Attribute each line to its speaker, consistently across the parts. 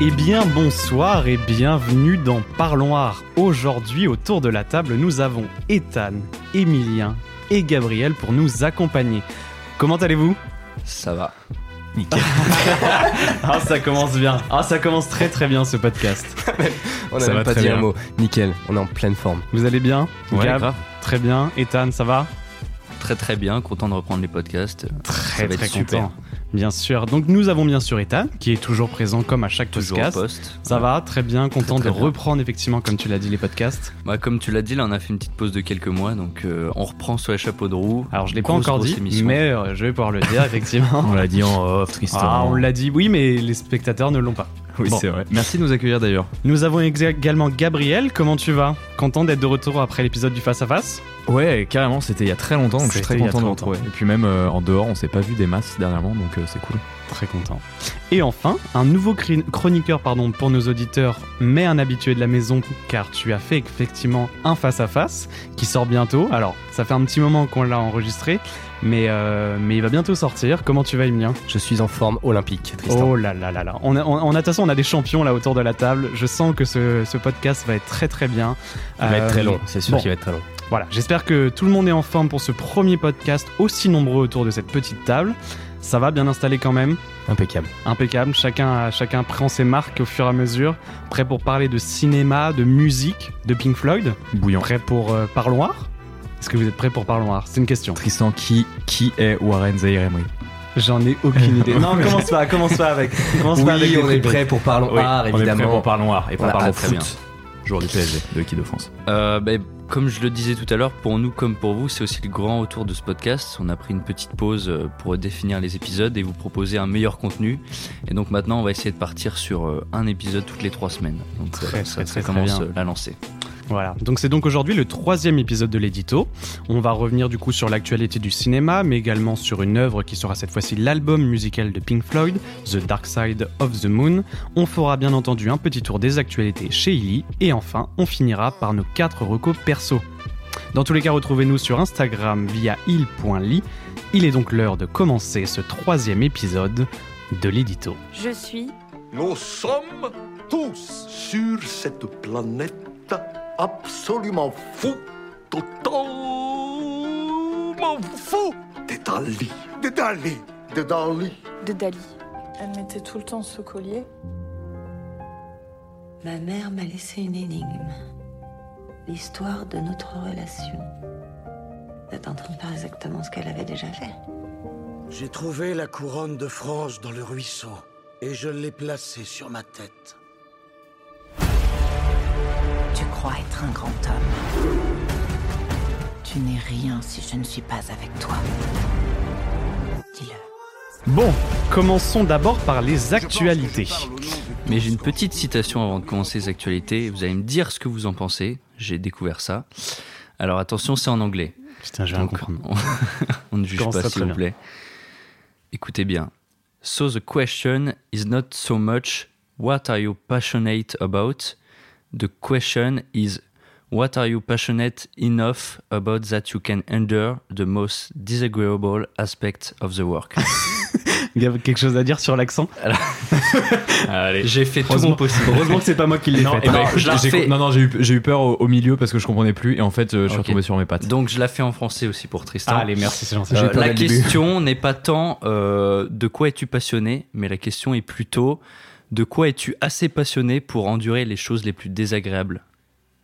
Speaker 1: Eh bien bonsoir et bienvenue dans Parloir. Aujourd'hui autour de la table nous avons Ethan, Emilien et Gabriel pour nous accompagner. Comment allez-vous
Speaker 2: Ça va.
Speaker 1: Ah ça commence bien. Ah ça commence très très bien ce podcast.
Speaker 2: On
Speaker 1: Ça
Speaker 2: n'a
Speaker 1: va
Speaker 2: même pas
Speaker 1: très
Speaker 2: dit
Speaker 1: bien.
Speaker 2: un mot. Nickel, on est en pleine forme.
Speaker 1: Vous allez bien
Speaker 3: Ouais,
Speaker 1: Gab
Speaker 3: grave.
Speaker 1: Très bien. Ethan, ça va
Speaker 3: Très très bien, content de reprendre les podcasts.
Speaker 1: Très
Speaker 3: Ça va être
Speaker 1: très
Speaker 3: super.
Speaker 1: content. Bien sûr. Donc nous avons bien sûr Ethan qui est toujours présent comme à chaque
Speaker 3: Toujours au
Speaker 1: podcast.
Speaker 3: poste.
Speaker 1: Ça va, très bien, content
Speaker 3: très
Speaker 1: de
Speaker 3: bien.
Speaker 1: reprendre effectivement, comme tu l'as dit, les podcasts.
Speaker 3: Bah, comme tu l'as dit, là on a fait une petite pause de quelques mois, donc euh, on reprend sur les chapeaux de roue.
Speaker 1: Alors je l'ai pas
Speaker 3: Grosse,
Speaker 1: encore
Speaker 3: grosse
Speaker 1: dit,
Speaker 3: émission.
Speaker 1: mais euh, je vais pouvoir le dire effectivement.
Speaker 4: On l'a dit en off, Tristan.
Speaker 1: Ah, on l'a dit, oui, mais les spectateurs ne l'ont pas.
Speaker 4: Oui,
Speaker 1: Bon.
Speaker 4: c'est vrai. Merci de nous accueillir d'ailleurs.
Speaker 1: Nous avons exa- également Gabriel, comment tu vas Content d'être de retour après l'épisode du Face à Face
Speaker 4: Ouais, carrément, c'était il y a très longtemps, donc je suis
Speaker 1: C'était
Speaker 4: très
Speaker 1: il y a
Speaker 4: content de
Speaker 1: très longtemps.
Speaker 4: vous retrouver. Et puis même euh, en dehors, on s'est pas vu des masses dernièrement, donc euh, c'est cool.
Speaker 1: Très content. Et enfin, un nouveau cri- chroniqueur pardon, pour nos auditeurs, mais un habitué de la maison, car tu as fait effectivement un Face à Face qui sort bientôt. Alors, ça fait un petit moment qu'on l'a enregistré, mais, euh, mais il va bientôt sortir. Comment tu vas, Emilien
Speaker 2: Je suis en forme olympique, Tristan.
Speaker 1: Oh là là là là. On a, on, on a, de toute façon, on a des champions là autour de la table. Je sens que ce, ce podcast va être très très bien.
Speaker 2: Il va
Speaker 1: Euh,
Speaker 2: être très long, c'est sûr
Speaker 1: bon.
Speaker 2: qu'il va être très long.
Speaker 1: Voilà, j'espère que tout le monde est en forme pour ce premier podcast aussi nombreux autour de cette petite table. Ça va bien installé quand même
Speaker 2: Impeccable.
Speaker 1: impeccable. Chacun, chacun prend ses marques au fur et à mesure. Prêt pour parler de cinéma, de musique, de Pink Floyd.
Speaker 4: Bouillant.
Speaker 1: Prêt pour euh, Parloir Est-ce que vous êtes prêt pour Parloir C'est une question.
Speaker 4: Tristan, qui, qui est Warren Zahir Emery
Speaker 1: J'en ai aucune idée. non, commence pas, commence pas avec. Commence pas avec
Speaker 2: Oui,
Speaker 1: des
Speaker 2: on est
Speaker 1: rubriques.
Speaker 2: prêt pour parler
Speaker 3: Ah,
Speaker 2: art,
Speaker 4: on est prêt
Speaker 2: évidemment.
Speaker 4: pour parler noir et
Speaker 2: On
Speaker 4: pas
Speaker 2: a
Speaker 4: parler
Speaker 2: hâte,
Speaker 4: foot.
Speaker 3: très
Speaker 4: Joueur du PSG, de l'équipe de France.
Speaker 3: Euh, bah, comme je le disais tout à l'heure, pour nous comme pour vous, c'est aussi le grand retour de ce podcast. On a pris une petite pause euh, pour définir les épisodes et vous proposer un meilleur contenu. Et donc maintenant on va essayer de partir sur euh, un épisode toutes les trois semaines. Donc euh,
Speaker 1: Très,
Speaker 3: ça,
Speaker 1: très, très,
Speaker 3: ça
Speaker 1: très
Speaker 3: commence
Speaker 1: bien.
Speaker 3: euh, la lancée.
Speaker 1: Voilà, donc c'est donc aujourd'hui le troisième épisode de l'édito. On va revenir du coup sur l'actualité du cinéma, mais également sur une œuvre qui sera cette fois-ci l'album musical de Pink Floyd, The Dark Side of the Moon. On fera bien entendu un petit tour des actualités chez Illy, et enfin on finira par nos quatre recos perso. Dans tous les cas, retrouvez-nous sur Instagram via il.ly. Il est donc l'heure de commencer ce troisième épisode de l'édito.
Speaker 5: Je suis
Speaker 6: Nous sommes tous sur cette planète absolument fou, totalement fou. Des Dali, des Dali, des Dali.
Speaker 5: de Dali.
Speaker 7: Elle mettait tout le temps ce collier.
Speaker 8: Ma mère m'a laissé une énigme. L'histoire de notre relation. N'attendons pas exactement ce qu'elle avait déjà fait.
Speaker 9: J'ai trouvé la couronne de France dans le ruisseau et je l'ai placée sur ma tête.
Speaker 8: Tu crois être un grand homme. Tu n'es rien si je ne suis pas avec toi. Dis-le.
Speaker 1: Bon, commençons d'abord par les actualités.
Speaker 3: Mais j'ai une petite citation avant de commencer les actualités. Vous allez me dire ce que vous en pensez. J'ai découvert ça. Alors attention, c'est en anglais.
Speaker 1: Putain, je
Speaker 3: Donc, on, on ne juge
Speaker 1: Commence
Speaker 3: pas,
Speaker 1: ça
Speaker 3: s'il
Speaker 1: très
Speaker 3: vous plaît. Écoutez bien. So the question is not so much what are you passionate about. The question is what are you passionate enough about that you can endure the most disagreeable aspect of the work.
Speaker 1: Il y a quelque chose à dire sur l'accent
Speaker 4: Allez.
Speaker 3: J'ai fait tout
Speaker 4: Heureusement-
Speaker 3: mon possible.
Speaker 1: Heureusement que c'est pas moi qui l'ai
Speaker 4: Non,
Speaker 1: fait.
Speaker 4: eh ben,
Speaker 3: Non,
Speaker 4: écoute,
Speaker 3: je la
Speaker 4: j'ai-
Speaker 3: refais.
Speaker 4: non, non, j'ai eu, j'ai eu peur au, au milieu parce que je comprenais plus et en fait, euh, je suis
Speaker 3: Ok.
Speaker 4: retombé sur mes pattes.
Speaker 3: Donc je la fais en français aussi pour Tristan.
Speaker 1: Ah, allez, merci, c'est gentil.
Speaker 3: Euh,
Speaker 2: J'ai peur
Speaker 3: la
Speaker 2: dès le début.
Speaker 3: question n'est pas tant euh, de quoi es-tu passionné, mais la question est plutôt de quoi es-tu assez passionné pour endurer les choses les plus désagréables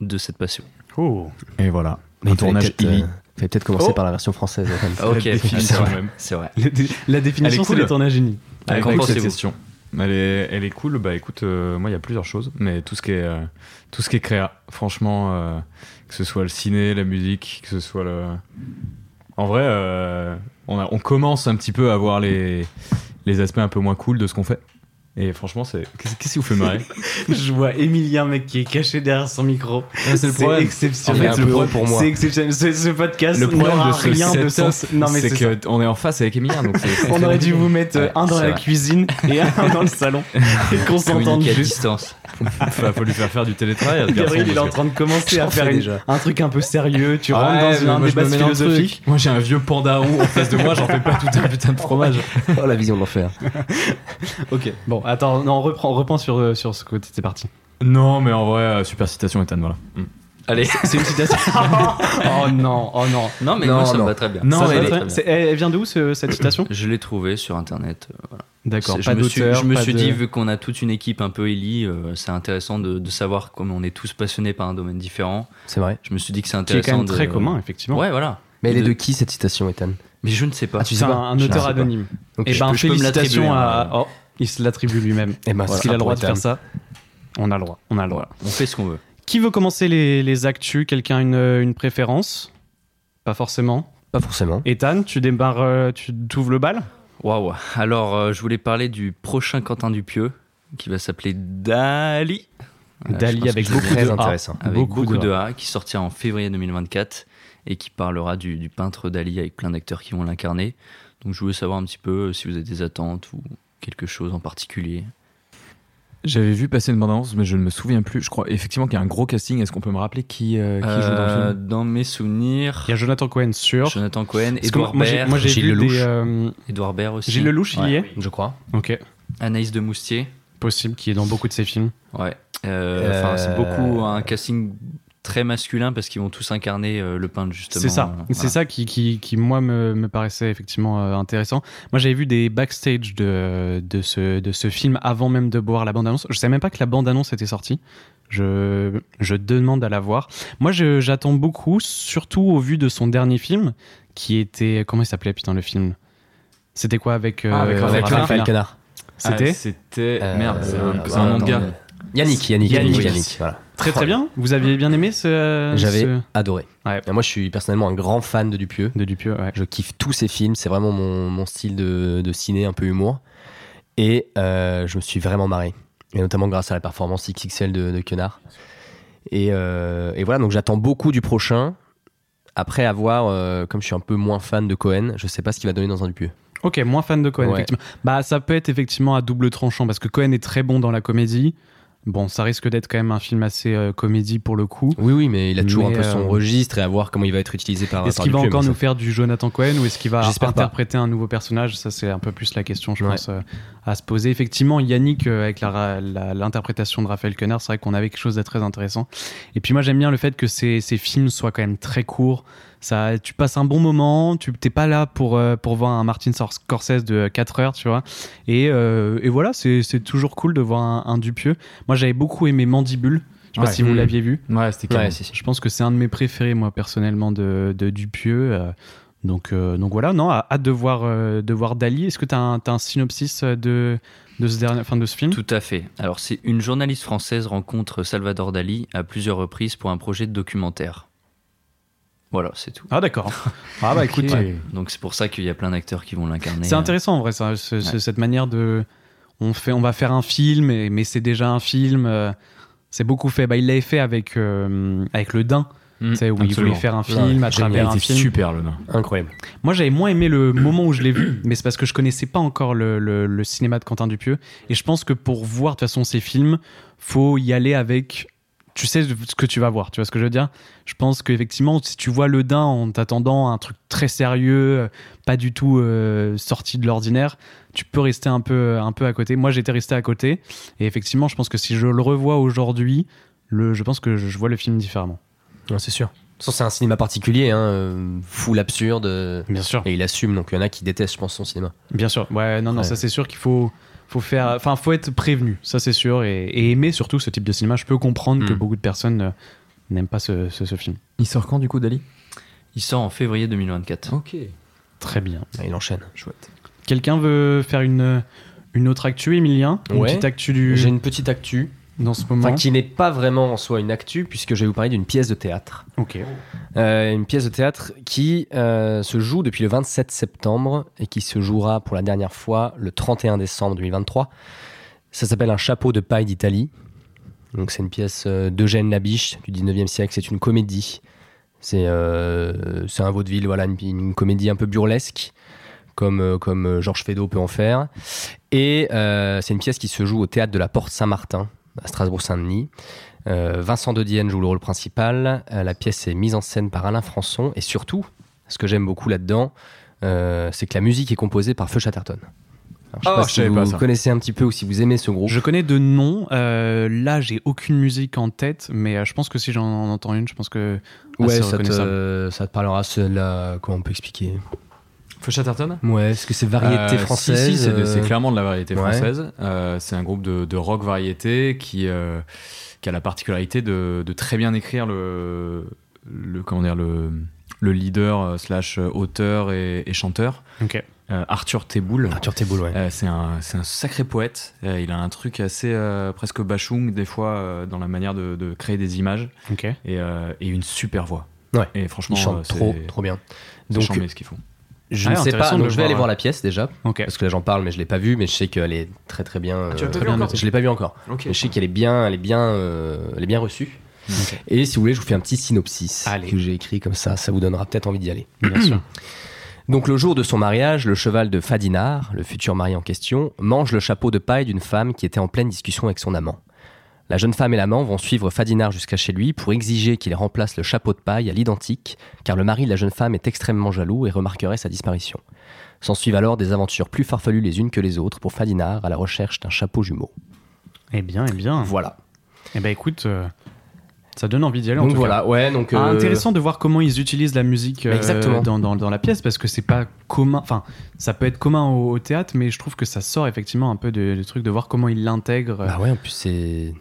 Speaker 3: de cette passion.
Speaker 1: Oh.
Speaker 4: Et voilà.
Speaker 2: Mais
Speaker 4: Un
Speaker 2: il fallait
Speaker 4: tournage
Speaker 2: peut-être,
Speaker 4: illi.
Speaker 2: euh, fallait peut-être commencer
Speaker 1: Oh.
Speaker 2: par la version française. quand même.
Speaker 3: Ah, Ok,
Speaker 4: La
Speaker 3: c'est
Speaker 4: définition
Speaker 3: vrai.
Speaker 4: même.
Speaker 3: C'est vrai.
Speaker 1: La, dé- la
Speaker 4: Elle
Speaker 1: définition,
Speaker 4: est
Speaker 1: c'est
Speaker 4: cool.
Speaker 1: les tournages unis.
Speaker 3: Allez,
Speaker 4: Elle
Speaker 3: qu'en
Speaker 4: est cool, cette
Speaker 3: pensez-vous
Speaker 4: question. Elle est, elle est cool. Bah écoute, euh, moi il y a plusieurs choses, mais tout ce qui est, euh, tout ce qui est créa, franchement, euh, que ce soit le ciné, la musique, que ce soit le. En vrai, euh, on, a- on commence un petit peu à voir les, les aspects un peu moins cool de ce qu'on fait. Et franchement, c'est. Qu'est-ce qu'est-ce qui vous fait marrer
Speaker 1: Je vois Emilien, mec, qui est caché derrière son micro.
Speaker 4: C'est le problème.
Speaker 1: exceptionnel.
Speaker 2: En fait, le problème pour moi.
Speaker 1: C'est exceptionnel. Ce, ce podcast
Speaker 4: Le problème
Speaker 1: n'aura
Speaker 4: de ce
Speaker 1: rien de
Speaker 4: setup,
Speaker 1: sens. Non, mais c'est
Speaker 4: c'est
Speaker 1: ça.
Speaker 4: qu'on est en face avec Emilien, donc c'est- c'est
Speaker 1: On
Speaker 4: très
Speaker 1: aurait dû
Speaker 4: compliqué.
Speaker 1: vous mettre euh,
Speaker 4: Ouais,
Speaker 1: un dans
Speaker 4: c'est
Speaker 1: la
Speaker 4: vrai.
Speaker 1: cuisine et un dans le salon. Et qu'on s'entende
Speaker 3: Communiquer à
Speaker 1: juste.
Speaker 3: distance.
Speaker 4: Faut, faut lui faire faire du télétravail. à ce garçon,
Speaker 1: Gabriel, il est en
Speaker 4: parce que-
Speaker 1: train de commencer
Speaker 2: J'en
Speaker 1: à faire
Speaker 2: fais
Speaker 1: une-
Speaker 2: déjà.
Speaker 1: un truc un peu sérieux. Tu
Speaker 4: Ouais,
Speaker 1: rentres
Speaker 4: mais
Speaker 1: dans une- un
Speaker 4: moi, je me
Speaker 1: débat
Speaker 4: mets dans le truc.
Speaker 1: philosophique.
Speaker 4: Moi j'ai un vieux panda roux en face de moi, j'en fais pas tout un putain de fromage.
Speaker 2: Oh la vision de l'enfer.
Speaker 1: Ok, bon, attends, non, on reprend, on reprend sur, euh, sur ce côté, c'est parti.
Speaker 4: Non, mais en vrai, euh, super citation, Ethan, voilà. Mm.
Speaker 3: Allez,
Speaker 1: C'est une citation. oh non, oh non.
Speaker 3: non, mais
Speaker 2: Non,
Speaker 3: moi, ça
Speaker 2: non.
Speaker 3: me va très bien.
Speaker 1: Non,
Speaker 3: Ça me
Speaker 1: mais
Speaker 3: va très
Speaker 1: elle,
Speaker 3: bien.
Speaker 1: c'est- elle- elle vient d'où ce- cette citation
Speaker 3: Je l'ai trouvé sur internet. euh, voilà.
Speaker 1: D'accord,
Speaker 3: C'est-
Speaker 1: pas
Speaker 3: je me suis,
Speaker 1: d'auteur.
Speaker 3: je me
Speaker 1: pas
Speaker 3: suis
Speaker 1: de-
Speaker 3: dit, vu qu'on a toute une équipe un peu élie, euh, c'est intéressant de, de savoir comment on est tous passionnés par un domaine différent.
Speaker 2: C'est vrai.
Speaker 3: Je euh, me suis dit que c'est
Speaker 1: qui est
Speaker 3: intéressant.
Speaker 1: quand même
Speaker 3: de-
Speaker 1: très commun, effectivement.
Speaker 3: Ouais, voilà.
Speaker 2: Mais elle
Speaker 3: Et
Speaker 2: est
Speaker 3: de-
Speaker 2: de qui cette citation, Ethan
Speaker 3: Mais je ne sais pas.
Speaker 2: Ah, tu
Speaker 1: C'est
Speaker 2: sais
Speaker 1: un,
Speaker 2: pas.
Speaker 1: un
Speaker 2: Je
Speaker 1: auteur
Speaker 2: sais pas.
Speaker 1: anonyme.
Speaker 2: Ok.
Speaker 1: Et ben,
Speaker 3: je peux me l'attribuer,
Speaker 1: félicitations
Speaker 3: hein.
Speaker 1: à. Oh, il se l'attribue lui-même.
Speaker 2: Eh ben,
Speaker 1: Parce
Speaker 2: ça
Speaker 1: qu'il a le
Speaker 2: pour
Speaker 1: droit de
Speaker 2: Ethan.
Speaker 1: faire ça. On a le droit. On a le droit.
Speaker 3: Voilà, on fait ce qu'on veut.
Speaker 1: Qui veut commencer les, les actus Quelqu'un a une, une préférence Pas forcément.
Speaker 2: Pas forcément.
Speaker 1: Ethan, tu démarres, euh, tu t'ouvres le bal
Speaker 3: Waouh. Alors, euh, je voulais parler du prochain Quentin Dupieux, qui va s'appeler Dali. Euh, je pense
Speaker 1: Dali
Speaker 3: que
Speaker 1: avec
Speaker 3: je l'ai
Speaker 1: beaucoup
Speaker 2: Très
Speaker 1: de A.
Speaker 2: intéressant.
Speaker 3: avec beaucoup, de A, qui sortira en février 2024 et qui parlera du, du peintre Dali avec plein d'acteurs qui vont l'incarner. Donc je voulais savoir un petit peu euh, si vous avez des attentes ou quelque chose en particulier.
Speaker 4: J'avais vu passer une bande-annonce, mais je ne me souviens plus. Je crois effectivement qu'il y a un gros casting. Est-ce qu'on peut me rappeler qui, euh, qui joue dans le
Speaker 3: Euh,
Speaker 4: film
Speaker 3: dans mes souvenirs,
Speaker 1: Il y a Jonathan Cohen sur.
Speaker 3: Jonathan Cohen,
Speaker 1: Parce que
Speaker 3: Edouard
Speaker 1: moi, j'ai-
Speaker 3: Baird,
Speaker 1: moi j'ai
Speaker 3: Gilles
Speaker 1: vu
Speaker 3: Lelouch.
Speaker 1: des. euh,
Speaker 3: Édouard Baird aussi.
Speaker 1: Gilles Lelouch, il y est
Speaker 2: Je crois.
Speaker 1: Ok.
Speaker 3: Anaïs de Moustier.
Speaker 1: Possible qu'il est dans beaucoup de ses films.
Speaker 3: Ouais. Euh, enfin, C'est
Speaker 2: Euh,
Speaker 3: beaucoup un casting très masculin parce qu'ils vont tous incarner euh, le peintre justement.
Speaker 1: C'est ça,
Speaker 3: Euh,
Speaker 1: c'est
Speaker 3: voilà.
Speaker 1: ça qui, qui, qui, moi, me, me paraissait effectivement euh, intéressant. Moi, j'avais vu des backstage de, de, ce, de ce film avant même de boire la bande-annonce. Je savais même pas que la bande-annonce était sortie. Je, je demande à la voir. Moi, je- j'attends beaucoup, surtout au vu de son dernier film, qui était... Comment il s'appelait, putain, le film C'était quoi avec... euh,
Speaker 4: avec Raphaël
Speaker 2: Raphaël Canard.
Speaker 1: C'était
Speaker 4: Ah, C'était.
Speaker 2: Euh,
Speaker 4: Merde, c'est un,
Speaker 2: euh,
Speaker 4: c'est un nom de
Speaker 2: attends,
Speaker 4: gars.
Speaker 2: euh, Yannick, Yannick,
Speaker 1: Yannick.
Speaker 2: Yannick, Yannick, voilà.
Speaker 1: très très bien. Vous aviez bien aimé ce...
Speaker 2: J'avais
Speaker 1: ce-
Speaker 2: adoré.
Speaker 1: Ouais.
Speaker 2: Et Moi, je suis personnellement un grand fan de Dupieux.
Speaker 1: De Dupieux, ouais.
Speaker 2: Je kiffe tous ses films, c'est vraiment mon, mon style de, de ciné, un peu humour. Et euh, je me suis vraiment marré. Et notamment grâce à la performance XXL de, de Quenard. Et, euh, et voilà, donc j'attends beaucoup du prochain. Après avoir, euh, comme je suis un peu moins fan de Cohen, je sais pas ce qu'il va donner dans un Dupieux.
Speaker 1: Ok, moins fan de Cohen,
Speaker 2: Ouais.
Speaker 1: effectivement. Bah, ça peut être effectivement à double tranchant parce que Cohen est très bon dans la comédie. Bon, ça risque d'être quand même un film assez euh, comédie pour le coup.
Speaker 2: Oui, oui, mais il a toujours
Speaker 1: Mais,
Speaker 2: un peu son
Speaker 1: euh,
Speaker 2: registre et à voir comment il va être utilisé par.
Speaker 1: Est-ce
Speaker 2: par
Speaker 1: qu'il va
Speaker 2: Dupieux,
Speaker 1: encore
Speaker 2: mais
Speaker 1: nous
Speaker 2: ça-
Speaker 1: faire du Jonathan Cohen ou est-ce qu'il va
Speaker 2: J'espère pas.
Speaker 1: interpréter un nouveau personnage Ça, c'est un peu plus la question, je
Speaker 2: Ouais.
Speaker 1: pense, euh, à se poser. Effectivement, Yannick, euh, avec la ra- la- l'interprétation de Raphaël Quenard, c'est vrai qu'on avait quelque chose de très intéressant. Et puis moi, j'aime bien le fait que ces, ces films soient quand même très courts. Ça, tu passes un bon moment, tu t'es pas là pour, euh, pour voir un Martin Sor- Scorsese de 4 heures, tu vois. Et, euh, et voilà, c'est c'est toujours cool de voir un, un Dupieux. Moi, j'avais beaucoup aimé Mandibule. Je sais pas
Speaker 4: Ouais.
Speaker 1: si vous
Speaker 4: Mmh.
Speaker 1: l'aviez vu.
Speaker 4: Ouais, c'était
Speaker 2: Ouais,
Speaker 4: Cameron.
Speaker 2: si, si.
Speaker 1: Je pense que c'est un de mes préférés, moi, personnellement, de, de Dupieux. euh, donc, euh, donc voilà, non, à- hâte de voir, euh, de voir Dali. Est-ce que tu as, un synopsis euh, de, de, ce dernier, enfin, de ce film
Speaker 3: Tout à fait. Alors, c'est une journaliste française rencontre Salvador Dali à plusieurs reprises pour un projet de documentaire. Voilà, c'est tout.
Speaker 1: Ah, d'accord. Ah, bah écoute,
Speaker 4: Ouais.
Speaker 3: Donc, c'est pour ça qu'il y a plein d'acteurs qui vont l'incarner. euh.
Speaker 1: c'est intéressant en vrai, ça, ce- ce- cette manière de. On, fait, on va faire un film, et- mais c'est déjà un film. euh, c'est beaucoup fait. Bah, il l'avait fait avec, euh, avec Le Dain,
Speaker 4: Mm,
Speaker 1: tu sais, où il
Speaker 4: absolument.
Speaker 1: voulait faire un film à
Speaker 2: Génial,
Speaker 4: Il
Speaker 1: travers un
Speaker 4: était
Speaker 1: film.
Speaker 4: super le nain.
Speaker 2: Incroyable.
Speaker 1: Moi, j'avais moins aimé le moment où je l'ai vu, mais c'est parce que je connaissais pas encore le, le- le cinéma de Quentin Dupieux. Et je pense que pour voir de toute façon ces films, faut y aller avec. Tu sais ce que tu vas voir, tu vois ce que je veux dire Je pense qu'effectivement, si tu vois le dain en t'attendant à un truc très sérieux, euh, pas du tout euh, sorti de l'ordinaire, tu peux rester un peu, un peu à côté. Moi, j'étais resté à côté. Et effectivement, je pense que si je le revois aujourd'hui, le, je pense que je je vois le film différemment.
Speaker 2: c'est sûr. C'est un cinéma particulier, hein, euh, full absurde. euh,
Speaker 1: Bien sûr.
Speaker 2: Et il assume, donc il y en a qui détestent, je pense, son cinéma.
Speaker 1: Bien sûr. Ouais, non, non,
Speaker 2: Ouais.
Speaker 1: ça c'est sûr qu'il faut, faut faire, enfin, faut être prévenu, ça c'est sûr, et, et aimer surtout ce type de cinéma. Je peux comprendre que
Speaker 4: Mm.
Speaker 1: beaucoup de personnes euh, n'aiment pas ce, ce- ce film.
Speaker 4: Il sort quand du coup, Dali
Speaker 3: Il sort en février 2024.
Speaker 1: Oh.
Speaker 4: Ok.
Speaker 1: Très bien.
Speaker 2: Ah, il enchaîne.
Speaker 4: Chouette.
Speaker 1: Quelqu'un veut faire une, une autre actu, Emilien Une
Speaker 2: Ouais.
Speaker 1: petite actu du,
Speaker 2: J'ai une petite actu,
Speaker 1: dans ce moment.
Speaker 2: enfin qui n'est pas vraiment en soi une actu, puisque je vais vous parler d'une pièce de théâtre.
Speaker 1: Ok.
Speaker 2: Euh, une pièce de théâtre qui euh, se joue depuis le 27 septembre et qui se jouera pour la dernière fois le 31 décembre 2023. Ça s'appelle Un chapeau de paille d'Italie. Donc c'est une pièce euh, d'Eugène Labiche du 19e siècle, c'est une comédie. C'est euh, c'est un vaudeville, voilà, une, une comédie un peu burlesque, comme, euh, comme euh, Georges Feydeau peut en faire. Et euh, c'est une pièce qui se joue au théâtre de la Porte Saint-Martin, à Strasbourg-Saint-Denis. Euh, Vincent de Dienne joue le rôle principal. Euh, la pièce est mise en scène par Alain Françon. Et surtout, ce que j'aime beaucoup là-dedans, euh, c'est que la musique est composée par Feu Chatterton. Alors, je sais
Speaker 4: Ah,
Speaker 2: pas
Speaker 4: je
Speaker 2: si
Speaker 4: savais
Speaker 2: vous
Speaker 4: pas ça.
Speaker 2: connaissez un petit peu ou si vous aimez ce groupe.
Speaker 1: Je connais de noms. euh, là, j'ai aucune musique en tête, mais euh, je pense que si j'en entends une, je pense que
Speaker 2: Ouais,
Speaker 1: assez
Speaker 2: ça te,
Speaker 1: reconnaissable.
Speaker 2: euh, ça te parlera, c'est la... comment on peut expliquer
Speaker 4: Chatterton
Speaker 2: Ouais, est-ce que c'est variété
Speaker 4: Euh, si,
Speaker 2: française
Speaker 4: si, c'est de- c'est
Speaker 2: euh,
Speaker 4: clairement de la variété
Speaker 2: ouais.
Speaker 4: française. Euh, c'est un groupe de, de rock variété qui, euh, qui a la particularité de, de très bien écrire le, le, comment dire, le, le leader euh, slash auteur et, et chanteur.
Speaker 1: Ok.
Speaker 4: Euh, Arthur Teboul.
Speaker 2: Arthur Teboul, ouais.
Speaker 4: Euh, c'est un, c'est un sacré poète. Euh, il a un truc assez euh, presque bachung des fois euh, dans la manière de, de créer des images
Speaker 1: Ok.
Speaker 4: et, euh, et une super voix.
Speaker 2: Ouais.
Speaker 4: Et franchement,
Speaker 2: Il
Speaker 4: euh,
Speaker 2: chante
Speaker 4: c'est-
Speaker 2: trop, trop bien.
Speaker 4: c'est
Speaker 2: Donc,
Speaker 4: chambé ce qu'ils font.
Speaker 2: je
Speaker 1: Ah,
Speaker 2: ne sais pas,
Speaker 1: intéressant de
Speaker 2: donc
Speaker 1: le
Speaker 2: je vais aller
Speaker 1: voir,
Speaker 2: voir la pièce déjà.
Speaker 1: Ok.
Speaker 2: Parce que là j'en parle, mais je l'ai pas vue, mais je sais qu'elle est très très bien. euh,
Speaker 4: Ah, tu l'as pas
Speaker 2: très
Speaker 4: vue
Speaker 2: bien
Speaker 4: encore
Speaker 2: notée. Je l'ai pas vue encore.
Speaker 4: Ok.
Speaker 2: Mais je sais qu'elle est bien, elle est bien, euh, elle est bien reçue.
Speaker 1: Ok.
Speaker 2: Et si vous voulez, je vous fais un petit synopsis
Speaker 1: Allez.
Speaker 2: que j'ai écrit comme ça, ça vous donnera peut-être envie d'y aller.
Speaker 1: Bien sûr.
Speaker 2: Donc le jour de son mariage, le cheval de Fadinar, le futur mari en question, mange le chapeau de paille d'une femme qui était en pleine discussion avec son amant. La jeune femme et l'amant vont suivre Fadinar jusqu'à chez lui pour exiger qu'il remplace le chapeau de paille à l'identique, car le mari de la jeune femme est extrêmement jaloux et remarquerait sa disparition. S'ensuivent alors des aventures plus farfelues les unes que les autres pour Fadinar à la recherche d'un chapeau jumeau.
Speaker 1: Eh bien, eh bien.
Speaker 2: Voilà.
Speaker 1: Eh ben, écoute, euh, ça donne envie d'y aller. en
Speaker 2: Donc
Speaker 1: tout cas.
Speaker 2: voilà, ouais, donc...
Speaker 1: Ah,
Speaker 2: euh,
Speaker 1: intéressant de voir comment ils utilisent la musique euh,
Speaker 2: Exactement.
Speaker 1: dans, dans- dans la pièce parce que c'est pas commun. Enfin, ça peut être commun au, au théâtre, mais je trouve que ça sort effectivement un peu de- du truc de voir comment ils l'intègrent.
Speaker 2: Bah ouais, en plus c'est...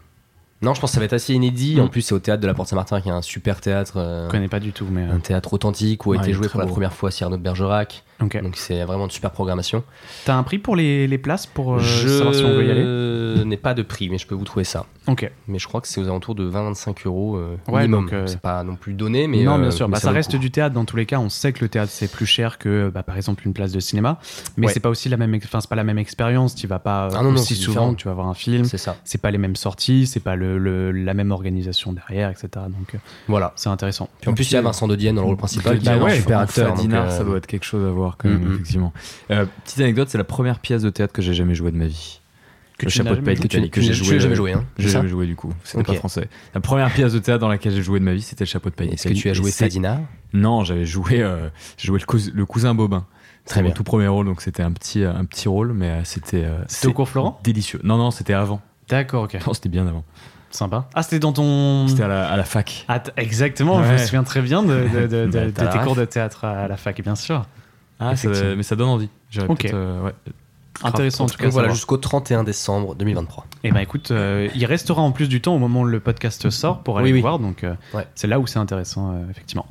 Speaker 2: Non, je pense que ça va être assez inédit.
Speaker 1: Mm.
Speaker 2: En plus, c'est au théâtre de la Porte Saint-Martin qui est un super théâtre. euh,
Speaker 1: Je connais pas du tout, mais. euh,
Speaker 2: un théâtre authentique où a
Speaker 4: Ouais, il
Speaker 2: été
Speaker 4: est
Speaker 2: joué
Speaker 4: très
Speaker 2: pour la
Speaker 4: beau.
Speaker 2: première fois Cyrano de Bergerac.
Speaker 1: ok.
Speaker 2: Donc c'est vraiment une super programmation.
Speaker 1: T'as un prix pour les, les places pour euh, savoir si on veut y aller
Speaker 2: Je n'ai pas de prix, mais je peux vous trouver ça.
Speaker 1: Ok.
Speaker 2: Mais je crois que c'est aux alentours de 20-25 euros euh,
Speaker 1: Ouais,
Speaker 2: minimum.
Speaker 1: donc, euh,
Speaker 2: C'est pas non plus donné, mais.
Speaker 1: non, bien
Speaker 2: euh,
Speaker 1: sûr.
Speaker 2: mais
Speaker 1: Bah, ça
Speaker 2: vaut le
Speaker 1: reste
Speaker 2: coup.
Speaker 1: du théâtre dans tous les cas. On sait que le théâtre c'est plus cher que, bah, par exemple, une place de cinéma. Mais
Speaker 2: Ouais.
Speaker 1: c'est pas aussi la même. ex- Enfin, c'est pas la même expérience. Tu vas pas euh,
Speaker 2: Ah non, non,
Speaker 1: aussi
Speaker 2: c'est
Speaker 1: souvent.
Speaker 2: différent.
Speaker 1: que Tu vas voir un film.
Speaker 2: C'est ça.
Speaker 1: C'est pas les mêmes sorties. C'est pas le, le- la même organisation derrière, etc. Donc euh,
Speaker 2: Voilà.
Speaker 1: c'est intéressant.
Speaker 2: Puis en plus, il y a Vincent de Dienne dans le rôle principal.
Speaker 4: Bah,
Speaker 2: qui est un
Speaker 4: ouais,
Speaker 2: super
Speaker 4: en
Speaker 2: acteur. donc,
Speaker 4: Ferdinand,
Speaker 2: euh, Mm-hmm.
Speaker 4: ça doit être quelque chose à voir quand même,
Speaker 1: Mhm.
Speaker 4: effectivement. Euh, petite anecdote, c'est la première pièce de théâtre que j'ai jamais jouée de ma vie.
Speaker 1: Que
Speaker 4: le
Speaker 1: tu n'as
Speaker 4: chapeau de
Speaker 1: jamais joué.
Speaker 4: paille
Speaker 2: que tu
Speaker 4: d'Italie
Speaker 2: tu-
Speaker 4: que j'ai
Speaker 2: tu l'as
Speaker 4: joué. euh,
Speaker 2: jamais joué. Hein,
Speaker 4: J'ai
Speaker 2: c'est ça
Speaker 4: jamais joué du coup, c'était
Speaker 2: Ok.
Speaker 4: pas français. La première pièce de théâtre dans laquelle j'ai joué de ma vie, c'était le chapeau de paille
Speaker 2: Est-ce que
Speaker 4: d'Italie.
Speaker 2: tu as joué
Speaker 4: Et c'est-
Speaker 2: Fadina
Speaker 4: Non, j'avais joué, euh, j'ai joué le, cous- le cousin Bobin.
Speaker 2: Très
Speaker 4: C'était mon
Speaker 2: bien.
Speaker 4: tout premier rôle, donc c'était un petit, un petit rôle, mais euh, c'était. euh,
Speaker 1: C'était au
Speaker 4: c'est
Speaker 1: cours Florent
Speaker 4: Délicieux. Non, non, c'était avant.
Speaker 1: D'accord, ok.
Speaker 4: Non, c'était bien avant.
Speaker 1: Sympa. Ah, c'était dans ton.
Speaker 2: Hmm.
Speaker 4: C'était à la, à la fac.
Speaker 1: Ah, t- exactement, je me
Speaker 4: Ouais.
Speaker 1: souviens très bien de, de- de- de-
Speaker 4: Bah,
Speaker 1: de
Speaker 4: t'as la
Speaker 1: tes
Speaker 4: ref.
Speaker 1: cours de théâtre à la fac, bien sûr.
Speaker 4: Ah, ça-
Speaker 1: effectivement.
Speaker 4: mais ça donne envie. J'aurais
Speaker 1: Ok.
Speaker 4: peut-être, euh, ouais.
Speaker 1: Intéressant en tout cas.
Speaker 2: Donc voilà,
Speaker 1: Voilà,
Speaker 2: jusqu'au 31 décembre 2023.
Speaker 1: Et ben écoute, euh, il restera en plus du temps au moment où le podcast sort pour aller
Speaker 2: Oui,
Speaker 1: le
Speaker 2: oui.
Speaker 1: voir, donc euh,
Speaker 2: Ouais.
Speaker 1: c'est là où c'est intéressant, euh, effectivement.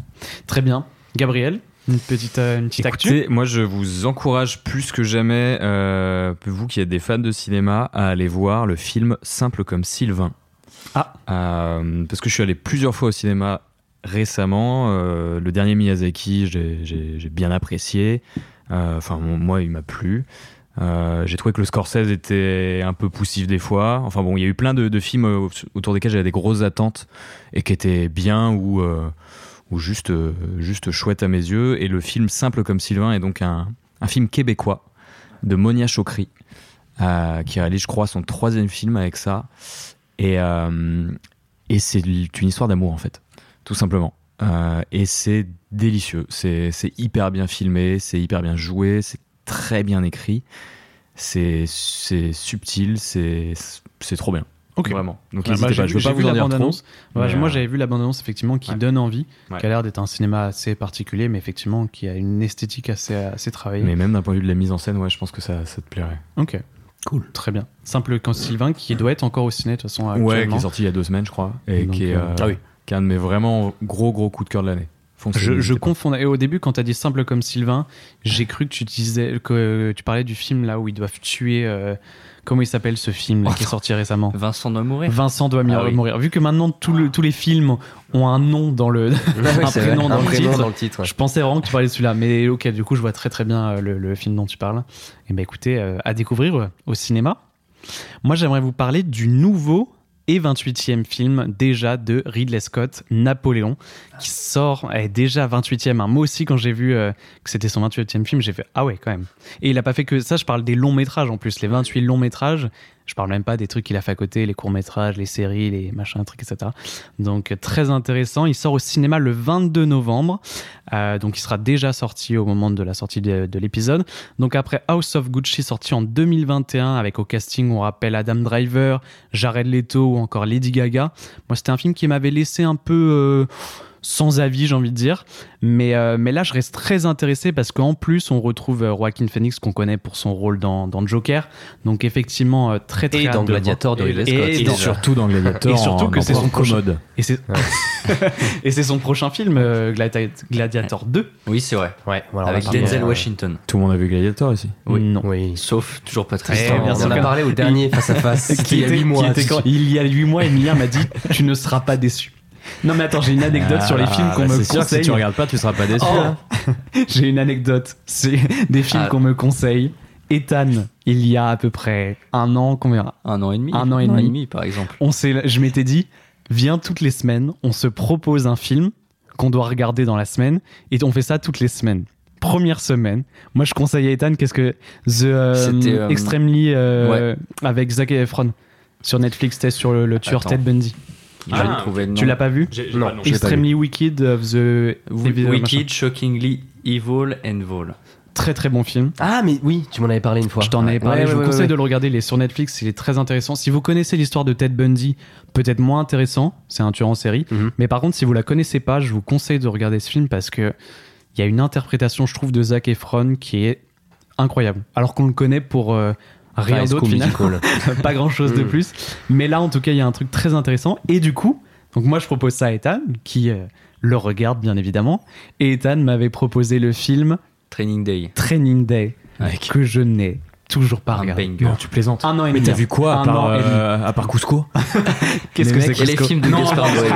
Speaker 1: Très bien. Gabriel, une petite, euh, une petite actu.
Speaker 4: Écoutez, moi je vous encourage plus que jamais, euh, vous qui êtes des fans de cinéma, à aller voir le film Simple comme Sylvain.
Speaker 1: Ah.
Speaker 4: Euh, parce que je suis allé plusieurs fois au cinéma récemment. Euh, le dernier Miyazaki, j'ai- j'ai j'ai bien apprécié. Euh, Enfin, mon- moi, il m'a plu. Euh, j'ai trouvé que le Scorsese était un peu poussif des fois. Enfin bon, il y a eu plein de, de films euh, autour desquels j'avais des grosses attentes et qui étaient bien ou, euh, ou juste, euh, juste chouettes à mes yeux. Et le film Simple comme Sylvain est donc un, un film québécois de Monia Chokri euh, qui réalise, je crois, son troisième film avec ça. Et, euh, et c'est une histoire d'amour en fait, tout simplement. Euh, et c'est délicieux, c'est c'est hyper bien filmé, c'est hyper bien joué, c'est très bien écrit, c'est c'est subtil, c'est c'est trop bien.
Speaker 1: Ok.
Speaker 4: Vraiment. Donc
Speaker 1: Ah,
Speaker 4: n'hésitez
Speaker 1: moi,
Speaker 4: pas,
Speaker 1: j'ai
Speaker 4: je
Speaker 1: vu-
Speaker 4: veux pas
Speaker 1: j'ai
Speaker 4: vous
Speaker 1: vu
Speaker 4: en
Speaker 1: la
Speaker 4: dire trop.
Speaker 1: bande-annonce. Ouais,
Speaker 4: mais,
Speaker 1: Moi
Speaker 4: euh,
Speaker 1: j'avais vu la bande-annonce effectivement qui
Speaker 4: Ouais.
Speaker 1: donne envie,
Speaker 4: Ouais.
Speaker 1: qui a l'air d'être un cinéma assez particulier, mais effectivement qui a une esthétique assez, assez travaillée.
Speaker 4: Mais même d'un point de vue de la mise en scène, ouais, je pense que ça, ça te plairait.
Speaker 1: Ok. Cool. Très bien. Simple quand Sylvain qui doit être encore au ciné de toute façon
Speaker 4: Ouais, qui
Speaker 1: actuellement.
Speaker 4: est sorti il y a deux semaines, je crois, et
Speaker 1: Donc,
Speaker 4: qui est,
Speaker 1: euh,
Speaker 4: euh,
Speaker 2: ah oui.
Speaker 4: qui est un de mes vraiment gros gros coups de cœur de l'année. Foncez,
Speaker 1: je, je
Speaker 4: n'hésitez pas.
Speaker 1: confondais. Et au début, quand t'as dit simple comme Sylvain, j'ai cru que tu disais que euh, tu parlais du film là où ils doivent tuer. euh, comment il s'appelle ce film là, qui est sorti récemment
Speaker 3: Vincent doit mourir.
Speaker 1: Vincent doit
Speaker 3: Ah oui.
Speaker 1: mourir. Vu que maintenant tout le- tous les films ont un nom dans le, un
Speaker 2: C'est vrai,
Speaker 1: prénom dans
Speaker 2: un
Speaker 1: le
Speaker 2: prénom
Speaker 1: titre.
Speaker 2: dans le titre. ouais.
Speaker 1: Je pensais vraiment que tu parlais de celui-là, mais ok, du coup, je vois très très bien euh, le, le film dont tu parles. Et ben écoutez, euh, à découvrir euh, au cinéma. Moi, j'aimerais vous parler du nouveau et 28e film déjà de Ridley Scott, Napoléon, qui sort est déjà 28e. hein. Moi aussi, quand j'ai vu euh, que c'était son 28e film, j'ai fait ah ouais, quand même. Et il a pas fait que ça, je parle des longs métrages en plus, les 28 longs métrages. Je parle même pas des trucs qu'il a fait à côté, les courts-métrages, les séries, les machins, trucs, etc. Donc très intéressant. Il sort au cinéma le 22 novembre. Euh, donc il sera déjà sorti au moment de la sortie de, de l'épisode. Donc après House of Gucci sorti en 2021 avec au casting on rappelle Adam Driver, Jared Leto ou encore Lady Gaga. Moi c'était un film qui m'avait laissé un peu euh, sans avis j'ai envie de dire. Mais, euh, mais là je reste très intéressé parce qu'en plus on retrouve euh, Joaquin Phoenix qu'on connaît pour son rôle dans, dans Joker. Donc effectivement euh, très très
Speaker 2: Et
Speaker 1: hâte
Speaker 2: dans
Speaker 1: de le voir.
Speaker 2: Gladiator de
Speaker 1: Et-
Speaker 2: Ridley
Speaker 1: et
Speaker 2: Scott.
Speaker 1: dans-
Speaker 4: surtout dans Gladiator.
Speaker 1: Et surtout que c'est son
Speaker 4: commode.
Speaker 1: Et c'est et c'est son prochain film euh, Gladi- Gladiator 2.
Speaker 3: Oui, c'est vrai.
Speaker 2: Ouais, voilà, on
Speaker 3: Avec
Speaker 2: va parler,
Speaker 3: Denzel
Speaker 2: euh,
Speaker 3: Washington.
Speaker 4: Tout le monde a vu Gladiator ici.
Speaker 3: Oui.
Speaker 1: Non.
Speaker 2: Oui.
Speaker 3: Sauf toujours pas
Speaker 2: Tristan,
Speaker 1: Eh, bien
Speaker 2: on
Speaker 1: sûr
Speaker 2: en a
Speaker 1: que-
Speaker 2: parlé au dernier face à face.
Speaker 1: Qui
Speaker 2: C'était il y a
Speaker 1: était-
Speaker 2: huit mois.
Speaker 1: qui était quand- il y a 8 mois, Emilien m'a dit Tu ne seras pas déçu. Non, mais attends, j'ai une anecdote sur
Speaker 3: Ah,
Speaker 1: les films
Speaker 3: bah,
Speaker 1: qu'on me
Speaker 4: C'est sûr que si
Speaker 1: conseille.
Speaker 4: tu regardes pas, tu seras pas déçu.
Speaker 1: Oh.
Speaker 3: hein.
Speaker 1: j'ai une anecdote. C'est des films
Speaker 3: Ah.
Speaker 1: qu'on me conseille. Ethan, il y a à peu près un an, combien
Speaker 3: Un an et demi.
Speaker 1: Un an et demi.
Speaker 3: par exemple.
Speaker 1: on s'est, Je m'étais dit Viens toutes les semaines, on se propose un film qu'on doit regarder dans la semaine et on fait ça toutes les semaines. Première semaine, moi je conseille à Ethan qu'est-ce que The euh,
Speaker 3: C'était, euh,
Speaker 1: Extremely euh, avec Zac Efron sur Netflix, c'était sur le, le tueur
Speaker 3: Attends.
Speaker 1: Ted Bundy.
Speaker 3: Je
Speaker 4: Ah,
Speaker 3: vais le trouver le
Speaker 1: Tu
Speaker 3: nom.
Speaker 1: l'as pas vu
Speaker 2: Non.
Speaker 4: non.
Speaker 2: j'ai pas
Speaker 1: Extremely Wicked of the
Speaker 3: Wi-
Speaker 1: Evil- machin.
Speaker 3: Wicked, Shockingly Evil and Vol.
Speaker 1: Très très bon film.
Speaker 2: Ah, mais oui, tu m'en avais parlé une fois.
Speaker 1: Je t'en avais
Speaker 2: Ouais,
Speaker 1: parlé.
Speaker 2: ouais,
Speaker 1: je vous
Speaker 2: ouais,
Speaker 1: conseille
Speaker 2: ouais.
Speaker 1: de le regarder. Il est sur Netflix. Il est très intéressant. Si vous connaissez l'histoire de Ted Bundy, peut-être moins intéressant. C'est un tueur en série.
Speaker 2: Mhm.
Speaker 1: Mais par contre, si vous la connaissez pas, je vous conseille de regarder ce film parce que il y a une interprétation, je trouve, de Zac Efron qui est incroyable. Alors qu'on le connaît pour euh, rien
Speaker 2: High
Speaker 1: d'autre
Speaker 2: School
Speaker 1: finalement.
Speaker 2: Musical.
Speaker 1: pas grand chose de
Speaker 2: Mm.
Speaker 1: plus. Mais là, en tout cas, il y a un truc très intéressant. Et du coup, donc moi, je propose ça à Ethan, qui euh, le regarde bien évidemment. Et Ethan m'avait proposé le film
Speaker 3: Training Day.
Speaker 1: Training Day,
Speaker 3: Avec
Speaker 1: que je n'ai toujours pas
Speaker 3: un
Speaker 1: regardé.
Speaker 3: banger.
Speaker 4: tu plaisantes.
Speaker 1: Un an et
Speaker 4: Mais
Speaker 1: demi.
Speaker 4: t'as vu quoi
Speaker 1: Un
Speaker 4: à
Speaker 1: an
Speaker 4: part,
Speaker 1: et demi.
Speaker 4: euh, à part Cusco
Speaker 1: Qu'est-ce que
Speaker 4: les
Speaker 1: c'est
Speaker 4: mecs,
Speaker 1: que
Speaker 3: Et les
Speaker 1: Cusco
Speaker 3: films de
Speaker 4: Non.
Speaker 3: Gaspar Noé.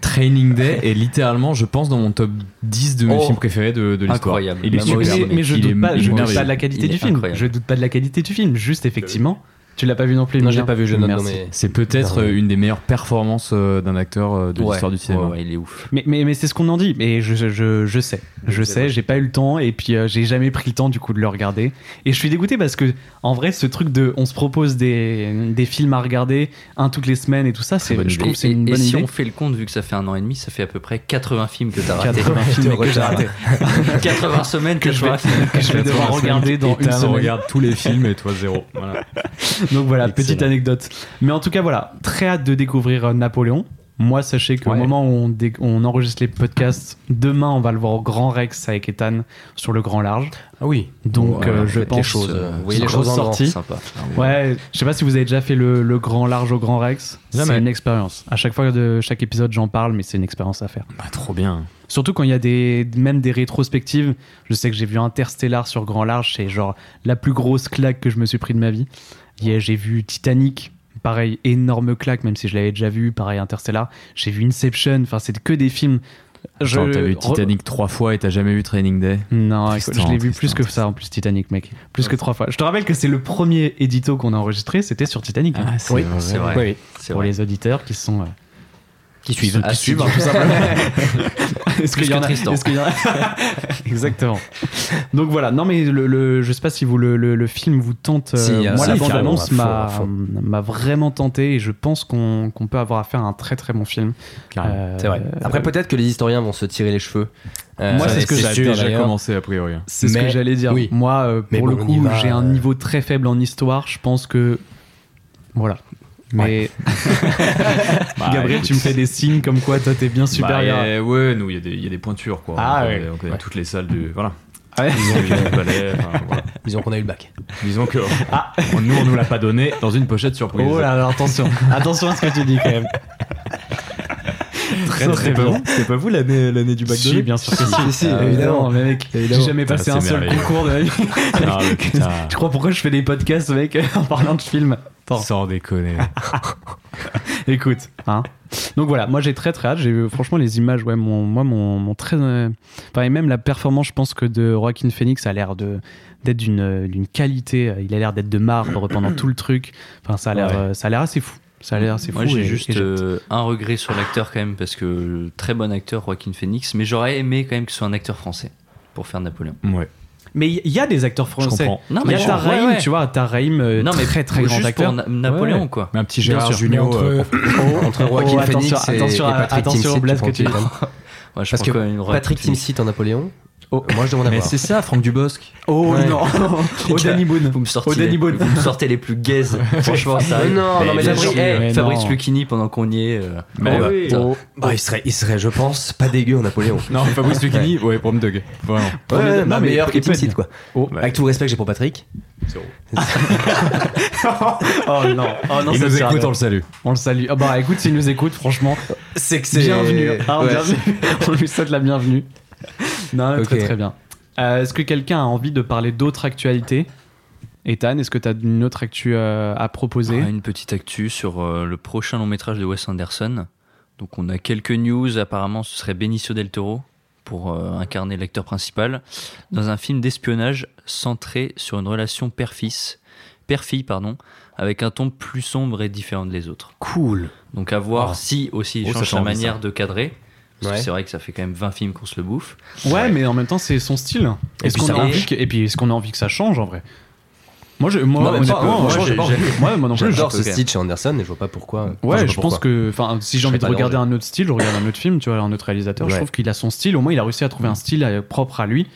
Speaker 4: Training Day est littéralement, je pense, dans mon top 10 de mes
Speaker 3: Oh.
Speaker 4: films préférés de, de l'histoire.
Speaker 3: Incroyable.
Speaker 4: Il est
Speaker 3: Bah, moi
Speaker 1: Mais-
Speaker 4: super.
Speaker 3: aussi.
Speaker 1: mais, je
Speaker 4: Il
Speaker 1: doute
Speaker 4: est-
Speaker 1: pas,
Speaker 4: il est
Speaker 1: je doute
Speaker 4: merveilleux.
Speaker 1: pas de la qualité
Speaker 3: Il
Speaker 1: du
Speaker 3: est
Speaker 1: film.
Speaker 3: incroyable.
Speaker 1: Je doute pas de la qualité du film. Juste effectivement, tu l'as pas vu Bah non plus.
Speaker 2: Non, je
Speaker 1: Emilien
Speaker 2: l'ai pas vu, je note
Speaker 1: Merci.
Speaker 2: dans mes-
Speaker 4: C'est peut-être
Speaker 2: Merveilleux.
Speaker 4: euh, une des meilleures performances euh, d'un acteur euh, de
Speaker 3: Ouais.
Speaker 4: l'histoire du cinéma.
Speaker 3: Ouais, ouais, il est ouf.
Speaker 1: Mais, mais, mais c'est ce qu'on en dit. Mais je, je, je sais. Je sais, j'ai pas eu le temps et puis euh, j'ai jamais pris le temps du coup de le regarder. Et je suis dégoûté parce que en vrai, ce truc de on se propose des, des films à regarder un toutes les semaines et tout ça, c'est,
Speaker 4: bonne
Speaker 1: je
Speaker 4: idée.
Speaker 1: trouve
Speaker 3: Et,
Speaker 1: que c'est une
Speaker 3: et- et
Speaker 1: bonne
Speaker 3: si
Speaker 1: idée.
Speaker 3: on fait le compte, vu que ça fait un an et demi, ça fait à peu près 80 films que t'as raté.
Speaker 1: 80 films que j'ai ratés,
Speaker 3: 80 semaines que,
Speaker 1: je
Speaker 3: je
Speaker 1: vais-
Speaker 3: vois.
Speaker 1: que je vais devoir regarder dans une
Speaker 4: Ethan
Speaker 1: semaine.
Speaker 4: regarde tous les films et toi zéro. Voilà.
Speaker 1: Donc voilà,
Speaker 4: Excellent.
Speaker 1: petite anecdote. Mais en tout cas, voilà, très hâte de découvrir euh, Napoléon. Moi, sachez qu'au
Speaker 2: Ouais.
Speaker 1: moment où on, dé- on enregistre les podcasts, demain, on va le voir au Grand Rex avec Ethan sur le Grand Large.
Speaker 2: Ah oui.
Speaker 1: Donc,
Speaker 2: Voilà,
Speaker 1: euh, je
Speaker 2: faites les
Speaker 1: pense.
Speaker 2: choses, euh,
Speaker 1: c'est
Speaker 2: vous voyez les
Speaker 1: une
Speaker 2: choses
Speaker 1: grosse
Speaker 2: en grand,
Speaker 1: sortie.
Speaker 3: Sympa. Ah,
Speaker 1: Ouais, je sais pas si vous avez déjà fait le, le Grand Large au Grand Rex. C'est
Speaker 4: Jamais.
Speaker 1: une expérience. À chaque fois de chaque épisode, j'en parle, mais c'est une expérience à faire.
Speaker 4: Bah, trop bien.
Speaker 1: Surtout quand il y a des, même des rétrospectives. Je sais que j'ai vu Interstellar sur Grand Large, c'est genre la plus grosse claque que je me suis pris de ma vie. Et j'ai vu Titanic, pareil, énorme claque, même si je l'avais déjà vu, pareil Interstellar. J'ai vu Inception, enfin c'est que des films. Je-
Speaker 4: Genre, t'as vu
Speaker 1: re-
Speaker 4: Titanic trois fois et t'as jamais vu Training Day.
Speaker 1: Non, écoute,
Speaker 4: Tristan,
Speaker 1: je l'ai vu
Speaker 4: Tristan,
Speaker 1: plus que ça en plus Titanic, mec. Plus que trois fois. Je te rappelle que c'est le premier édito qu'on a enregistré, c'était sur Titanic. hein.
Speaker 4: oui,
Speaker 3: Ah, C'est vrai.
Speaker 2: Oui.
Speaker 3: C'est
Speaker 1: Pour
Speaker 3: vrai.
Speaker 1: les auditeurs qui sont... euh,
Speaker 2: Qui
Speaker 1: suivent.
Speaker 2: suivent.
Speaker 1: Ah,
Speaker 3: suivre.
Speaker 1: Est-ce
Speaker 3: Plus
Speaker 1: qu'il y
Speaker 3: que
Speaker 1: en a
Speaker 3: Tristan.
Speaker 1: est-ce qu'il y en a- Exactement. Donc voilà. Non mais le, le- je sais pas si vous le, le- le film vous tente. euh,
Speaker 2: Si, euh,
Speaker 1: moi
Speaker 2: si,
Speaker 1: la bande
Speaker 2: carrément, à
Speaker 1: annonce
Speaker 2: fond,
Speaker 1: m'a
Speaker 2: à fond.
Speaker 1: m'a vraiment tenté et je pense qu'on qu'on peut avoir affaire à un très très bon film.
Speaker 4: Carrément.
Speaker 1: Euh,
Speaker 2: C'est vrai. Après, peut-être que les historiens vont se tirer les cheveux. Euh,
Speaker 1: Moi, c'est ce que
Speaker 4: Ça a
Speaker 2: sûr,
Speaker 4: déjà
Speaker 2: d'ailleurs.
Speaker 4: commencé a priori.
Speaker 1: c'est ce que
Speaker 2: mais-
Speaker 1: j'allais dire.
Speaker 2: oui.
Speaker 1: Moi euh,
Speaker 2: Mais
Speaker 1: pour le
Speaker 2: bon, on y
Speaker 1: coup
Speaker 2: va,
Speaker 1: j'ai un
Speaker 2: euh.
Speaker 1: niveau très faible en histoire. Je pense que voilà. Mais
Speaker 4: Bah,
Speaker 1: Gabriel, tu me
Speaker 4: écoute.
Speaker 1: fais des signes comme quoi toi t'es bien supérieur.
Speaker 4: Bah, euh, ouais, nous, il y, a des- il y a des pointures, quoi. euh,
Speaker 1: Ah,
Speaker 4: on connaît,
Speaker 1: ouais.
Speaker 4: on connaît
Speaker 2: Ouais.
Speaker 4: toutes les salles du. Voilà.
Speaker 1: Ah ouais.
Speaker 4: Disons que- du ballet, enfin, voilà.
Speaker 2: Disons qu'on a eu le bac.
Speaker 4: Disons que on- nous, on nous l'a pas donné dans une pochette surprise.
Speaker 1: Oh là là, attention, attention à ce que tu dis quand même. très très bon.
Speaker 4: C'était pas vous l'année, l'année du
Speaker 1: Si, bien sûr que si.
Speaker 2: si,
Speaker 1: Ah,
Speaker 2: évidemment.
Speaker 1: non, mais mec, j'ai
Speaker 2: Évidemment.
Speaker 3: Ah,
Speaker 1: jamais
Speaker 4: Putain,
Speaker 1: passé
Speaker 4: c'est
Speaker 1: un seul
Speaker 4: merveilleux.
Speaker 1: concours de ma vie.
Speaker 4: Ah, mais putain.
Speaker 1: Je crois pourquoi je fais des podcasts, mec, en parlant de films. Attends,
Speaker 4: Sans déconner.
Speaker 1: écoute. Hein. Donc voilà, moi j'ai très très hâte. J'ai franchement les images, ouais, mon, moi mon, mon très, euh, enfin et même la performance, je pense que de Joaquin Phoenix a l'air de d'être d'une euh, d'une qualité. euh, Il a l'air d'être de marbre pendant tout le truc. Enfin, ça a l'air,
Speaker 4: Ouais.
Speaker 1: euh, ça a l'air assez fou. Ça a l'air assez fou.
Speaker 3: Moi, j'ai
Speaker 1: et-
Speaker 3: juste
Speaker 1: et j'ai-
Speaker 3: euh, un regret sur l'acteur quand même, parce que très bon acteur, Joaquin Phoenix, mais j'aurais aimé quand même que ce soit un acteur français pour faire Napoléon.
Speaker 4: Ouais.
Speaker 1: Mais il y a des acteurs français.
Speaker 4: comprends.
Speaker 3: Non,
Speaker 1: Il y
Speaker 3: mais
Speaker 1: a
Speaker 3: je
Speaker 1: Tarahim,
Speaker 3: comprends, ouais, ouais.
Speaker 1: tu vois, Tarahim, euh,
Speaker 3: Non, mais
Speaker 1: très très grand
Speaker 3: juste
Speaker 1: acteur.
Speaker 3: pour Na- Napoléon,
Speaker 4: Ouais.
Speaker 3: quoi.
Speaker 4: Mais un petit
Speaker 1: Bien
Speaker 4: Gérard
Speaker 1: sûr.
Speaker 4: Junio.
Speaker 2: entre,
Speaker 4: euh,
Speaker 2: entre Joaquin
Speaker 1: Oh, attention,
Speaker 2: Phoenix et-
Speaker 1: attention
Speaker 2: et,
Speaker 1: à-
Speaker 2: Patrick
Speaker 1: attention
Speaker 2: Timsit,
Speaker 1: au blaze
Speaker 2: tu
Speaker 1: que
Speaker 2: prends
Speaker 1: tu-
Speaker 2: Timsit.
Speaker 3: Ouais, je
Speaker 2: Parce
Speaker 3: prends
Speaker 2: que
Speaker 3: quand même une vraie
Speaker 2: Patrick Oh.
Speaker 3: petite-
Speaker 2: Timsit en Napoléon Moi, je demande à
Speaker 4: Mais
Speaker 2: voir.
Speaker 4: c'est ça, Franck Dubosc.
Speaker 1: Oh
Speaker 2: Ouais.
Speaker 1: non Au Danny Boone.
Speaker 3: Vous me sortez,
Speaker 1: Au Danny
Speaker 3: les,
Speaker 1: Boone.
Speaker 3: vous me sortez les plus gaises. Franchement, ça
Speaker 2: Mais
Speaker 3: arrive.
Speaker 2: non,
Speaker 3: Mais
Speaker 2: non, mais
Speaker 3: bien
Speaker 2: Fabrice-
Speaker 3: sûr.
Speaker 2: eh,
Speaker 3: Mais
Speaker 4: non.
Speaker 3: Fabrice Lucchini pendant qu'on y est. euh,
Speaker 4: Mais
Speaker 3: oh, bah,
Speaker 4: oui.
Speaker 3: putain.
Speaker 2: Bah, il, serait, il serait, je pense, pas dégueu en Napoléon.
Speaker 4: Non, Fabrice Lucchini, ouais, pour me dug. Vraiment.
Speaker 2: Ouais, ouais,
Speaker 1: non,
Speaker 2: bah,
Speaker 1: mais
Speaker 2: meilleur
Speaker 1: il
Speaker 2: que
Speaker 1: peut être
Speaker 2: Timsit,
Speaker 1: bien.
Speaker 2: quoi.
Speaker 4: Oh,
Speaker 2: Avec tout le respect que j'ai pour Patrick.
Speaker 1: Oh non, oh non
Speaker 4: Il
Speaker 1: ça
Speaker 4: nous
Speaker 1: sert à
Speaker 4: écoute,
Speaker 1: rien.
Speaker 4: on le salue.
Speaker 1: On le salue. Ah bah écoute, s'il nous écoute, franchement,
Speaker 2: C'est que
Speaker 1: bienvenue. Ah,
Speaker 2: Ouais.
Speaker 1: bienvenue. on lui souhaite la bienvenue. Non,
Speaker 2: Ok.
Speaker 1: très très bien. Euh, est-ce que quelqu'un a envie de parler d'autres actualités Ethan, est-ce que tu as une autre actu euh, à proposer
Speaker 3: Ah, une petite actu sur euh, le prochain long métrage de Wes Anderson. Donc on a quelques news, apparemment ce serait Benicio del Toro pour euh, incarner l'acteur principal, dans un film d'espionnage centré sur une relation père-fils, père-fille, pardon, avec un ton plus sombre et différent des autres.
Speaker 2: Cool.
Speaker 3: Donc à voir
Speaker 2: Oh.
Speaker 3: si aussi il
Speaker 4: Oh, ça
Speaker 3: change
Speaker 4: fait
Speaker 3: sa
Speaker 4: envie,
Speaker 3: manière de cadrer. Parce que
Speaker 2: Ouais.
Speaker 3: c'est vrai que ça fait quand même 20 films qu'on se le bouffe.
Speaker 1: Ouais, mais en même temps, c'est son style.
Speaker 3: Et
Speaker 1: Est-ce
Speaker 3: puis
Speaker 1: qu'on
Speaker 3: ça
Speaker 1: a envie
Speaker 3: marche.
Speaker 1: que- et puis est-ce qu'on a envie que ça change en vrai Moi, je, moi,
Speaker 2: Non, mais
Speaker 1: honnêtement,
Speaker 2: pas- moi,
Speaker 1: moi,
Speaker 2: j'ai-
Speaker 1: j'ai-
Speaker 2: j'ai-
Speaker 1: moi, moi non plus,
Speaker 2: J'adore
Speaker 3: je-
Speaker 2: ce
Speaker 3: ok.
Speaker 2: style chez Anderson et je vois pas pourquoi. Enfin,
Speaker 1: Ouais,
Speaker 2: vois
Speaker 1: je
Speaker 2: pas
Speaker 1: pense
Speaker 2: pourquoi.
Speaker 1: que, enfin, si j'ai
Speaker 2: Je
Speaker 1: envie de
Speaker 2: serais pas
Speaker 1: regarder
Speaker 2: dérangé.
Speaker 1: un autre style, je regarde un autre film, tu vois, un autre réalisateur. Je
Speaker 2: Ouais. Mm.
Speaker 1: trouve qu'il a son style. Au moins, il a réussi à trouver un style euh, propre à lui,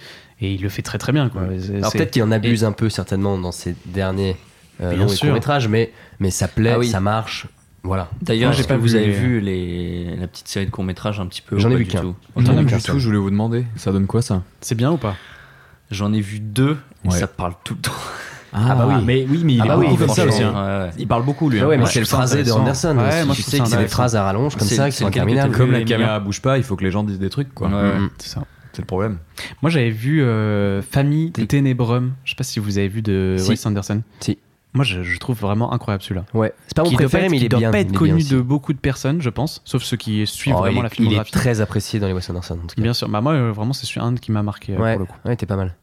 Speaker 1: et il le fait très très bien. Quoi. C'est-
Speaker 2: Alors
Speaker 1: c'est-
Speaker 2: peut-être qu'il en abuse un peu certainement dans ses derniers euh,
Speaker 1: Bien
Speaker 2: longs
Speaker 1: sûr.
Speaker 2: métrages, mais, mais ça plaît,
Speaker 3: Ah oui.
Speaker 2: ça marche. Voilà.
Speaker 3: D'ailleurs,
Speaker 1: Moi, j'ai
Speaker 3: j'ai
Speaker 1: pas
Speaker 3: pas vous
Speaker 1: vu
Speaker 3: avez
Speaker 1: les-
Speaker 3: vu les... la petite série de courts-métrages un petit peu
Speaker 2: J'en
Speaker 3: ou
Speaker 2: ai
Speaker 3: pas
Speaker 2: vu
Speaker 3: du
Speaker 2: qu'un.
Speaker 3: tout
Speaker 4: J'en ai
Speaker 2: Aucun
Speaker 4: du
Speaker 2: seul.
Speaker 4: tout, je voulais vous demander. Ça donne quoi ça
Speaker 1: c'est bien ou pas
Speaker 3: J'en ai vu deux, et
Speaker 4: Ouais.
Speaker 3: ça parle tout le temps.
Speaker 2: Ah bah oui.
Speaker 4: Mais oui, mais il
Speaker 2: Ah
Speaker 4: est
Speaker 2: bah oui,
Speaker 4: beaucoup comme ça
Speaker 2: franchement.
Speaker 4: aussi. hein.
Speaker 3: Ouais, ouais.
Speaker 4: Il parle beaucoup lui.
Speaker 2: Ouais,
Speaker 4: hein.
Speaker 2: ouais, mais
Speaker 4: Ouais.
Speaker 2: c'est le
Speaker 1: je trouve ça
Speaker 2: phrasé de
Speaker 1: intéressant.
Speaker 2: Anderson.
Speaker 1: Ouais,
Speaker 2: aussi.
Speaker 1: moi, je
Speaker 2: tu
Speaker 1: trouve ça
Speaker 2: sais que c'est des
Speaker 1: intéressant.
Speaker 2: phrases à rallonge comme
Speaker 3: C'est-
Speaker 2: ça qui
Speaker 3: c'est
Speaker 2: sont
Speaker 3: lequel que t'as
Speaker 2: interminables.
Speaker 3: vu
Speaker 4: Comme la
Speaker 3: les
Speaker 4: caméra
Speaker 3: meilleurs.
Speaker 4: bouge pas, il faut que les gens disent des trucs quoi.
Speaker 3: Ouais, ouais.
Speaker 1: Mm, c'est ça.
Speaker 4: C'est le problème.
Speaker 1: Moi, j'avais vu euh, Famille
Speaker 2: Si.
Speaker 1: Ténébrum. Je sais pas si vous avez vu de
Speaker 2: Si.
Speaker 1: Wes Anderson.
Speaker 2: Si.
Speaker 1: Moi, je, je trouve vraiment incroyable celui-là.
Speaker 2: Ouais. C'est pas mon
Speaker 1: Qui doit pas
Speaker 2: préféré,
Speaker 1: être,
Speaker 2: mais il
Speaker 1: qui
Speaker 2: est
Speaker 1: doit
Speaker 2: bien.
Speaker 1: pas être
Speaker 2: il est bien
Speaker 1: connu
Speaker 2: aussi.
Speaker 1: de beaucoup de personnes, je pense, sauf ceux qui suivent
Speaker 2: Oh,
Speaker 1: vraiment
Speaker 2: il,
Speaker 1: la
Speaker 2: est, il est
Speaker 1: filmographie.
Speaker 2: très apprécié dans les Wes Anderson. En tout cas.
Speaker 1: Bien sûr, bah moi euh, vraiment c'est celui un qui m'a marqué euh,
Speaker 2: ouais,
Speaker 1: pour le coup.
Speaker 2: ouais, t'es pas mal.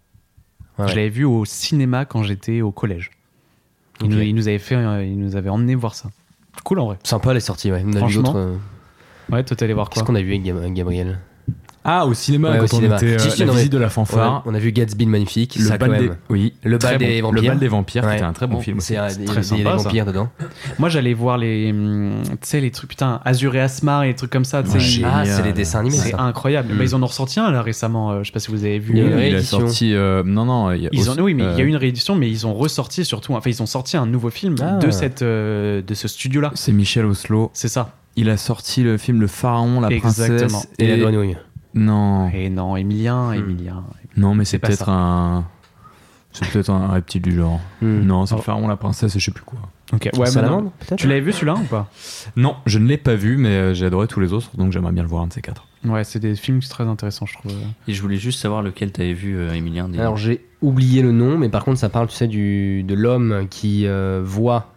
Speaker 2: Ouais,
Speaker 1: Je
Speaker 2: ouais.
Speaker 1: l'avais vu au cinéma quand j'étais au collège. Il,
Speaker 2: Ok.
Speaker 1: nous, il nous avait fait, euh, il nous avait emmené voir ça. Cool en vrai.
Speaker 2: Sympa les sorties, ouais. On a vu
Speaker 1: Franchement,
Speaker 2: d'autres. euh,
Speaker 1: Ouais, toi t'es allé voir quoi
Speaker 2: Qu'est-ce qu'on a vu avec Gab- Gabriel
Speaker 4: Ah, au cinéma,
Speaker 2: Ouais, au
Speaker 4: quand
Speaker 2: cinéma.
Speaker 4: on était euh,
Speaker 2: Si, si,
Speaker 4: la
Speaker 2: non, mais-
Speaker 4: visite de la fanfare.
Speaker 2: Ouais, On a vu Gatsby le magnifique.
Speaker 4: Le
Speaker 2: ça, quand
Speaker 4: bal des...
Speaker 2: même.
Speaker 4: Oui.
Speaker 2: Le bal
Speaker 4: Très bon.
Speaker 2: des vampires.
Speaker 4: Le bal des vampires,
Speaker 2: Ouais.
Speaker 4: c'était un très bon film.
Speaker 2: C'est un- il y
Speaker 1: très
Speaker 2: a- il y a
Speaker 1: sympa,
Speaker 2: des
Speaker 1: ça.
Speaker 2: vampires dedans.
Speaker 1: Moi j'allais voir les, hum, tu sais les trucs putain Azur et Asmar et les trucs comme ça. tu sais,
Speaker 4: Ouais.
Speaker 1: ils-
Speaker 2: Ah, c'est
Speaker 4: Génial.
Speaker 2: les dessins animés.
Speaker 1: C'est
Speaker 2: ça.
Speaker 1: incroyable.
Speaker 4: Mm.
Speaker 1: Mais ils en ont ressorti un là récemment. euh, je sais pas si vous avez vu.
Speaker 2: Il y a
Speaker 4: Oui,
Speaker 2: une
Speaker 4: il a
Speaker 2: réédition.
Speaker 4: sorti. euh, Non, non. il y a
Speaker 1: Ils
Speaker 4: aussi-
Speaker 1: ont, oui, mais il y a
Speaker 4: euh,
Speaker 1: eu une réédition, mais ils ont ressorti surtout. Enfin, ils ont sorti un nouveau film
Speaker 2: Ah.
Speaker 1: de cette, euh, de ce studio-là.
Speaker 4: C'est Michel Oslo.
Speaker 1: C'est ça.
Speaker 4: Il a sorti le film Le Pharaon, la
Speaker 1: Exactement.
Speaker 4: princesse
Speaker 2: Et la grenouille.
Speaker 4: Non,
Speaker 1: Et non, Emilien, Emilien.
Speaker 4: non, mais c'est
Speaker 1: C'est pas
Speaker 4: peut-être
Speaker 1: ça.
Speaker 4: un. C'est peut-être un reptile du genre.
Speaker 2: Hmm.
Speaker 4: Non, c'est
Speaker 1: Oh.
Speaker 4: le Pharaon, la princesse et je sais plus quoi.
Speaker 1: Ok. Ouais, mais non.
Speaker 2: Salamandre, peut-être
Speaker 1: Tu l'avais vu celui-là ou pas
Speaker 4: Non, je ne l'ai pas vu, mais euh, j'ai adoré tous les autres, donc j'aimerais bien le voir un de ces quatre.
Speaker 1: Ouais, c'est des films très intéressants, je trouve.
Speaker 3: Et je voulais juste savoir lequel t'avais vu, euh, Emilien. des-
Speaker 2: Alors j'ai oublié le nom, mais par contre ça parle, tu sais, du, de l'homme qui euh, voit,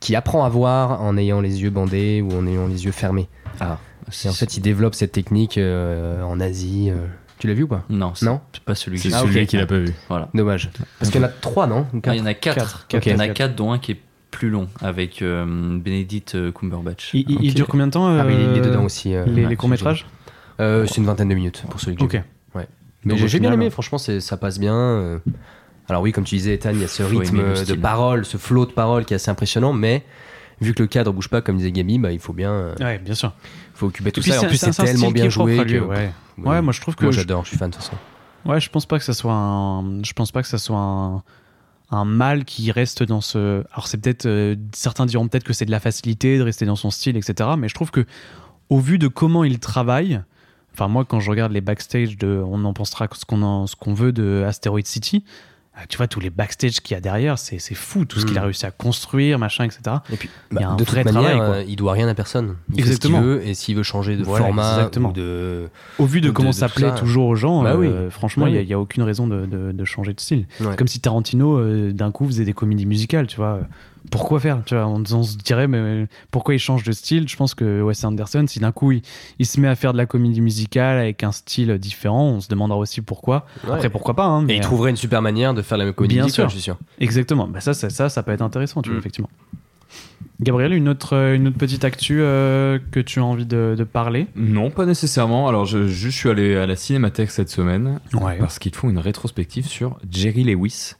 Speaker 2: qui apprend à voir en ayant les yeux bandés ou en ayant les yeux fermés. Et en fait il développe cette technique euh, en Asie. euh. Tu l'as vu ou pas
Speaker 3: non, c'est
Speaker 2: Non
Speaker 3: c'est pas celui que
Speaker 4: C'est
Speaker 3: j'ai
Speaker 2: Ah,
Speaker 4: celui
Speaker 2: ok.
Speaker 4: qu'il a pas vu.
Speaker 3: Voilà.
Speaker 2: Dommage. Parce qu'il y en a trois, non Ou
Speaker 3: Ah,
Speaker 2: quatre
Speaker 3: il y en a quatre.
Speaker 1: Quatre,
Speaker 3: Il
Speaker 1: quatre,
Speaker 3: y en a
Speaker 1: quatre.
Speaker 3: quatre, dont un qui est plus long, avec euh, Benedict euh, Cumberbatch.
Speaker 1: Il, il- il
Speaker 4: Ok.
Speaker 1: dure combien de temps
Speaker 2: Ah, mais il est- il est
Speaker 1: euh,
Speaker 2: dedans aussi. euh,
Speaker 1: Les,
Speaker 2: ouais,
Speaker 1: les courts-métrages
Speaker 2: Euh, C'est une vingtaine de minutes pour celui que j'ai
Speaker 1: Ok.
Speaker 2: vu. Mais
Speaker 1: Donc,
Speaker 2: j'ai
Speaker 1: au
Speaker 2: j'ai bien
Speaker 1: final,
Speaker 2: aimé, franchement, c'est- ça passe bien. euh. Alors oui, comme tu disais, Ethan, il y a ce
Speaker 3: Faut
Speaker 2: rythme
Speaker 3: aimer le
Speaker 2: euh, de
Speaker 3: style.
Speaker 2: parole, ce flot de parole qui est assez impressionnant, mais vu que le cadre bouge pas, comme disait Gabi, bah, il faut bien euh,
Speaker 1: Ouais, bien sûr.
Speaker 2: faut occuper tout
Speaker 1: Ah. Puis
Speaker 2: ça. Et en
Speaker 1: un-
Speaker 2: plus, c'est
Speaker 1: un style
Speaker 2: tellement
Speaker 1: qui
Speaker 2: bien
Speaker 1: est propre
Speaker 2: joué
Speaker 1: à lui,
Speaker 2: que
Speaker 1: ouais.
Speaker 2: pff,
Speaker 1: Ouais, moi je trouve que
Speaker 2: moi
Speaker 1: je,
Speaker 2: j'adore, je suis fan de toute façon.
Speaker 1: ouais, je pense pas que ça soit un, je pense pas que ça soit un, un mal qui reste dans ce. Alors c'est peut-être, euh, certains diront peut-être que c'est de la facilité de rester dans son style, etc. Mais je trouve que au vu de comment il travaille, enfin moi quand je regarde les backstage de, on en pensera ce qu'on en- ce qu'on veut de Asteroid City. euh, Tu vois, tous les backstage qu'il y a derrière, c'est c'est fou, tout ce
Speaker 2: Mm.
Speaker 1: qu'il a réussi à construire, machin, etc.
Speaker 2: Et puis,
Speaker 1: Il y a un
Speaker 2: Bah, de
Speaker 1: vrai
Speaker 2: toute manière,
Speaker 1: travail, quoi.
Speaker 2: euh, il doit rien à personne. Il
Speaker 1: Exactement.
Speaker 2: fait ce qu'il veut, et s'il veut changer de
Speaker 1: Voilà,
Speaker 2: format,
Speaker 1: exactement.
Speaker 2: ou de...
Speaker 1: Au vu de,
Speaker 2: de-
Speaker 1: comment
Speaker 2: de
Speaker 1: ça
Speaker 2: tout
Speaker 1: plaît
Speaker 2: ça.
Speaker 1: toujours aux gens,
Speaker 2: Bah
Speaker 1: euh, franchement,
Speaker 2: Bah
Speaker 1: il
Speaker 2: oui.
Speaker 1: n'y a, aucune raison de, de- de changer de style.
Speaker 2: Ouais.
Speaker 1: Comme si Tarantino, euh, d'un coup, faisait des comédies musicales, tu vois. Pourquoi faire tu vois, on, on se dirait, mais euh, pourquoi il change de style Je pense que Wes Anderson, si d'un coup, il, il se met à faire de la comédie musicale avec un style différent, on se demandera aussi pourquoi.
Speaker 2: Ouais.
Speaker 1: Après, pourquoi pas hein,
Speaker 2: Et
Speaker 1: mais,
Speaker 2: il trouverait une super manière de faire la même comédie,
Speaker 1: Bien
Speaker 2: musicale,
Speaker 1: sûr.
Speaker 2: je suis sûr.
Speaker 1: euh, Exactement. Bah, ça, ça, ça, ça peut être intéressant, tu vois,
Speaker 2: Mm.
Speaker 1: effectivement. Gabriel, une autre, euh, une autre petite actu euh, que tu as envie de, de parler
Speaker 4: Non, pas nécessairement. Alors, je, juste, je suis allé à la Cinémathèque cette semaine
Speaker 1: Ouais.
Speaker 4: parce qu'ils font une rétrospective sur Jerry Lewis,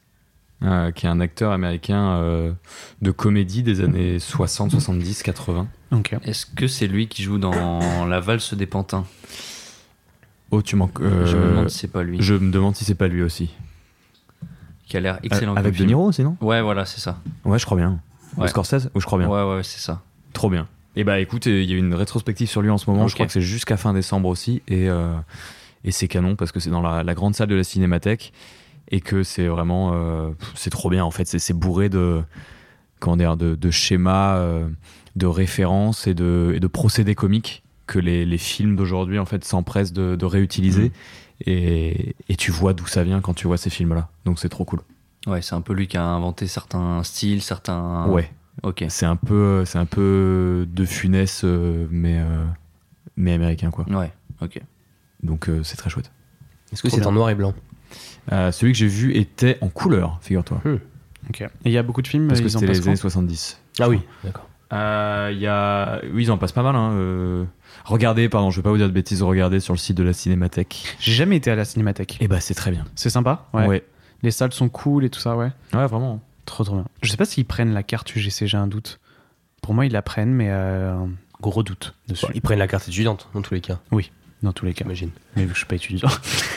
Speaker 4: euh, qui est un acteur américain euh, de comédie des années 60, 70, 80.
Speaker 1: Ok.
Speaker 3: Est-ce que c'est lui qui joue dans La valse des pantins
Speaker 4: Oh, tu manques.
Speaker 3: Je me demande si c'est pas lui.
Speaker 4: je me demande si c'est pas lui aussi. Euh,
Speaker 3: Qui a l'air excellent.
Speaker 4: Avec
Speaker 3: comme
Speaker 4: De
Speaker 3: film.
Speaker 4: Niro aussi, non
Speaker 3: Ouais, voilà, c'est ça.
Speaker 4: Ouais, je crois bien. Ou
Speaker 3: Ouais.
Speaker 4: Scorsese Ou je crois
Speaker 3: Ouais,
Speaker 4: bien.
Speaker 3: ouais, ouais, c'est ça.
Speaker 4: Trop bien. Et bah écoute, euh, il y a une rétrospective sur lui en ce moment, je
Speaker 3: Ok.
Speaker 4: crois que c'est jusqu'à fin décembre aussi, et, euh, et c'est canon parce que c'est dans la, la grande salle de la cinémathèque, et que c'est vraiment... euh, pff, c'est trop bien en fait, c'est- c'est bourré de, comment dire, de, de schémas, euh, de références et de, et de procédés comiques que les, les films d'aujourd'hui en fait s'empressent de, de réutiliser, et, et tu vois d'où ça vient quand tu vois ces films-là, donc c'est trop cool.
Speaker 3: Ouais, c'est un peu lui qui a inventé certains styles, certains.
Speaker 4: Ouais.
Speaker 3: Ok.
Speaker 4: C'est un peu, euh, c'est un peu de funès, euh, mais euh, mais américain quoi.
Speaker 3: Ouais, ok.
Speaker 4: Donc euh, c'est très chouette.
Speaker 2: Est-ce que c'est en noir et blanc
Speaker 4: Euh, celui que j'ai vu était en couleur, figure-toi,
Speaker 2: Hmm.
Speaker 1: Ok. Et il y a beaucoup de films,
Speaker 4: parce que
Speaker 1: ils en
Speaker 4: c'était les
Speaker 1: passent
Speaker 4: années 70.
Speaker 2: Ah oui, d'accord.
Speaker 4: Euh, Il y a, oui, ils en passent pas mal. Hein, euh. Regardez, pardon, je vais pas vous dire de bêtises. Regardez sur le site de la Cinémathèque.
Speaker 1: J'ai jamais été à la cinémathèque.
Speaker 4: Et bah c'est très bien.
Speaker 1: C'est sympa ouais.
Speaker 4: ouais,
Speaker 1: Les salles sont cool et tout ça, ouais.
Speaker 4: Ouais, vraiment.
Speaker 1: Trop trop bien. Je sais pas s'ils prennent la carte UGC, j'ai un doute. Pour moi, ils la prennent, mais euh, un gros doute dessus,
Speaker 2: Ils prennent la carte étudiante, dans tous les cas,
Speaker 1: dans tous les cas.
Speaker 2: j'imagine.
Speaker 1: Mais vu que je suis pas étudiant.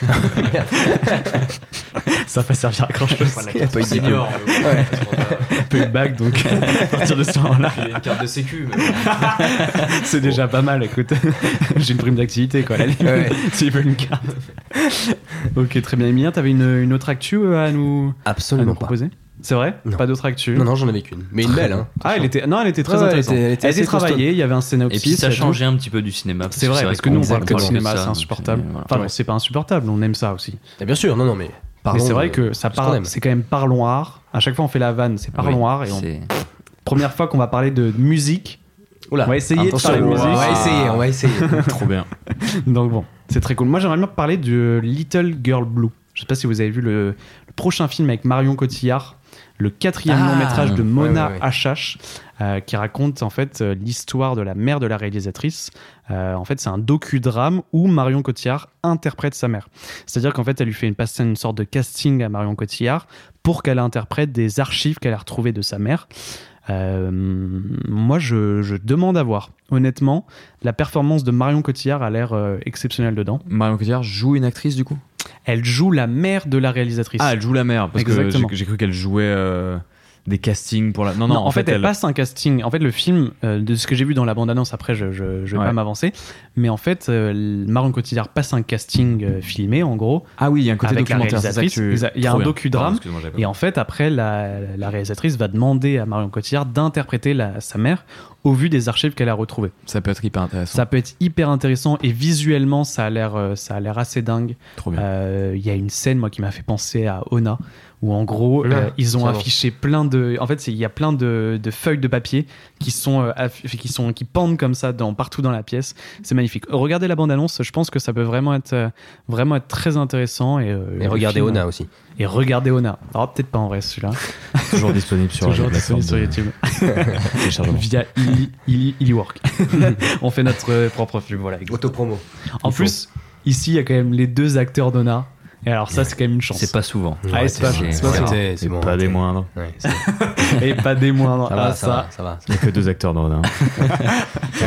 Speaker 1: ça va pas servir à grand chose.
Speaker 2: pas eu
Speaker 1: peu de bague, donc à partir de ce moment-là,
Speaker 3: Il a une carte de sécu.
Speaker 1: c'est déjà pas mal. Écoute, j'ai une prime d'activité, quoi, à la limite,
Speaker 2: Ouais.
Speaker 1: s'il veut une carte. ok, très bien. Emilien, t'avais une, une autre actu euh, à nous, à nous
Speaker 2: Absolument pas.
Speaker 1: proposer C'est vrai
Speaker 2: Non.
Speaker 1: Pas d'autre actu
Speaker 2: Non, non, j'en avais qu'une. Mais une belle, hein.
Speaker 1: Ah, elle était, non, elle était très
Speaker 2: Ouais, ouais,
Speaker 1: intéressante.
Speaker 2: elle était- elle était assez
Speaker 1: travaillée, il y avait un
Speaker 3: Et
Speaker 1: scénopsis.
Speaker 3: puis ça
Speaker 1: et tout.
Speaker 3: changeait un petit peu du
Speaker 2: hein,
Speaker 3: cinéma.
Speaker 1: C'est vrai, parce que nous, on parle que de
Speaker 3: parle
Speaker 1: cinéma,
Speaker 3: ça,
Speaker 1: c'est
Speaker 3: donc
Speaker 1: insupportable.
Speaker 3: c'est- voilà.
Speaker 1: Enfin, bon,
Speaker 2: Ouais.
Speaker 1: c'est pas insupportable, on aime ça aussi.
Speaker 2: Eh bien sûr, non, non, mais. pardon,
Speaker 1: mais c'est vrai
Speaker 2: euh,
Speaker 1: que ça
Speaker 2: ce qu'on
Speaker 1: parle,
Speaker 2: aime.
Speaker 1: c'est quand même parloir. À chaque fois, on fait la vanne, c'est parloir.
Speaker 3: Oui,
Speaker 1: et on-
Speaker 3: c'est-
Speaker 1: première fois qu'on va parler de musique.
Speaker 2: Oula,
Speaker 1: on va essayer de
Speaker 2: attention,
Speaker 1: parler musique.
Speaker 2: On va essayer, on va essayer.
Speaker 4: trop bien.
Speaker 1: Donc bon, c'est très cool. Moi, j'aimerais bien parler de Little Girl Blue. Je sais pas si vous avez vu le, le prochain film avec Marion Cotillard, le quatrième
Speaker 2: Ah,
Speaker 1: long métrage de
Speaker 2: ouais,
Speaker 1: Mona
Speaker 2: ouais, ouais.
Speaker 1: Achache, euh, qui raconte en fait euh, l'histoire de la mère de la réalisatrice. Euh, en fait, c'est un docu-drame où Marion Cotillard interprète sa mère. C'est-à-dire qu'en fait, elle lui fait une, passe- une sorte de casting à Marion Cotillard pour qu'elle interprète des archives qu'elle a retrouvées de sa mère. Euh, moi, je, je demande à voir. Honnêtement, la performance de Marion Cotillard a l'air euh, exceptionnelle dedans.
Speaker 4: Marion Cotillard joue une actrice du coup.
Speaker 1: Elle joue la mère de la réalisatrice.
Speaker 4: Ah, elle joue la mère parce
Speaker 1: Exactement.
Speaker 4: que j'ai- j'ai cru qu'elle jouait euh, des castings pour la. Non,
Speaker 1: non,
Speaker 4: non,
Speaker 1: en, fait, elle, passe un casting. En fait, le film, euh, de ce que j'ai vu dans la bande-annonce, après, je, je, je vais
Speaker 4: Ouais.
Speaker 1: pas m'avancer, mais en fait, euh, Marion Cotillard passe un casting euh, filmé, en gros,
Speaker 4: Ah oui, il y a un côté
Speaker 1: avec la
Speaker 4: documentaire. c'est ça que tu-
Speaker 1: réalisatrice. Il y a
Speaker 4: Trop
Speaker 1: un
Speaker 4: bien.
Speaker 1: docudrame.
Speaker 4: Pardon, excuse-moi, j'avais pas-
Speaker 1: Et en fait, après, la, la réalisatrice va demander à Marion Cotillard d'interpréter la- sa mère au vu des archives qu'elle a retrouvées.
Speaker 4: Ça peut être hyper intéressant.
Speaker 1: Ça peut être hyper intéressant et visuellement, ça a l'air, euh, ça a l'air assez dingue.
Speaker 4: Trop bien.
Speaker 1: Euh, Il y a une scène, moi, qui m'a fait penser à Ona, où en gros,
Speaker 2: Là,
Speaker 1: euh, ils ont
Speaker 2: ça va.
Speaker 1: affiché plein de. En fait, c'est- il y a plein de, de feuilles de papier qui sont, euh, aff- qui sont qui pendent comme ça dans partout dans la pièce. C'est magnifique. Regardez la bande-annonce. Je pense que ça peut vraiment être, euh, vraiment être très intéressant et. euh,
Speaker 2: Et
Speaker 1: le
Speaker 2: regardez
Speaker 1: film-
Speaker 2: Ona aussi.
Speaker 1: Et regardez Ona. Alors peut-être pas en vrai celui-là.
Speaker 4: toujours disponible sur
Speaker 1: Toujours
Speaker 4: la plateforme
Speaker 1: disponible sur
Speaker 4: de
Speaker 1: YouTube
Speaker 4: téléchargement.
Speaker 1: via Illy- Illy- Illywork. On fait notre euh, propre film. Voilà. exactement.
Speaker 2: Autopromo.
Speaker 1: En plus, ici, il y a quand même les deux acteurs d'Ona. Et alors ça, c'est quand même une chance.
Speaker 3: C'est pas souvent.
Speaker 1: Ah, c'est pas- c'est pas souvent.
Speaker 3: voilà.
Speaker 2: C'est bon.
Speaker 4: Pas des moindres.
Speaker 2: Ouais, c'est-
Speaker 1: Et pas des moindres.
Speaker 2: ça, va,
Speaker 1: Ah,
Speaker 2: ça va, ça va.
Speaker 4: Il n'y a que deux acteurs dans le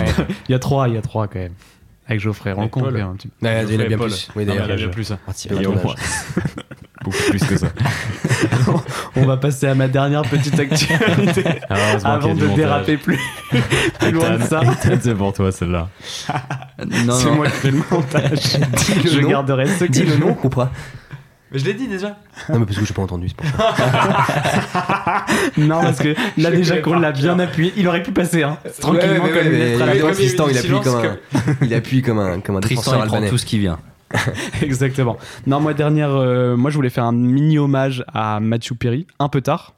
Speaker 1: Il y a trois, il y a trois quand même. Avec Geoffrey, on le compte bien. tu-
Speaker 2: Ouais, Il y en a bien
Speaker 4: Paul.
Speaker 2: plus. Oui, d'ailleurs.
Speaker 4: plus.
Speaker 2: Ah, tiens,
Speaker 4: Il y a au
Speaker 2: dommage.
Speaker 4: moins. Beaucoup plus que ça.
Speaker 1: On va passer à ma dernière petite actualité
Speaker 4: Ah,
Speaker 1: avant de déraper plus, plus loin de ça.
Speaker 4: euh, c'est pour toi celle-là.
Speaker 3: Euh, Non,
Speaker 1: C'est
Speaker 3: non.
Speaker 1: moi qui fais le montage.
Speaker 2: Dis
Speaker 1: Je
Speaker 2: le nom.
Speaker 1: garderai ce que
Speaker 2: Dis le nom ou pas
Speaker 3: Mais je l'ai dit déjà.
Speaker 2: Non, mais parce que j'ai pas entendu, c'est pour ça.
Speaker 1: Non, parce que là déjà qu'on l'a bien appuyé, il aurait pu passer. Hein. Tranquillement
Speaker 2: Ouais, ouais,
Speaker 1: comme une
Speaker 2: ouais,
Speaker 1: lettre à
Speaker 2: mais
Speaker 1: la
Speaker 2: le
Speaker 1: poste.
Speaker 2: Tristan, il appuie comme un, il appuie comme un, comme un défenseur
Speaker 3: Tristan, il prend
Speaker 2: albanais.
Speaker 3: tout ce qui vient.
Speaker 1: Exactement. Non, moi dernière, euh, moi je voulais faire un mini hommage à Matthew Perry un peu tard.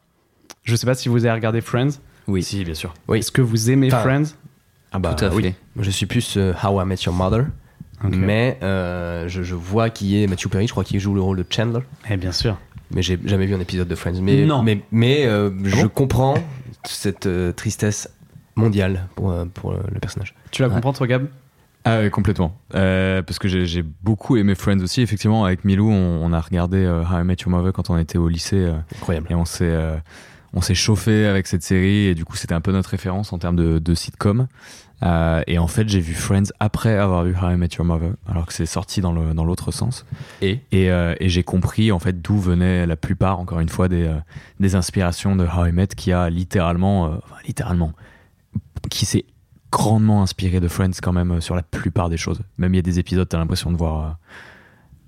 Speaker 1: Je sais pas si vous avez regardé Friends.
Speaker 3: Oui.
Speaker 4: Si, bien sûr.
Speaker 2: Oui.
Speaker 1: Est-ce que vous aimez
Speaker 2: Enfin,
Speaker 1: Friends
Speaker 4: Ah bah
Speaker 3: Tout à fait.
Speaker 2: Je suis plus euh, How I Met Your Mother, mais euh, je, je vois qui est Matthew Perry, je crois qu'il joue le rôle de Chandler,
Speaker 1: Eh bien sûr.
Speaker 2: mais j'ai jamais vu un épisode de Friends. Mais,
Speaker 1: Non. Ah
Speaker 2: Mais, mais euh, je comprends cette euh, tristesse mondiale pour, euh, pour euh, le personnage.
Speaker 1: Tu la
Speaker 2: Ouais.
Speaker 1: comprends, toi, Gab
Speaker 4: Ah oui, complètement. Euh, parce que j'ai j'ai beaucoup aimé Friends aussi. Effectivement, avec Milou, on, on a regardé euh, How I Met Your Mother quand on était au lycée euh,
Speaker 2: Incroyable.
Speaker 4: et on s'est euh, on s'est chauffé avec cette série et du coup, c'était un peu notre référence en termes de, de sitcom. Euh, et en fait, j'ai vu Friends après avoir vu How I Met Your Mother, alors que c'est sorti dans le- dans l'autre sens.
Speaker 3: Et
Speaker 4: Et, euh, et j'ai compris en fait d'où venaient la plupart, encore une fois, des, euh, des inspirations de How I Met qui a littéralement, euh, enfin, littéralement, qui s'est grandement inspiré de Friends quand même euh, sur la plupart des choses. Même il y a des épisodes, t'as l'impression de voir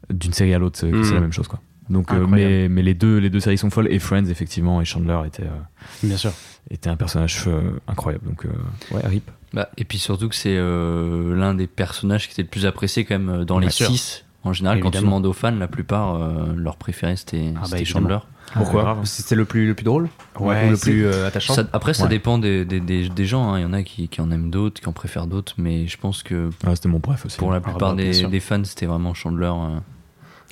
Speaker 4: euh, d'une série à l'autre c'est- que
Speaker 1: Mhm.
Speaker 4: c'est la même chose quoi. Donc, euh,
Speaker 1: Incroyable.
Speaker 4: mais, mais les deux, les deux séries sont folles et Friends effectivement et Chandler était, euh,
Speaker 1: Bien sûr.
Speaker 4: était un personnage euh, incroyable. Donc euh, ouais, Rip.
Speaker 3: Bah, et puis surtout que c'est euh, l'un des personnages qui était le plus apprécié quand même euh, dans les
Speaker 1: Bien sûr.
Speaker 3: six. En général, quand tu
Speaker 1: Évidemment.
Speaker 3: demandes aux fans, la plupart, euh, leur préféré, c'était
Speaker 1: Ah bah,
Speaker 3: c'était
Speaker 1: évidemment.
Speaker 3: Chandler.
Speaker 2: Pourquoi C'était le plus, le plus drôle
Speaker 1: Ouais,
Speaker 2: Ou le
Speaker 1: c'est-
Speaker 2: plus euh, attachant
Speaker 3: Ça- après, ça
Speaker 4: Ouais.
Speaker 3: dépend des, des, des- des gens. hein. Il y en a qui, qui en aiment d'autres, qui en préfèrent d'autres. Mais je pense que
Speaker 4: Ah, c'était mon bref aussi.
Speaker 3: pour la
Speaker 1: bah,
Speaker 3: plupart
Speaker 1: bien
Speaker 3: des,
Speaker 1: sûr.
Speaker 3: des fans, c'était vraiment Chandler. euh.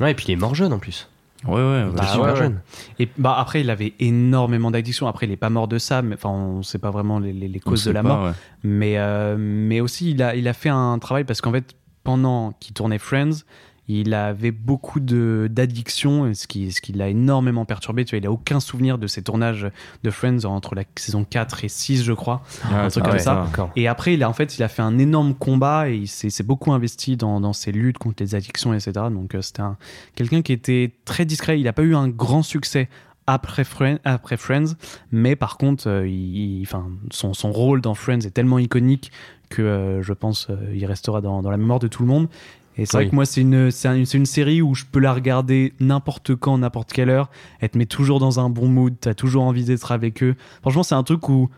Speaker 2: Ouais, et puis il est mort jeune en plus.
Speaker 3: Ouais, ouais.
Speaker 2: Il
Speaker 3: bah,
Speaker 2: est
Speaker 1: ouais,
Speaker 2: super
Speaker 1: ouais.
Speaker 2: jeune.
Speaker 1: Et bah, après, il avait énormément d'addictions. Après, il n'est pas mort de ça, mais enfin, on ne sait pas vraiment les, les- les
Speaker 3: on
Speaker 1: causes
Speaker 3: sait
Speaker 1: de la
Speaker 3: pas,
Speaker 1: mort.
Speaker 3: ouais.
Speaker 1: Mais, euh, mais aussi, il a, il a fait un travail parce qu'en fait, pendant qu'il tournait Friends, il avait beaucoup de- d'addictions, ce qui, ce qui l'a énormément perturbé. Tu vois, il n'a aucun souvenir de ses tournages de Friends entre la saison 4 et 6, je crois. un truc
Speaker 2: Ah
Speaker 1: comme
Speaker 2: ouais,
Speaker 1: ça.
Speaker 2: d'accord.
Speaker 1: Et après, il a, en fait, il a fait un énorme combat et il s'est s'est beaucoup investi dans, dans ses luttes contre les addictions, etc. Donc, euh, c'était un- quelqu'un qui était très discret. Il n'a pas eu un grand succès après, Fren- après Friends, mais par contre, euh, il, il- enfin, son, son rôle dans Friends est tellement iconique que euh, je pense euh, il restera dans, dans la mémoire de tout le monde. Et c'est
Speaker 2: Oui.
Speaker 1: vrai que moi, c'est une, c'est un- c'est une série où je peux la regarder n'importe quand, n'importe quelle heure. Elle te met toujours dans un bon mood, t'as toujours envie d'être avec eux. Franchement, c'est un truc où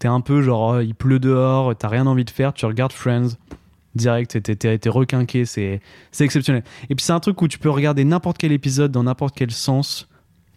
Speaker 1: t'es un peu genre, euh, il pleut dehors, t'as rien envie de faire, tu regardes Friends, direct, t'es- t'es t'es- t'es requinqué, c'est c'est exceptionnel. Et puis c'est un truc où tu peux regarder n'importe quel épisode dans n'importe quel sens,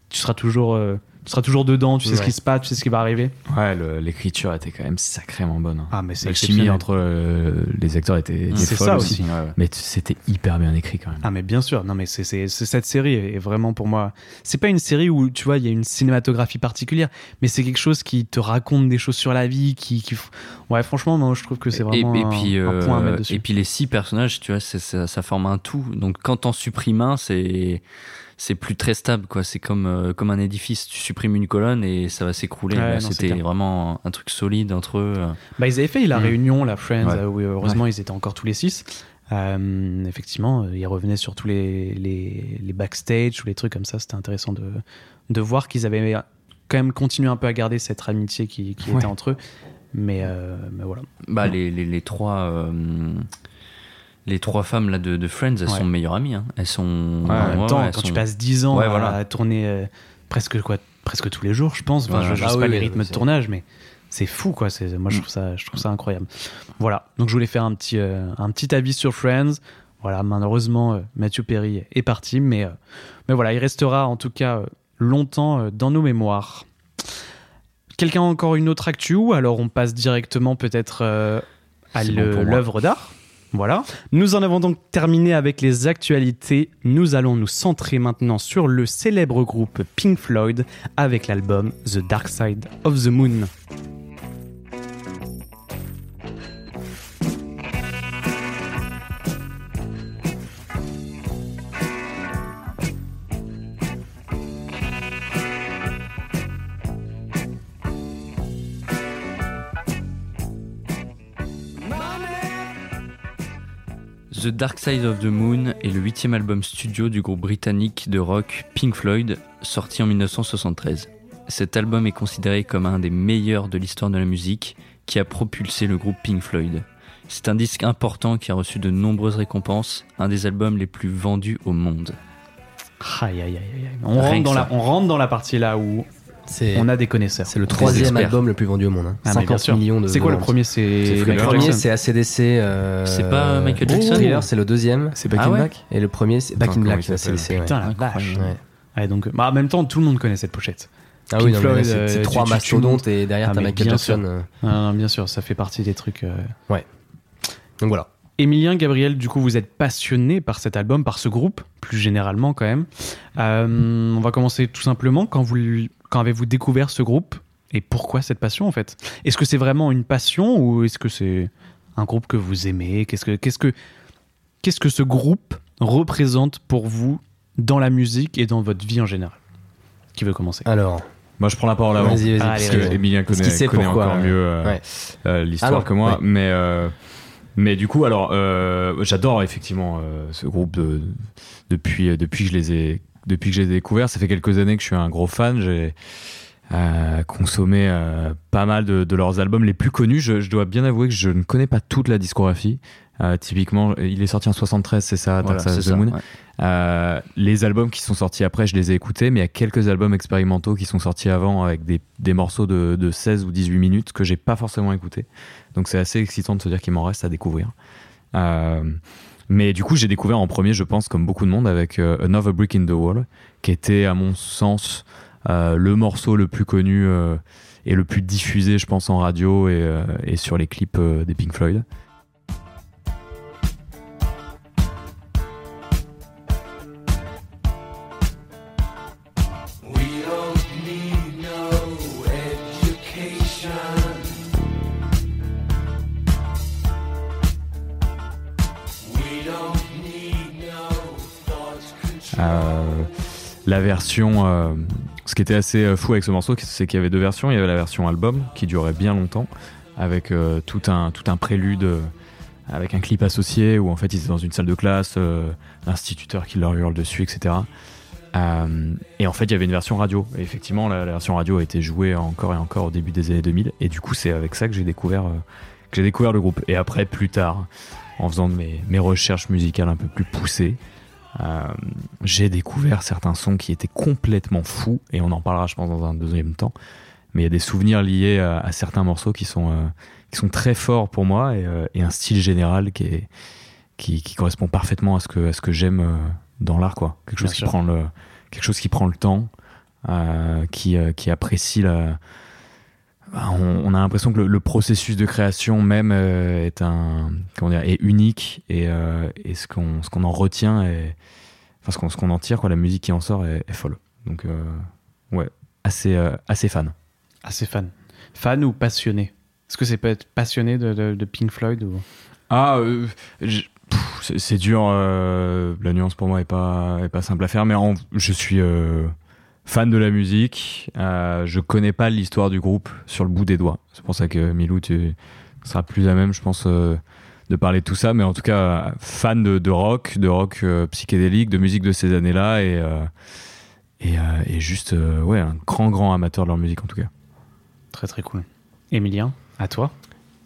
Speaker 1: tu seras toujours, euh, tu seras toujours dedans, tu sais ce
Speaker 2: Ouais.
Speaker 1: qui se passe, tu sais ce qui va arriver.
Speaker 4: Ouais, le- l'écriture était quand même sacrément bonne. hein.
Speaker 1: Ah, mais c'est
Speaker 4: La chimie
Speaker 1: exceptionnel.
Speaker 4: entre euh, les acteurs était, était
Speaker 1: C'est
Speaker 4: folle
Speaker 1: ça
Speaker 4: aussi.
Speaker 1: aussi.
Speaker 4: Mais t- c'était hyper bien écrit quand même.
Speaker 1: Ah mais bien sûr, non mais c'est c'est- c'est- cette série est vraiment pour moi, c'est pas une série où tu vois il y a une cinématographie particulière, mais c'est quelque chose qui te raconte des choses sur la vie, qui, qui... f- ouais franchement moi je trouve que c'est
Speaker 3: Et- et-
Speaker 1: vraiment
Speaker 3: et,
Speaker 1: un-
Speaker 3: puis,
Speaker 1: un,
Speaker 3: euh,
Speaker 1: point à mettre dessus.
Speaker 3: et puis les six personnages, tu vois, c'est- ça, ça forme un tout. Donc quand t'en supprimes un, c'est c'est plus très stable, quoi. C'est comme euh, comme un édifice. Tu supprimes une colonne et ça va s'écrouler.
Speaker 1: Ouais,
Speaker 3: Là,
Speaker 1: non, c'est
Speaker 3: C'était
Speaker 1: clair.
Speaker 3: vraiment un truc solide entre eux. euh.
Speaker 1: Bah, ils avaient fait la
Speaker 3: Mm.
Speaker 1: réunion, la Friends,
Speaker 3: Ouais.
Speaker 1: euh, où heureusement ils étaient encore tous les six. Euh, effectivement, euh, ils revenaient sur tous les, les, les backstage ou les trucs comme ça. C'était intéressant de, de voir qu'ils avaient quand même continué un peu à garder cette amitié qui, qui
Speaker 4: Ouais.
Speaker 1: était entre eux. Mais, euh, mais voilà.
Speaker 3: Bah les, les, les trois euh, les trois femmes là de, de Friends, elles
Speaker 1: Ouais.
Speaker 3: sont meilleures amies. hein. Elles sont
Speaker 1: en même temps, quand tu passes 10 ans
Speaker 3: Ouais,
Speaker 1: à,
Speaker 3: voilà.
Speaker 1: à tourner euh, presque, quoi, presque tous les jours, je pense. Enfin,
Speaker 3: Voilà.
Speaker 1: je, je
Speaker 2: Ah
Speaker 1: sais pas
Speaker 2: oui,
Speaker 1: les
Speaker 2: oui,
Speaker 1: rythmes de
Speaker 2: c'est-
Speaker 1: tournage, mais c'est fou, quoi. C'est, moi,
Speaker 3: Mm.
Speaker 1: je trouve, ça, je trouve ça incroyable. Voilà. Donc, je voulais faire un petit, euh, un petit avis sur Friends. Voilà, malheureusement, euh, Mathieu Perry est parti, mais, euh, mais voilà, il restera en tout cas euh, longtemps euh, dans nos mémoires. Quelqu'un a encore une autre actu ou alors on passe directement peut-être euh, à
Speaker 3: C'est bon
Speaker 1: le-
Speaker 3: pour moi.
Speaker 1: l'œuvre d'art voilà. Nous en avons donc terminé avec les actualités. Nous allons nous centrer maintenant sur le célèbre groupe Pink Floyd avec l'album The Dark Side of the Moon.
Speaker 3: The Dark Side of the Moon est le huitième album studio du groupe britannique de rock Pink Floyd, sorti en 1973. Cet album est considéré comme un des meilleurs de l'histoire de la musique, qui a propulsé le groupe Pink Floyd. C'est un disque important qui a reçu de nombreuses récompenses, un des albums les plus vendus au monde.
Speaker 1: Aïe, aïe, aïe, aïe, aïe. On,
Speaker 3: Rien
Speaker 1: rentre
Speaker 3: que
Speaker 1: dans
Speaker 3: ça.
Speaker 1: la, on rentre dans la partie là où
Speaker 2: C'est
Speaker 1: on a des connaisseurs.
Speaker 2: c'est le troisième
Speaker 3: experts.
Speaker 2: album le plus vendu au monde. hein.
Speaker 1: Ah, mais bien
Speaker 2: 50
Speaker 1: sûr.
Speaker 2: millions de
Speaker 1: C'est quoi le
Speaker 2: ventes.
Speaker 1: premier C'est
Speaker 2: Le
Speaker 4: Michael
Speaker 2: premier,
Speaker 1: Jackson.
Speaker 2: c'est ACDC. euh,
Speaker 3: C'est pas Michael Jackson
Speaker 2: Thriller, c'est le deuxième.
Speaker 4: C'est Back
Speaker 3: Ah
Speaker 4: in
Speaker 3: ouais
Speaker 4: Black
Speaker 2: Et le premier, c'est Back
Speaker 4: Attends,
Speaker 2: in
Speaker 4: comment
Speaker 2: Black,
Speaker 4: il s'appelle
Speaker 2: ACDC. ouais.
Speaker 1: Putain, la
Speaker 2: Ouais.
Speaker 1: vache. Ouais, donc, bah, en même temps, tout le monde connaît cette pochette.
Speaker 2: Ah
Speaker 1: Pink
Speaker 2: oui, non, mais là,
Speaker 1: Floyd,
Speaker 2: c'est
Speaker 1: euh,
Speaker 2: c'est
Speaker 1: tu-
Speaker 2: trois
Speaker 1: tu- tu
Speaker 2: mastodontes et derrière
Speaker 1: Ah,
Speaker 2: t'as
Speaker 1: mais
Speaker 2: Michael
Speaker 1: bien
Speaker 2: Jackson. euh.
Speaker 1: Ah, bien sûr, ça fait partie des trucs. euh,
Speaker 2: Donc voilà.
Speaker 1: Émilien, Gabriel, du coup, vous êtes passionné par cet album, par ce groupe, plus généralement quand même. Euh, on va commencer tout simplement. Quand, vous, quand avez-vous découvert ce groupe Et pourquoi cette passion en fait Est-ce que c'est vraiment une passion ou est-ce que c'est un groupe que vous aimez Qu'est-ce que qu'est-ce que qu'est-ce que ce groupe représente pour vous dans la musique et dans votre vie en général Qui veut commencer
Speaker 2: Alors,
Speaker 4: Moi, je prends la parole avant.
Speaker 2: vas-y,
Speaker 1: Allez,
Speaker 2: vas-y.
Speaker 4: Parce
Speaker 1: vas-y.
Speaker 4: que Emilien
Speaker 2: Parce
Speaker 4: connaît,
Speaker 2: qu'il sait
Speaker 4: connaît
Speaker 2: pourquoi,
Speaker 4: encore
Speaker 2: ouais.
Speaker 4: mieux euh,
Speaker 2: Ouais.
Speaker 4: euh, l'histoire
Speaker 2: Alors,
Speaker 4: que moi.
Speaker 2: ouais.
Speaker 4: Mais, euh, mais du coup, alors, euh, j'adore effectivement euh, ce groupe de- depuis, euh, depuis que je les ai depuis que j'ai découvert. Ça fait quelques années que je suis un gros fan. J'ai euh, consommé euh, pas mal de, de leurs albums les plus connus. Je, je dois bien avouer que je ne connais pas toute la discographie. Euh, typiquement, il est sorti en 73, c'est ça, Dark
Speaker 3: Voilà,
Speaker 4: Side
Speaker 3: c'est
Speaker 4: of the
Speaker 3: ça,
Speaker 4: Moon.
Speaker 3: ouais.
Speaker 4: Euh, les albums qui sont sortis après, je les ai écoutés, mais il y a quelques albums expérimentaux qui sont sortis avant avec des, des morceaux de, de 16 ou 18 minutes que j'ai pas forcément écoutés. Donc c'est assez excitant de se dire qu'il m'en reste à découvrir. Euh, mais du coup, j'ai découvert en premier, je pense, comme beaucoup de monde, avec euh, Another Brick in the Wall, qui était, à mon sens, euh, le morceau le plus connu euh, et le plus diffusé, je pense, en radio et, euh, et sur les clips euh, des Pink Floyd. Euh, la version. euh, ce qui était assez euh, fou avec ce morceau, c'est qu'il y avait deux versions. Il y avait la version album qui durait bien longtemps, avec euh, tout, un, tout un prélude, euh, avec un clip associé où en fait ils étaient dans une salle de classe, euh, l'instituteur qui leur hurle dessus, etc. Euh, et en fait, il y avait une version radio. Et effectivement, la, la version radio a été jouée encore et encore au début des années 2000. Et du coup, c'est avec ça que j'ai découvert, euh, que j'ai découvert le groupe. Et après, plus tard, en faisant de mes, mes recherches musicales un peu plus poussées, euh, j'ai découvert certains sons qui étaient complètement fous, et on en parlera, je pense, dans un deuxième temps. Mais il y a des souvenirs liés à, à certains morceaux qui sont, euh, qui sont très forts pour moi, et, euh, et un style général qui, est, qui, qui correspond parfaitement à ce que, à ce que j'aime euh, dans l'art, quoi. Quelque chose,
Speaker 1: Bien
Speaker 4: qui
Speaker 1: sûr.
Speaker 4: prend le, quelque chose qui prend le temps, euh, qui, euh, qui apprécie la. Bah, On, on a l'impression que le, le processus de création même euh, est un comment dire est unique et, euh, et ce qu'on ce qu'on en retient est, enfin ce qu'on ce qu'on en tire quoi la musique qui en sort est, est folle donc euh, ouais assez euh, assez fan
Speaker 1: Assez fan. Fan ou passionné Est-ce que c'est peut être passionné de, de- de Pink Floyd ou...
Speaker 4: ah c'est, c'est dur euh, la nuance pour moi est pas est pas simple à faire mais en- je suis euh, fan de la musique Euh, je connais pas l'histoire du groupe sur le bout des doigts c'est pour ça que Milou tu seras plus à même je pense euh, de parler de tout ça, mais en tout cas, euh, fan de, de rock, de rock euh, psychédélique, de musique de ces années-là, et, euh, et, euh, et juste, euh, ouais, un grand, grand amateur de leur musique en tout cas.
Speaker 1: Très très cool. Emilien, à toi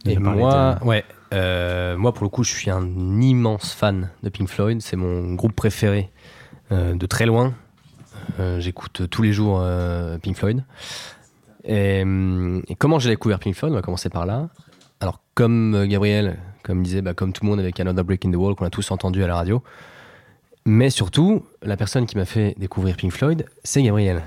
Speaker 2: Et
Speaker 1: Déjà parlé
Speaker 2: moi,
Speaker 1: de-
Speaker 2: ouais, euh, moi pour le coup, je suis un immense fan de Pink Floyd. C'est mon groupe préféré euh, de très loin. Euh, J'écoute tous les jours euh, Pink Floyd. Et, hum, et comment j'ai découvert Pink Floyd On va commencer par là. Alors, comme euh, Gabriel, comme disait, bah, comme tout le monde avec Another Brick in the Wall qu'on a tous entendu à la radio. Mais surtout, la personne qui m'a fait découvrir Pink Floyd, c'est Gabriel,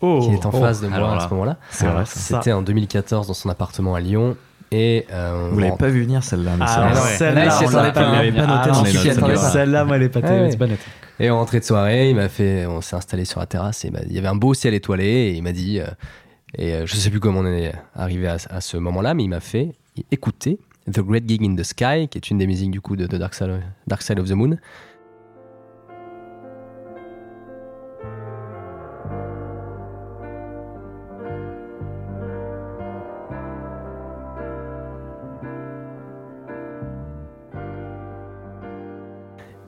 Speaker 2: qui est en face de moi
Speaker 3: Oh, alors
Speaker 2: à
Speaker 3: là.
Speaker 2: ce moment-là.
Speaker 1: Oh, C'est vrai, ça.
Speaker 2: C'était en 2014 dans son appartement à Lyon. Et euh, on
Speaker 4: Vous l'avez pas vu venir celle-là, mais
Speaker 1: Ah,
Speaker 4: ça-
Speaker 2: ouais. celle-là,
Speaker 1: on
Speaker 2: on l'avait pas-
Speaker 1: on l'avait pas
Speaker 2: Ah,
Speaker 1: noté
Speaker 2: non,
Speaker 1: dans
Speaker 4: on
Speaker 1: les
Speaker 4: s'y
Speaker 1: notes.
Speaker 4: attendait pas.
Speaker 1: Celle-là, moi, elle est pas terrible,
Speaker 2: Ouais.
Speaker 1: c'est pas nette.
Speaker 2: Et en rentrée de soirée, il m'a fait, on s'est installé sur la terrasse et bah, il m'a- il y avait un beau ciel étoilé et il m'a dit, euh, et euh, je sais plus comment on est arrivé à, à ce moment-là, mais il m'a fait écouter The Great Gig in the Sky, qui est une des musiques du coup de, de Dark, Side, Dark Side of the Moon.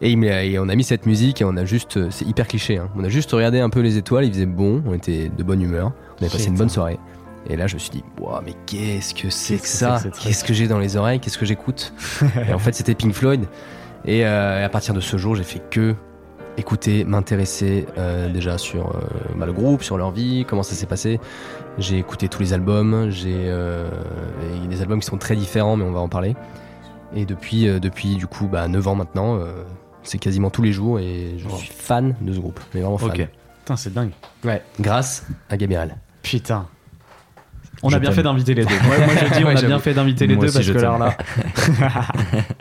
Speaker 2: Et, il m'a- et on a mis cette musique et on a juste, euh, c'est hyper cliché, hein. on a juste regardé un peu les étoiles, il faisait bon, on était de bonne humeur, on avait passé une bonne soirée. Et là, je me suis dit, Ouah, mais qu'est-ce que c'est que ça Qu'est-ce que j'ai dans les oreilles Qu'est-ce que j'écoute Et en fait, c'était Pink Floyd. Et euh, à partir de ce jour, j'ai fait que écouter, m'intéresser euh, déjà sur euh, bah, le groupe, sur leur vie, comment ça s'est passé. J'ai écouté tous les albums, j'ai euh, et des albums qui sont très différents, mais on va en parler. Et depuis, euh, depuis du coup, bah, 9 ans maintenant, euh, c'est quasiment tous les jours et je
Speaker 1: Wow.
Speaker 2: suis fan de ce groupe, mais vraiment fan.
Speaker 1: Ok. Putain, c'est dingue.
Speaker 2: Ouais, grâce à Gabriel.
Speaker 1: Putain. On
Speaker 2: Je
Speaker 1: a bien
Speaker 2: t'aime.
Speaker 1: fait d'inviter les deux. Ouais, moi je dis on
Speaker 3: Ouais,
Speaker 1: a bien
Speaker 3: j'avoue.
Speaker 1: fait d'inviter les
Speaker 4: Moi
Speaker 1: deux
Speaker 4: aussi,
Speaker 1: parce
Speaker 4: je
Speaker 1: que alors
Speaker 4: t'aime.
Speaker 1: là,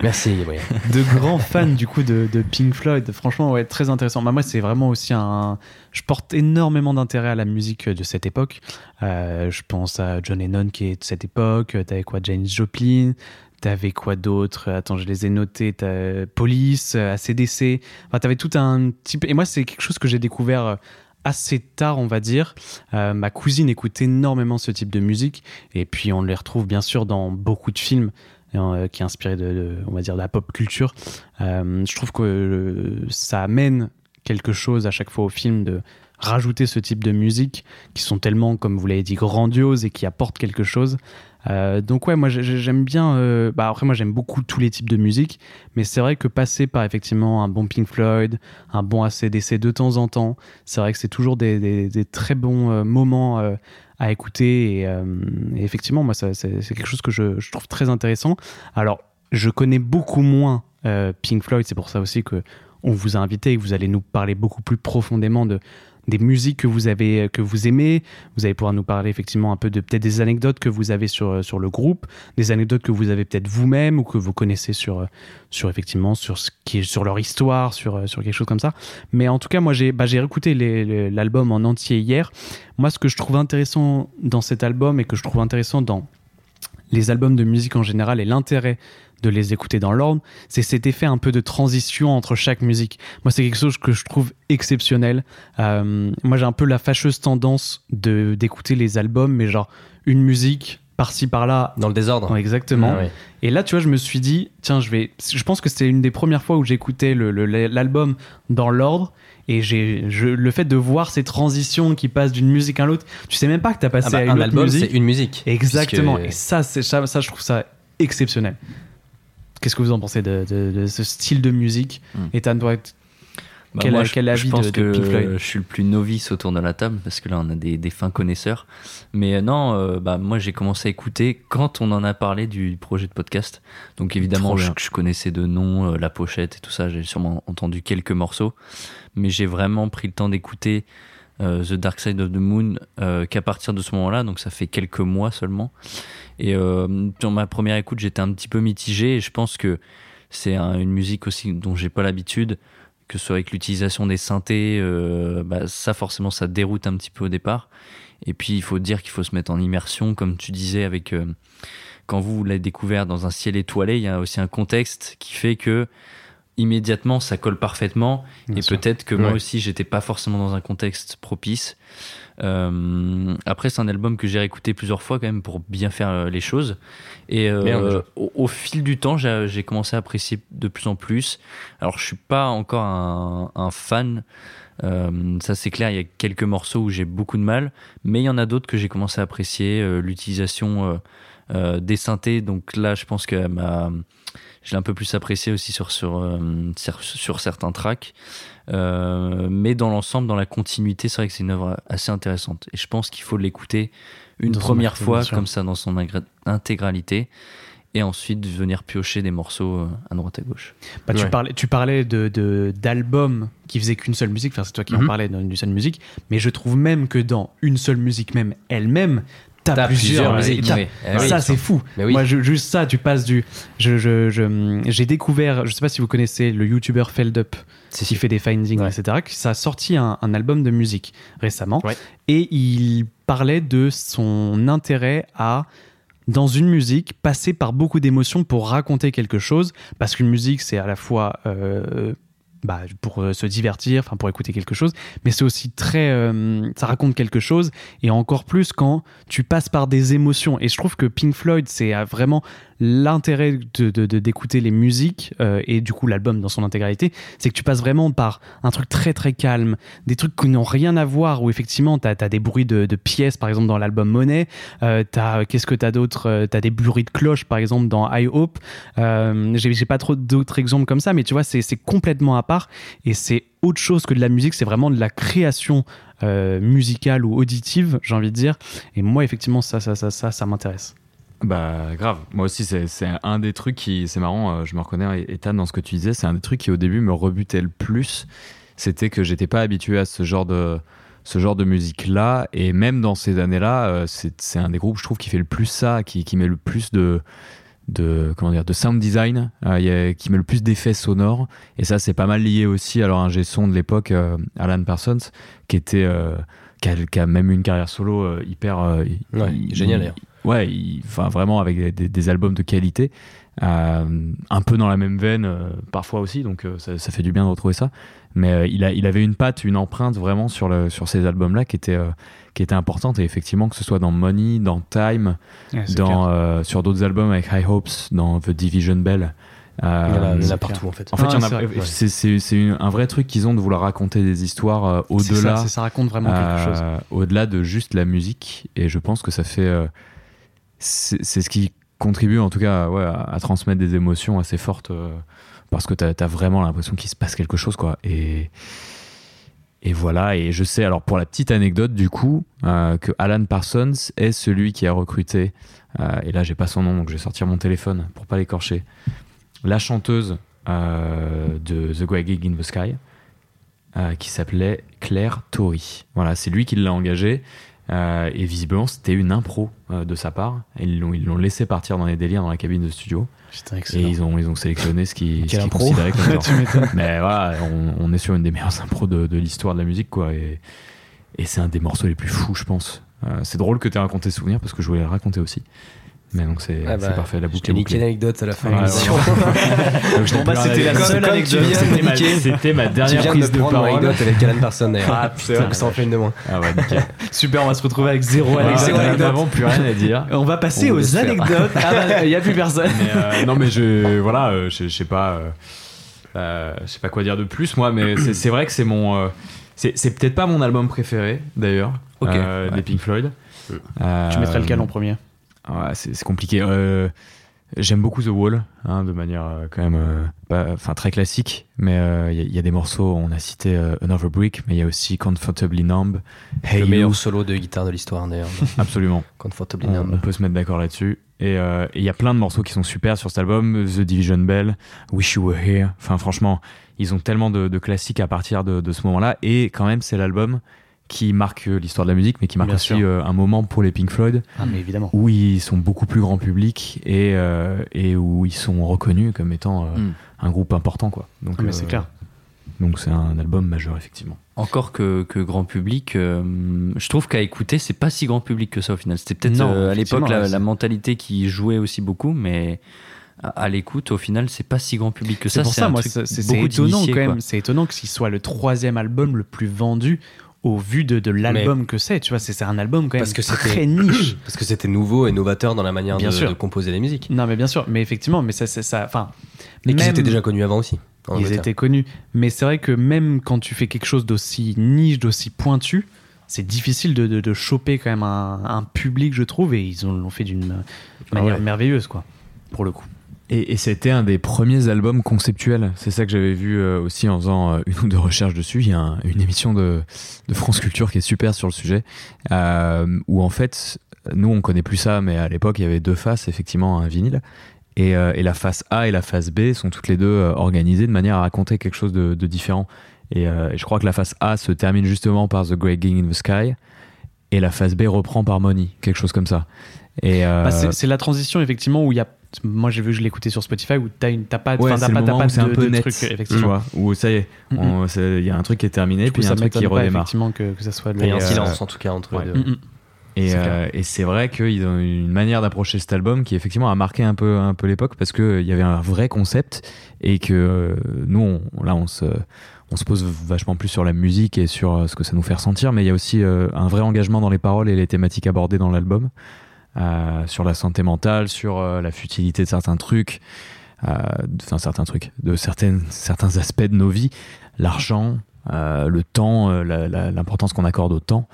Speaker 2: Merci, Gabriel.
Speaker 1: de grands fans du coup de, de Pink Floyd. Franchement, ouais, très intéressant. Bah, moi, c'est vraiment aussi un. Je porte énormément d'intérêt à la musique de cette époque. Euh, je pense à John Lennon qui est de cette époque. T'avais quoi, James Joplin T'avais quoi d'autre Attends, je les ai notés. T'as Police, euh, ACDC. Enfin, t'avais tout un type. Et moi, c'est quelque chose que j'ai découvert euh, assez tard, on va dire. Euh, ma cousine écoute énormément ce type de musique. Et puis, on les retrouve bien sûr dans beaucoup de films. euh, qui est inspiré de, de- on va dire, de la pop culture. Euh, je trouve que euh, ça amène quelque chose à chaque fois au film de rajouter ce type de musique qui sont tellement, comme vous l'avez dit, grandioses et qui apportent quelque chose. Euh, donc ouais, moi j'ai- j'ai- j'aime bien. euh, bah après moi j'aime beaucoup tous les types de musique, mais c'est vrai que passer par effectivement un bon Pink Floyd, un bon ACDC de temps en temps, c'est vrai que c'est toujours des, des- des très bons euh, moments euh, à écouter et, euh, et effectivement moi ça- c'est c'est quelque chose que je- je trouve très intéressant. Alors je connais beaucoup moins euh, Pink Floyd, c'est pour ça aussi que on vous a invité et que vous allez nous parler beaucoup plus profondément de des musiques que vous avez euh, que vous aimez, vous allez pouvoir nous parler effectivement un peu de peut-être des anecdotes que vous avez sur sur le groupe, des anecdotes que vous avez peut-être vous-même ou que vous connaissez sur euh, sur effectivement sur ce qui est sur leur histoire, sur euh, sur quelque chose comme ça. Mais en tout cas, moi j'ai bah, j'ai écouté l'album en entier hier. Moi ce que je trouve intéressant dans cet album et que je trouve intéressant dans les albums de musique en général et l'intérêt de les écouter dans l'ordre, c'est cet effet un peu de transition entre chaque musique. Moi, c'est quelque chose que je trouve exceptionnel. Euh, moi, j'ai un peu la fâcheuse tendance de d'écouter les albums, mais genre une musique par-ci par-là.
Speaker 2: Dans le désordre.
Speaker 1: Exactement.
Speaker 2: Ah ouais.
Speaker 1: Et là, tu vois, je me suis dit, tiens, je vais. Je pense que c'était une des premières fois où j'écoutais le- le- l'album dans l'ordre. Et j'ai je- le fait de voir ces transitions qui passent d'une musique à l'autre, tu sais même pas que t'as
Speaker 2: Ah
Speaker 1: passé
Speaker 2: bah,
Speaker 1: à une
Speaker 2: un
Speaker 1: autre
Speaker 2: album,
Speaker 1: musique.
Speaker 2: c'est une musique.
Speaker 1: Exactement. Et
Speaker 2: Puisque-
Speaker 1: ça, c'est ça, ça, je trouve ça exceptionnel. Qu'est-ce que vous en pensez de, de- de ce style de musique
Speaker 3: Hmm.
Speaker 1: Ethan, toi, t-
Speaker 3: Bah,
Speaker 1: Quel-
Speaker 3: moi, je-
Speaker 1: quel
Speaker 3: je,
Speaker 1: avis
Speaker 3: pense
Speaker 1: de- de
Speaker 3: que
Speaker 1: Pink Floyd
Speaker 3: je suis le plus novice autour de la table parce que là on a des, des fins connaisseurs. Mais euh, non, euh, bah, moi j'ai commencé à écouter quand on en a parlé du projet de podcast. Donc évidemment
Speaker 4: Trop
Speaker 3: je,
Speaker 4: bien.
Speaker 3: je connaissais de nom, euh, la pochette et tout ça, j'ai sûrement entendu quelques morceaux. Mais j'ai vraiment pris le temps d'écouter euh, The Dark Side of the Moon euh, qu'à partir de ce moment-là, donc ça fait quelques mois seulement. Et euh, dans ma première écoute j'étais un petit peu mitigé et je pense que c'est un- une musique aussi dont j'ai pas l'habitude que ce soit avec l'utilisation des synthés, euh, bah, ça forcément ça déroute un petit peu au départ. Et puis il faut dire qu'il faut se mettre en immersion, comme tu disais, avec euh, quand vous l'avez découvert dans un ciel étoilé, il y a aussi un contexte qui fait que immédiatement ça colle parfaitement.
Speaker 1: Bien
Speaker 3: et
Speaker 1: sûr.
Speaker 3: peut-être que moi
Speaker 4: Ouais.
Speaker 3: aussi j'étais pas forcément dans un contexte propice. Euh, après c'est un album que j'ai réécouté plusieurs fois quand même pour bien faire euh, les choses. Et euh,
Speaker 2: Merde, je-
Speaker 3: au, au fil du temps j'ai j'ai commencé à apprécier de plus en plus. Alors je suis pas encore un, un fan, euh, ça c'est clair, il y a quelques morceaux où j'ai beaucoup de mal, mais il y en a d'autres que j'ai commencé à apprécier, euh, l'utilisation euh, euh, des synthés, donc là je pense que ma, je l'ai un peu plus apprécié aussi sur, sur, euh, sur, sur certains tracks, Euh, mais dans l'ensemble, dans la continuité, c'est vrai que c'est une œuvre assez intéressante, et je pense qu'il faut l'écouter une
Speaker 1: Dans son
Speaker 3: première
Speaker 1: intégralité,
Speaker 3: fois
Speaker 1: bien sûr.
Speaker 3: comme ça dans son ingré- intégralité, et ensuite venir piocher des morceaux euh, à droite à gauche.
Speaker 1: bah, tu
Speaker 4: Ouais.
Speaker 1: parlais, tu parlais de, de- d'albums qui faisaient qu'une seule musique. Enfin, c'est toi qui en
Speaker 2: Mhm.
Speaker 1: parlais d'une seule musique. Mais je trouve même que dans une seule musique, même elle-même, t'as,
Speaker 2: T'as plusieurs
Speaker 1: plusieurs
Speaker 2: musiques.
Speaker 1: t'as-
Speaker 2: oui. Eh oui.
Speaker 1: ça, c'est fou.
Speaker 2: Mais oui.
Speaker 1: Moi, je- juste ça, tu passes du. je- je- je- j'ai découvert, je sais pas si vous connaissez le youtubeur Feldup.
Speaker 2: C'est
Speaker 1: qui fait des findings,
Speaker 2: Ouais.
Speaker 1: etc., qui- ça a sorti un, un album de musique récemment.
Speaker 2: Ouais.
Speaker 1: Et il parlait de son intérêt à, dans une musique, passer par beaucoup d'émotions pour raconter quelque chose, parce qu'une musique, c'est à la fois... euh, bah, pour euh, se divertir, enfin pour écouter quelque chose, mais c'est aussi très, euh, ça raconte quelque chose et encore plus quand tu passes par des émotions. Et je trouve que Pink Floyd, c'est euh, vraiment l'intérêt de- de- de- d'écouter les musiques euh, et du coup l'album dans son intégralité, c'est que tu passes vraiment par un truc très très calme, des trucs qui n'ont rien à voir, où effectivement t'as as des bruits de, de pièces, par exemple dans l'album Monet, euh, t'as- qu'est-ce que t'as d'autre Euh, T'as des bruits de cloches, par exemple dans I Hope, Euh, j'ai j'ai pas trop d'autres exemples comme ça, mais tu vois, c'est c'est complètement à part, et c'est autre chose que de la musique, c'est vraiment de la création euh, musicale ou auditive, j'ai envie de dire, et moi effectivement ça, ça, ça, ça, ça m'intéresse.
Speaker 4: Bah grave, moi aussi c'est c'est un des trucs qui, c'est marrant, euh, je me reconnais Ethan dans ce que tu disais, c'est un des trucs qui au début me rebutait le plus, c'était que j'étais pas habitué à ce genre de, ce genre de musique-là. Et même dans ces années-là, euh, c'est c'est un des groupes, je trouve, qui fait le plus ça, qui, qui met le plus de, de, comment dire, de sound design, euh, il y a- qui met le plus d'effets sonores. Et ça, c'est pas mal lié aussi à leur ingé son de l'époque, euh, Alan Parsons, qui était. euh, qui a, qui a même une carrière solo euh, hyper euh, hy-
Speaker 2: Ouais,
Speaker 4: hy-
Speaker 2: génial, d'ailleurs.
Speaker 4: Ouais, il- enfin vraiment avec des- des, des albums de qualité, euh, un peu dans la même veine euh, parfois aussi, donc euh, ça, ça fait du bien de retrouver ça. Mais euh, il, a, il avait une patte, une empreinte vraiment sur, le, sur ces albums-là qui était, euh, qui était importante. Et effectivement, que ce soit dans Money, dans Time,
Speaker 1: Ouais, c'est clair.
Speaker 4: dans, euh, sur d'autres albums avec High Hopes, dans The Division Bell. euh,
Speaker 2: il y en a, il y en a
Speaker 1: c'est
Speaker 2: partout en fait.
Speaker 4: en fait, il y en
Speaker 1: Ah, c'est
Speaker 4: a-
Speaker 1: vrai.
Speaker 4: c'est c'est- c'est une- un vrai truc qu'ils ont de vouloir raconter des histoires euh,
Speaker 1: C'est
Speaker 4: au-delà
Speaker 1: ça, c'est- ça raconte vraiment quelque chose.
Speaker 4: euh, Au-delà de juste la musique, et je pense que ça fait. euh, c'est c'est ce qui contribue en tout cas ouais, à, à transmettre des émotions assez fortes euh, parce que t'as as vraiment l'impression qu'il se passe quelque chose quoi. Et, et voilà, et je sais, alors pour la petite anecdote du coup, euh, que Alan Parsons est celui qui a recruté, euh, et là j'ai pas son nom donc je vais sortir mon téléphone pour pas l'écorcher, la chanteuse euh, de The Great Gig in the Sky euh, qui s'appelait Claire Tory. Voilà, c'est lui qui l'a engagée. euh, et visiblement, c'était une impro euh, de sa part. Et Ils l'ont ils l'ont laissé partir dans les délires dans la cabine de studio.
Speaker 2: Putain,
Speaker 4: Et
Speaker 2: excellent.
Speaker 4: ils ont, ils ont sélectionné ce qui, ce
Speaker 2: Quelle
Speaker 4: qui
Speaker 2: impro.
Speaker 4: considérait comme leur- Mais voilà, on, on est sur une des meilleures impros de, de l'histoire de la musique, quoi. Et, et c'est un des morceaux les plus fous, je pense. Euh, c'est drôle que tu aies raconté ce souvenir parce que je voulais le raconter aussi. Mais donc c'est
Speaker 2: Ah
Speaker 4: c'est
Speaker 2: bah,
Speaker 4: parfait, la
Speaker 2: Je
Speaker 4: boucle
Speaker 2: t'ai
Speaker 4: est
Speaker 2: niqué
Speaker 4: bouclée.
Speaker 2: l'anecdote à la fin
Speaker 4: Ouais,
Speaker 2: de l'émission.
Speaker 4: Donc, je n'ai
Speaker 2: bah,
Speaker 4: plus rien
Speaker 2: c'était
Speaker 4: à
Speaker 2: la
Speaker 4: dire.
Speaker 2: seule
Speaker 4: Comme
Speaker 2: anecdote.
Speaker 4: tu viens de
Speaker 2: C'était
Speaker 4: me
Speaker 2: ma-
Speaker 4: niquer. C'était ma,
Speaker 2: Tu
Speaker 4: dernière
Speaker 2: viens de me
Speaker 4: prise de,
Speaker 2: prendre une
Speaker 4: parole.
Speaker 2: anecdote avec Alan Parsons d'ailleurs.
Speaker 4: Ah, putain,
Speaker 2: Donc ça en fait une de moins.
Speaker 4: Ah ouais, nickel.
Speaker 1: Super, on va se retrouver avec zéro
Speaker 4: Voilà,
Speaker 2: Alexis,
Speaker 4: on n'a
Speaker 2: anecdote.
Speaker 4: vraiment plus rien à dire.
Speaker 1: On va passer
Speaker 4: On
Speaker 1: aux
Speaker 4: l'espère.
Speaker 1: anecdotes. Ah bah, Il n'y a plus personne.
Speaker 4: Mais, euh, non, mais je voilà, euh, je je sais pas, euh, euh, je sais pas quoi dire de plus moi, mais c'est c'est vrai que c'est mon, euh, c'est c'est peut-être pas mon album préféré d'ailleurs,
Speaker 3: Ok,
Speaker 4: euh,
Speaker 3: ouais.
Speaker 4: des Pink Floyd.
Speaker 1: Tu mettrais lequel en premier
Speaker 4: Ouais, c'est c'est compliqué. Euh, J'aime beaucoup The Wall, hein, de manière euh, quand même, euh, pas- enfin très classique. Mais euh, il y, a- il y a des morceaux. On a cité euh, Another Brick, mais il y a aussi Comfortably Numb, Hey
Speaker 2: Le
Speaker 4: You.
Speaker 2: meilleur solo de guitare de l'histoire d'ailleurs.
Speaker 4: absolument.
Speaker 2: Comfortably
Speaker 4: On, on
Speaker 2: Numb.
Speaker 4: peut se mettre d'accord là-dessus. Et euh, et il y a plein de morceaux qui sont super sur cet album. The Division Bell, Wish You Were Here. Enfin, franchement, ils ont tellement de, de classiques à partir de, de ce moment-là. Et quand même, c'est l'album qui marque euh, l'histoire de la musique, mais qui marque
Speaker 1: Bien
Speaker 4: aussi
Speaker 1: sûr.
Speaker 4: euh, un moment pour les Pink Floyd,
Speaker 1: Ah, mais évidemment.
Speaker 4: où ils sont beaucoup plus grand public et, euh, et où ils sont reconnus comme étant euh,
Speaker 3: Mm.
Speaker 4: un groupe important. Quoi. Donc,
Speaker 1: Hmm. Ah, mais c'est
Speaker 4: euh,
Speaker 1: clair.
Speaker 4: Donc, c'est un album majeur, effectivement.
Speaker 3: Encore que, que grand public, euh, je trouve qu'à écouter, c'est pas si grand public que ça au final. C'était peut-être
Speaker 1: Non,
Speaker 3: euh, à
Speaker 1: effectivement,
Speaker 3: l'époque la,
Speaker 1: ouais,
Speaker 3: la
Speaker 1: c'est-
Speaker 3: mentalité qui jouait aussi beaucoup, mais à, à l'écoute, au final, c'est pas si grand public que ça.
Speaker 1: C'est pour ça,
Speaker 3: un
Speaker 1: moi,
Speaker 3: truc
Speaker 1: c'est c'est
Speaker 3: beaucoup
Speaker 1: étonnant
Speaker 3: d'initiés,
Speaker 1: quand
Speaker 3: quoi.
Speaker 1: même. C'est étonnant que ce soit le troisième album le plus vendu au vu de, de l'album que c'est. Tu vois, c'est c'est un album quand même
Speaker 2: Parce que c'était-
Speaker 1: très niche.
Speaker 2: Parce que c'était nouveau et novateur dans la manière de,
Speaker 1: Bien sûr.
Speaker 2: de composer les musiques.
Speaker 1: Non, mais bien sûr. Mais effectivement, mais ça, c'est ça. Enfin,
Speaker 2: Mais qui
Speaker 1: même-
Speaker 2: étaient déjà connus avant aussi. en
Speaker 1: ils
Speaker 2: Angleterre.
Speaker 1: étaient connus. Mais c'est vrai que même quand tu fais quelque chose d'aussi niche, d'aussi pointu, c'est difficile de, de- de choper quand même un, un public, je trouve, et ils ont- l'ont fait d'une manière
Speaker 4: ouais.
Speaker 1: merveilleuse, quoi, pour le coup.
Speaker 4: Et, et c'était un des premiers albums conceptuels. C'est ça que j'avais vu euh, aussi en faisant euh, une ou deux recherches dessus. Il y a un- une émission de, de France Culture qui est super sur le sujet, euh, où en fait, nous on connaît plus ça, mais à l'époque il y avait deux faces effectivement à un vinyle. Et, euh, et la face A et la face B sont toutes les deux euh, organisées de manière à raconter quelque chose de, de différent. Et, euh, et je crois que la face A se termine justement par The Great King in the Sky, et la face B reprend par Money, quelque chose comme ça. Et euh,
Speaker 1: Bah, c'est- c'est la transition, effectivement, où il y a. Moi, j'ai vu que je l'écoutais sur Spotify, où t'as une- t'as pas,
Speaker 4: Ouais,
Speaker 1: enfin,
Speaker 4: c'est
Speaker 1: t'as
Speaker 4: le
Speaker 1: pas, t'as
Speaker 4: moment
Speaker 1: pas
Speaker 4: où c'est un
Speaker 1: de-
Speaker 4: peu
Speaker 1: de
Speaker 4: net,
Speaker 1: truc,
Speaker 4: tu
Speaker 1: effectivement.
Speaker 4: vois, où ça y est, on- c'est- il y a un truc qui est terminé,
Speaker 1: Du coup,
Speaker 4: puis il y a
Speaker 1: ça
Speaker 4: un truc qui
Speaker 1: m'étonne pas,
Speaker 4: redémarre.
Speaker 1: effectivement, que, que ça soit de
Speaker 2: Il y a un
Speaker 1: la-
Speaker 4: Et, euh,
Speaker 2: silence en tout cas entre
Speaker 4: ouais.
Speaker 2: les deux.
Speaker 1: Mm, mm.
Speaker 4: Et
Speaker 1: C'est
Speaker 4: euh,
Speaker 1: clair.
Speaker 4: et c'est vrai qu'ils ont une manière d'approcher cet album qui effectivement a marqué un peu, un peu l'époque parce que euh, il y avait un vrai concept et que euh, nous, on- là, on se, on se pose vachement plus sur la musique et sur euh, ce que ça nous fait ressentir, mais il y a aussi euh, un vrai engagement dans les paroles et les thématiques abordées dans l'album, euh, sur la santé mentale, sur euh, la futilité de certains trucs, euh, de- enfin certains trucs, de certaines, certains aspects de nos vies, l'argent, euh, le temps, euh, la- la- l'importance qu'on accorde au temps.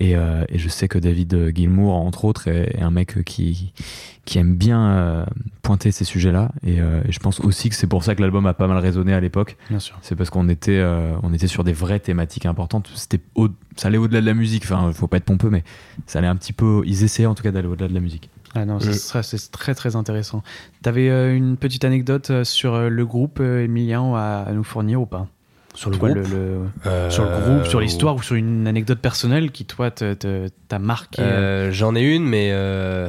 Speaker 4: Et, euh, et je sais que David Gilmour, entre autres, est, est un mec qui, qui aime bien euh, pointer ces sujets-là. Et, euh, et je pense aussi que c'est pour ça que l'album a pas mal résonné à l'époque.
Speaker 1: Bien sûr.
Speaker 4: C'est parce qu'on était, euh, on était sur des vraies thématiques importantes. C'était au- ça allait au-delà de la musique. Enfin, faut pas être pompeux, mais ça allait un petit peu. Ils essayaient en tout cas d'aller au-delà de la musique.
Speaker 1: Ah
Speaker 4: Euh.
Speaker 1: non, c'est- ça, c'est très très intéressant. T'avais euh, une petite anecdote euh, sur euh, le groupe euh, Emilien à, à nous fournir ou pas
Speaker 2: Sur le
Speaker 1: Toi,
Speaker 2: groupe
Speaker 1: le-
Speaker 2: Euh,
Speaker 1: le- sur le groupe, sur l'histoire ou sur une anecdote personnelle qui, toi, te- te- t'a marqué euh,
Speaker 2: Euh, J'en ai une, mais euh,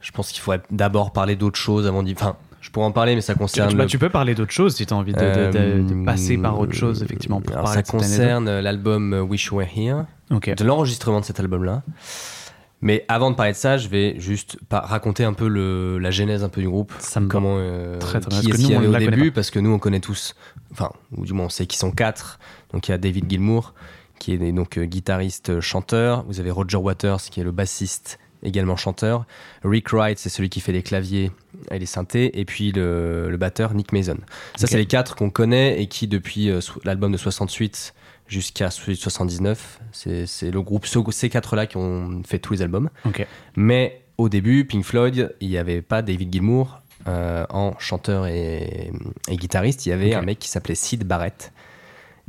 Speaker 2: je pense qu'il faudrait d'abord parler d'autres choses avant d'y. Enfin, je pourrais en parler, mais ça
Speaker 1: tu,
Speaker 2: concerne.
Speaker 1: bah,
Speaker 2: le-
Speaker 1: tu peux parler d'autre chose si tu as envie de, de- de- de
Speaker 2: Euh,
Speaker 1: passer par autre chose, effectivement, pour
Speaker 4: Euh,
Speaker 2: alors,
Speaker 1: parler
Speaker 2: ça
Speaker 1: de cette anecdote.
Speaker 2: concerne euh, l'album Wish You Were Here,
Speaker 1: Ok.
Speaker 2: de l'enregistrement de cet album-là. Mais avant de parler de ça, je vais juste par- raconter un peu le, la genèse un peu du groupe.
Speaker 1: Ça me
Speaker 2: Comment, euh,
Speaker 1: Très, très bien, parce
Speaker 2: qui
Speaker 1: que
Speaker 2: est-ce
Speaker 1: nous,
Speaker 2: qu'il y
Speaker 1: on
Speaker 2: avait au
Speaker 1: la connaît
Speaker 2: début Parce que nous, on connaît tous, enfin, ou du moins, on sait qui sont quatre. Donc, il y a David Gilmour, qui est donc euh, guitariste euh, chanteur. Vous avez Roger Waters, qui est le bassiste, également chanteur. Rick Wright, c'est celui qui fait les claviers et les synthés. Et puis, le, le batteur, Nick Mason. Ça,
Speaker 1: Ok.
Speaker 2: c'est les quatre qu'on connaît et qui, depuis euh, so- l'album de 68 jusqu'à celui de 79, c'est c'est le groupe, ce- ces quatre-là qui ont fait tous les albums.
Speaker 1: Ok.
Speaker 2: Mais au début, Pink Floyd, il n'y avait pas David Gilmour euh, en chanteur et, et guitariste. Il y avait
Speaker 1: Ok.
Speaker 2: un mec qui s'appelait Sid Barrett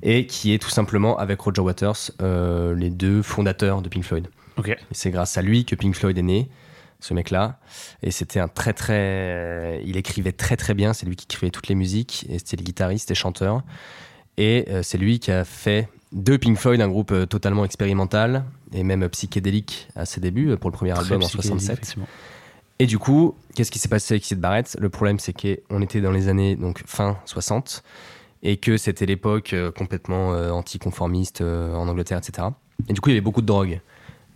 Speaker 2: et qui est tout simplement, avec Roger Waters, euh, les deux fondateurs de Pink Floyd.
Speaker 1: Ok.
Speaker 2: Et c'est grâce à lui que Pink Floyd est né, ce mec-là. Et c'était un très très. Il écrivait très très bien, c'est lui qui écrivait toutes les musiques, et c'était le guitariste et chanteur. Et euh, c'est lui qui a fait de Pink Floyd un groupe euh, totalement expérimental et même psychédélique à ses débuts euh, pour le premier
Speaker 1: Très
Speaker 2: album en
Speaker 1: psychédélique,
Speaker 2: 67.
Speaker 1: effectivement.
Speaker 2: Et du coup, qu'est-ce qui s'est passé avec Sid Barrett Le problème, c'est qu'on était dans les années donc fin 60 et que c'était l'époque euh, complètement euh, anticonformiste euh, en Angleterre, etc. Et du coup, il y avait beaucoup de drogue,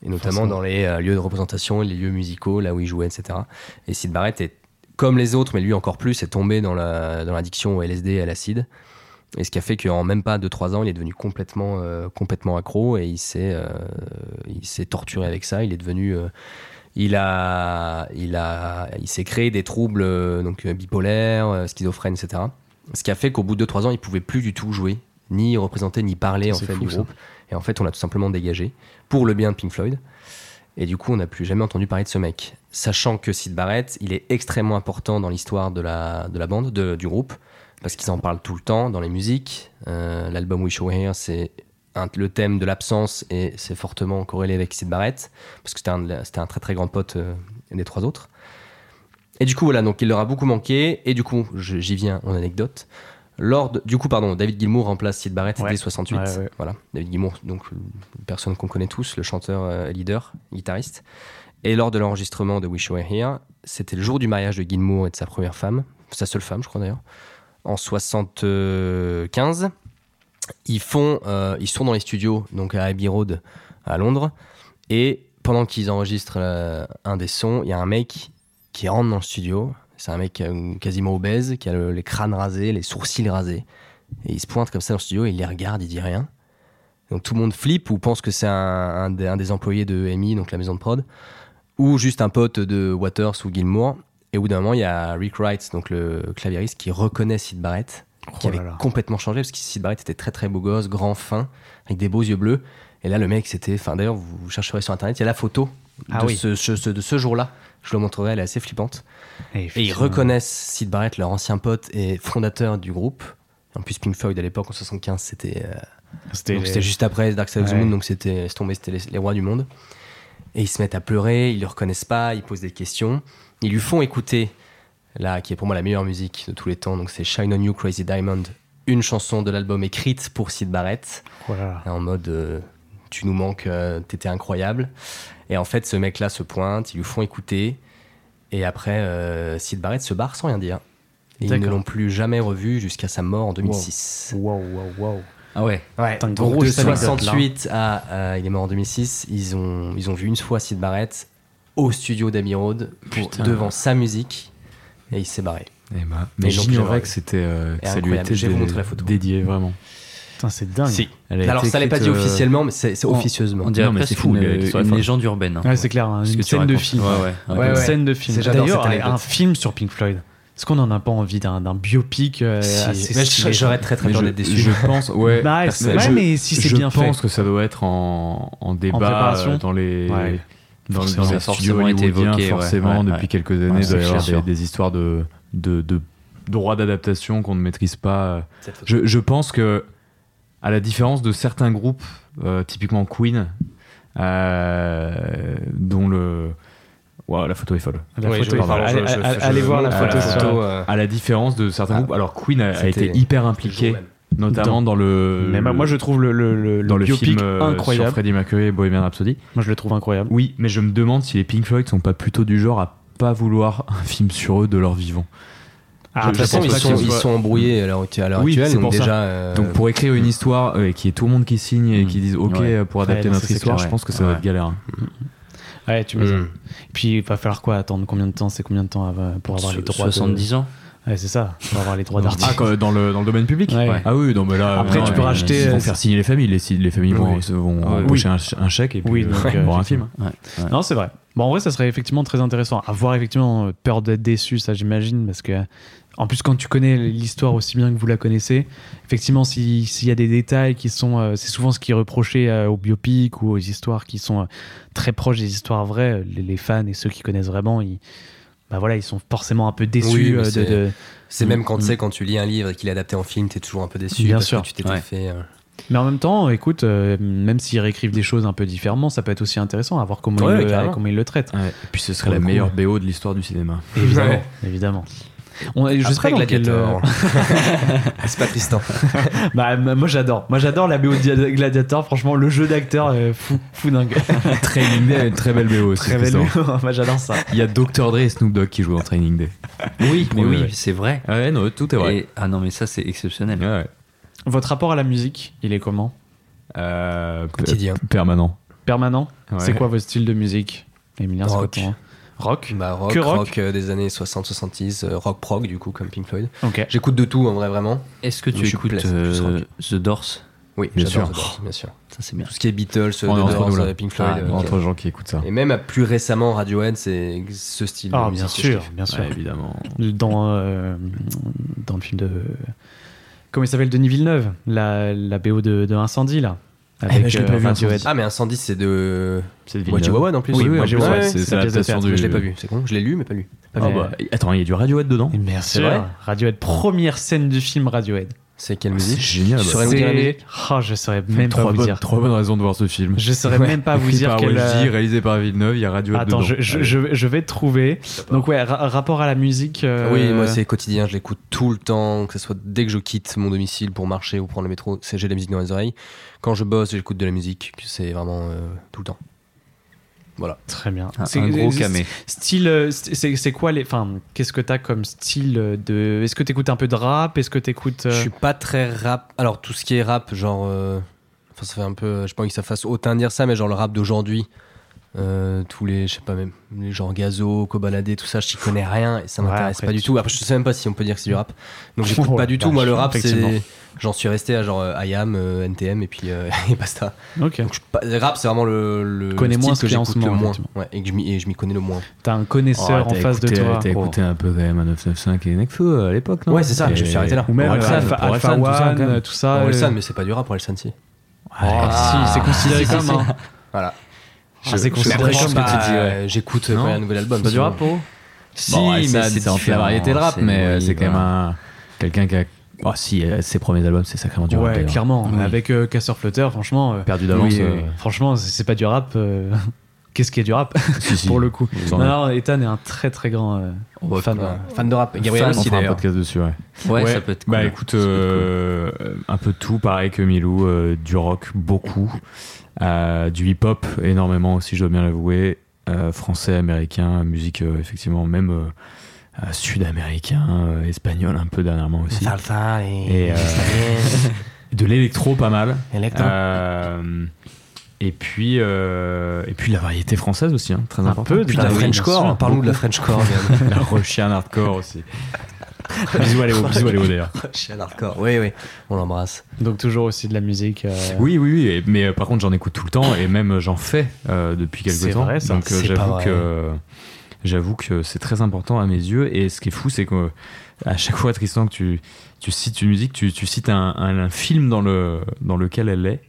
Speaker 2: et notamment
Speaker 1: Forcément.
Speaker 2: dans les euh, lieux de représentation, les lieux musicaux, là où il jouait, etc. Et Sid Barrett est comme les autres, mais lui encore plus, est tombé dans la dans l'addiction au LSD et à l'acide. Et ce qui a fait qu'en même pas 2-3 ans, il est devenu complètement, euh, complètement accro et il s'est, euh, il s'est torturé avec ça. Il est devenu. euh, il a, il a, il s'est créé des troubles euh, donc euh, bipolaires, euh, schizophrènes, etc. Ce qui a fait qu'au bout de 2-3 ans, il pouvait plus du tout jouer, ni représenter, ni parler en
Speaker 1: C'est
Speaker 2: fait
Speaker 1: fou,
Speaker 2: du
Speaker 1: ça.
Speaker 2: groupe. Et en fait, on l'a tout simplement dégagé pour le bien de Pink Floyd. Et du coup, on n'a plus jamais entendu parler de ce mec. Sachant que Sid Barrett, il est extrêmement important dans l'histoire de la, de la bande, de- du groupe, parce qu'ils en parlent tout le temps dans les musiques. Euh, L'album We Show Here, c'est un- le thème de l'absence et c'est fortement corrélé avec Sid Barrett, parce que c'était un, de la- c'était un très très grand pote euh, des trois autres. Et du coup, voilà, donc il leur a beaucoup manqué. Et du coup, je- j'y viens en anecdote. Lors de- du coup, pardon, David Gilmour remplace Sid Barrett
Speaker 1: Ouais.
Speaker 2: dès 68.
Speaker 1: Ouais, ouais.
Speaker 2: Voilà, David Gilmour, donc euh, une personne qu'on connaît tous, le chanteur, euh, leader, guitariste. Et lors de l'enregistrement de Wish You Were Here, c'était le jour du mariage de Gilmour et de sa première femme, sa seule femme, je crois d'ailleurs, en 75. Ils font, euh, ils sont dans les studios, donc à Abbey Road, à Londres. Et pendant qu'ils enregistrent euh, un des sons, il y a un mec qui rentre dans le studio. C'est un mec euh, quasiment obèse, qui a le- les crânes rasés, les sourcils rasés. Et il se pointe comme ça dans le studio, il les regarde, il dit rien. Donc tout le monde flippe ou pense que c'est un, un des, un des employés de EMI, donc la maison de prod, ou juste un pote de Waters ou Gilmour. Et au bout d'un moment, il y a Rick Wright, donc le clavieriste, qui reconnaît Sid Barrett, qui
Speaker 1: Oh
Speaker 2: avait
Speaker 1: là là.
Speaker 2: complètement changé, parce que Sid Barrett était très très beau gosse, grand, fin, avec des beaux yeux bleus. Et là, le mec, c'était. Enfin, d'ailleurs, vous vous chercherez sur internet, il y a la photo
Speaker 1: Ah
Speaker 2: de,
Speaker 1: oui.
Speaker 2: ce, ce- ce- de ce jour-là. Je vous la montrerai, elle est assez flippante. Et ils
Speaker 1: effectivement.
Speaker 2: reconnaissent Sid Barrett, leur ancien pote et fondateur du groupe. En plus, Pink Floyd à l'époque en 75, c'était euh,
Speaker 1: C'était
Speaker 2: donc, c'était juste après Dark Side of the
Speaker 1: Ouais.
Speaker 2: Moon, donc c'était laisse tomber, c'était les, les rois du monde. Et ils se mettent à pleurer, ils le reconnaissent pas, ils posent des questions. Ils lui font écouter, là, qui est pour moi la meilleure musique de tous les temps, donc c'est Shine on You Crazy Diamond, une chanson de l'album écrite pour Sid Barrett,
Speaker 1: Oh là là.
Speaker 2: en mode euh, tu nous manques, euh, t'étais incroyable. Et en fait, ce mec-là se pointe, ils lui font écouter, et après, euh, Sid Barrett se barre sans rien dire. Et ils ne
Speaker 1: D'accord.
Speaker 2: l'ont plus jamais revu jusqu'à sa mort en 2006.
Speaker 1: Wow, wow, wow.
Speaker 2: Ah ouais. ouais.
Speaker 1: Putain,
Speaker 2: donc
Speaker 1: grosse
Speaker 2: de
Speaker 1: anecdote, là.
Speaker 2: 68 à euh, il est mort en 2006, ils ont ils ont vu une fois Sid Barrett au studio d'Abbey Road pour-
Speaker 3: Putain.
Speaker 2: devant sa musique et il s'est barré.
Speaker 4: Eh ben, mais
Speaker 2: donc,
Speaker 4: j'ignorais
Speaker 2: j'aimerais-
Speaker 4: que c'était euh, que
Speaker 2: Et
Speaker 4: ça lui
Speaker 2: incroyable,
Speaker 4: était
Speaker 2: je vais vous
Speaker 4: dé-
Speaker 2: montrer la photo.
Speaker 4: dédié vraiment.
Speaker 1: Putain, c'est dingue.
Speaker 4: Elle a
Speaker 2: Alors
Speaker 4: été
Speaker 2: ça l'est pas dit
Speaker 4: écrite, euh,
Speaker 2: officiellement mais c'est c'est
Speaker 3: on-
Speaker 2: officieusement.
Speaker 3: On dirait
Speaker 4: Non, mais
Speaker 3: presque
Speaker 4: c'est fou,
Speaker 3: une,
Speaker 4: mais sur la
Speaker 3: une
Speaker 4: forme.
Speaker 3: légende urbaine. hein.
Speaker 1: Ouais, c'est clair, hein,
Speaker 3: Ce que
Speaker 1: une
Speaker 3: tu
Speaker 1: scène de
Speaker 3: racontes.
Speaker 1: film.
Speaker 3: Ouais, ouais.
Speaker 1: Ouais,
Speaker 3: Ouais,
Speaker 1: une
Speaker 3: ouais.
Speaker 1: scène de film.
Speaker 2: C'est- j'adore
Speaker 1: D'ailleurs,
Speaker 2: cette anecdote.
Speaker 1: un film sur Pink Floyd. Est-ce qu'on n'en a pas envie d'un d'un biopic euh,
Speaker 2: Si,
Speaker 1: assez
Speaker 2: mais
Speaker 1: stylé
Speaker 2: je- J'aurais très très
Speaker 4: mais
Speaker 2: peur
Speaker 4: je-
Speaker 2: d'être déçu.
Speaker 4: Je pense, ouais.
Speaker 1: Bah, ouais,
Speaker 4: perso-
Speaker 1: ouais,
Speaker 4: je-
Speaker 1: mais si c'est
Speaker 4: je
Speaker 1: bien fait.
Speaker 4: pense que ça doit être en, en débat
Speaker 1: préparation.
Speaker 4: euh, dans les
Speaker 1: Ouais.
Speaker 4: dans, dans
Speaker 3: Forcément,
Speaker 4: les
Speaker 3: ça a
Speaker 4: studios
Speaker 3: forcément été
Speaker 4: hollywoodiens,
Speaker 3: évoqué, ouais.
Speaker 4: forcément
Speaker 3: Ouais,
Speaker 4: depuis
Speaker 3: ouais.
Speaker 4: quelques années
Speaker 3: Ouais,
Speaker 4: il doit y
Speaker 3: c'est
Speaker 4: avoir des,
Speaker 3: clair.
Speaker 4: des histoires de de, de droits d'adaptation qu'on ne maîtrise pas. euh.
Speaker 2: Cette photo.
Speaker 4: Je, je pense que à la différence de certains groupes, euh, typiquement Queen, euh, dont le Ouah, la photo est folle.
Speaker 1: La
Speaker 2: Ouais,
Speaker 1: photo
Speaker 2: je-
Speaker 1: est folle.
Speaker 2: pardon, je-
Speaker 1: Allez-
Speaker 2: je-
Speaker 1: allez-
Speaker 2: je-
Speaker 1: Allez
Speaker 2: je-
Speaker 1: voir la
Speaker 2: je-
Speaker 1: photo.
Speaker 4: euh,
Speaker 1: sur-
Speaker 2: euh,
Speaker 4: À la différence de certains
Speaker 2: Ah.
Speaker 4: groupes, alors Queen a, a
Speaker 2: C'était-
Speaker 4: été hyper
Speaker 2: le jour
Speaker 4: impliqué
Speaker 2: même.
Speaker 4: notamment dans, le.
Speaker 1: Mais moi, je trouve le, le, le,
Speaker 4: dans le
Speaker 1: biopic
Speaker 4: film euh,
Speaker 1: incroyable.
Speaker 4: sur Freddie Mercury et Bohemian Rhapsody.
Speaker 1: Moi, je le trouve incroyable.
Speaker 4: Oui, mais je me demande si les Pink Floyd sont pas plutôt du genre à pas vouloir un film sur eux de leur vivant.
Speaker 1: Ah,
Speaker 4: je
Speaker 2: toute façon,
Speaker 4: pense
Speaker 2: ils
Speaker 4: pas
Speaker 2: sont,
Speaker 4: que ce
Speaker 2: ils
Speaker 4: soit-
Speaker 2: sont embrouillés à l'heure à l'heure
Speaker 4: Oui,
Speaker 2: actuelle.
Speaker 4: c'est
Speaker 2: donc
Speaker 4: pour ça.
Speaker 2: déjà, euh,
Speaker 4: Donc pour écrire une histoire euh, et qu'il y ait tout le monde qui signe et qui dise OK
Speaker 3: Ouais.
Speaker 4: euh, pour adapter
Speaker 1: Ouais, non,
Speaker 4: notre
Speaker 1: ça, c'est
Speaker 4: histoire,
Speaker 1: clair,
Speaker 4: je pense que ça va
Speaker 3: ouais.
Speaker 4: être galère. hein.
Speaker 1: Ouais, tu
Speaker 4: Mm.
Speaker 1: m'étonnes. Puis il va falloir quoi Attendre combien de temps C'est combien de temps avant- pour avoir les droits de-
Speaker 3: 70 ans.
Speaker 1: Ouais, c'est ça, pour avoir les droits d'artiste.
Speaker 4: Ah, quand- dans le dans le domaine public.
Speaker 1: Ouais.
Speaker 4: Ah oui, non mais là
Speaker 1: Après,
Speaker 4: non,
Speaker 1: tu peux
Speaker 4: mais
Speaker 1: racheter,
Speaker 4: Ils
Speaker 1: euh,
Speaker 4: vont faire signer les familles, les, si- les familles vont, se- vont
Speaker 3: Oui.
Speaker 4: empocher un, ch- un chèque et puis
Speaker 1: Oui,
Speaker 4: euh,
Speaker 1: donc,
Speaker 4: voir
Speaker 1: euh,
Speaker 4: un film.
Speaker 1: Non, c'est vrai. Bon, en vrai, ça serait effectivement très intéressant. À voir, effectivement, euh, peur d'être déçu, ça j'imagine, parce que. En plus, quand tu connais l'histoire aussi bien que vous la connaissez, effectivement, si- s'il y a des détails qui sont. euh, c'est souvent ce qui est reproché euh, aux biopics ou aux histoires qui sont euh, très proches des histoires vraies. Les, les fans et ceux qui connaissent vraiment, ils, bah voilà, ils sont forcément un peu
Speaker 2: Oui,
Speaker 1: déçus
Speaker 2: mais
Speaker 1: euh, de-
Speaker 2: c'est-
Speaker 1: de,
Speaker 2: c'est même quand
Speaker 1: Mm.
Speaker 2: tu sais, quand tu lis un livre et qu'il est adapté en film, t'es toujours un peu déçu.
Speaker 1: Bien
Speaker 2: parce
Speaker 1: sûr.
Speaker 2: Que tu t'es
Speaker 3: Ouais.
Speaker 2: fait. euh,
Speaker 1: Mais en même temps, écoute, euh, même s'ils réécrivent des choses un peu différemment, ça peut être aussi intéressant à voir comment,
Speaker 2: Ouais,
Speaker 1: ils, le,
Speaker 2: carrément.
Speaker 1: comment ils le traitent.
Speaker 4: Ouais, Et puis ce serait
Speaker 1: Pour
Speaker 4: la
Speaker 1: le coup,
Speaker 4: meilleure BO de l'histoire du cinéma.
Speaker 1: Évidemment.
Speaker 2: Ouais.
Speaker 1: évidemment. On, je sais pas
Speaker 2: Après
Speaker 1: dans quel,
Speaker 2: Gladiator. c'est pas Tristan.
Speaker 1: euh, bah, m- moi j'adore. Moi j'adore la BO de Dia- Gladiator. Franchement, le jeu d'acteur euh, fou, fou dingue.
Speaker 4: Training Day, une très belle BO aussi.
Speaker 1: Très belle.
Speaker 4: Tristan.
Speaker 1: BO. moi j'adore ça.
Speaker 4: Il y a Dr Dre et Snoop Dogg qui jouent dans Training Day.
Speaker 3: Oui, mais
Speaker 4: Ouais,
Speaker 3: oui,
Speaker 4: ouais.
Speaker 3: c'est vrai.
Speaker 4: Ouais, non, tout est vrai.
Speaker 3: Et- ah non, mais ça, c'est exceptionnel.
Speaker 4: Ouais, ouais.
Speaker 1: Votre rapport à la musique, il est comment
Speaker 4: Euh,
Speaker 2: Quotidien.
Speaker 4: p- Permanent.
Speaker 1: Permanent
Speaker 4: Ouais.
Speaker 1: C'est quoi vos styles de musique Emilien, c'est quoi
Speaker 2: Rock.
Speaker 1: ton- Rock
Speaker 2: Bah, rock,
Speaker 1: Que rock
Speaker 2: rock, euh, des années 60-70, euh, rock prog du coup, comme Pink Floyd.
Speaker 1: Ok.
Speaker 2: J'écoute de tout en vrai, vraiment.
Speaker 3: Est-ce que tu
Speaker 2: Je suis
Speaker 3: écoutes
Speaker 2: plus- plus
Speaker 3: euh,
Speaker 2: rock.
Speaker 3: The Doors
Speaker 2: Oui,
Speaker 4: Bien
Speaker 2: j'adore
Speaker 4: sûr.
Speaker 2: The Doors, bien sûr.
Speaker 3: Ça, c'est bien.
Speaker 2: Tout ce qui est Beatles, The
Speaker 4: On est entre
Speaker 2: Doors,
Speaker 4: nous, là.
Speaker 2: euh, Pink Floyd.
Speaker 3: Ah,
Speaker 2: euh,
Speaker 3: nickel.
Speaker 4: Entre gens qui écoutent ça.
Speaker 2: Et même à plus récemment, Radiohead, c'est ce style. de
Speaker 1: Ah,
Speaker 2: musique
Speaker 1: bien
Speaker 2: que je
Speaker 1: sûr,
Speaker 2: kiffe.
Speaker 1: bien sûr.
Speaker 4: Ouais, évidemment.
Speaker 1: dans, euh, dans le film de. Comment il s'appelle Denis Villeneuve La, la BO de, de Incendie, là. Avec
Speaker 4: ben, je l'ai pas
Speaker 1: euh,
Speaker 4: vu,
Speaker 1: Radiohead.
Speaker 2: Ah, mais Incendie, c'est de.
Speaker 4: C'est de
Speaker 2: Wachi Wawan en plus.
Speaker 4: Oui, oui,
Speaker 2: Ouais,
Speaker 4: en plus,
Speaker 2: ouais,
Speaker 4: ouais,
Speaker 2: ouais,
Speaker 4: c'est
Speaker 1: c'est
Speaker 4: c'est
Speaker 1: la pièce de
Speaker 4: l'adaptation
Speaker 1: théâtre,
Speaker 4: du.
Speaker 2: Je l'ai pas vu, c'est con, je l'ai lu, mais pas lu.
Speaker 4: Ah
Speaker 1: Ouais.
Speaker 4: bah, attends, il y a du Radiohead dedans.
Speaker 1: Ah, Bien sûr.
Speaker 2: vrai
Speaker 1: Radiohead, première scène du film Radiohead.
Speaker 2: Ah, C'est quelle
Speaker 4: C'est
Speaker 2: musique
Speaker 4: génial.
Speaker 2: Tu
Speaker 4: bah.
Speaker 2: saurais nous dire la musique
Speaker 1: Oh, je saurais même pas
Speaker 4: trois,
Speaker 1: vous
Speaker 4: bonnes,
Speaker 1: dire.
Speaker 4: trois bonnes raisons de voir ce film.
Speaker 1: Je saurais même pas vous
Speaker 4: Écrit
Speaker 1: dire
Speaker 4: par
Speaker 1: quelle. euh,
Speaker 4: Wellesley, réalisé par Villeneuve, il y a Radiohead
Speaker 1: Attends, je,
Speaker 4: dedans.
Speaker 1: je, je, je vais trouver. Donc, ouais, ra- rapport à la musique. euh,
Speaker 2: Oui, moi c'est quotidien, je l'écoute tout le temps, que ce soit dès que je quitte mon domicile pour marcher ou prendre le métro, c'est j'ai de la musique dans les oreilles. Quand je bosse, j'écoute de la musique, c'est vraiment euh, tout le temps.
Speaker 1: Très bien.
Speaker 3: Un,
Speaker 1: C'est-
Speaker 3: un gros
Speaker 1: c'est-
Speaker 3: camé.
Speaker 1: Style, euh, st- c'est c'est quoi les. Enfin, qu'est-ce que t'as comme style de. Est-ce que t'écoutes un peu de rap Est-ce que t'écoutes. euh,
Speaker 2: Je suis pas très rap. Alors tout ce qui est rap, genre, euh, enfin ça fait un peu, je pense que ça fasse autant dire ça, mais genre le rap d'aujourd'hui, euh, tous les, je sais pas même, les genres Gazo, Kobalade, tout ça, je connais rien et ça
Speaker 1: Ouais,
Speaker 2: m'intéresse
Speaker 1: après,
Speaker 2: pas du
Speaker 1: tu-
Speaker 2: tout. Après je sais même pas si on peut dire que c'est du rap. Donc j'écoute
Speaker 1: Oh la
Speaker 2: pas du tout. Moi le
Speaker 1: vache,
Speaker 2: rap,
Speaker 1: effectivement.
Speaker 2: c'est, j'en suis resté à genre euh, IAM, euh, NTM et puis euh, et basta.
Speaker 1: Ok.
Speaker 2: Donc je suis pas- le rap, c'est vraiment le, le
Speaker 1: Connais
Speaker 2: style
Speaker 1: moins ce
Speaker 2: que
Speaker 1: qu'il y a en
Speaker 2: j'écoute
Speaker 1: ce moment,
Speaker 2: le moins,
Speaker 1: effectivement.
Speaker 2: Ouais, et que je m'y- et je m'y connais le moins.
Speaker 1: T'as un connaisseur en face de toi.
Speaker 4: Oh, T'as écouté un peu quand même un 995 et Nekfeu à l'époque, non
Speaker 2: Ouais, c'est ça, je me suis arrêté là.
Speaker 1: Ou même
Speaker 4: Orelsan,
Speaker 1: euh, Alpha,
Speaker 4: pour Orelsan,
Speaker 1: Alpha
Speaker 4: tout ça, quand
Speaker 1: One,
Speaker 4: même.
Speaker 1: euh, tout ça.
Speaker 2: Pour Orelsan,
Speaker 1: euh,
Speaker 2: mais c'est pas du rap, Orelsan si.
Speaker 1: Ah, si, c'est considéré comme un.
Speaker 2: Voilà.
Speaker 1: Ah, c'est
Speaker 2: Mais
Speaker 1: considéré
Speaker 2: après, je
Speaker 1: comme
Speaker 2: suis
Speaker 1: un.
Speaker 2: pas- J'écoute euh,
Speaker 4: Non.
Speaker 2: pas un nouvel album.
Speaker 4: C'est pas du
Speaker 2: sinon.
Speaker 4: rap, oh. pour
Speaker 3: Si,
Speaker 4: Bon, ouais,
Speaker 3: mais
Speaker 4: ça,
Speaker 3: c'est
Speaker 4: ça en fait la
Speaker 3: différent,
Speaker 4: variété de rap,
Speaker 3: c'est-
Speaker 4: mais euh,
Speaker 3: oui,
Speaker 4: c'est quand même
Speaker 3: voilà.
Speaker 4: un. Quelqu'un qui a. Oh, si, euh, ses premiers albums, c'est sacrément du rap.
Speaker 1: Ouais,
Speaker 4: d'ailleurs.
Speaker 1: clairement.
Speaker 3: Oui.
Speaker 1: Avec euh, Casseur Flotteur, franchement. euh,
Speaker 4: Perdu d'avance.
Speaker 1: oui,
Speaker 4: euh,
Speaker 1: euh, Franchement, c'est c'est pas du rap. euh, Qu'est-ce qui est du rap
Speaker 4: si, si.
Speaker 1: pour le coup
Speaker 4: Ils en
Speaker 1: Non,
Speaker 4: ont-
Speaker 1: non, Ethan est un très très grand euh,
Speaker 3: Oh,
Speaker 1: fan.
Speaker 2: Ouais, Fan de rap.
Speaker 4: Fan,
Speaker 2: Gabriel
Speaker 4: on
Speaker 2: aussi
Speaker 4: fera un
Speaker 2: d'ailleurs.
Speaker 4: podcast dessus, ouais.
Speaker 3: Ouais,
Speaker 4: Ouais,
Speaker 3: ça peut être
Speaker 4: Bah
Speaker 3: cool.
Speaker 4: écoute,
Speaker 3: Ça peut être
Speaker 4: euh, un peu tout pareil que Milou, euh, du rock beaucoup, euh, du hip-hop énormément aussi, je dois bien l'avouer, euh, français, américain, musique euh, effectivement même euh, euh, sud-américain, euh, espagnol un peu dernièrement aussi.
Speaker 2: Salsa
Speaker 4: Et, euh, de l'électro pas mal.
Speaker 2: Electro.
Speaker 4: Euh, et puis euh, et puis la variété française aussi, hein, très important.
Speaker 1: peu de
Speaker 4: Puis
Speaker 2: Putain,
Speaker 1: Ah
Speaker 2: la
Speaker 1: oui,
Speaker 2: Frenchcore, parlons de la Frenchcore.
Speaker 4: la, la Russian hardcore aussi. bisous à Léo, bisous à Léo d'ailleurs.
Speaker 2: Chien hardcore, oui, oui, on l'embrasse.
Speaker 1: Donc toujours aussi de la musique. euh,
Speaker 4: Oui, oui, oui. et- mais euh, par contre, j'en écoute tout le temps et même euh, j'en fais euh, depuis
Speaker 1: C'est
Speaker 4: quelques temps.
Speaker 1: vrai, ça.
Speaker 4: Donc euh,
Speaker 2: C'est pas
Speaker 4: j'avoue
Speaker 2: vrai.
Speaker 4: que j'avoue que c'est très important à mes yeux. Et ce qui est fou, c'est que euh, à chaque fois, Tristan, que tu, tu cites une musique, tu, tu cites un, un- un film dans le dans lequel elle est.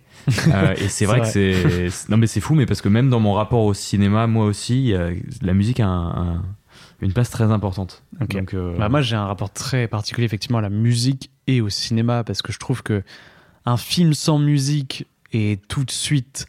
Speaker 4: Euh, et c'est vrai,
Speaker 1: vrai.
Speaker 4: que c'est c'est- non mais c'est fou, mais parce que même dans mon rapport au cinéma, moi aussi, il y a- la musique a un- un- une place très importante.
Speaker 1: Ok.
Speaker 4: Donc, euh,
Speaker 1: Bah, moi, j'ai un rapport très particulier effectivement à la musique et au cinéma parce que je trouve que un film sans musique est tout de suite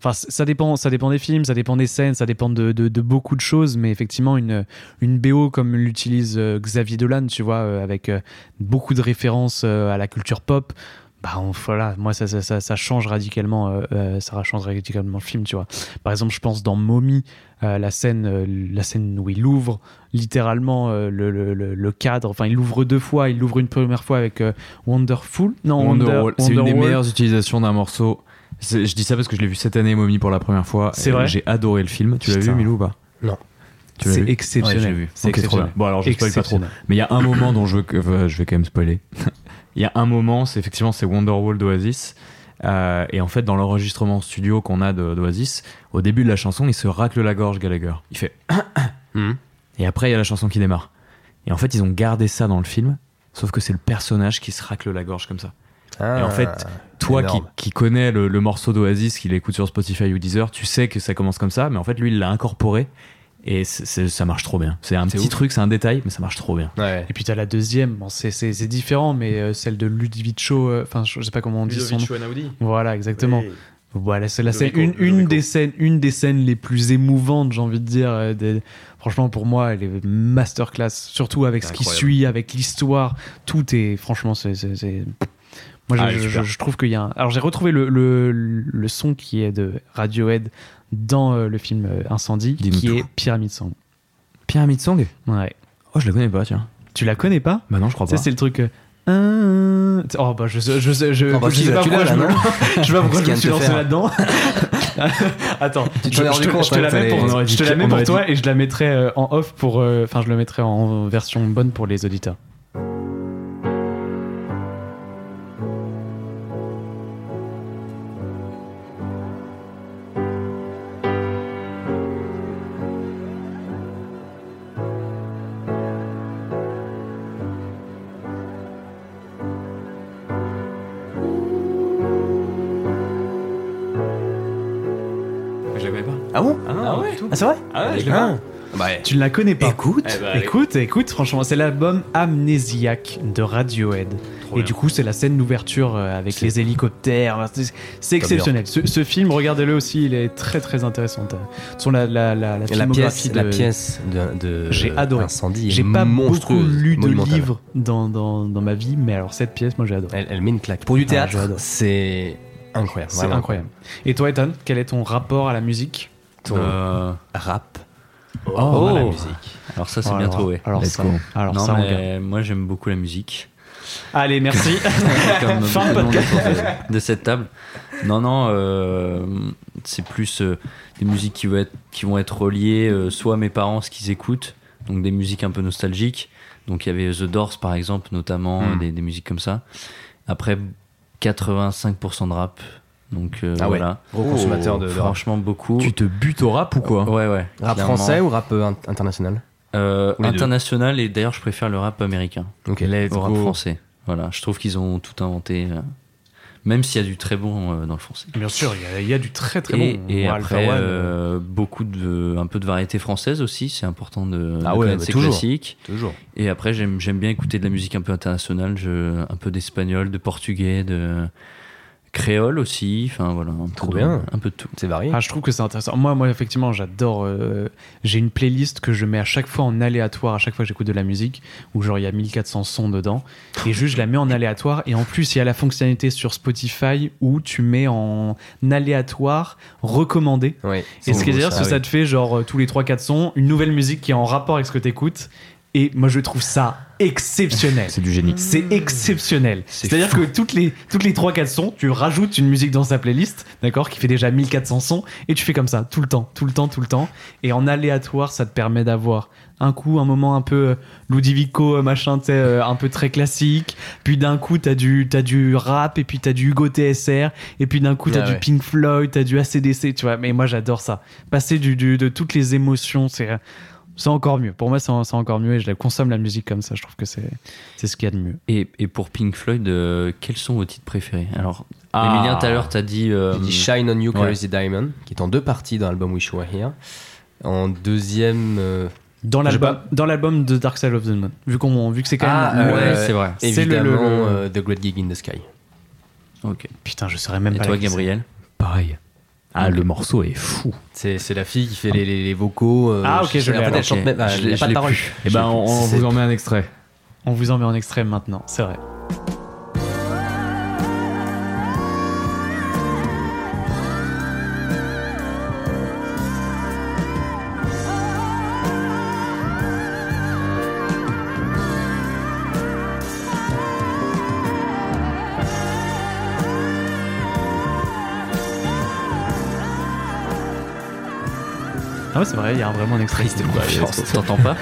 Speaker 1: Enfin, c- ça dépend, ça dépend des films, ça dépend des scènes, ça dépend de, de- de beaucoup de choses, mais effectivement, une, une BO comme l'utilise euh, Xavier Dolan, tu vois, euh, avec euh, beaucoup de références euh, à la culture pop, bah on- voilà, moi, ça, ça, ça, ça change radicalement, euh, euh, ça change radicalement le film, tu vois. Par exemple, je pense dans Mommy, euh, la, scène, euh, la scène où il ouvre littéralement euh, le, le- le- le cadre, enfin, il l'ouvre deux fois, il l'ouvre une première fois avec euh, Wonderful, non, Wonder-
Speaker 4: Wonderwall, c'est une des
Speaker 1: Wonderwall.
Speaker 4: meilleures utilisations d'un morceau. C'est- Je dis ça parce que je l'ai vu cette année, Mommy, pour la première fois.
Speaker 1: C'est
Speaker 4: et
Speaker 1: vrai
Speaker 4: J'ai adoré le film. Tu l'as vu,
Speaker 1: Putain.
Speaker 4: Milou, ou pas
Speaker 2: Non.
Speaker 4: Tu l'as
Speaker 1: C'est
Speaker 4: vu
Speaker 1: exceptionnel.
Speaker 4: Ouais, je l'ai vu.
Speaker 1: C'est
Speaker 4: Ok, trop bien.
Speaker 1: exceptionnel.
Speaker 4: Bon, alors je spoil pas trop.
Speaker 1: Exceptionnel.
Speaker 4: Mais il y a un moment dont je veux que. enfin, je vais quand même spoiler. Il y a un moment, c'est effectivement c'est Wonderwall d'Oasis. Euh, et en fait, dans l'enregistrement studio qu'on a de- d'Oasis, au début de la chanson, il se racle la gorge, Gallagher. Il fait.
Speaker 2: Mhm.
Speaker 4: Et après, il y a la chanson qui démarre. Et en fait, ils ont gardé ça dans le film, sauf que c'est le personnage qui se racle la gorge comme ça.
Speaker 2: Ah.
Speaker 4: Et en fait, toi qui,
Speaker 2: énorme.
Speaker 4: qui connais le, le morceau d'Oasis, qui l'écoute sur Spotify ou Deezer, tu sais que ça commence comme ça, mais en fait, lui, il l'a incorporé et c'est- c'est- ça marche trop bien. C'est un
Speaker 2: C'est
Speaker 4: petit
Speaker 2: ouf.
Speaker 4: truc, c'est un détail, mais ça marche trop bien.
Speaker 2: Ouais.
Speaker 1: Et puis t'as la deuxième, bon, c'est- c'est c'est différent, mais euh, celle de Ludovico, euh, enfin je je sais pas comment on dit son nom. Voilà, exactement. Voilà, c'est la scène, une,
Speaker 10: Ludovico,
Speaker 1: une
Speaker 10: Ludovico.
Speaker 1: des scènes, une des scènes les plus émouvantes, j'ai envie de dire. euh, des- franchement, pour moi, elle est masterclass, surtout avec ce qui
Speaker 10: Incroyable.
Speaker 1: suit, avec l'histoire. Tout est, franchement, c'est. c'est- c'est- Moi, je,
Speaker 4: Ah, elle est
Speaker 1: je-
Speaker 4: super.
Speaker 1: je trouve qu'il y a un. Alors, j'ai retrouvé le, le, le son qui est de Radiohead dans euh, le film euh, Incendie,
Speaker 4: Dis-nous
Speaker 1: qui
Speaker 4: tout.
Speaker 1: est Pyramid Song.
Speaker 4: Pyramid Song
Speaker 1: Ouais.
Speaker 4: Oh, je la connais pas, tiens.
Speaker 1: Tu la connais pas
Speaker 4: Bah non, je crois
Speaker 1: Tu
Speaker 4: pas.
Speaker 1: sais, c'est le truc. euh, euh, Oh bah je sais, je sais, je,
Speaker 2: Oh, bah,
Speaker 1: je
Speaker 2: tu
Speaker 1: sais
Speaker 2: l'as-
Speaker 1: pas
Speaker 2: tu
Speaker 1: pourquoi
Speaker 2: l'as,
Speaker 1: je
Speaker 2: là,
Speaker 1: me,
Speaker 2: non
Speaker 1: je sais pas pourquoi
Speaker 2: Ce
Speaker 1: je me
Speaker 2: qu'il
Speaker 1: suis
Speaker 2: vient de te
Speaker 1: lancé
Speaker 2: faire.
Speaker 1: là-dedans. Attends,
Speaker 2: Tu t'en
Speaker 1: je,
Speaker 2: es rendu
Speaker 1: je te-
Speaker 2: compte,
Speaker 1: je te
Speaker 2: hein,
Speaker 1: la
Speaker 2: que
Speaker 1: mets
Speaker 2: t'allais-
Speaker 1: pour,
Speaker 4: on aurait
Speaker 1: je te
Speaker 4: dit-
Speaker 1: la mets
Speaker 4: on
Speaker 1: pour
Speaker 4: aurait
Speaker 1: toi et je la mettrai euh, en off pour, euh, enfin je le mettrai en version bonne pour les auditeurs.
Speaker 4: Je la connais pas.
Speaker 2: Ah bon
Speaker 4: Ah, ouais
Speaker 2: Ah, c'est vrai
Speaker 4: Ah ouais, je l'ai
Speaker 2: Ah.
Speaker 4: pas.
Speaker 2: Bah, ouais.
Speaker 1: Tu ne la connais pas
Speaker 2: Écoute.
Speaker 4: Eh bah, allez.
Speaker 1: écoute, écoute, franchement, c'est l'album Amnésiaque de Radiohead.
Speaker 4: Trop
Speaker 1: Et
Speaker 4: bien.
Speaker 1: du coup, c'est la scène d'ouverture euh, avec les hélicoptères. C'est- C'est exceptionnel. Ce, ce film, regardez-le aussi, il est très très intéressant. De toute façon, la, la, la, la
Speaker 2: Et la
Speaker 1: filmographie
Speaker 2: pièce,
Speaker 1: de-
Speaker 2: la pièce de, de
Speaker 1: J'ai adoré.
Speaker 2: Incendie est
Speaker 1: J'ai pas beaucoup
Speaker 2: monstrueuse,
Speaker 1: lu de
Speaker 2: monumentale.
Speaker 1: livres dans, dans, dans ma vie, mais alors cette pièce, moi j'ai adoré.
Speaker 2: Elle, elle met une claque. Pour du théâtre,
Speaker 1: Ah, j'adore.
Speaker 2: c'est incroyable.
Speaker 1: C'est
Speaker 2: vraiment.
Speaker 1: incroyable. Et toi, Ethan, quel est ton rapport à la musique
Speaker 2: Ton
Speaker 3: Euh,
Speaker 2: rap.
Speaker 3: oh,
Speaker 1: Oh.
Speaker 3: la musique. Alors ça, c'est bien
Speaker 1: alors,
Speaker 3: trouvé.
Speaker 1: Alors
Speaker 4: Let's
Speaker 1: ça,
Speaker 4: go.
Speaker 1: alors
Speaker 3: non,
Speaker 1: ça on garde.
Speaker 3: mais moi, j'aime beaucoup la musique.
Speaker 1: Allez, merci.
Speaker 3: Comme
Speaker 1: Fin de
Speaker 3: beaucoup de monde
Speaker 1: podcast.
Speaker 3: autour de, de cette table. Non, non, euh, c'est plus euh, des musiques qui vont être, qui vont être reliées euh, soit à mes parents, ce qu'ils écoutent, donc des musiques un peu nostalgiques. Donc il y avait The Doors, par exemple, notamment,
Speaker 4: Hmm.
Speaker 3: euh, des, des musiques comme ça. Après, 85% de rap. Donc euh,
Speaker 2: Ah ouais.
Speaker 3: voilà.
Speaker 2: Gros consommateur de, de rap.
Speaker 3: Franchement, beaucoup.
Speaker 4: Tu te butes au rap ou quoi
Speaker 3: Ouais, ouais.
Speaker 2: Oh, Rap
Speaker 3: clairement.
Speaker 2: français ou rap euh, in- international
Speaker 3: Euh,
Speaker 4: Ou les deux.
Speaker 3: International, et d'ailleurs, je préfère le rap américain
Speaker 2: Ok.
Speaker 4: Let's
Speaker 3: au rap
Speaker 4: go.
Speaker 3: français. Voilà, je trouve qu'ils ont tout inventé. euh, Même s'il y a du très bon euh, dans le français.
Speaker 1: Bien sûr, il y a- il y, a du très très
Speaker 3: et
Speaker 1: bon.
Speaker 3: et
Speaker 1: Moi, Alpha
Speaker 3: après,
Speaker 1: One,
Speaker 3: euh, beaucoup de, un peu de variété française aussi. C'est important de,
Speaker 2: Ah
Speaker 3: de
Speaker 2: ouais,
Speaker 3: connaître
Speaker 2: bah
Speaker 3: ces
Speaker 2: toujours.
Speaker 3: classiques.
Speaker 2: Toujours.
Speaker 3: Et après, j'aime j'aime bien écouter de la musique un peu internationale, je, un peu d'espagnol, de portugais, de créole aussi. Enfin voilà, un peu
Speaker 2: Trop
Speaker 3: de-
Speaker 2: bien.
Speaker 3: un peu de tout.
Speaker 2: C'est varié.
Speaker 1: Ah, je trouve que c'est intéressant. Moi, moi effectivement, j'adore. euh, j'ai une playlist que je mets à chaque fois en aléatoire, à chaque fois que j'écoute de la musique, où genre il y a 1400 sons dedans. Et juste, je la mets en aléatoire. Et en plus, il y a la fonctionnalité sur Spotify où tu mets en aléatoire recommandé.
Speaker 2: Ouais.
Speaker 1: Et ce qui est dire, c'est
Speaker 2: Ah
Speaker 1: que ça
Speaker 2: oui.
Speaker 1: te fait genre euh, tous les 3-4 sons, une nouvelle musique qui est en rapport avec ce que t'écoutes. Et moi, je trouve ça exceptionnel.
Speaker 4: C'est du génie.
Speaker 1: C'est exceptionnel. C'est-à-dire que toutes les, toutes les 3-4 sons, tu rajoutes une musique dans sa playlist, d'accord, qui fait déjà 1400 sons, et tu fais comme ça, tout le temps, tout le temps, tout le temps. Et en aléatoire, ça te permet d'avoir un coup, un moment un peu euh, Ludovico, euh, machin, tu sais, euh, un peu très classique. Puis d'un coup, t'as du, t'as du rap, et puis t'as du Hugo TSR, et puis d'un coup, t'as
Speaker 2: Ah
Speaker 1: du
Speaker 2: ouais.
Speaker 1: Pink Floyd, t'as du ACDC, tu vois. Mais moi, j'adore ça. Passer du, du- de toutes les émotions, c'est. C'est encore mieux. Pour moi, c'est c'est encore mieux et je la consomme la musique comme ça. Je trouve que c'est c'est ce qu'il y a de mieux.
Speaker 3: Et, et pour Pink Floyd, euh, quels sont vos titres préférés Alors,
Speaker 4: Ah.
Speaker 3: Emilien, tout à l'heure, t'as dit. euh,
Speaker 2: J'ai dit Shine on You,
Speaker 3: ouais.
Speaker 2: Crazy Diamond, qui est en deux parties dans l'album Wish You Were Here. En deuxième. euh,
Speaker 1: Dans
Speaker 2: J'ai
Speaker 1: l'album, dans l'album de Dark Side of the Moon. Vu qu'on, vu que c'est quand
Speaker 2: Ah,
Speaker 1: même.
Speaker 3: ouais,
Speaker 2: euh,
Speaker 3: c'est vrai.
Speaker 1: C'est le-
Speaker 2: évidemment,
Speaker 1: le- le-
Speaker 2: euh, The Great Gig in the Sky.
Speaker 3: Ok.
Speaker 1: Putain, je saurais même
Speaker 3: Et
Speaker 2: Ah
Speaker 1: pas.
Speaker 3: toi,
Speaker 1: laquelle
Speaker 3: Gabriel
Speaker 4: Pareil. Ah, le morceau est fou.
Speaker 2: C'est c'est la fille qui fait les, les- les vocaux. euh,
Speaker 11: Ah, ok, je l'ai,
Speaker 2: en fait,
Speaker 11: alors,
Speaker 2: elle chante
Speaker 3: ok.
Speaker 2: même- bah,
Speaker 3: Je
Speaker 2: elle
Speaker 3: l'ai-
Speaker 2: a
Speaker 3: je
Speaker 2: pas de
Speaker 3: l'ai
Speaker 2: parole.
Speaker 4: Et ben, on, on
Speaker 2: C'est-
Speaker 4: vous en met un extrait.
Speaker 1: On vous en met en extrait maintenant, c'est vrai. Ah ouais, c'est vrai, il y a un- vraiment un extrait.
Speaker 3: Bah, T'entends pas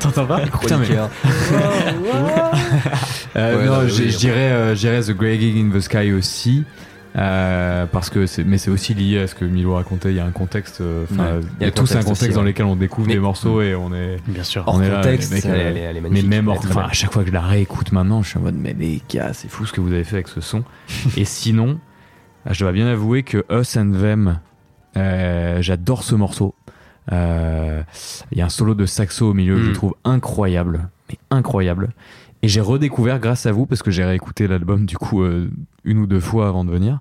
Speaker 1: T'entends pas
Speaker 4: Putain, mais-
Speaker 2: Chroniqueur.
Speaker 4: Euh,
Speaker 2: Ouais,
Speaker 4: non,
Speaker 2: non,
Speaker 4: je
Speaker 2: oui,
Speaker 4: je dirais, euh, je dirais The Grey Gig in the Sky aussi. euh, parce que c'est, mais c'est aussi lié à ce que Milo racontait. Il y a un contexte. euh, enfin,
Speaker 2: Ouais,
Speaker 4: il y a,
Speaker 2: le
Speaker 4: tous un
Speaker 2: contexte
Speaker 4: contexte
Speaker 2: aussi,
Speaker 4: dans
Speaker 2: ouais.
Speaker 4: lequel on découvre
Speaker 2: Mais-
Speaker 4: des morceaux et on est.
Speaker 11: Bien sûr.
Speaker 2: Hors
Speaker 4: on est là,
Speaker 2: contexte,
Speaker 4: les mecs,
Speaker 2: elle,
Speaker 4: euh,
Speaker 2: elle est- elle est
Speaker 4: Mais
Speaker 2: magnifique.
Speaker 4: même
Speaker 2: elle est
Speaker 4: hors,
Speaker 2: très
Speaker 4: enfin,
Speaker 2: belle.
Speaker 4: à chaque fois que je la réécoute maintenant, je suis en mode mais les gars, c'est fou ce que vous avez fait avec ce son. et sinon, ah, je dois bien avouer que Us and Them, euh, j'adore ce morceau. Euh, Il y a un solo de saxo au milieu que je
Speaker 11: Mm.
Speaker 4: trouve incroyable, mais incroyable. Et j'ai redécouvert grâce à vous parce que j'ai réécouté l'album du coup euh, une ou deux fois avant de venir.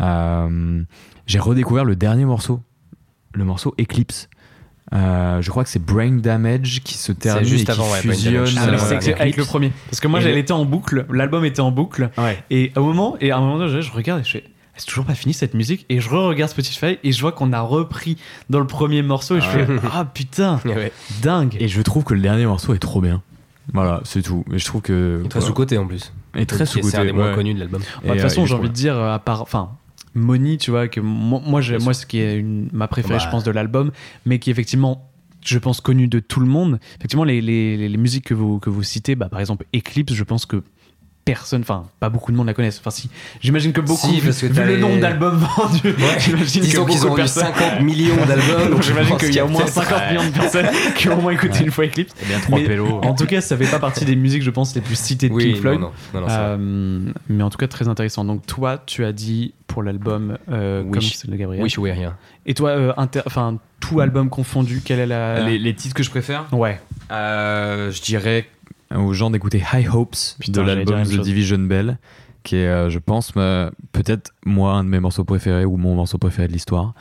Speaker 4: Euh, j'ai redécouvert le dernier morceau, le morceau Eclipse. Euh, je crois que c'est Brain Damage qui se termine
Speaker 2: juste
Speaker 4: et qui
Speaker 2: avant, ouais, Brain
Speaker 4: fusionne.
Speaker 2: Damage.
Speaker 1: Ah,
Speaker 2: Euh,
Speaker 1: mais c'est que-
Speaker 2: avec
Speaker 1: avec le premier. Parce que moi,
Speaker 4: Et
Speaker 1: j'étais
Speaker 4: le-
Speaker 1: était en boucle, l'album était en boucle.
Speaker 4: Ouais.
Speaker 1: Et à un moment, et à un moment donné, je regarde et je fais. Ah, C'est toujours pas fini cette musique et je re-regarde Spotify et je vois qu'on a repris dans le premier morceau et je fais ah putain
Speaker 2: Ouais.
Speaker 1: dingue
Speaker 4: Et je trouve que le dernier morceau est trop bien. Voilà, c'est tout. Et je trouve que.
Speaker 2: Il est très
Speaker 4: voilà.
Speaker 2: sous-côté en plus.
Speaker 4: Et très
Speaker 2: Et C'est un
Speaker 4: sous-côté.
Speaker 2: des moins
Speaker 4: ouais.
Speaker 2: connus de l'album.
Speaker 1: Bah, de toute
Speaker 4: Et, euh,
Speaker 1: façon
Speaker 4: il est
Speaker 1: j'ai
Speaker 4: trop
Speaker 1: envie de dire euh, à part enfin Moni tu vois que moi moi, j'ai- moi ce qui est une- ma préférée
Speaker 2: Bah.
Speaker 1: je pense de l'album mais qui effectivement je pense connue de tout le monde effectivement les, les- les- les musiques que vous que vous citez bah, par exemple Eclipse je pense que personne enfin pas beaucoup de monde la connaissent enfin si j'imagine que beaucoup
Speaker 2: Si, parce que
Speaker 1: vu
Speaker 2: t'as
Speaker 1: le
Speaker 2: les-
Speaker 1: nombre d'albums vendus j'imagine que
Speaker 2: Disons
Speaker 1: beaucoup
Speaker 2: qu'ils
Speaker 1: de
Speaker 2: ont eu
Speaker 1: personnes
Speaker 2: 50 millions d'albums.
Speaker 1: donc
Speaker 2: donc je
Speaker 1: j'imagine
Speaker 2: pense
Speaker 1: qu'il y a au moins
Speaker 2: peut-être-
Speaker 1: 50 millions de personnes qui ont au moins écouté une fois Eclipse
Speaker 4: Et Eh bien trois
Speaker 1: Mais-
Speaker 4: pélos.
Speaker 1: en tout cas ça fait pas partie des musiques je pense les plus citées de
Speaker 2: Oui,
Speaker 1: Pink Floyd
Speaker 2: non, non, non, non, c'est vrai.
Speaker 1: euh, mais en tout cas, très intéressant. Donc, toi, tu as dit pour l'album euh,
Speaker 2: Wish.
Speaker 1: comme c'est le Gabriel.
Speaker 2: Wish We Were Here.
Speaker 1: Et toi, euh, inter- enfin, tout album confondu, quelle est la.
Speaker 4: Les, les titres que je préfère,
Speaker 1: Ouais.
Speaker 4: euh, je dirais aux gens d'écouter High Hopes
Speaker 1: Putain,
Speaker 4: de
Speaker 1: j'allais dire la
Speaker 4: l'album
Speaker 1: même
Speaker 4: The
Speaker 1: chose.
Speaker 4: Division Bell, qui est, euh, je pense, ma- peut-être moi, un de mes morceaux préférés ou mon morceau préféré de l'histoire.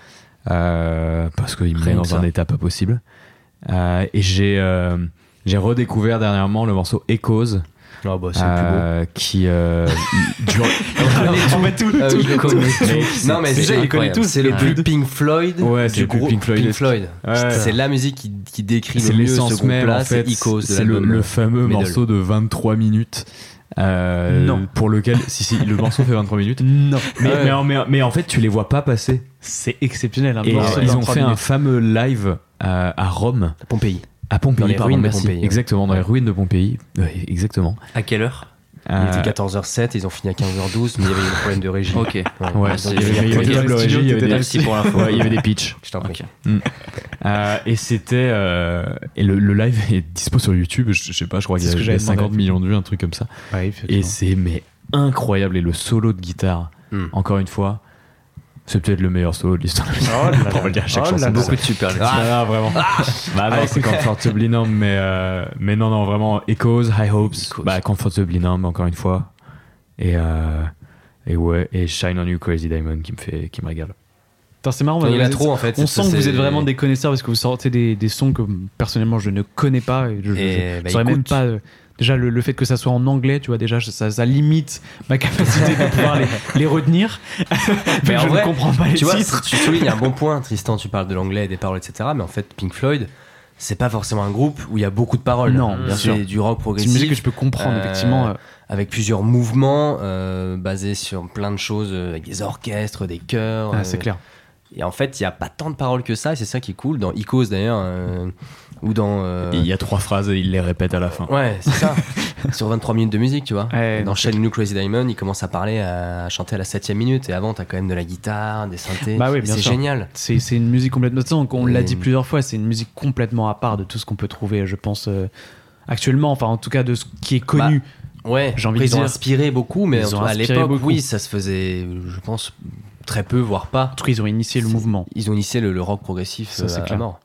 Speaker 4: Euh, parce qu'il me
Speaker 3: Rien
Speaker 4: met
Speaker 3: que
Speaker 4: dans
Speaker 3: ça.
Speaker 4: un état pas possible. Euh, et j'ai euh, j'ai redécouvert dernièrement le morceau Echoes,
Speaker 2: Ah bah, c'est
Speaker 4: euh, qui euh, dure.
Speaker 1: on va tout,
Speaker 2: Ah
Speaker 1: tout-
Speaker 2: oui, je
Speaker 1: tout-
Speaker 2: connais
Speaker 1: tout-
Speaker 2: tous. Non, mais
Speaker 1: Déjà,
Speaker 2: c'est
Speaker 1: il connaît
Speaker 2: incroyable.
Speaker 1: tous.
Speaker 2: C'est le
Speaker 1: Ouais.
Speaker 2: plus Pink Floyd.
Speaker 4: Ouais, c'est
Speaker 2: du
Speaker 4: le plus
Speaker 2: groupe
Speaker 4: Pink Floyd.
Speaker 2: Floyd.
Speaker 4: Ouais.
Speaker 2: C'est la musique qui, qui décrit
Speaker 4: C'est
Speaker 2: le mieux ce
Speaker 4: l'essence même,
Speaker 2: groupe-là.
Speaker 4: en fait.
Speaker 2: C'est Icos de
Speaker 4: C'est le,
Speaker 2: l'album. euh,
Speaker 4: le fameux
Speaker 2: Middle.
Speaker 4: morceau de 23 minutes. euh,
Speaker 1: Non.
Speaker 4: Pour lequel, si, si, le morceau fait 23 minutes.
Speaker 1: Non,
Speaker 4: Mais,
Speaker 2: Ouais.
Speaker 4: mais en- mais en- mais en fait, tu les vois pas passer.
Speaker 1: c'est exceptionnel. Un
Speaker 4: Et euh,
Speaker 1: morceau
Speaker 4: ils
Speaker 1: d'un
Speaker 4: ont
Speaker 1: trois
Speaker 4: fait un
Speaker 1: minutes.
Speaker 4: fameux live euh, à Rome,
Speaker 2: Pompéi.
Speaker 4: à Pompéi,
Speaker 2: Dans les
Speaker 4: pardon,
Speaker 2: ruines de
Speaker 4: merci.
Speaker 2: Pompéi, ouais.
Speaker 4: Exactement, dans les ruines de Pompéi. Ouais, exactement.
Speaker 3: À quelle heure
Speaker 4: Euh,
Speaker 2: Il était 14h07, ils ont fini à 15h12, mais il y avait eu des problèmes de régie.
Speaker 3: Ok.
Speaker 2: Ouais,
Speaker 4: Ouais,
Speaker 2: ils ont
Speaker 4: il
Speaker 2: dû
Speaker 4: y
Speaker 2: finir
Speaker 4: avait- il y avait
Speaker 2: plus
Speaker 4: des
Speaker 2: tard.
Speaker 4: tables régies, il y avait des-
Speaker 3: Merci pour l'info.
Speaker 4: Ouais, il y avait des pitchs.
Speaker 2: Je t'en prie.
Speaker 4: Euh, et c'était. euh, et le, le live est dispo sur YouTube, je, je sais pas, je crois
Speaker 1: C'est
Speaker 4: qu'il y
Speaker 1: ce que
Speaker 4: a
Speaker 1: j'avais
Speaker 4: des 50
Speaker 1: demandé.
Speaker 4: millions de vues, un truc comme ça.
Speaker 1: Ouais,
Speaker 4: Et
Speaker 1: effectivement.
Speaker 4: c'est mais incroyable. Et le solo de guitare,
Speaker 2: Hmm.
Speaker 4: encore une fois, c'est peut-être le meilleur solo de l'histoire.
Speaker 1: Oh là
Speaker 4: On va le dire à chaque
Speaker 1: Oh
Speaker 4: chanson.
Speaker 1: là là.
Speaker 4: Beaucoup
Speaker 3: Beaucoup de super.
Speaker 4: Ah, non, vraiment. bah non, c'est Comfortably Numb, mais, euh, mais non, non, vraiment. Echoes, High Hopes,
Speaker 3: Echoes.
Speaker 4: bah, Comfortably Numb, encore une fois. Et, euh, et ouais, et Shine on You Crazy Diamond qui me, fait, qui me régale.
Speaker 1: Putain, c'est marrant.
Speaker 2: Il y en a
Speaker 1: vous-
Speaker 2: trop en fait.
Speaker 1: On
Speaker 2: c'est-
Speaker 1: sent que vous
Speaker 2: c'est-
Speaker 1: êtes vraiment des connaisseurs parce que vous sortez des, des sons que personnellement je ne connais pas et je, je-
Speaker 2: Et,
Speaker 1: je
Speaker 2: bah,
Speaker 1: saurais même
Speaker 2: écoute.
Speaker 1: pas. euh, Déjà, le, le fait que ça soit en anglais, tu vois, déjà, ça, ça limite ma capacité de pouvoir les, les retenir.
Speaker 2: Mais
Speaker 1: Mais
Speaker 2: en
Speaker 1: je
Speaker 2: vrai,
Speaker 1: ne comprends pas les
Speaker 2: Tu vois,
Speaker 1: titres.
Speaker 2: tu soulignes un bon point, Tristan. Tu parles de l'anglais, des paroles, etc. Mais en fait, Pink Floyd, c'est pas forcément un groupe où il y a beaucoup de paroles.
Speaker 1: Non, bien sûr.
Speaker 2: C'est du rock
Speaker 1: C'est une musique que
Speaker 2: progressif
Speaker 1: je peux comprendre,
Speaker 2: Euh,
Speaker 1: effectivement. euh,
Speaker 2: avec plusieurs mouvements euh, basés sur plein de choses, euh, avec des orchestres, des chœurs.
Speaker 1: ah,
Speaker 2: euh,
Speaker 1: c'est clair.
Speaker 2: Et en fait, il n'y a pas tant de paroles que ça, et c'est ça qui est cool dans Icos d'ailleurs, euh, ou dans. euh,
Speaker 4: Il y a trois phrases et il les répète à la fin.
Speaker 2: Ouais, c'est ça. Sur 23 minutes de musique, tu vois.
Speaker 1: Ouais,
Speaker 2: dans
Speaker 1: non,
Speaker 2: Shine New Crazy Diamond, il commence à parler, à, à chanter à la 7 minute, et avant, t'as quand même de la guitare, des synthés.
Speaker 1: Bah oui,
Speaker 2: Et
Speaker 1: bien
Speaker 2: c'est
Speaker 1: sûr.
Speaker 2: génial.
Speaker 1: C'est c'est une musique complètement. de toute façon, On l'a
Speaker 2: Et-
Speaker 1: dit plusieurs fois, c'est une musique complètement à part de tout ce qu'on peut trouver, je pense, euh, actuellement. Enfin, en tout cas, de ce qui est
Speaker 3: Bah,
Speaker 1: connu.
Speaker 2: Ouais,
Speaker 1: J'ai envie
Speaker 2: après,
Speaker 1: de
Speaker 2: ils ont
Speaker 1: dire.
Speaker 2: inspiré beaucoup, mais
Speaker 1: Ils
Speaker 2: en tout
Speaker 1: ont
Speaker 2: cas, à
Speaker 1: inspiré
Speaker 2: l'époque,
Speaker 1: beaucoup.
Speaker 2: oui, ça se faisait, je pense, très peu, voire pas.
Speaker 1: en tout cas, ils ont initié le
Speaker 2: C'est-
Speaker 1: mouvement.
Speaker 2: Ils ont initié le, le rock progressif
Speaker 1: Ça,
Speaker 2: euh,
Speaker 1: c'est
Speaker 2: à- à
Speaker 1: clair.
Speaker 2: mort.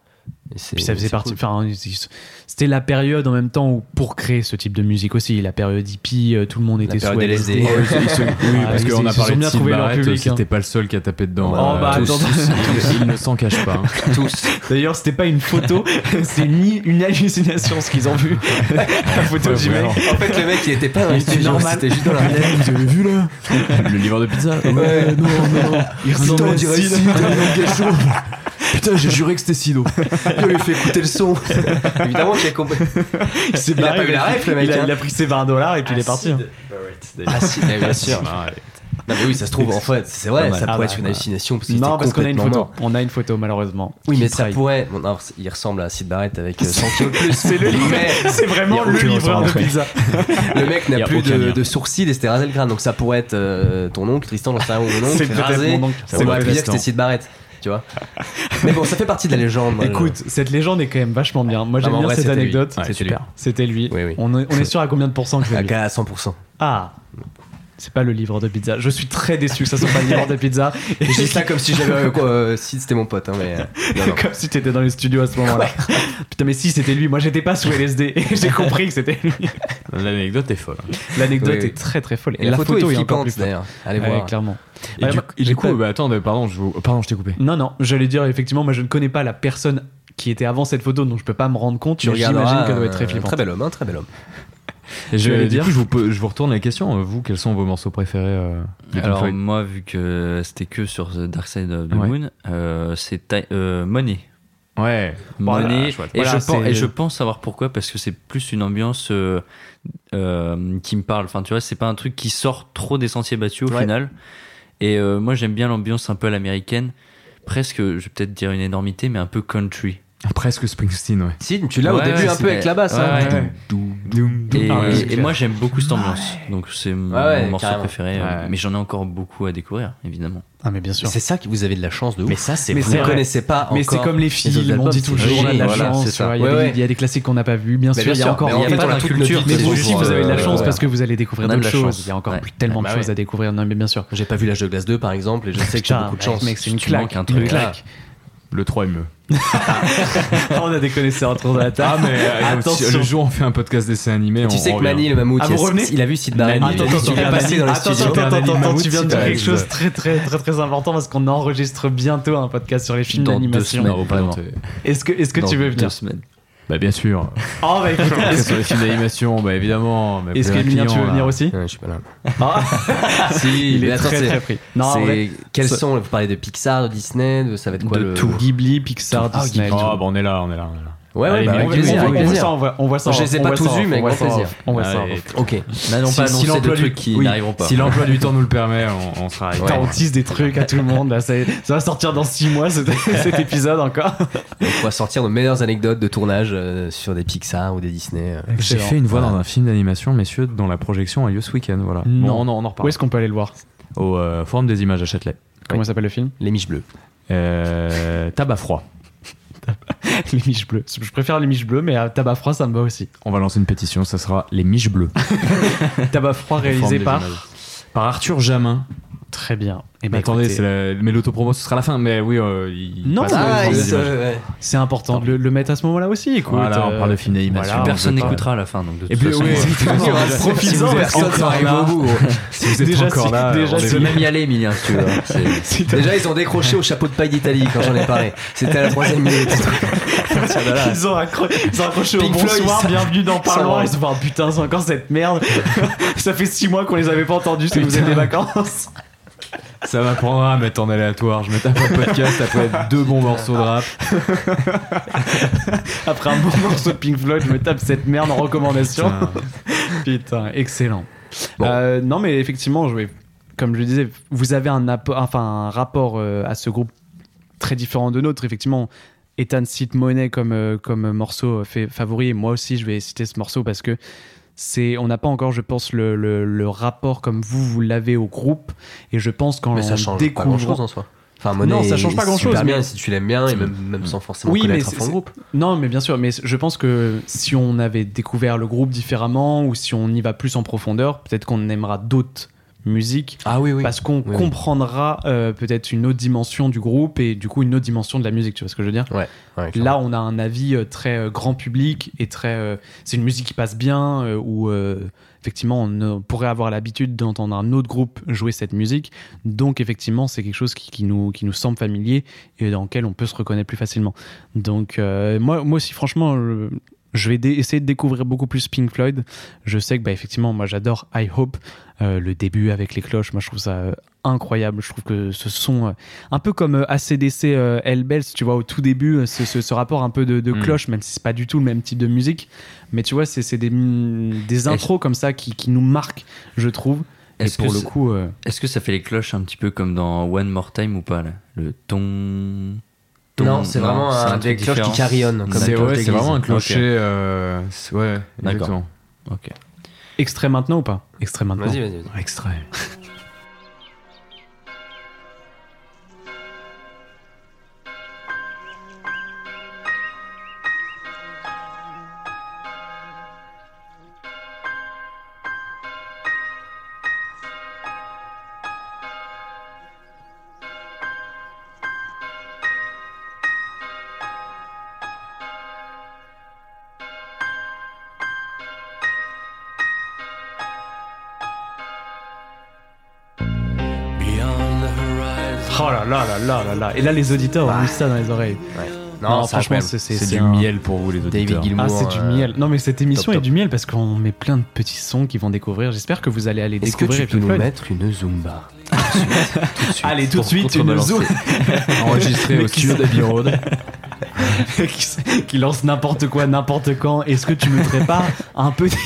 Speaker 2: Et c'est-
Speaker 1: Puis ça faisait
Speaker 2: c'est
Speaker 1: partie.
Speaker 2: cool.
Speaker 1: Enfin, ils- c'était la période en même temps où pour créer ce type de musique aussi, la période hippie, euh, tout le monde était sous
Speaker 3: période
Speaker 1: LSD.
Speaker 3: LSD.
Speaker 4: oui, Ah, ils se- oui, parce
Speaker 1: ils-
Speaker 4: qu'on
Speaker 1: ils
Speaker 4: a
Speaker 1: se sont
Speaker 4: parlé de
Speaker 1: bien
Speaker 4: Sid
Speaker 1: trouvés leur
Speaker 4: Barrett,
Speaker 1: public, hein.
Speaker 4: c'était pas le seul qui a tapé dedans.
Speaker 1: Oh, bah,
Speaker 4: tous,
Speaker 1: attends.
Speaker 4: tous, il, il ne s'en cache pas.
Speaker 3: Tous.
Speaker 1: D'ailleurs, c'était pas une photo, c'est ni une hallucination ce qu'ils ont vu. la photo
Speaker 4: Ouais,
Speaker 1: du mec.
Speaker 4: vraiment.
Speaker 3: En fait, le mec, il était pas dans les
Speaker 1: C'est
Speaker 3: studios,
Speaker 1: normal.
Speaker 3: c'était juste dans la rédaction.
Speaker 4: Vous avez vu là Le livreur de pizza
Speaker 3: Ouais,
Speaker 4: non, non.
Speaker 1: Il ressemble à Sid.
Speaker 4: Putain, j'ai juré que c'était Sido.
Speaker 3: On lui fait écouter le son. Évidemment qu'il a compris.
Speaker 1: Il s'est
Speaker 3: Il a
Speaker 1: barré,
Speaker 3: pas eu la
Speaker 1: il a-
Speaker 3: ref, le mec,
Speaker 1: Il a,
Speaker 3: hein. Ah,
Speaker 1: il a pris ses 20 dollars et puis il est parti. hein.
Speaker 3: Bah
Speaker 2: Ah,
Speaker 1: Ah,
Speaker 3: Acide, bien sûr.
Speaker 2: bah Non, mais oui, ça se trouve, en fait, c'est vrai,
Speaker 1: mal.
Speaker 2: ça
Speaker 1: Ah,
Speaker 2: pourrait
Speaker 1: bah,
Speaker 2: être une
Speaker 1: bah.
Speaker 2: hallucination. Parce qu'il
Speaker 1: Non,
Speaker 2: était
Speaker 1: parce qu'on a une
Speaker 2: complètement
Speaker 1: photo.
Speaker 2: mort.
Speaker 1: On a une photo, malheureusement.
Speaker 2: Oui, mais
Speaker 1: Qui
Speaker 2: ça
Speaker 1: trahit.
Speaker 2: pourrait. Bon, non, il ressemble à Sid Barrett avec euh, 100 kilos de plus.
Speaker 1: C'est le
Speaker 2: Mais-
Speaker 1: livre. C'est vraiment le livreur de pizza.
Speaker 2: Le mec
Speaker 4: Y
Speaker 2: n'a
Speaker 4: a
Speaker 2: plus
Speaker 4: aucun
Speaker 2: de,
Speaker 4: lien.
Speaker 2: de sourcils et c'était rasé le crâne. Donc ça pourrait être euh, ton oncle, Tristan, j'en sais rien, ou mon oncle,
Speaker 1: C'est peut-être
Speaker 2: rasé.
Speaker 1: mon oncle.
Speaker 2: On
Speaker 4: C'est
Speaker 2: aurait pu
Speaker 4: mon
Speaker 2: dire que
Speaker 4: Tristan.
Speaker 2: c'était Sid Barrett, tu vois. Mais bon, ça fait partie de la légende. moi, je-
Speaker 1: Écoute, cette légende est quand même vachement bien. Moi,
Speaker 2: Non,
Speaker 1: j'aime
Speaker 2: mais en
Speaker 1: bien
Speaker 2: vrai,
Speaker 1: cette
Speaker 2: c'était lui.
Speaker 1: anecdote.
Speaker 4: Ouais,
Speaker 2: c'est
Speaker 4: c'est
Speaker 2: super.
Speaker 1: C'était lui.
Speaker 2: Oui, oui.
Speaker 1: On, est, on est sûr à combien de pourcents que c'est
Speaker 2: À
Speaker 1: lui
Speaker 2: à 100%.
Speaker 1: Ah C'est pas le livre de pizza. Je suis très déçu que ça soit pas le livre de pizza. Et
Speaker 2: Je dis ça comme si j'avais. euh, quoi, euh, Sid, c'était mon pote, hein, mais. euh, non, non.
Speaker 1: Comme si t'étais dans les studios à ce moment-là. Putain, mais si, c'était lui. Moi, j'étais pas sous LSD. Et J'ai compris que c'était lui.
Speaker 4: L'anecdote est folle.
Speaker 1: L'anecdote
Speaker 2: Oui, oui.
Speaker 1: est très très folle.
Speaker 2: Et la, photo, est
Speaker 1: encore
Speaker 2: flippante
Speaker 1: plus folle.
Speaker 2: d'ailleurs. Allez
Speaker 1: Ouais,
Speaker 2: voir.
Speaker 1: clairement.
Speaker 4: Et
Speaker 1: Bah,
Speaker 4: du,
Speaker 1: moi,
Speaker 4: et
Speaker 1: j'ai
Speaker 4: du coup,
Speaker 1: pas-
Speaker 4: bah, attends, pardon, je vous... pardon, je t'ai coupé.
Speaker 1: Non, non, j'allais dire effectivement, moi je ne connais pas la personne qui était avant cette photo, donc je peux pas me rendre compte.
Speaker 2: Tu
Speaker 1: mais
Speaker 2: regarderas,
Speaker 1: J'imagine qu'elle doit être
Speaker 2: euh,
Speaker 1: très flippante.
Speaker 2: Très bel homme, hein, très bel homme.
Speaker 4: Et
Speaker 1: Tu
Speaker 4: je,
Speaker 1: allais
Speaker 4: du
Speaker 1: dire
Speaker 4: coup, je vous, peux- je vous retourne la question. Euh, Vous, quels sont vos morceaux préférés euh, de Pink
Speaker 3: Alors,
Speaker 4: Floyd
Speaker 3: moi, vu que c'était que sur The Dark Side of the
Speaker 4: Ouais.
Speaker 3: Moon, euh, c'est Ti- euh, Money.
Speaker 4: Ouais.
Speaker 1: Voilà,
Speaker 3: Money.
Speaker 1: chouette.
Speaker 3: et,
Speaker 1: Voilà,
Speaker 3: je pense,
Speaker 1: c'est-
Speaker 3: et je pense savoir pourquoi, parce que c'est plus une ambiance euh, euh, qui me parle. Enfin, tu vois, c'est pas un truc qui sort trop des sentiers battus au
Speaker 2: Ouais.
Speaker 3: final. Et euh, moi, j'aime bien l'ambiance un peu à l'américaine. Presque, je vais peut-être dire une énormité, mais un peu country.
Speaker 4: Ah, Presque Springsteen, ouais.
Speaker 2: Sid, tu l'as au
Speaker 3: Ouais,
Speaker 2: début
Speaker 3: ouais,
Speaker 2: un
Speaker 3: c'est-
Speaker 2: peu avec la basse. hein.
Speaker 3: Ouais, ouais. Et,
Speaker 4: Ah ouais,
Speaker 3: et-
Speaker 4: c'est
Speaker 3: et
Speaker 4: clair.
Speaker 3: moi j'aime beaucoup cette ambiance, donc c'est mon
Speaker 2: Ouais, ouais,
Speaker 3: morceau
Speaker 2: carrément.
Speaker 3: préféré. euh,
Speaker 4: Ouais.
Speaker 3: Mais j'en ai encore beaucoup à découvrir, évidemment.
Speaker 1: Ah, mais bien sûr.
Speaker 2: C'est ça que vous avez de la chance de ouf.
Speaker 1: Mais ça, c'est
Speaker 2: vous ne
Speaker 1: vrai.
Speaker 2: connaissez pas
Speaker 1: Mais
Speaker 2: encore
Speaker 1: c'est comme les
Speaker 2: autres
Speaker 1: films, on
Speaker 2: albums,
Speaker 1: dit
Speaker 2: c'est
Speaker 1: toujours on a de la
Speaker 2: génial, voilà,
Speaker 1: chance.
Speaker 2: c'est
Speaker 1: tu
Speaker 2: ça.
Speaker 1: vois, Il y, a
Speaker 2: Ouais,
Speaker 1: des-
Speaker 2: ouais.
Speaker 1: il y a des classiques qu'on n'a pas vus, bien
Speaker 2: Mais
Speaker 1: sûr, il y a
Speaker 2: sûr,
Speaker 1: encore.
Speaker 2: mais
Speaker 1: il y a
Speaker 2: en fait,
Speaker 1: pas-
Speaker 2: on a
Speaker 3: la
Speaker 2: toute
Speaker 3: culture,
Speaker 2: notre vie,
Speaker 1: mais
Speaker 2: c'est
Speaker 1: vous
Speaker 2: juste,
Speaker 1: aussi, vous avez de la
Speaker 2: euh,
Speaker 1: chance
Speaker 2: ouais.
Speaker 1: parce que vous allez découvrir
Speaker 3: On a de
Speaker 1: d'autres
Speaker 3: la chance.
Speaker 1: choses. Il y a encore
Speaker 3: Ouais.
Speaker 1: plus- tellement
Speaker 2: Ah
Speaker 1: de
Speaker 2: bah
Speaker 1: choses
Speaker 2: ouais.
Speaker 1: à découvrir. Non, mais bien sûr.
Speaker 2: J'ai pas vu l'âge de glace 2 par exemple et je sais que j'ai
Speaker 1: Putain,
Speaker 2: beaucoup de
Speaker 1: mec,
Speaker 2: chance.
Speaker 1: mec, c'est une
Speaker 3: Tu
Speaker 1: claque.
Speaker 3: manques un
Speaker 1: une
Speaker 3: truc.
Speaker 1: claque.
Speaker 4: Le 3 est mieux.
Speaker 1: on a des connaisseurs autour de la
Speaker 4: Ah,
Speaker 1: table.
Speaker 4: mais euh,
Speaker 1: Attention.
Speaker 4: le jour où on fait un podcast dessin animé, on
Speaker 2: Tu sais que
Speaker 4: revient.
Speaker 2: Mani le mammouth,
Speaker 1: Ah,
Speaker 2: il a-
Speaker 1: vous revenez
Speaker 2: il a vu Sid Barrett.
Speaker 1: Attends, attends,
Speaker 2: il est
Speaker 1: attends,
Speaker 2: passé dans le
Speaker 1: attends,
Speaker 2: studio.
Speaker 1: attends, attends, attends, attends, tu viens de dire
Speaker 4: Mammouth,
Speaker 1: quelque
Speaker 4: c'est
Speaker 1: chose
Speaker 4: vrai.
Speaker 1: très très très très important parce qu'on enregistre bientôt un podcast sur les films
Speaker 3: Dans deux
Speaker 1: d'animation.
Speaker 3: semaines.
Speaker 4: Non,
Speaker 3: Vraiment.
Speaker 4: vraiment.
Speaker 1: Est-ce que, est-ce que
Speaker 3: Dans
Speaker 1: tu veux
Speaker 3: deux
Speaker 1: venir
Speaker 3: semaines.
Speaker 4: Oh, Bah, bien sûr.
Speaker 1: Oh, bah écoute,
Speaker 4: Après,
Speaker 1: est-ce
Speaker 4: sur les films d'animation, bah évidemment. mais
Speaker 1: est-ce que
Speaker 4: plein de
Speaker 1: Emilien, tu
Speaker 4: clients,
Speaker 1: veux
Speaker 4: là.
Speaker 1: venir aussi
Speaker 2: Ouais, je suis pas là.
Speaker 1: Ah,
Speaker 2: Si,
Speaker 1: Il
Speaker 2: euh, mais
Speaker 1: est
Speaker 2: attends,
Speaker 1: très
Speaker 2: c'est-
Speaker 1: très pris. Non, en
Speaker 2: c'est-
Speaker 1: vrai,
Speaker 2: Quels
Speaker 1: ça-
Speaker 2: sont Vous parlez de Pixar, de Disney, de ça va être quoi
Speaker 1: de
Speaker 2: le
Speaker 1: tout. Ghibli, Pixar,
Speaker 2: Ah,
Speaker 1: Disney.
Speaker 4: Oh, bah, on est là, on est là, on est là.
Speaker 2: Ouais, ouais,
Speaker 4: Allez,
Speaker 2: bah,
Speaker 4: mais
Speaker 2: avec
Speaker 1: On-
Speaker 4: oui,
Speaker 2: plaisir,
Speaker 1: on- on-
Speaker 2: avec
Speaker 1: on voit
Speaker 2: plaisir.
Speaker 1: ça, on voit- on voit ça.
Speaker 2: Je les ai
Speaker 1: on
Speaker 2: pas
Speaker 1: voit
Speaker 2: tous
Speaker 1: ça en
Speaker 2: vus, mais
Speaker 1: off, on
Speaker 2: avec
Speaker 1: voit
Speaker 2: grand
Speaker 1: ça en
Speaker 2: plaisir.
Speaker 1: off, On voit ça. en
Speaker 4: Allez,
Speaker 1: off.
Speaker 2: Ok.
Speaker 1: Bah
Speaker 3: N'allons
Speaker 4: Si-
Speaker 3: pas
Speaker 4: si
Speaker 3: annoncer
Speaker 4: l'emploi
Speaker 3: des
Speaker 4: du-
Speaker 3: trucs qui
Speaker 4: oui.
Speaker 3: n'arriveront pas.
Speaker 4: Si l'emploi du temps nous le permet, on, on sera arrivé.
Speaker 1: Putain, on tisse des trucs à tout le monde. Là, ça, ça va sortir dans 6 mois cet, cet épisode encore.
Speaker 2: On va sortir nos meilleures anecdotes de tournage euh, sur des Pixar ou des Disney. euh.
Speaker 4: J'ai
Speaker 1: Excellent.
Speaker 4: fait une voix
Speaker 2: Voilà.
Speaker 4: dans un film d'animation, messieurs, dont la projection a lieu ce week-end. Voilà.
Speaker 1: Non.
Speaker 4: Bon, on, en- on en
Speaker 1: Où
Speaker 4: reparle.
Speaker 1: est-ce qu'on peut aller le voir
Speaker 4: Au euh, Forum des images à Châtelet.
Speaker 1: Comment s'appelle le film
Speaker 2: Les miches bleues.
Speaker 4: Euh, tabac froid.
Speaker 1: Les miches bleues. Je préfère les miches bleues, mais à tabac froid, ça me va aussi.
Speaker 4: On va lancer une pétition, ça sera les miches bleues.
Speaker 1: Tabac froid réalisé
Speaker 4: Forme
Speaker 1: par.
Speaker 4: des images. Par Arthur Jamin.
Speaker 1: Très bien. Eh ben, Et
Speaker 4: Mais attendez, c'est la- mais l'autopromo, ce sera la fin. Mais oui, euh, il
Speaker 1: Non,
Speaker 4: passe
Speaker 1: Ah,
Speaker 4: dans le
Speaker 1: mais
Speaker 4: Forum
Speaker 1: il
Speaker 4: des
Speaker 1: se-
Speaker 4: images.
Speaker 1: c'est important de le, le mettre à ce moment-là aussi. Écoute,
Speaker 4: Voilà, on
Speaker 1: euh,
Speaker 4: parle de film d'animation.
Speaker 1: voilà.
Speaker 3: Personne
Speaker 4: on peut pas-
Speaker 3: n'écoutera à la fin, donc de
Speaker 4: Et
Speaker 3: toute
Speaker 4: puis,
Speaker 3: façon.
Speaker 4: oui,
Speaker 3: euh,
Speaker 1: Ah,
Speaker 4: exactement, déjà, si vous êtes
Speaker 2: personne
Speaker 4: encore
Speaker 2: sera arrivé
Speaker 4: là,
Speaker 2: au bout.
Speaker 4: Si vous êtes
Speaker 1: Déjà,
Speaker 4: encore
Speaker 1: si-
Speaker 4: là,
Speaker 1: déjà,
Speaker 4: on est
Speaker 1: si-
Speaker 3: Tu peux même y aller, Emilien, si tu veux. hein. C'est-
Speaker 1: Si t'as-
Speaker 2: Déjà, ils ont décroché au chapeau de paille d'Italie quand j'en ai parlé. C'était à la troisième minute.
Speaker 1: Ils ont, accro- ils ont accroché au
Speaker 2: Pink Floyd,
Speaker 1: bonsoir,
Speaker 2: ça-
Speaker 1: bienvenue dans
Speaker 2: ça
Speaker 1: Parlant.
Speaker 2: va.
Speaker 1: Ils se sont dit, Ah, putain, c'est encore cette merde. ça fait 6 mois qu'on les avait pas entendus, c'est que vous êtes des vacances.
Speaker 4: Ça m'apprendra à mettre en aléatoire. Je mets un podcast après deux bons morceaux de rap.
Speaker 1: Après un bon morceau de Pink Floyd, je me tape cette merde en recommandation.
Speaker 4: Putain.
Speaker 1: Putain, excellent.
Speaker 2: Bon.
Speaker 1: Euh, non, mais effectivement, je vais- comme je le disais, vous avez un, appo- enfin, un rapport euh, à ce groupe très différent de nôtre. Effectivement, Ethan cite Monet comme, euh, comme morceau fait, favori, et moi aussi, je vais citer ce morceau parce que c'est, on n'a pas encore, je pense, le, le- le rapport comme vous, vous l'avez au groupe. Et je pense qu'en
Speaker 2: Mais ça change pas
Speaker 1: découvrant.
Speaker 2: grand chose en soi. Enfin, Monet
Speaker 1: Non, ça
Speaker 2: est-
Speaker 1: change pas
Speaker 2: est
Speaker 1: grand-chose,
Speaker 2: super
Speaker 1: mais-
Speaker 2: bien si tu l'aimes bien et même, même sans forcément
Speaker 1: Oui, mais
Speaker 2: connaître
Speaker 1: c'est-
Speaker 2: à fond le
Speaker 1: c'est-
Speaker 2: groupe.
Speaker 1: Non, mais bien sûr, mais je pense que si on avait découvert le groupe différemment ou si on y va plus en profondeur, peut-être qu'on aimera d'autres musique
Speaker 2: Ah oui, oui.
Speaker 1: parce qu'on
Speaker 2: oui.
Speaker 1: comprendra euh, peut-être une autre dimension du groupe et du coup une autre dimension de la musique, tu vois ce que je veux dire
Speaker 2: Ouais,
Speaker 1: Là, on a un avis euh, très euh, grand public et très. euh, c'est une musique qui passe bien, euh, où euh, effectivement, on euh, pourrait avoir l'habitude d'entendre un autre groupe jouer cette musique. Donc, effectivement, c'est quelque chose qui, qui nous, qui nous semble familier et dans lequel on peut se reconnaître plus facilement. Donc, euh, moi, moi aussi, franchement. euh, je vais dé- essayer de découvrir beaucoup plus Pink Floyd. Je sais que, bah, effectivement, moi j'adore I Hope, euh, le début avec les cloches. Moi je trouve ça euh, incroyable. Je trouve que ce son, euh, un peu comme euh, ACDC euh, Hellbells, tu vois, au tout début, euh, ce, ce- ce rapport un peu de, de
Speaker 2: Hmm.
Speaker 3: Mm.
Speaker 1: cloche, même si c'est pas du tout le même type de musique. Mais tu vois, c'est c'est des, mm, des intros comme ça qui, qui nous marquent, je trouve. Et
Speaker 3: Est-ce que
Speaker 1: pour le
Speaker 3: c'est-
Speaker 1: coup, euh,
Speaker 3: Est-ce que ça fait les cloches un petit peu comme dans One More Time ou pas là Le ton. ton-
Speaker 2: Non, c'est vraiment un
Speaker 3: truc
Speaker 2: des cloches qui
Speaker 3: différent.
Speaker 2: carillonnent. comme
Speaker 4: C'est
Speaker 2: la cloche
Speaker 4: ouais, c'est
Speaker 2: d'église.
Speaker 4: vraiment un
Speaker 3: Ok.
Speaker 4: clocher. euh, c'est- ouais,
Speaker 3: D'accord.
Speaker 4: exactement.
Speaker 3: Ok.
Speaker 1: extrait maintenant ou pas Extrait maintenant.
Speaker 2: Vas-y, vas-y. vas-y.
Speaker 1: Extrait. Oh là là là là là là. Et là, les auditeurs ont mis ça dans les oreilles.
Speaker 2: Bah. Non, ça, quand
Speaker 1: franchement,
Speaker 2: même.
Speaker 1: c'est c'est-
Speaker 4: C'est
Speaker 1: c'est
Speaker 4: du
Speaker 1: un-
Speaker 4: miel pour vous, les auditeurs.
Speaker 2: David Gilmour.
Speaker 1: Ah, c'est du
Speaker 2: euh,
Speaker 1: miel. Non, mais cette émission
Speaker 2: top,
Speaker 1: est du miel parce qu'on met plein de petits sons qui vont découvrir. J'espère que vous allez aller
Speaker 2: Est-ce que
Speaker 1: découvrir
Speaker 2: tu peux
Speaker 1: Pink
Speaker 2: nous
Speaker 1: Floyd.
Speaker 2: mettre une Zumba
Speaker 1: Allez, tout de
Speaker 3: Pour
Speaker 1: suite, une
Speaker 3: contrebalancer.
Speaker 1: zone
Speaker 2: euh,
Speaker 4: Enregistré au studio d'Abbey Road.
Speaker 1: qui, s- qui lance n'importe quoi, n'importe quand. Est-ce que tu mettrais pas un petit.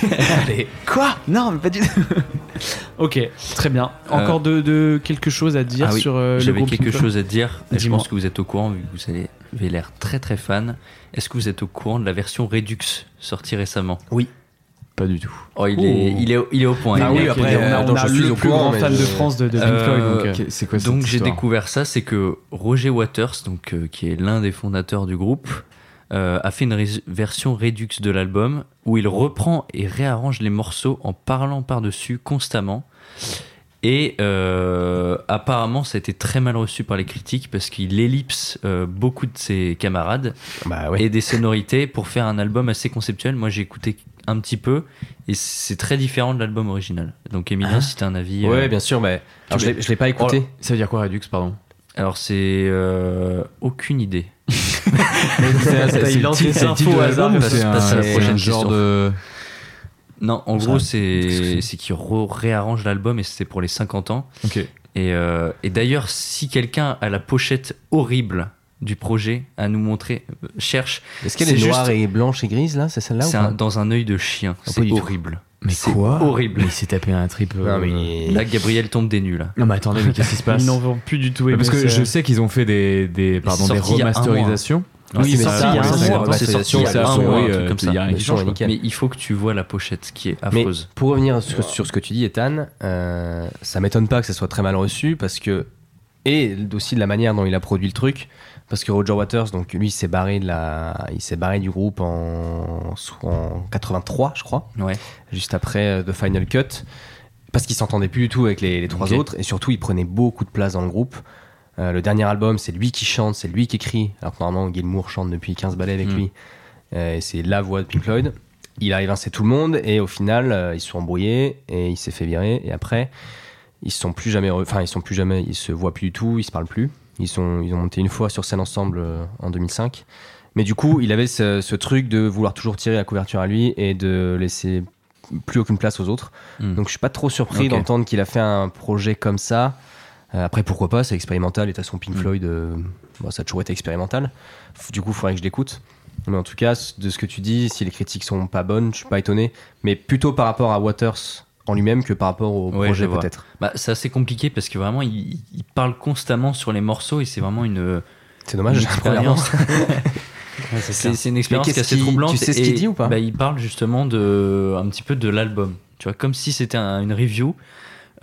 Speaker 1: Allez. Quoi Non, mais pas du tout. ok, très bien. Encore de, de quelque chose à dire
Speaker 3: Ah oui,
Speaker 1: sur euh, le
Speaker 3: J'avais
Speaker 1: groupe
Speaker 3: quelque
Speaker 1: Pink Floyd
Speaker 3: chose à dire. et Je
Speaker 1: Dis-moi.
Speaker 3: pense que vous êtes au courant, vu que vous avez avez l'air très très fan. Est-ce que vous êtes au courant de la version Redux sortie récemment
Speaker 4: Pas du tout.
Speaker 3: Oh, il, est, il, est, au- il est au point.
Speaker 1: Ah
Speaker 3: il est
Speaker 1: oui,
Speaker 3: au
Speaker 2: ok,
Speaker 1: après, on a,
Speaker 3: point.
Speaker 2: euh,
Speaker 1: on
Speaker 2: donc
Speaker 1: a
Speaker 2: je suis
Speaker 1: le
Speaker 2: au
Speaker 1: plus
Speaker 2: courant,
Speaker 1: grand
Speaker 2: mais
Speaker 1: fan
Speaker 2: je-
Speaker 1: de France de, de Pink
Speaker 3: Euh,
Speaker 1: Floyd. Donc, euh,
Speaker 4: Ok, C'est quoi cette
Speaker 3: Donc j'ai
Speaker 4: histoire
Speaker 3: découvert ça, c'est que Roger Waters, donc, euh, qui est l'un des fondateurs du groupe, euh, a fait une rés- version Redux de l'album où il reprend et réarrange les morceaux en parlant par-dessus constamment. Et euh, apparemment, ça a été très mal reçu par les critiques parce qu'il ellipse euh, beaucoup de ses camarades
Speaker 2: Bah ouais.
Speaker 3: et des sonorités pour faire un album assez conceptuel. Moi, j'ai écouté un petit peu et c'est très différent de l'album original. Donc,
Speaker 4: Ah.
Speaker 3: Emilien, si t'as un avis. euh,
Speaker 2: Ouais, bien sûr, mais alors, je l'ai- je l'ai pas écouté.
Speaker 4: Ça veut dire quoi, Redux, pardon
Speaker 3: Alors, c'est. euh, aucune idée.
Speaker 4: C'est
Speaker 1: c'est- il lance
Speaker 4: le
Speaker 1: des
Speaker 4: titre-
Speaker 1: infos
Speaker 4: c'est le titre
Speaker 1: au
Speaker 4: de
Speaker 1: hasard,
Speaker 4: l'album,
Speaker 3: mais
Speaker 4: c'est
Speaker 3: ça
Speaker 4: un,
Speaker 3: passe à la
Speaker 4: c'est un
Speaker 3: prochaine
Speaker 4: genre
Speaker 3: question.
Speaker 4: de.
Speaker 3: Non, en
Speaker 4: Ça,
Speaker 3: gros,
Speaker 4: qu'est-ce que
Speaker 3: c'est
Speaker 4: c'est
Speaker 3: c'est qu'il re- réarrange l'album et c'était pour les 50 ans.
Speaker 4: Ok.
Speaker 3: Et, euh, et d'ailleurs, si quelqu'un a la pochette horrible du projet à nous montrer, euh, cherche,
Speaker 2: Est-ce qu'elle est,
Speaker 3: C'est
Speaker 2: noire et blanche et grise là C'est celle-là ou
Speaker 3: c'est
Speaker 2: pas
Speaker 3: un- dans un œil de chien.
Speaker 2: pas
Speaker 3: C'est
Speaker 2: du tout.
Speaker 3: horrible.
Speaker 4: Mais
Speaker 3: C'est
Speaker 4: quoi
Speaker 3: horrible.
Speaker 4: Mais il s'est tapé un trip. euh,
Speaker 2: Non, mais-
Speaker 3: Là, Gabriel tombe des nues, là.
Speaker 4: Non, mais attendez, mais qu'est-ce qui se passe
Speaker 1: Ils n'en vont plus du tout.
Speaker 4: Parce
Speaker 1: aimer ce-
Speaker 4: que je sais qu'ils ont fait des, des, pardon, des
Speaker 3: sorti il y a un mois.
Speaker 4: remasterisations.
Speaker 1: Oui,
Speaker 4: c'est
Speaker 1: mais
Speaker 4: ça,
Speaker 1: ça, il y a un
Speaker 4: pour les
Speaker 1: mois.
Speaker 4: Instagram.
Speaker 2: Ouais, c'est
Speaker 4: Donc,
Speaker 2: sorti il y a
Speaker 4: ça,
Speaker 2: un
Speaker 4: oui,
Speaker 2: mois,
Speaker 3: un truc
Speaker 4: euh,
Speaker 3: comme ça.
Speaker 4: il y a
Speaker 2: Le
Speaker 4: qui
Speaker 2: son
Speaker 4: change,
Speaker 2: est
Speaker 4: quoi.
Speaker 2: nickel.
Speaker 3: Mais il faut que tu vois la pochette qui est
Speaker 2: Mais
Speaker 3: affreuse.
Speaker 2: pour revenir sur, sur ce que tu dis, Ethan, euh, ça m'étonne pas que ça soit très mal reçu parce que. Et aussi de la manière dont il a produit le truc. Parce que Roger Waters, donc lui, il s'est barré, de la, il s'est barré du groupe en, en 83, je crois,
Speaker 3: Ouais.
Speaker 2: juste après euh, The Final Cut. Parce qu'il s'entendait plus du tout avec les, les trois
Speaker 3: Ok.
Speaker 2: autres. Et surtout, il prenait beaucoup de place dans le groupe. Euh, le dernier album, c'est lui qui chante, c'est lui qui écrit. Alors que normalement, Gilmour chante depuis 15 ballets avec
Speaker 3: Mm.
Speaker 2: lui. Euh, et c'est la voix de Pink Floyd. Il a évincé tout le monde et au final, euh, ils se sont embrouillés et il s'est fait virer. Et après, ils se sont plus jamais, re- enfin, ils sont plus jamais, ils se voient plus du tout, ils se parlent plus. Ils sont, ils ont monté une fois sur scène ensemble euh, en 2005. Mais du coup, il avait ce, ce truc de vouloir toujours tirer la couverture à lui et de laisser plus aucune place aux autres.
Speaker 3: Hmm.
Speaker 2: Donc je suis pas trop surpris
Speaker 3: Ok.
Speaker 2: d'entendre qu'il a fait un projet comme ça. Euh, après, pourquoi pas, c'est expérimental. Et de toute façon, Pink
Speaker 3: Mm.
Speaker 2: Floyd, euh, bon, ça a toujours été expérimental. F- Du coup, il faudrait que je l'écoute. Mais en tout cas, c- de ce que tu dis, si les critiques sont pas bonnes, je suis pas étonné. Mais plutôt par rapport à Waters en lui-même que par rapport au
Speaker 3: Ouais,
Speaker 2: projet
Speaker 3: je vois.
Speaker 2: peut-être.
Speaker 3: Bah, c'est assez compliqué parce que vraiment, il, il parle constamment sur les morceaux et c'est vraiment une,
Speaker 2: C'est dommage.
Speaker 3: une
Speaker 2: premièrement.
Speaker 3: expérience.
Speaker 1: Ouais, c'est clair.
Speaker 3: C'est c'est une expérience qui
Speaker 2: qu'est-ce
Speaker 3: est assez
Speaker 2: qu'il-
Speaker 3: troublante.
Speaker 2: tu sais ce qu'il
Speaker 3: et-
Speaker 2: dit ou pas
Speaker 3: bah, Il parle justement de, un petit peu de l'album. Tu vois, comme si c'était un- une review.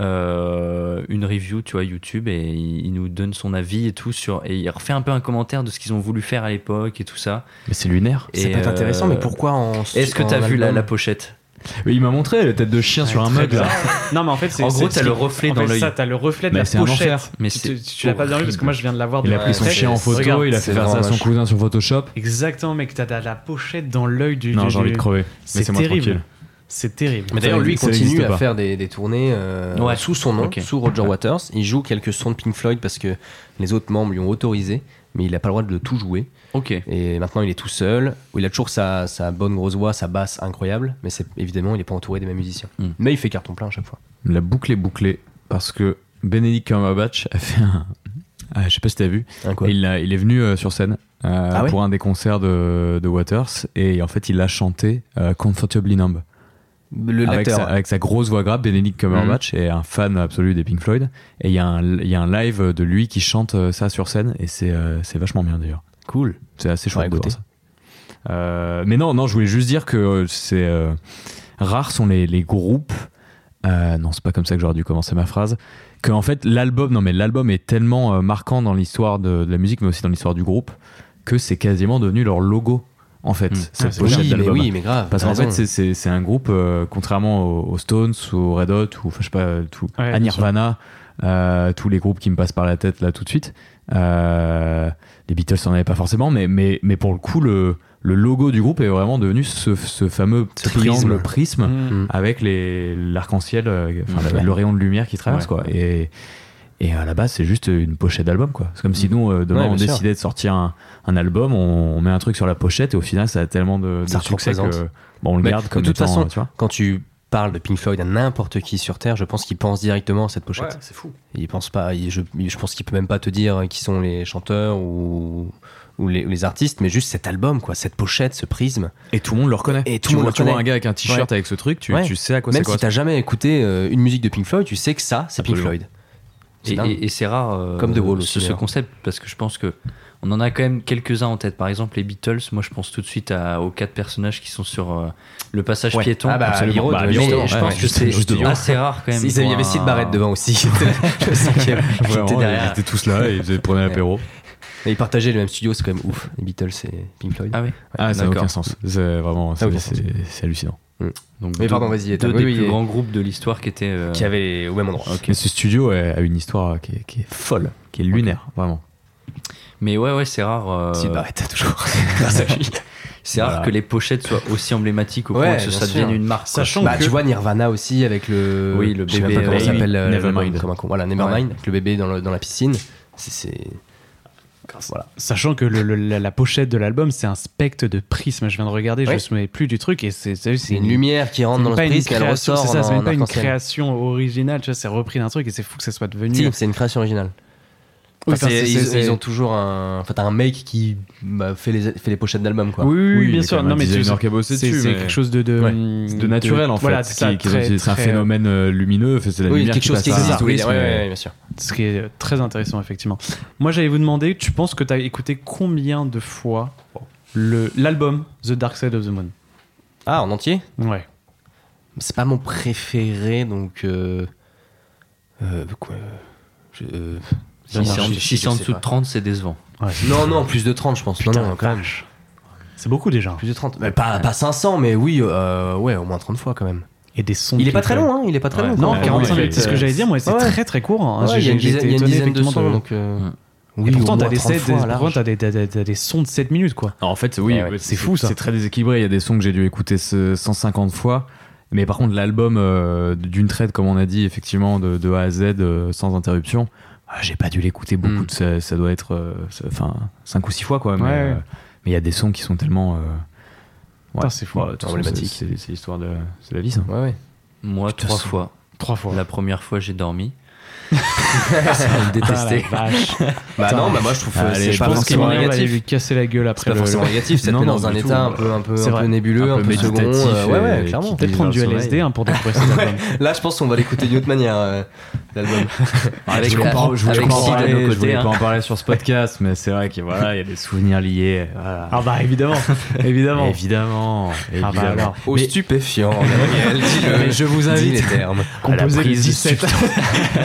Speaker 3: euh, une review, tu vois, YouTube, et il, il nous donne son avis et tout sur. Et il refait un peu un commentaire de ce qu'ils ont voulu faire à l'époque et tout ça.
Speaker 4: Mais c'est lunaire.
Speaker 2: C'est
Speaker 3: Et,
Speaker 2: peut-être
Speaker 3: euh,
Speaker 2: intéressant, mais pourquoi en
Speaker 3: Est-ce que
Speaker 2: en
Speaker 3: t'as vu la,
Speaker 2: album
Speaker 3: la pochette
Speaker 4: Mais il m'a montré la tête de chien sur un mug là.
Speaker 1: Non, mais en fait, c'est.
Speaker 3: En gros,
Speaker 1: c'est-
Speaker 3: t'as le
Speaker 1: c'est-
Speaker 3: reflet
Speaker 1: en
Speaker 3: dans
Speaker 1: fait,
Speaker 3: l'œil.
Speaker 1: ça, t'as le reflet de
Speaker 4: Mais
Speaker 1: la
Speaker 4: c'est un
Speaker 1: pochette.
Speaker 4: enfer.
Speaker 3: Mais
Speaker 1: Tu-
Speaker 3: c'est
Speaker 1: tu tu l'as pas dans l'œil parce que moi, je viens de l'avoir.
Speaker 4: Il a
Speaker 1: dans-
Speaker 4: pris son
Speaker 1: Ouais.
Speaker 4: chien en photo,
Speaker 1: Regarde.
Speaker 4: il a
Speaker 2: c'est
Speaker 4: fait faire ça à son
Speaker 2: vraiment
Speaker 4: cousin sur Photoshop.
Speaker 1: Exactement, mec, t'as la- la pochette dans l'œil du.
Speaker 4: Non,
Speaker 1: du-
Speaker 4: j'ai envie de
Speaker 1: du-
Speaker 4: crever.
Speaker 1: C'est
Speaker 4: Laissez-moi
Speaker 1: terrible.
Speaker 4: tranquille.
Speaker 1: C'est terrible.
Speaker 2: Mais d'ailleurs, lui
Speaker 4: Ça
Speaker 2: continue
Speaker 4: existe
Speaker 2: à
Speaker 4: pas.
Speaker 2: faire des, des tournées euh,
Speaker 3: Ouais.
Speaker 2: sous son nom,
Speaker 3: Ok.
Speaker 2: sous Roger Waters. Il joue quelques sons de Pink Floyd parce que les autres membres lui ont autorisé, mais il n'a pas le droit de tout jouer.
Speaker 3: Ok.
Speaker 2: Et maintenant, il est tout seul. Il a toujours sa, sa bonne grosse voix, sa basse incroyable, mais c'est évidemment, il n'est pas entouré des mêmes musiciens.
Speaker 3: Hmm.
Speaker 2: Mais il fait carton plein à chaque fois.
Speaker 4: La boucle est bouclée parce que Benedict Cumberbatch a fait un. Ah, je sais pas si t'as vu.
Speaker 2: Hein, quoi.
Speaker 4: Il, a- il est venu euh, sur scène euh,
Speaker 2: Ah ouais
Speaker 4: pour un des concerts de, de Waters et en fait il a chanté euh, Comfortably Numb
Speaker 2: Le Mhm.
Speaker 4: avec
Speaker 2: l'acteur.
Speaker 4: sa, avec sa grosse voix grave. Benedict Cumberbatch est un fan absolu des Pink Floyd et il y, a un- il y a un live de lui qui chante euh, ça sur scène et c'est euh, c'est vachement bien d'ailleurs.
Speaker 2: Cool.
Speaker 4: C'est assez chouette
Speaker 2: Ouais,
Speaker 4: de voir
Speaker 2: écoutez.
Speaker 4: ça. Euh, mais non, non, je voulais juste dire que euh, c'est euh, rares sont les, les groupes. euh, non, c'est pas comme ça que j'aurais dû commencer ma phrase. Que en fait l'album, non mais l'album est tellement euh, marquant dans l'histoire de, de la musique, mais aussi dans l'histoire du groupe, que c'est quasiment devenu leur logo. En fait,
Speaker 3: Mm.
Speaker 2: Hmm.
Speaker 4: cette
Speaker 1: Ah, c'est
Speaker 4: pochette
Speaker 2: Oui, mais
Speaker 4: d'album.
Speaker 2: oui, mais grave.
Speaker 4: Parce
Speaker 2: t'as
Speaker 4: qu'en fait,
Speaker 2: raison.
Speaker 4: c'est- c'est c'est un groupe, euh, contrairement aux, aux Stones, aux Red Hot, ou enfin, je sais pas, tout,
Speaker 1: Ouais,
Speaker 4: à
Speaker 1: bien sûr.
Speaker 4: Nirvana, euh, tous les groupes qui me passent par la tête là tout de suite. Euh, les Beatles n'en avaient pas forcément, mais, mais, mais pour le coup, le, le logo du groupe est vraiment devenu ce, ce fameux
Speaker 2: Ce
Speaker 4: triangle
Speaker 2: prisme.
Speaker 4: prisme,
Speaker 1: Mm.
Speaker 4: avec les- l'arc-en-ciel, euh, enfin,
Speaker 2: Ouais.
Speaker 4: le, le rayon de lumière qui traverse,
Speaker 3: Ouais.
Speaker 4: quoi. Et, et à la base, c'est juste une pochette d'album, quoi. C'est comme si nous, euh, demain,
Speaker 2: Mm. Ouais,
Speaker 4: on
Speaker 2: bien sûr.
Speaker 4: décidait de sortir un, un album, on, on met un truc sur la pochette, et au final, ça a tellement de, de
Speaker 2: Ça
Speaker 4: succès que
Speaker 2: représente.
Speaker 4: bon, on le
Speaker 2: Mais
Speaker 4: garde
Speaker 2: de
Speaker 4: comme
Speaker 2: toute
Speaker 4: étant, euh,
Speaker 2: façon,
Speaker 4: tu vois.
Speaker 2: Quand tu parles de Pink Floyd à n'importe qui sur Terre, je pense qu'il pense directement à cette pochette.
Speaker 4: c'est fou.
Speaker 2: Il pense pas, il- je, je pense qu'il peut même pas te dire hein, qui sont les chanteurs ou, ou les, ou les artistes, mais juste cet album, quoi, cette pochette, ce prisme.
Speaker 4: Et tout le monde le reconnaît.
Speaker 2: Et tout
Speaker 4: tu
Speaker 2: le monde
Speaker 4: vois,
Speaker 2: le
Speaker 4: tu vois
Speaker 2: reconnaît.
Speaker 4: un gars avec un t-shirt
Speaker 2: Ouais.
Speaker 4: avec ce truc, tu,
Speaker 2: Ouais.
Speaker 4: tu sais à quoi
Speaker 2: même
Speaker 4: c'est
Speaker 2: si
Speaker 4: quoi.
Speaker 2: t'as jamais écouté euh, une musique de Pink Floyd, tu sais que ça, c'est Pink
Speaker 4: Absolument.
Speaker 2: Floyd. C'est
Speaker 3: Et,
Speaker 2: dingue.
Speaker 3: et- et c'est rare euh,
Speaker 2: Comme The Wall aussi, hein.
Speaker 3: ce, ce
Speaker 2: d'ailleurs.
Speaker 3: concept parce que je pense que on en a quand même quelques-uns en tête. Par exemple, les Beatles, moi je pense tout de suite à- aux quatre personnages qui sont sur euh, le passage
Speaker 2: Ouais.
Speaker 3: piéton.
Speaker 2: Ah bah,
Speaker 4: Absolument.
Speaker 2: Hero,
Speaker 4: Bah,
Speaker 2: de-
Speaker 3: Mais
Speaker 4: Juste
Speaker 3: je
Speaker 4: devant,
Speaker 3: pense
Speaker 4: ouais, ouais,
Speaker 3: que
Speaker 4: juste-
Speaker 3: c'est
Speaker 4: juste devant.
Speaker 3: assez rare quand même.
Speaker 2: Ils avaient
Speaker 3: pour un-
Speaker 2: essayé de barrettes devant aussi. C'était la- le cinquième qui était
Speaker 4: Vraiment, ils
Speaker 2: derrière.
Speaker 4: étaient tous là et ils faisaient- prenaient l'apéro.
Speaker 2: Et ils partageaient le même studio, c'est quand même ouf. Les Beatles et Pink Floyd.
Speaker 3: Ah oui.
Speaker 4: Ah, ça n'a
Speaker 3: d'accord.
Speaker 4: aucun sens. C'est vraiment,
Speaker 2: Ça a
Speaker 4: c'est
Speaker 2: Ah, aucun
Speaker 4: c'est- c'est hallucinant.
Speaker 3: Donc,
Speaker 2: Mais
Speaker 3: deux-
Speaker 2: pardon, vas-y, t'as-
Speaker 3: Deux
Speaker 2: oui,
Speaker 3: des
Speaker 2: oui,
Speaker 3: plus
Speaker 2: et-
Speaker 3: grands groupes de l'histoire qui étaient. euh,
Speaker 2: Qui avaient au même endroit.
Speaker 4: Mais ce studio euh, a une histoire qui est, qui est folle, qui est lunaire, vraiment.
Speaker 3: Mais ouais, ouais, c'est rare. euh,
Speaker 2: Steve Barrett, toujours. Grâce à lui.
Speaker 3: c'est rare
Speaker 4: Voilà.
Speaker 3: que les pochettes soient aussi emblématiques au
Speaker 2: Bah. Ouais,
Speaker 3: point que
Speaker 2: bien
Speaker 3: ça
Speaker 2: sûr.
Speaker 3: devienne une marque. quoi.
Speaker 1: Sachant
Speaker 2: Bah,
Speaker 1: que.
Speaker 2: tu vois Nirvana aussi avec le.
Speaker 3: Oui, le
Speaker 2: je sais même
Speaker 3: bébé,
Speaker 2: pas comment
Speaker 3: euh,
Speaker 2: ça s'appelle. euh,
Speaker 4: Nevermind.
Speaker 2: l'album, Comme un con. Voilà, Nevermind, avec le bébé dans, le- dans la piscine. C'est- C'est. Voilà.
Speaker 1: Sachant que le- le- la, la pochette de l'album, c'est un spectre de prisme. Je viens de regarder, je
Speaker 2: Oui.
Speaker 1: me souviens plus du truc. Et c'est c'est-
Speaker 2: C'est une lumière qui rentre
Speaker 1: c'est
Speaker 2: dans le
Speaker 1: pas une
Speaker 2: prisme et elle
Speaker 1: création-
Speaker 2: ressort.
Speaker 1: C'est ça,
Speaker 2: en-
Speaker 1: c'est même
Speaker 2: en
Speaker 1: pas une
Speaker 2: arc-en-ciel.
Speaker 1: création originale. Tu vois, c'est repris d'un truc et c'est fou que ça soit devenu.
Speaker 2: Si, c'est une création originale.
Speaker 1: Oui,
Speaker 2: Enfin,
Speaker 1: enfin,
Speaker 2: c'est-
Speaker 1: c'est-
Speaker 2: ils,
Speaker 1: c'est-
Speaker 2: ils ont toujours un. Enfin, t'as un mec qui bah, fait, les, fait les pochettes d'albums, quoi.
Speaker 1: Oui, oui, oui, bien sûr. Non, mais tu-
Speaker 4: c'est
Speaker 1: c'est c'est quelque chose de de, hum,
Speaker 4: de naturel en fait.
Speaker 1: voilà,
Speaker 4: qui-
Speaker 1: c'est ça,
Speaker 4: qui-
Speaker 1: très-
Speaker 4: c'est un
Speaker 1: très,
Speaker 4: phénomène euh, lumineux, enfin, c'est la
Speaker 2: Oui,
Speaker 4: lumière
Speaker 2: quelque chose qui
Speaker 4: passe à un
Speaker 2: existe. Oui,
Speaker 4: prisme,
Speaker 2: ouais, ouais,
Speaker 4: mais-
Speaker 2: ouais, bien sûr.
Speaker 1: Ce qui est euh, très intéressant, effectivement. Moi, j'allais vous demander, tu penses que tu as écouté combien de fois le- l'album The Dark Side of the Moon
Speaker 2: Ah, en entier
Speaker 1: Ouais.
Speaker 2: C'est pas mon préféré, donc. Euh, euh, quoi euh, je, euh,
Speaker 3: Si c'est en-
Speaker 2: je- je-
Speaker 3: Si
Speaker 2: je
Speaker 3: c'est en
Speaker 2: sais
Speaker 3: dessous de
Speaker 2: pas.
Speaker 3: 30, c'est décevant.
Speaker 2: Non, non, plus de 30, je pense. non, non, quand même.
Speaker 1: C'est beaucoup déjà.
Speaker 2: Plus de 30. Mais pas, pas 500, mais oui, euh, ouais, au moins 30 fois quand même.
Speaker 1: Et des sons.
Speaker 2: Il est
Speaker 1: de
Speaker 2: pas très
Speaker 1: Pink Floyd.
Speaker 2: long, hein. Il est pas très long.
Speaker 1: Non,
Speaker 2: quand même.
Speaker 1: 45
Speaker 4: ouais,
Speaker 1: minutes, c'est ce que
Speaker 4: ouais.
Speaker 1: j'allais dire. Moi, c'est
Speaker 2: Ouais.
Speaker 1: très très court. hein. J'ai-
Speaker 2: Ouais, il y a une
Speaker 1: j'ai
Speaker 2: dizaine,
Speaker 1: été
Speaker 2: il y a une
Speaker 1: étonné,
Speaker 2: dizaine de
Speaker 1: effectivement,
Speaker 2: sons,
Speaker 1: de-
Speaker 2: donc. euh,
Speaker 3: Mm.
Speaker 2: Oui,
Speaker 1: Et
Speaker 2: au
Speaker 1: pourtant,
Speaker 2: moins
Speaker 1: t'as des,
Speaker 2: 30
Speaker 1: sets-
Speaker 2: fois,
Speaker 1: des-
Speaker 2: large.
Speaker 1: pourtant, t'as des, t'as des- t'as des sons de 7 minutes, quoi.
Speaker 4: Ah, En fait, oui,
Speaker 2: Ouais, ouais,
Speaker 1: c'est fou, ça.
Speaker 4: C'est très déséquilibré. Il y a des sons que j'ai dû écouter ce- 150 fois. Mais par contre, l'album euh, d'une traite, comme on a dit, effectivement, de, de A à Z, euh, sans interruption, ah, j'ai pas dû l'écouter beaucoup.
Speaker 2: Mm.
Speaker 4: de ça, ça doit être euh, ça- enfin 5 ou 6 fois, quoi. Mais
Speaker 1: Ouais.
Speaker 4: euh, mais il y a des sons qui sont tellement. euh,
Speaker 1: Putain, c'est fou.
Speaker 4: de toute façon,
Speaker 2: Emblématique.
Speaker 4: C'est c'est- c'est l'histoire de. C'est la vie, ça.
Speaker 2: Ouais, ouais.
Speaker 3: Moi, trois
Speaker 4: sens-
Speaker 3: fois.
Speaker 1: Trois fois.
Speaker 3: La première fois, j'ai dormi.
Speaker 1: Ah, la
Speaker 3: Détesté.
Speaker 1: vache.
Speaker 2: Bah non, bah moi je trouve euh,
Speaker 4: Allez,
Speaker 2: c'est
Speaker 4: je
Speaker 2: pas
Speaker 1: Je pense qu'il
Speaker 2: forcément
Speaker 1: va aller
Speaker 2: négatif.
Speaker 1: lui casser la gueule
Speaker 2: C'est
Speaker 1: après
Speaker 2: pas
Speaker 1: le-
Speaker 2: forcément négatif, ça te
Speaker 4: Non,
Speaker 2: met
Speaker 4: non,
Speaker 2: dans un
Speaker 4: du tout.
Speaker 2: état un peu, un peu,
Speaker 1: C'est
Speaker 2: un
Speaker 1: vrai.
Speaker 2: peu nébuleux,
Speaker 4: Un
Speaker 2: un
Speaker 4: peu
Speaker 2: peu, second.
Speaker 4: méditatif
Speaker 2: euh, ouais,
Speaker 4: et
Speaker 2: ouais, clairement.
Speaker 1: Peut-être prendre du
Speaker 4: Sommeil.
Speaker 1: LSD hein, pour découvrir cet album.
Speaker 2: Là, je pense qu'on va l'écouter d'une autre manière, euh, l'album.
Speaker 3: Avec
Speaker 4: Ah, je voulais
Speaker 3: la-
Speaker 4: pas, je voulais
Speaker 3: avec
Speaker 4: pas en
Speaker 3: Sid à
Speaker 4: parler,
Speaker 3: nos
Speaker 4: je
Speaker 3: côtés,
Speaker 4: voulais
Speaker 3: hein.
Speaker 4: pas en parler sur ce podcast, mais c'est vrai qu'il voilà, il y a des souvenirs liés. voilà.
Speaker 1: Ah bah évidemment, évidemment.
Speaker 4: Évidemment,
Speaker 1: Ah bah
Speaker 4: évidemment.
Speaker 1: alors.
Speaker 2: Au stupéfiant, Gabriel, dis-le.
Speaker 4: Mais je vous
Speaker 2: Dis les
Speaker 4: invite
Speaker 2: termes.
Speaker 4: à la
Speaker 1: Composé de
Speaker 4: prise de
Speaker 1: 17.
Speaker 4: substance.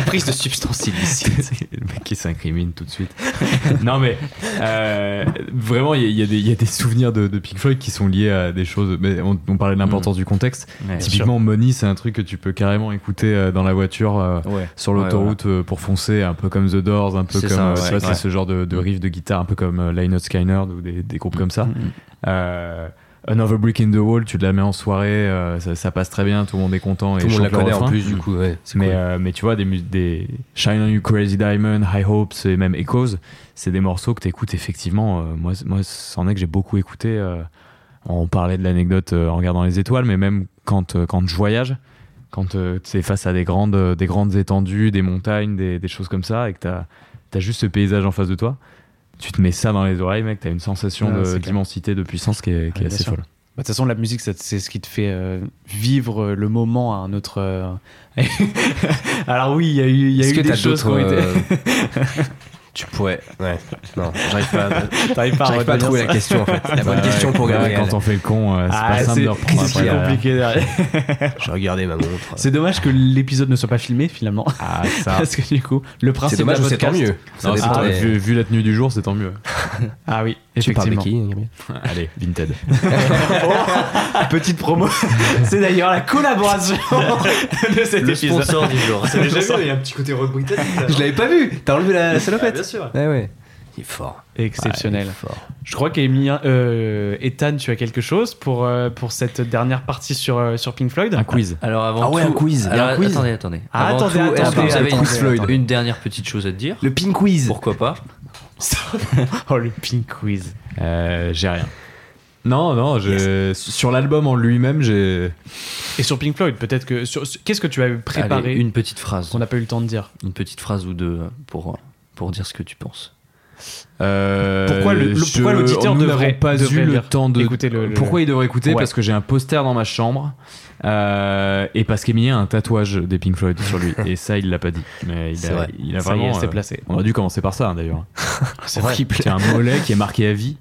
Speaker 2: Prise de substance illicite.
Speaker 4: le mec qui s'incrimine tout de suite. non mais euh, vraiment, il y, a- il y a des- il y a des souvenirs de, de Pink Floyd qui sont liés à des choses. Mais on, on parlait de l'importance
Speaker 3: Mm.
Speaker 4: du contexte.
Speaker 3: Ouais.
Speaker 4: Typiquement, Money, c'est un truc que tu peux carrément écouter euh, dans la voiture, euh,
Speaker 3: Ouais.
Speaker 4: sur l'autoroute euh, pour foncer, un peu comme The Doors, un peu
Speaker 3: C'est
Speaker 4: comme
Speaker 3: ça,
Speaker 4: euh,
Speaker 3: ouais,
Speaker 4: tu vois,
Speaker 3: ouais.
Speaker 4: c'est ce genre de, de riff de guitare, un peu comme euh, Lynyrd Skynyrd ou des, des groupes comme
Speaker 2: Mm,
Speaker 4: ça. Euh, Another Brick in the Wall, tu la mets en soirée, euh, ça, ça passe très bien, tout le monde est content
Speaker 2: Tout
Speaker 4: et
Speaker 2: le monde la
Speaker 4: chante le
Speaker 2: connaît en
Speaker 4: refrain.
Speaker 2: plus, du coup, ouais. c'est
Speaker 4: Mais,
Speaker 2: cool.
Speaker 4: euh, mais tu vois, des, mus- des Shine on You Crazy Diamond, High Hopes et même Echoes, c'est des morceaux que tu écoutes effectivement. euh, moi, c- moi, c'en est que j'ai beaucoup écouté. euh, on parlait de l'anecdote euh, en regardant les étoiles, mais même quand, euh, quand je voyage, quand tu es face à des grandes, euh, des grandes étendues, des montagnes, des, des choses comme ça, et que tu as, juste ce paysage en face de toi, tu te mets ça dans les oreilles, mec, tu as une sensation
Speaker 1: Ah,
Speaker 4: de-
Speaker 1: c'est clair.
Speaker 4: d'immensité, de puissance qui est, qui est
Speaker 1: Ouais, bien
Speaker 4: assez
Speaker 1: sûr.
Speaker 4: folle.
Speaker 1: Bah, De toute façon, la musique, c'est c'est ce qui te fait euh, vivre euh, le moment à un autre. euh, Alors oui, il y a eu, il y a
Speaker 2: Est-ce
Speaker 1: eu
Speaker 2: que
Speaker 1: des
Speaker 2: t'as
Speaker 1: choses qui ont
Speaker 2: d'autres,
Speaker 1: été.
Speaker 2: euh, tu pourrais. euh, Ouais. Non, j'arrive pas. à-
Speaker 1: T'arrives
Speaker 2: J'arrive pas à trouver la question en fait. La bonne question pour
Speaker 4: Ouais,
Speaker 2: Gabriel.
Speaker 4: Quand on fait le con, euh, c'est
Speaker 1: Ah,
Speaker 4: pas simple
Speaker 1: c'est
Speaker 4: de reprendre
Speaker 1: c'est ce qui est
Speaker 4: après, euh,
Speaker 1: compliqué derrière.
Speaker 2: Je regardais ma montre.
Speaker 1: C'est dommage que l'épisode ne soit pas filmé finalement.
Speaker 4: Ah, ça.
Speaker 1: Parce que du coup, le
Speaker 2: C'est
Speaker 1: principe
Speaker 2: dommage,
Speaker 1: d'un
Speaker 2: mais c'est tant
Speaker 1: podcast-
Speaker 2: mieux. Ça
Speaker 4: Non, c'est
Speaker 2: dépend
Speaker 4: tant-
Speaker 2: des-
Speaker 4: vu, vu la tenue du jour, c'est tant mieux.
Speaker 1: Ah oui,
Speaker 2: Tu parles de
Speaker 1: effectivement.
Speaker 2: qui Gabriel
Speaker 4: Allez, Vinted.
Speaker 1: Petite promo. c'est d'ailleurs la collaboration de cet
Speaker 3: Le
Speaker 1: épisode.
Speaker 3: sponsor du jour. C'est déjà
Speaker 1: vu,
Speaker 3: il y a un petit côté rock
Speaker 2: Je l'avais pas vu. T'as enlevé la, la salopette.
Speaker 3: bien sûr.
Speaker 2: Ouais, ouais. Il est fort.
Speaker 1: Exceptionnel.
Speaker 3: hein.
Speaker 2: Ouais, il est fort.
Speaker 1: Je crois qu'Emilien, euh, Ethan, tu as quelque chose pour, euh, pour cette dernière partie sur, euh, sur Pink Floyd
Speaker 4: Un quiz.
Speaker 3: Alors avant
Speaker 2: Ah ouais,
Speaker 3: tout-
Speaker 2: un quiz. Il y a
Speaker 3: Alors,
Speaker 2: un quiz.
Speaker 3: Attendez, attendez.
Speaker 1: Ah,
Speaker 3: Avant
Speaker 1: attendez,
Speaker 3: tout, est-ce que
Speaker 1: attendez,
Speaker 3: vous avez
Speaker 2: attendez,
Speaker 3: une-
Speaker 2: attendez.
Speaker 3: une dernière petite chose à dire
Speaker 2: Le pin quiz.
Speaker 3: Pourquoi pas
Speaker 1: Oh, le Pink Quiz.
Speaker 4: Euh, j'ai rien. Non, non, je- sur l'album en lui-même, j'ai.
Speaker 1: Et sur Pink Floyd, peut-être que. sur- sur- Qu'est-ce que tu avais préparé
Speaker 3: Allez, une petite phrase.
Speaker 1: qu'on n'a pas eu le temps de dire
Speaker 3: Une petite phrase ou deux euh, pour, euh, pour dire ce que tu penses.
Speaker 4: Euh,
Speaker 1: Pourquoi le- le-
Speaker 4: je-
Speaker 1: pourquoi l'auditeur
Speaker 4: nous
Speaker 1: devrait-
Speaker 4: n'avons pas
Speaker 1: devrait
Speaker 4: eu le
Speaker 1: lire-
Speaker 4: temps de.
Speaker 1: écouter le- le-
Speaker 4: Pourquoi il devrait écouter
Speaker 1: Ouais.
Speaker 4: Parce que j'ai un poster dans ma chambre euh, et parce qu'Emilien a un tatouage des Pink Floyd sur lui. et ça, il l'a pas dit. Mais il
Speaker 2: C'est
Speaker 4: a,
Speaker 2: vrai.
Speaker 4: il a
Speaker 1: Ça y est,
Speaker 4: vraiment.
Speaker 1: c'est
Speaker 4: euh,
Speaker 1: placé.
Speaker 4: On a dû commencer par ça hein, d'ailleurs.
Speaker 2: C'est
Speaker 4: Ouais.
Speaker 2: horrible.
Speaker 4: C'est un mollet qui est marqué à vie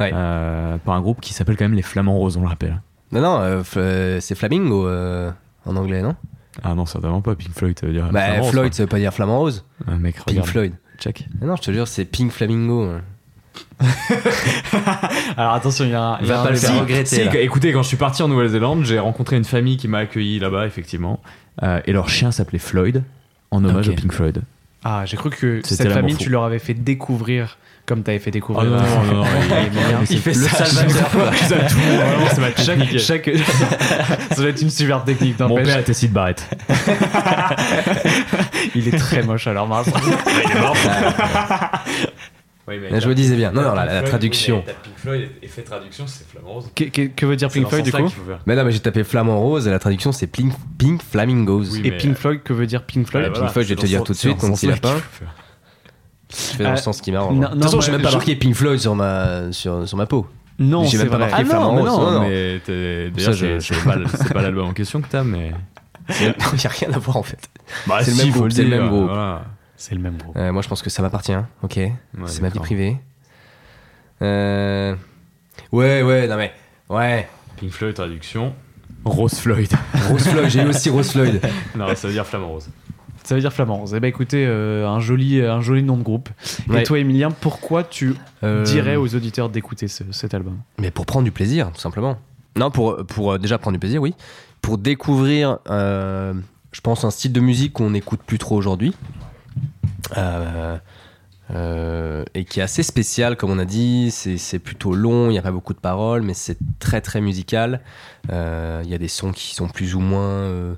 Speaker 2: Ouais.
Speaker 4: euh, par un groupe qui s'appelle quand même les Flamands Roses, on le rappelle.
Speaker 2: Non, non, euh, f- euh, c'est Flamingo euh, en anglais, non
Speaker 4: Ah non, certainement pas Pink Floyd, ça veut dire.
Speaker 2: Bah,
Speaker 4: Flamand Rose,
Speaker 2: Floyd, ça veut pas dire flamand rose.
Speaker 4: quoi. Un mec,
Speaker 2: Pink
Speaker 4: regarde.
Speaker 2: Floyd.
Speaker 4: Check.
Speaker 2: Mais non, je te jure, c'est Pink Flamingo. hein.
Speaker 1: Alors attention, il y a un. il y a
Speaker 3: Va
Speaker 1: un
Speaker 3: pas le
Speaker 1: débat.
Speaker 3: faire regretter.
Speaker 4: Si,
Speaker 3: là.
Speaker 4: écoutez, quand je suis parti en Nouvelle-Zélande, j'ai rencontré une famille qui m'a accueilli là-bas, effectivement. euh, et leur chien s'appelait Floyd, en hommage
Speaker 3: Ok.
Speaker 4: au Pink Floyd.
Speaker 1: Ah, j'ai cru que
Speaker 4: C'était
Speaker 1: cette
Speaker 4: l'amour
Speaker 1: famille,
Speaker 4: fou.
Speaker 1: tu leur avais fait découvrir comme tu avais fait
Speaker 4: Oh
Speaker 1: découvrir.
Speaker 4: non, non, non, non,
Speaker 1: Il fait
Speaker 3: Le Salvador.
Speaker 4: Vraiment, c'est ma
Speaker 1: chaque,
Speaker 4: technique.
Speaker 1: chaque... ça doit être une super technique
Speaker 4: Mon
Speaker 1: n'empêche.
Speaker 4: père était Sid Barrett.
Speaker 1: il est très moche alors mince
Speaker 4: Il est mort.
Speaker 2: Là, je me disais bien. Non, non, la, la traduction.
Speaker 4: Pink Floyd, effet traduction, c'est Flamand Rose.
Speaker 1: que, que- que veut dire Pink Floyd du coup
Speaker 2: Mais non, mais j'ai tapé flamand rose et la traduction c'est Pink, Pink Flamingos.
Speaker 4: Oui,
Speaker 1: et
Speaker 4: mais- euh,
Speaker 1: Pink Floyd que veut dire Pink Floyd
Speaker 2: Ouais, Pink Floyd, je vais te dire tout de suite, mon petit lapin. Je fais dans le
Speaker 1: Euh,
Speaker 2: sens qui m'arrange.
Speaker 1: non,
Speaker 2: moi. De toute
Speaker 1: non,
Speaker 2: façon, j'ai
Speaker 1: mais
Speaker 2: même pas
Speaker 1: je-
Speaker 2: marqué Pink Floyd sur ma, sur, sur ma peau.
Speaker 1: non
Speaker 2: J'ai
Speaker 1: c'est
Speaker 2: même pas
Speaker 1: vrai
Speaker 2: marqué flamand hein.
Speaker 4: mais
Speaker 2: rose.
Speaker 4: non,
Speaker 2: non, non.
Speaker 4: mais t'es-
Speaker 2: Ça,
Speaker 4: d'ailleurs,
Speaker 2: je-
Speaker 4: c'est c'est pas, le- c'est pas l'album en question que t'as, mais.
Speaker 2: Il y a rien à voir en fait.
Speaker 4: Bah,
Speaker 2: C'est le
Speaker 4: si,
Speaker 2: même
Speaker 4: faut
Speaker 2: groupe, c'est le
Speaker 4: dire,
Speaker 2: même groupe.
Speaker 4: voilà.
Speaker 1: c'est le même gros
Speaker 2: Euh, moi, je pense que ça m'appartient. Ok.
Speaker 4: Ouais,
Speaker 2: c'est ma vie
Speaker 4: d'accord.
Speaker 2: privée. Euh... Ouais, ouais, non mais. Ouais.
Speaker 4: Pink Floyd, traduction. Rose Floyd.
Speaker 2: Rose Floyd, j'ai eu aussi Rose Floyd.
Speaker 4: non, ça veut dire flamant rose.
Speaker 1: ça veut dire flamand rose eh ben écoutez euh, un joli un joli nom de groupe
Speaker 2: Ouais.
Speaker 1: et toi Emilien pourquoi tu
Speaker 2: Euh,
Speaker 1: dirais aux auditeurs d'écouter ce- cet album
Speaker 2: Mais pour prendre du plaisir, tout simplement. Non, pour, pour euh, déjà prendre du plaisir, oui. Pour découvrir, euh, je pense, un style de musique qu'on n'écoute plus trop aujourd'hui. Euh, euh, et qui est assez spécial, comme on a dit. C'est c'est plutôt long, il n'y a pas beaucoup de paroles, mais c'est très très musical. Euh, Il y a des sons qui sont plus ou moins euh,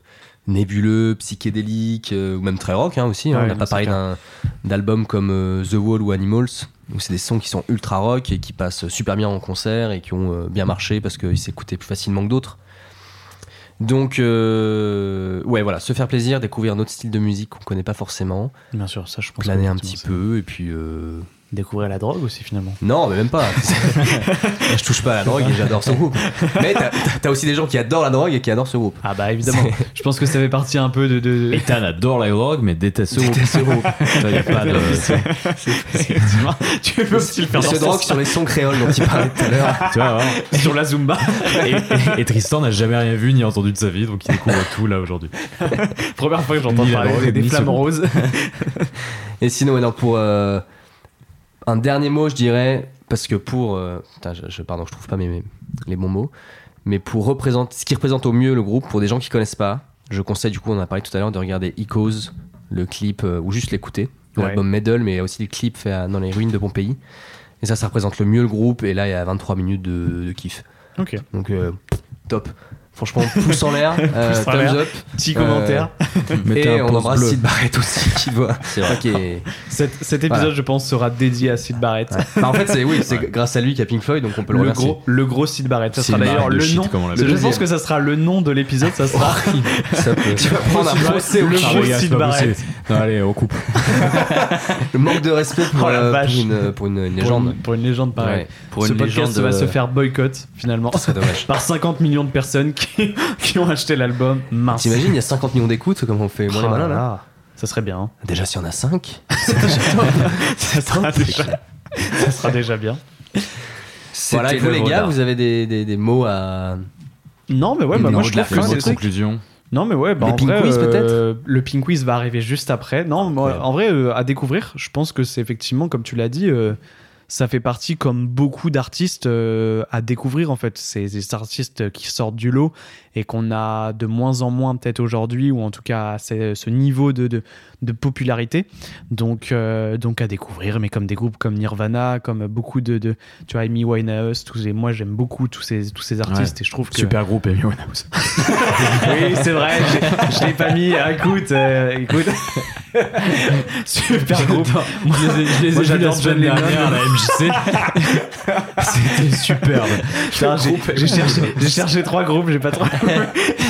Speaker 2: nébuleux, psychédéliques, euh, ou même très rock hein, aussi. hein.
Speaker 1: Ouais,
Speaker 2: on n'a
Speaker 1: non,
Speaker 2: pas
Speaker 1: c'est
Speaker 2: parlé
Speaker 1: clair.
Speaker 2: d'un- d'albums comme euh, The Wall ou Animals, où c'est des sons qui sont ultra rock et qui passent super bien en concert et qui ont euh, bien marché parce qu'ils s'écoutaient plus facilement que d'autres. Donc, euh, ouais, voilà, se faire plaisir, découvrir un autre style de musique qu'on connaît pas forcément
Speaker 1: bien sûr ça je pense
Speaker 2: planer un petit peu et puis euh,
Speaker 1: Découvrir la drogue aussi finalement.
Speaker 2: Non, mais même pas. je touche pas à la drogue et j'adore ce groupe. Mais t'as- t'as t'as aussi des gens qui adorent la drogue et qui adorent ce groupe.
Speaker 1: Ah bah évidemment. Je pense que ça fait partie un peu de. de- de-
Speaker 4: Ethan adore la drogue, mais déteste ce groupe.
Speaker 2: ce groupe.
Speaker 4: Ça, y a pas de.
Speaker 1: Effectivement. tu peux aussi le faire
Speaker 2: Ils se
Speaker 1: sortir
Speaker 2: droguent sur les sons créoles dont il parlait tout à l'heure.
Speaker 4: Tu vois, vraiment.
Speaker 1: sur la Zumba.
Speaker 4: Et, et Tristan n'a jamais rien vu ni entendu de sa vie, donc il découvre tout là aujourd'hui.
Speaker 1: Première fois que j'entends
Speaker 4: Ni la
Speaker 1: parler
Speaker 4: drogue,
Speaker 1: des
Speaker 4: ni ce
Speaker 1: flammes
Speaker 4: groupe.
Speaker 1: roses.
Speaker 2: Et sinon, alors pour euh, un dernier mot, je dirais, parce que pour. euh, putain, je, je- pardon, je trouve pas mes, mes- les bons mots. Mais pour représenter ce qui représente au mieux le groupe, pour des gens qui connaissent pas, je conseille, du coup, on en a parlé tout à l'heure, de regarder Icos, le clip, euh, ou juste l'écouter.
Speaker 1: Ouais.
Speaker 2: L'album Medal, mais aussi le clip fait à- dans les ruines de Pompéi. Et ça, ça représente le mieux le groupe. Et là, il y a 23 minutes de, de kiff.
Speaker 1: Ok.
Speaker 2: Donc, euh, top. Franchement, pouce en l'air, euh,
Speaker 1: Pouce en
Speaker 2: thumbs
Speaker 1: l'air.
Speaker 2: up.
Speaker 1: Petit
Speaker 2: Euh,
Speaker 1: commentaire.
Speaker 4: Mettez
Speaker 2: et
Speaker 4: un
Speaker 2: on
Speaker 4: pouce
Speaker 2: embrasse
Speaker 4: bleu.
Speaker 2: Sid Barrett aussi, qui doit. C'est vrai.
Speaker 1: Cet, cet épisode,
Speaker 2: Voilà.
Speaker 1: je pense, sera dédié à Sid Barrett.
Speaker 2: Bah, en fait, c'est oui, c'est grâce à lui qu'il y a Pink Floyd, donc on peut le,
Speaker 1: Le
Speaker 2: remercier.
Speaker 1: gros, le gros Sid Barrett. Ça
Speaker 4: Sid
Speaker 1: sera d'ailleurs
Speaker 4: Barrett de
Speaker 1: le
Speaker 4: shit,
Speaker 1: nom.
Speaker 4: comme on l'appelle.
Speaker 1: Je pense
Speaker 2: Deuxième.
Speaker 1: que ça sera le nom de l'épisode. Ça sera
Speaker 2: Oh, Ça peut. Tu vas prendre un
Speaker 1: Sid
Speaker 2: procès au
Speaker 1: Barrett,
Speaker 2: cul.
Speaker 1: le gros Sid Barrett.
Speaker 4: Non, allez, on coupe.
Speaker 2: Le manque de respect pour,
Speaker 1: Oh la
Speaker 2: euh, pour
Speaker 1: vache.
Speaker 2: une, pour une
Speaker 1: Pour une-
Speaker 2: légende.
Speaker 1: Pour une légende pareille.
Speaker 2: Ouais.
Speaker 3: Pour
Speaker 1: ce
Speaker 3: une
Speaker 1: podcast
Speaker 3: légende,
Speaker 1: va se
Speaker 3: euh,
Speaker 1: faire boycott finalement
Speaker 2: C'est dommage.
Speaker 1: par 50 millions de personnes qui, qui ont acheté l'album. Mince.
Speaker 2: T'imagines, il y a 50 millions d'écoutes, comme on fait moins les
Speaker 1: Oh là
Speaker 2: malins là.
Speaker 1: là. Ça serait bien. hein.
Speaker 2: Déjà, s'il y en a 5.
Speaker 1: Ça sera déjà, ça sera déjà bien.
Speaker 3: c'était
Speaker 2: Voilà, et vous les
Speaker 3: l'œuvre
Speaker 2: gars,
Speaker 3: d'art.
Speaker 2: vous avez des, des, des mots à.
Speaker 1: Non mais ouais, bah,
Speaker 2: Non,
Speaker 1: moi
Speaker 2: je
Speaker 1: je la
Speaker 2: l'ai
Speaker 1: fin
Speaker 2: fait,
Speaker 1: des
Speaker 4: Votre
Speaker 1: trucs.
Speaker 4: conclusion.
Speaker 1: Non mais ouais, bah,
Speaker 2: Le
Speaker 1: en
Speaker 2: ping
Speaker 1: vrai,
Speaker 2: quiz,
Speaker 1: euh, le ping quiz va arriver juste après. Non, moi, en vrai euh, à découvrir. Je pense que c'est effectivement comme tu l'as dit. euh, ça fait partie, comme beaucoup d'artistes, euh, à découvrir en fait. C'est des artistes qui sortent du lot et qu'on a de moins en moins peut-être aujourd'hui, ou en tout cas à ce, ce niveau de, de, de popularité. Donc, euh, donc à découvrir, mais comme des groupes comme Nirvana, comme beaucoup de, de tu vois, Amy Winehouse, tous les, moi j'aime beaucoup tous ces, tous ces artistes et je trouve que
Speaker 4: Super groupe, Amy Winehouse.
Speaker 1: oui, c'est vrai, je- je l'ai pas mis. Ah, Écoute, euh, écoute. Super groupe. Moi, moi, j'adore John Lennon.
Speaker 4: à la MJC. C'était superbe.
Speaker 1: Putain, j'ai- J'ai cherché, j'ai cherché trois groupes, j'ai pas trouvé.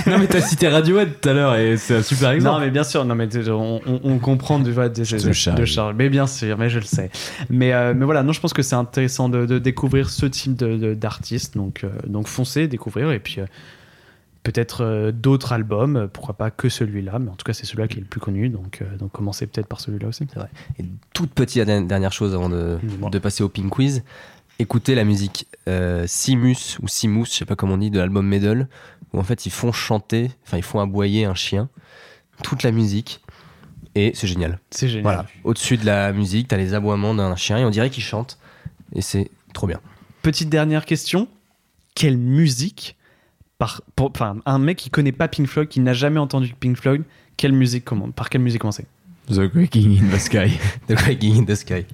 Speaker 4: Non, mais t'as cité Radiohead tout à l'heure et c'est un super
Speaker 1: Non,
Speaker 4: exemple.
Speaker 1: mais bien sûr, non, mais t'es- on, on- on comprend du voilà, de, de,
Speaker 4: te charge.
Speaker 1: de Charles. Mais bien sûr, mais je le sais. Mais, euh, mais voilà, non, je pense que c'est intéressant de, de découvrir ce type de- de- d'artiste. donc, euh, donc foncez, découvrir. Et puis euh, peut-être euh, d'autres albums. euh, Pourquoi pas que celui-là. Mais en tout cas, c'est celui-là qui est le plus connu. Donc, euh, donc commencez peut-être par celui-là aussi.
Speaker 2: Et toute petite dernière dernière chose avant de,
Speaker 1: Dis-moi.
Speaker 2: de passer au ping quiz. Écoutez la musique euh, Simus ou Simus, je sais pas comment on dit, de l'album Medal, où en fait ils font chanter, enfin ils font aboyer un chien, toute la musique, et c'est génial.
Speaker 1: C'est génial.
Speaker 2: Voilà, au-dessus de la musique, t'as les aboiements d'un chien et on dirait qu'il chante, et c'est trop bien.
Speaker 1: Petite dernière question. Quelle musique par, pour- enfin, un mec qui connaît pas Pink Floyd, qui n'a jamais entendu Pink Floyd, quelle musique commande Par quelle musique commencer
Speaker 4: The Quaking in the Sky.
Speaker 2: The Quaking in the Sky.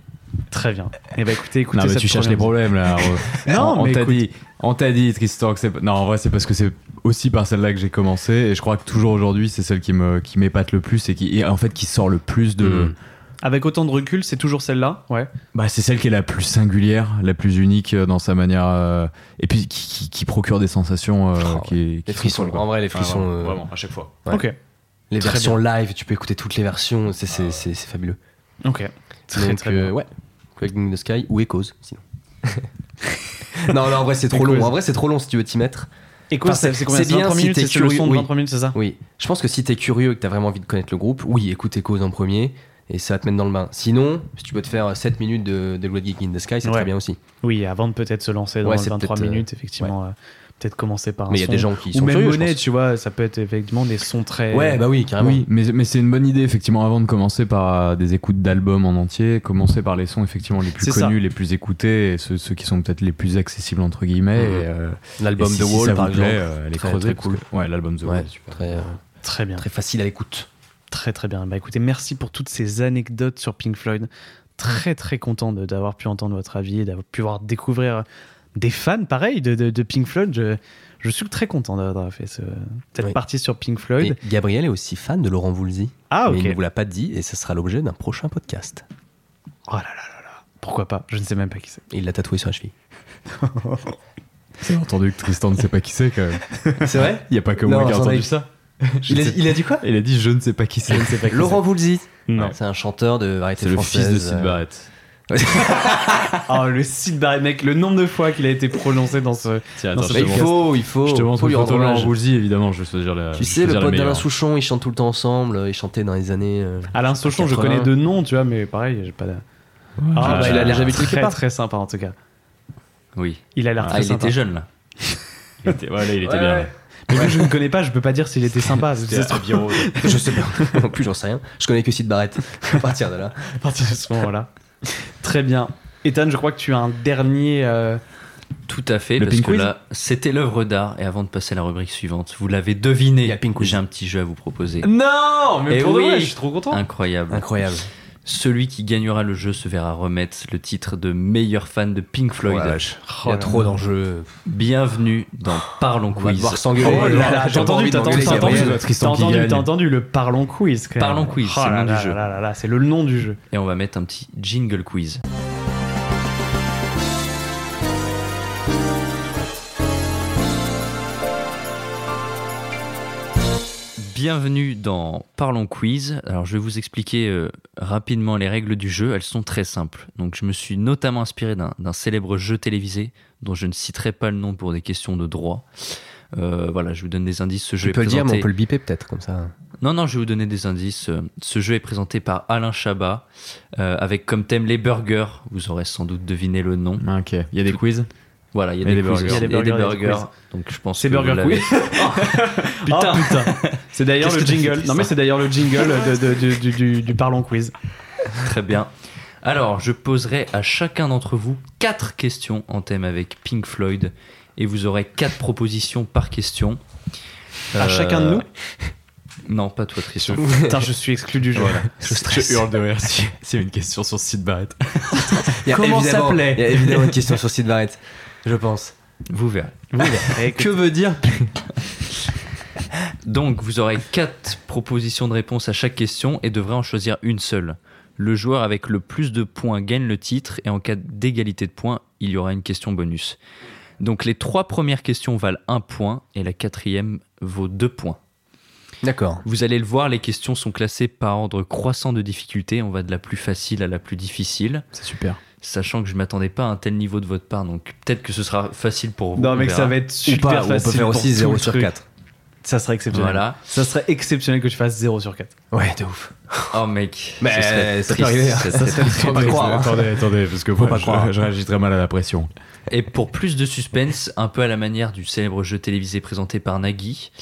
Speaker 1: Très bien. Eh ben écoutez, écoutez
Speaker 4: Non, mais
Speaker 1: cette
Speaker 4: tu cherches les
Speaker 1: première
Speaker 4: problèmes là.
Speaker 1: musique. Non,
Speaker 4: on
Speaker 1: mais
Speaker 4: t'a
Speaker 1: écoute,
Speaker 4: dit, on t'a dit, Tristan, que c'est. Non, en vrai, c'est parce que c'est aussi par celle-là que j'ai commencé et je crois que toujours aujourd'hui, c'est celle qui me qui m'épate le plus et qui et en fait qui sort le plus de.
Speaker 2: Mm.
Speaker 1: avec autant de recul, c'est toujours celle-là. Ouais.
Speaker 4: Bah, c'est celle qui est la plus singulière, la plus unique euh, dans sa manière euh, et puis qui, qui- qui procure des sensations. euh,
Speaker 2: Oh, ouais.
Speaker 4: qui,
Speaker 2: Les
Speaker 4: qui sont
Speaker 2: frissons,
Speaker 4: cool, quoi. Ah,
Speaker 2: en vrai les frissons,
Speaker 4: vraiment,
Speaker 2: euh,
Speaker 4: à chaque fois.
Speaker 2: Ouais.
Speaker 1: Ok.
Speaker 2: les
Speaker 1: Très
Speaker 2: versions live, tu peux écouter toutes les versions, c'est-
Speaker 4: Ah.
Speaker 2: c'est c'est- c'est fabuleux.
Speaker 1: Ok. Très
Speaker 2: Donc,
Speaker 1: très
Speaker 2: euh,
Speaker 1: bien.
Speaker 2: ouais. Quaking in the Sky ou Echoes, sinon. non, non, en vrai, c'est trop long.
Speaker 1: Echoes.
Speaker 2: En vrai, c'est trop long si tu veux t'y mettre.
Speaker 1: Et quoi,
Speaker 2: Enfin,
Speaker 1: c'est
Speaker 2: c'est-
Speaker 1: c'est combien
Speaker 2: c'est
Speaker 1: C'est
Speaker 2: bien
Speaker 1: 23
Speaker 2: si
Speaker 1: minutes,
Speaker 2: t'es
Speaker 1: c'est le son de
Speaker 2: curieux,
Speaker 1: 23 minutes, c'est ça
Speaker 2: Oui. Je pense que si t'es curieux et que t'as vraiment envie de connaître le groupe, oui, écoute Echoes en premier et ça va te mettre dans le bain. Sinon, si tu peux te faire 7 minutes de, de Great Geek in the Sky, c'est
Speaker 1: Ouais.
Speaker 2: très bien aussi.
Speaker 1: Oui, avant de peut-être se lancer dans
Speaker 2: Ouais,
Speaker 1: le
Speaker 2: c'est
Speaker 1: 23
Speaker 2: peut-être, euh,
Speaker 1: minutes, effectivement, euh, peut-être commencer par un
Speaker 2: Mais il y a
Speaker 1: son.
Speaker 2: des gens qui
Speaker 1: Ou
Speaker 2: sont
Speaker 1: même
Speaker 2: curieux. je
Speaker 1: monnaie,
Speaker 2: pense.
Speaker 1: tu vois, ça peut être effectivement des sons très.
Speaker 2: Ouais, bah oui, carrément.
Speaker 4: Oui, mais, mais c'est une bonne idée, effectivement, avant de commencer par euh, des écoutes d'albums en entier, commencer par les sons, effectivement, les plus
Speaker 1: C'est ça.
Speaker 4: connus, les plus écoutés, et ceux, ceux qui sont peut-être les plus accessibles, entre guillemets.
Speaker 2: Mhm.
Speaker 4: Et, euh,
Speaker 2: L'album
Speaker 4: et si-
Speaker 2: The
Speaker 4: si
Speaker 2: Wall,
Speaker 4: ça
Speaker 2: par
Speaker 4: vous plaît,
Speaker 2: exemple.
Speaker 4: euh, allez
Speaker 2: Très-
Speaker 4: creuser,
Speaker 2: très
Speaker 4: parce
Speaker 2: cool.
Speaker 4: que- ouais, l'album The
Speaker 2: Ouais,
Speaker 4: Wall, est super.
Speaker 2: Très, euh,
Speaker 1: Très bien.
Speaker 2: très facile à l'écoute.
Speaker 1: Très très bien. Bah écoutez, merci pour toutes ces anecdotes sur Pink Floyd. Très très content de- d'avoir pu entendre votre avis et d'avoir pu voir découvrir des fans pareil de, de, de Pink Floyd. Je, je suis très content d'avoir fait ce- cette
Speaker 2: Oui.
Speaker 1: partie sur Pink Floyd.
Speaker 2: Et Gabriel est aussi fan de Laurent Voulzy.
Speaker 1: ah
Speaker 2: Mais
Speaker 1: ok.
Speaker 2: il ne vous l'a pas dit et ce sera l'objet d'un prochain podcast.
Speaker 1: Oh là là là là. Pourquoi pas Je ne sais même pas qui c'est.
Speaker 2: Et il l'a tatoué sur la cheville.
Speaker 4: J'ai entendu que Tristan ne sait pas qui c'est, quand même.
Speaker 2: C'est vrai
Speaker 4: Il n'y a pas que
Speaker 2: Non,
Speaker 4: moi qui a
Speaker 2: j'en ai-
Speaker 4: entendu ça. Je
Speaker 2: il a,
Speaker 4: sais-
Speaker 2: il a dit quoi
Speaker 4: il a dit je ne sais pas qui c'est.
Speaker 2: Laurent Voulzy.
Speaker 1: Non.
Speaker 2: C'est un chanteur de variété
Speaker 4: C'est le
Speaker 2: française.
Speaker 4: fils de Sid
Speaker 2: euh,
Speaker 4: Barrett.
Speaker 1: Oh, le site d'arrêt, mec, le nombre de fois qu'il a été prononcé dans ce.
Speaker 4: Tiens,
Speaker 1: Non,
Speaker 4: attends,
Speaker 1: c'est
Speaker 4: je te
Speaker 2: il
Speaker 1: bon.
Speaker 4: montre-
Speaker 2: faut, il faut.
Speaker 4: je te montre
Speaker 2: faut lui
Speaker 4: une photo
Speaker 2: rendre
Speaker 4: de Laurent
Speaker 2: hommage.
Speaker 4: Voulzy, évidemment, je vais te dire la. je
Speaker 2: Tu
Speaker 4: vais
Speaker 2: sais,
Speaker 4: te
Speaker 2: le
Speaker 4: dire la
Speaker 2: pote d'Alain
Speaker 4: meilleure.
Speaker 2: Souchon, ils chantent tout le temps ensemble, euh, ils chantaient dans les années. euh,
Speaker 1: Alain Souchon, je
Speaker 2: 80.
Speaker 1: connais de nom, tu vois, mais pareil, j'ai pas de.
Speaker 2: Ah, bah, il a l'air jamais
Speaker 1: très,
Speaker 2: quelque part.
Speaker 1: très sympa en tout cas.
Speaker 3: Oui.
Speaker 1: Il a l'air
Speaker 3: Ah,
Speaker 1: très
Speaker 3: il
Speaker 1: sympa.
Speaker 3: était jeune là.
Speaker 4: Il était- Ouais, là, il était bien.
Speaker 1: Mais vu que je ne connais pas, je peux pas dire s'il était sympa. C'est
Speaker 2: Ah,
Speaker 4: C'était
Speaker 1: à
Speaker 4: un bureau.
Speaker 2: je sais pas, non plus, j'en sais rien. Je connais que Sid Barrett. À partir de là.
Speaker 1: partir de ce moment-là. très bien. Ethan, je crois que tu as un dernier. euh,
Speaker 3: Tout à fait,
Speaker 4: Le
Speaker 3: parce
Speaker 4: pink
Speaker 3: que
Speaker 4: quiz
Speaker 3: là, c'était l'œuvre d'art. Et avant de passer à la rubrique suivante, vous l'avez deviné,
Speaker 2: Il y a pink quiz.
Speaker 3: j'ai un petit jeu à vous proposer.
Speaker 1: Non, Ah, mais
Speaker 3: Eh
Speaker 1: pour
Speaker 3: oui.
Speaker 1: de vrai, je suis trop content.
Speaker 3: Incroyable.
Speaker 2: Incroyable.
Speaker 3: Celui qui gagnera le jeu se verra remettre le titre de meilleur fan de Pink Floyd.
Speaker 2: Ouais,
Speaker 3: Oh
Speaker 2: Il y a trop d'enjeux.
Speaker 3: Bienvenue dans Parlons
Speaker 2: On va
Speaker 3: Quiz.
Speaker 2: devoir s'engueuler.
Speaker 1: Oh là là, j'ai
Speaker 2: J'ai pas
Speaker 1: entendu,
Speaker 2: envie
Speaker 1: t'as
Speaker 2: d'engueuler
Speaker 1: entendu, t'as entendu, t'as
Speaker 2: Gabriel.
Speaker 4: Tristan
Speaker 1: entendu,
Speaker 4: Pigalle.
Speaker 1: t'as entendu le parlons quiz. quand même.
Speaker 3: Parlons quiz,
Speaker 1: Oh
Speaker 3: c'est le
Speaker 1: là
Speaker 3: nom du
Speaker 1: là
Speaker 3: jeu.
Speaker 1: là là là, c'est le nom du jeu.
Speaker 3: Et on va mettre un petit jingle quiz. Bienvenue dans Parlons Quiz. Alors je vais vous expliquer euh, rapidement les règles du jeu. Elles sont très simples. Donc je me suis notamment inspiré d'un d'un célèbre jeu télévisé dont je ne citerai pas le nom pour des questions de droit. Euh, voilà, je vous donne des indices. Ce jeu
Speaker 2: Je
Speaker 3: est
Speaker 2: peux le dire, mais
Speaker 3: présenté-
Speaker 2: on peut le biper peut-être comme ça.
Speaker 3: non, non, je vais vous donner des indices. Euh, Ce jeu est présenté par Alain Chabat, euh, avec comme thème les burgers. Vous aurez sans doute deviné le nom.
Speaker 4: Ah, Ok, il y a des quiz.
Speaker 3: Voilà, il y a
Speaker 4: Et
Speaker 3: des,
Speaker 4: des
Speaker 3: quiz,
Speaker 4: burgers.
Speaker 3: il y a des
Speaker 1: Il y a des
Speaker 3: burgers.
Speaker 1: quiz.
Speaker 3: Donc je pense
Speaker 1: C'est
Speaker 3: que vous
Speaker 1: Burger
Speaker 3: l'avez.
Speaker 1: Quiz. Oh, Putain, C'est d'ailleurs
Speaker 3: Qu'est-ce
Speaker 1: le
Speaker 3: que t'as fait,
Speaker 1: jingle. Non,
Speaker 3: Tristan
Speaker 1: mais c'est d'ailleurs le jingle de- de- du, du- du- du Parlons Quiz.
Speaker 3: Très bien. Alors, je poserai à chacun d'entre vous quatre questions en thème avec Pink Floyd, et vous aurez quatre propositions par question. Euh,
Speaker 1: À chacun de nous
Speaker 3: Non, pas toi, Tristan.
Speaker 1: Putain, je suis exclu du jeu.
Speaker 4: Je, hurle de rire si- s'il y a une question sur Sid Barrett.
Speaker 2: Il y a
Speaker 1: Comment
Speaker 2: évidemment-
Speaker 1: s'appelait
Speaker 2: Il y a évidemment une question sur Sid Barrett. Je pense.
Speaker 3: Vous verrez.
Speaker 1: Et que-
Speaker 2: veut dire
Speaker 3: Donc, vous aurez quatre propositions de réponse à chaque question et devrez en choisir une seule. Le joueur avec le plus de points gagne le titre et en cas d'égalité de points, il y aura une question bonus. Donc, les trois premières questions valent un point et la quatrième vaut deux points.
Speaker 2: D'accord.
Speaker 3: Vous allez le voir, les questions sont classées par ordre croissant de difficulté. On va de la plus facile à la plus difficile,
Speaker 4: C'est super.
Speaker 3: sachant que je m'attendais pas à un tel niveau de votre part, donc peut-être que ce sera facile pour vous.
Speaker 1: Non,
Speaker 3: on
Speaker 1: mec,
Speaker 3: verra.
Speaker 1: ça va être
Speaker 2: Ou
Speaker 1: super
Speaker 2: pas, ou on
Speaker 1: facile.
Speaker 2: peut faire
Speaker 1: pour
Speaker 2: aussi
Speaker 1: tout
Speaker 2: 0
Speaker 1: le
Speaker 2: sur
Speaker 1: truc.
Speaker 2: 4.
Speaker 1: Ça serait exceptionnel.
Speaker 3: Voilà.
Speaker 1: Ça serait exceptionnel que tu fasses 0 sur 4.
Speaker 2: Ouais, de ouf.
Speaker 3: Oh, mec.
Speaker 2: Mais
Speaker 3: ce serait
Speaker 2: ça
Speaker 3: triste,
Speaker 2: peut arriver,
Speaker 3: ce
Speaker 2: ça
Speaker 3: serait
Speaker 2: serait
Speaker 3: triste.
Speaker 2: Faut pas croire, hein.
Speaker 4: Attendez, attendez, parce que
Speaker 2: Faut
Speaker 4: moi,
Speaker 2: pas
Speaker 4: je,
Speaker 2: croire.
Speaker 4: je réagis très mal à la pression.
Speaker 3: Et pour plus de suspense, un peu à la manière du célèbre jeu télévisé présenté par Nagui,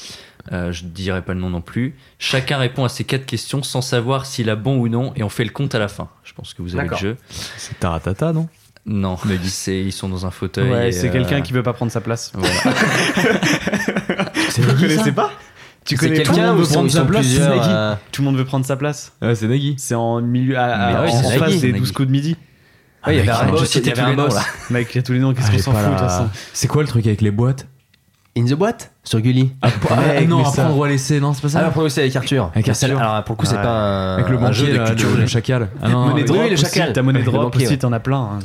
Speaker 3: euh, je ne dirai pas le nom non plus, chacun répond à ces quatre questions sans savoir s'il a bon ou non et on fait le compte à la fin. Je pense que vous avez le
Speaker 2: D'accord.
Speaker 3: jeu.
Speaker 4: C'est Taratata, non
Speaker 3: Non, c'est- ils sont dans un fauteuil.
Speaker 1: Ouais,
Speaker 3: et,
Speaker 1: c'est
Speaker 3: euh,
Speaker 1: quelqu'un qui veut pas prendre sa place.
Speaker 3: voilà.
Speaker 1: Tu connaissais pas Tu
Speaker 2: C'est
Speaker 1: connais pas
Speaker 2: quelqu'un
Speaker 1: Tout le monde
Speaker 2: ou
Speaker 1: veut
Speaker 2: sont,
Speaker 1: prendre
Speaker 2: ils
Speaker 1: sa
Speaker 2: sont
Speaker 1: place,
Speaker 2: plusieurs
Speaker 1: Nagui.
Speaker 2: euh,
Speaker 1: Tout le monde veut prendre sa place.
Speaker 4: Ah, c'est Nagui.
Speaker 1: C'est en milieu, à-
Speaker 3: Mais
Speaker 1: à-
Speaker 3: ouais,
Speaker 1: en
Speaker 3: c'est
Speaker 1: face
Speaker 3: Nagui,
Speaker 1: des
Speaker 3: Nagui.
Speaker 1: 12 coups de midi.
Speaker 2: ouais, il y avait un
Speaker 3: Arrête de
Speaker 2: boss, il
Speaker 3: citer
Speaker 2: y avait
Speaker 3: tous
Speaker 2: un
Speaker 3: les noms,
Speaker 2: boss.
Speaker 3: là.
Speaker 1: Mec, il y a tous les noms, qu'est-ce qu'on s'en fout de toute façon
Speaker 4: C'est quoi le truc avec les boîtes
Speaker 2: In the boîte Sur Gulli.
Speaker 1: Mec, mais
Speaker 4: Non,
Speaker 1: ça-
Speaker 4: apprendre à laisser, non, c'est pas
Speaker 2: Ah,
Speaker 4: ça
Speaker 2: après aussi avec Arthur.
Speaker 4: Avec
Speaker 2: Mais celle-
Speaker 4: Arthur.
Speaker 2: Alors pour le coup, c'est
Speaker 1: Ouais.
Speaker 2: pas un,
Speaker 4: Avec le
Speaker 2: un jeu
Speaker 4: banquier,
Speaker 2: de
Speaker 4: là,
Speaker 2: culture.
Speaker 4: le, le chacal. Ah
Speaker 1: Monnaie
Speaker 2: oui,
Speaker 1: drop
Speaker 2: oui, le
Speaker 1: aussi,
Speaker 2: chacal.
Speaker 1: T'as monnaie
Speaker 2: Le
Speaker 1: drop
Speaker 2: banquier,
Speaker 1: aussi,
Speaker 2: ouais.
Speaker 1: t'en as plein. hein.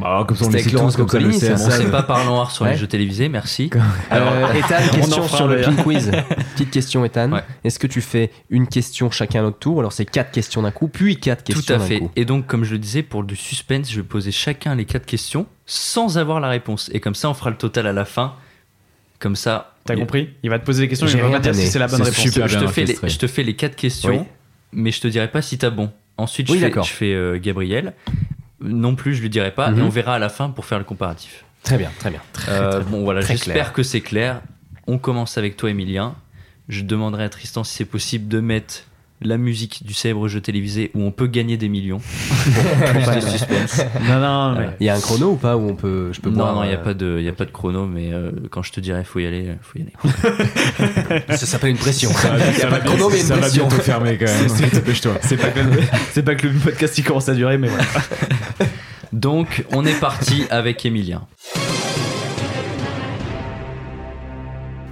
Speaker 4: Bah, comme ça, on le
Speaker 2: C'était avec
Speaker 4: sait tous,
Speaker 2: Laurence
Speaker 4: comme ça, on le
Speaker 2: Boccolini,
Speaker 4: sait,
Speaker 2: c'est
Speaker 4: on
Speaker 2: ça.
Speaker 4: sait.
Speaker 3: C'est pas par noir sur
Speaker 2: Ouais.
Speaker 3: les jeux télévisés, merci.
Speaker 2: Alors, Ethan,
Speaker 1: en
Speaker 2: question
Speaker 1: fera
Speaker 2: sur le
Speaker 1: le-
Speaker 2: pin quiz. Petite question, Ethan.
Speaker 3: Ouais.
Speaker 2: Est-ce que tu fais une question chacun notre tour Alors, c'est quatre questions d'un coup, puis quatre
Speaker 3: Tout
Speaker 2: questions
Speaker 3: à
Speaker 2: d'un
Speaker 3: fait.
Speaker 2: coup.
Speaker 3: Et donc, comme je le disais, pour du suspense, je vais poser chacun les quatre questions sans avoir la réponse. Et comme ça, on fera le total à la fin. Comme ça.
Speaker 1: T'as compris Il va te poser des questions,
Speaker 2: J'ai
Speaker 1: il va
Speaker 2: rien
Speaker 1: pas dire
Speaker 2: donné.
Speaker 1: si c'est la bonne
Speaker 4: C'est
Speaker 1: réponse.
Speaker 3: Je,
Speaker 4: Super
Speaker 3: je
Speaker 4: bien
Speaker 3: te fais les,
Speaker 4: orchestré.
Speaker 3: je te fais les quatre questions,
Speaker 2: Oui.
Speaker 3: mais je te dirai pas si t'as bon. Ensuite,
Speaker 2: Oui,
Speaker 3: je fais,
Speaker 2: d'accord.
Speaker 3: je fais, euh, Gabriel. Non plus, je lui dirai pas.
Speaker 2: Mhm.
Speaker 3: Et on verra à la fin pour faire le comparatif.
Speaker 2: Très bien, très bien.
Speaker 3: Euh, bon, voilà,
Speaker 2: Très
Speaker 3: j'espère
Speaker 2: clair.
Speaker 3: que c'est clair. On commence avec toi, Emilien. Je demanderai à Tristan si c'est possible de mettre la musique du célèbre jeu télévisé où on peut gagner des millions. Pour plus de suspense.
Speaker 1: Non, non, mais.
Speaker 2: Il y a un chrono ou pas où on peut, je peux
Speaker 3: Non,
Speaker 2: boire
Speaker 3: non, il n'y a,
Speaker 2: euh,
Speaker 3: pas de- y a pas de chrono, mais euh, quand je te dirai, faut y aller, euh, faut y aller.
Speaker 2: Ça s'appelle une pression. Il y
Speaker 4: Ça
Speaker 2: a
Speaker 4: va
Speaker 2: pas de chrono, mais une
Speaker 4: ça va
Speaker 2: pression.
Speaker 4: bientôt fermer quand même. Dépêche-toi.
Speaker 1: C'est pas, que le... c'est pas que le podcast il commence à durer, mais voilà.
Speaker 3: Donc, on est parti avec Emilien.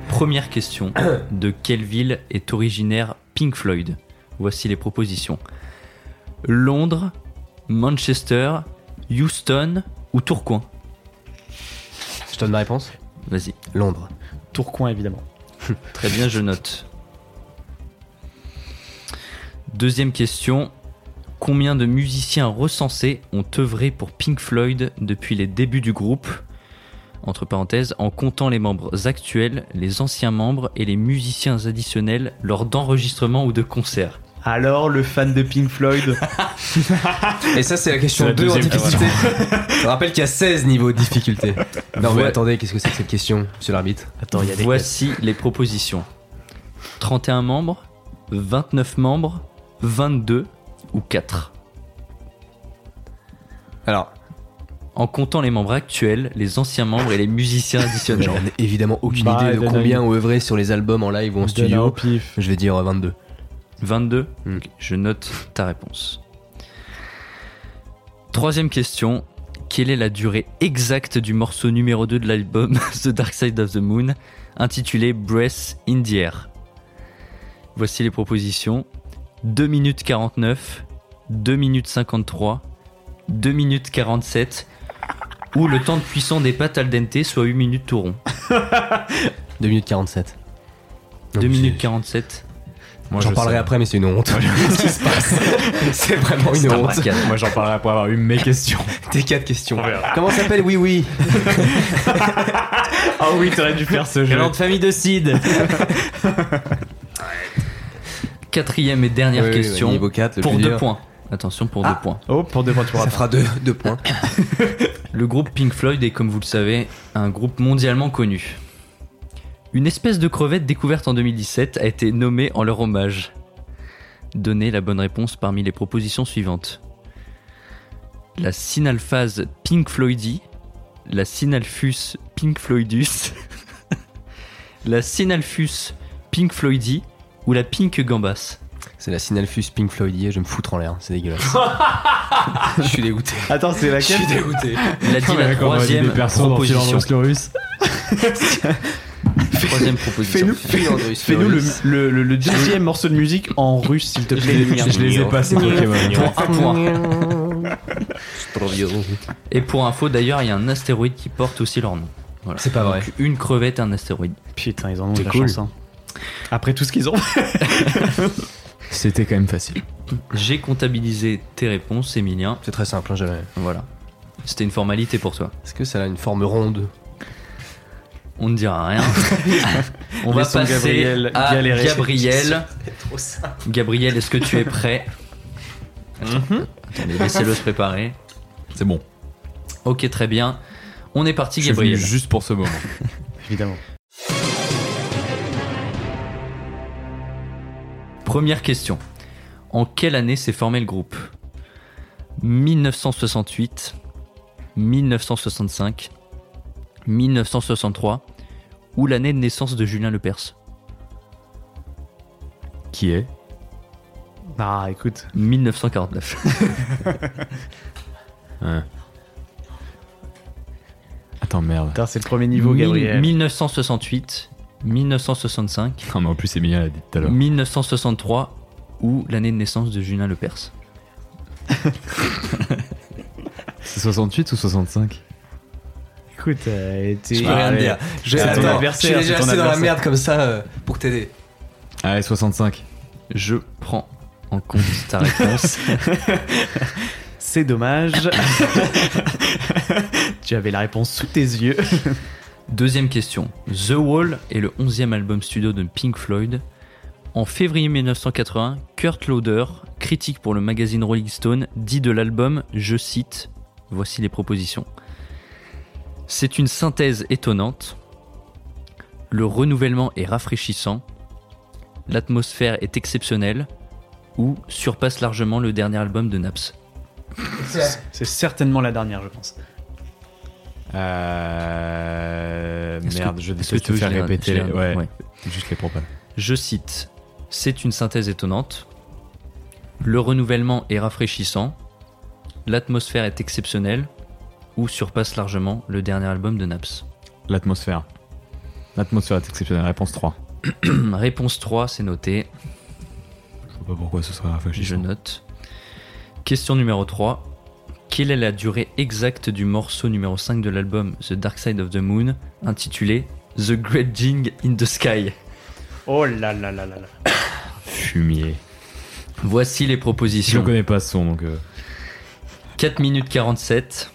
Speaker 3: Première question. De quelle ville est originaire Pink Floyd Voici les propositions. Londres, Manchester, Houston ou Tourcoing
Speaker 2: Je te donne ma réponse
Speaker 3: Vas-y.
Speaker 2: Londres.
Speaker 1: Tourcoing, évidemment.
Speaker 3: Très bien, je note. Deuxième question. Combien de musiciens recensés ont œuvré pour Pink Floyd depuis les débuts du groupe Entre parenthèses, en comptant les membres actuels, les anciens membres et les musiciens additionnels lors d'enregistrements ou de concerts.
Speaker 12: Alors, le fan de Pink Floyd
Speaker 2: Et ça, c'est la
Speaker 4: C'est
Speaker 2: question
Speaker 4: la
Speaker 2: 2 en
Speaker 4: deuxième
Speaker 2: difficulté. Je rappelle qu'il y a 16 niveaux de difficulté. Non, mais
Speaker 3: Ouais.
Speaker 2: attendez, qu'est-ce que c'est que cette question, monsieur l'arbitre
Speaker 12: Attends, il y a des.
Speaker 3: Voici les propositions 31 membres, 29 membres, 22 ou 4.
Speaker 2: Alors,
Speaker 3: En comptant les membres actuels, les anciens membres et les musiciens additionnels.
Speaker 2: j'en ai évidemment aucune
Speaker 5: Bah,
Speaker 2: idée de
Speaker 5: donne
Speaker 2: combien ont œuvré sur les albums en live ou en
Speaker 5: Donne-la au
Speaker 2: studio.
Speaker 5: pif.
Speaker 2: Je vais dire euh, 22.
Speaker 3: 22.
Speaker 2: Hmm.
Speaker 3: Ok, Je note ta réponse. Troisième question. Quelle est la durée exacte du morceau numéro 2 de l'album The Dark Side of the Moon, intitulé Breath in the Air Voici les propositions 2 minutes 49, 2 minutes 53, 2 minutes 47, ou le temps de cuisson des pâtes al dente, soit 8 minutes tout rond.
Speaker 2: 2 minutes 47.
Speaker 3: 2
Speaker 2: Donc,
Speaker 3: minutes
Speaker 2: c'est-
Speaker 3: 47.
Speaker 4: Moi,
Speaker 2: J'en
Speaker 4: je
Speaker 2: parlerai
Speaker 4: sais.
Speaker 2: après, mais c'est une honte. Ce qui se passe. C'est vraiment une honte.
Speaker 3: Starbucks.
Speaker 4: Moi, j'en parlerai après avoir eu mes questions.
Speaker 2: Tes quatre questions. Comment s'appelle Oui Oui
Speaker 4: Ah oui, t'aurais dû faire ce jeu.
Speaker 12: de famille de Sid
Speaker 3: Quatrième et dernière
Speaker 2: Oui, oui,
Speaker 3: question.
Speaker 2: Niveau 4, le
Speaker 3: pour
Speaker 2: plus
Speaker 3: deux
Speaker 2: dur.
Speaker 3: points. Attention pour
Speaker 2: Ah.
Speaker 3: deux points.
Speaker 12: Oh, pour deux points, tu pourras
Speaker 2: Ça
Speaker 12: pas.
Speaker 2: fera deux, deux points.
Speaker 3: Le groupe Pink Floyd est, comme vous le savez, un groupe mondialement connu. Une espèce de crevette découverte en 2017 a été nommée en leur hommage. Donnez la bonne réponse parmi les propositions suivantes. La synalphase Pink Floydie, la synalphus Pink Floydus, la synalphus Pink Floydie ou la Pink Gambas.
Speaker 2: C'est la Sinalfus Pink Floydier, je vais me foutre en l'air, c'est dégueulasse. je suis dégoûté.
Speaker 12: Attends, c'est
Speaker 2: Je suis
Speaker 12: laquelle
Speaker 2: dégoûté.
Speaker 3: Il a dit la troisième proposition. Troisième proposition.
Speaker 12: Fais-nous Fais-nous le, le, le, le deuxième morceau de musique en russe, s'il te plaît.
Speaker 4: Je les ai pas, ces Pokémon.
Speaker 3: pour un point. Et pour info, d'ailleurs, il y a un astéroïde qui porte aussi leur nom. Voilà.
Speaker 2: C'est pas vrai.
Speaker 3: Donc, une crevette, un astéroïde.
Speaker 12: Putain, ils en ont de la
Speaker 5: cool.
Speaker 12: chance. hein. Après tout ce qu'ils ont.
Speaker 4: C'était quand même facile.
Speaker 3: J'ai comptabilisé tes réponses, Emilien.
Speaker 2: C'est très simple, hein, j'avais-
Speaker 3: Voilà. C'était une formalité pour toi.
Speaker 2: Est-ce que ça a une forme ronde
Speaker 3: On ne dira rien. On va
Speaker 12: Laissons
Speaker 3: passer
Speaker 12: Gabriel
Speaker 3: à
Speaker 12: galérer.
Speaker 3: Gabriel. Gabriel, est-ce que tu es prêt Attends,
Speaker 12: Mhm.
Speaker 3: Attendez, laissez-le se préparer.
Speaker 4: C'est bon.
Speaker 3: Ok, très bien. On est parti,
Speaker 4: Je suis venu
Speaker 3: Gabriel.
Speaker 4: juste pour ce moment.
Speaker 12: Évidemment.
Speaker 3: Première question. En quelle année s'est formé le groupe 1968, 1965, 1963 ou l'année de naissance de Julien Lepers
Speaker 4: Qui est
Speaker 5: Ah, écoute.
Speaker 3: 1949.
Speaker 4: Attends, merde.
Speaker 12: Putain, c'est le premier niveau, Gabriel.
Speaker 3: 1968, 1965,
Speaker 4: Non, mais en plus, Emilien l'a dit tout à l'heure.
Speaker 3: 1963 ou l'année de naissance de Julien Lepers
Speaker 4: C'est 68 ou 65
Speaker 12: Écoute, euh, t'es-
Speaker 2: Je peux rien te dire. Je,
Speaker 12: C'est ton
Speaker 2: attends,
Speaker 12: adversaire,
Speaker 2: je suis déjà
Speaker 12: c'est ton
Speaker 2: assez dans la
Speaker 12: adversaire.
Speaker 2: merde comme ça euh, pour t'aider.
Speaker 4: Allez, 65.
Speaker 3: Je prends en compte ta réponse.
Speaker 12: C'est dommage. tu avais la réponse sous tes yeux.
Speaker 3: Deuxième question. The Wall est le 11e album studio de Pink Floyd. En février 1980, Kurt Lauder, critique pour le magazine Rolling Stone, dit de l'album, je cite, voici les propositions. C'est une synthèse étonnante. Le renouvellement est rafraîchissant. L'atmosphère est exceptionnelle. Ou surpasse largement le dernier album de Naps.
Speaker 5: C'est certainement la dernière, je pense.
Speaker 4: Euh.
Speaker 3: Est-ce
Speaker 4: Merde,
Speaker 3: que-
Speaker 4: je
Speaker 3: est-ce
Speaker 4: déteste
Speaker 3: que
Speaker 4: te
Speaker 3: tu veux
Speaker 4: faire
Speaker 3: que je les- je
Speaker 4: répéter.
Speaker 3: les-
Speaker 4: les- Ouais.
Speaker 3: ouais.
Speaker 4: Juste les propales.
Speaker 3: Je cite C'est une synthèse étonnante. Le renouvellement est rafraîchissant. L'atmosphère est exceptionnelle. Ou surpasse largement le dernier album de Naps.
Speaker 4: L'atmosphère. L'atmosphère est exceptionnelle. Réponse 3.
Speaker 3: Réponse 3, c'est noté.
Speaker 4: Je vois pas pourquoi ce serait
Speaker 3: Je
Speaker 4: rafraîchissant.
Speaker 3: note. Question numéro 3. Quelle est la durée exacte du morceau numéro 5 de l'album The Dark Side of the Moon, intitulé The Great Jing in the Sky
Speaker 12: Oh là là là là là.
Speaker 4: Fumier.
Speaker 3: Voici les
Speaker 4: Je
Speaker 3: propositions.
Speaker 4: ne connais pas ce son, donc. euh,
Speaker 3: 4 minutes 47,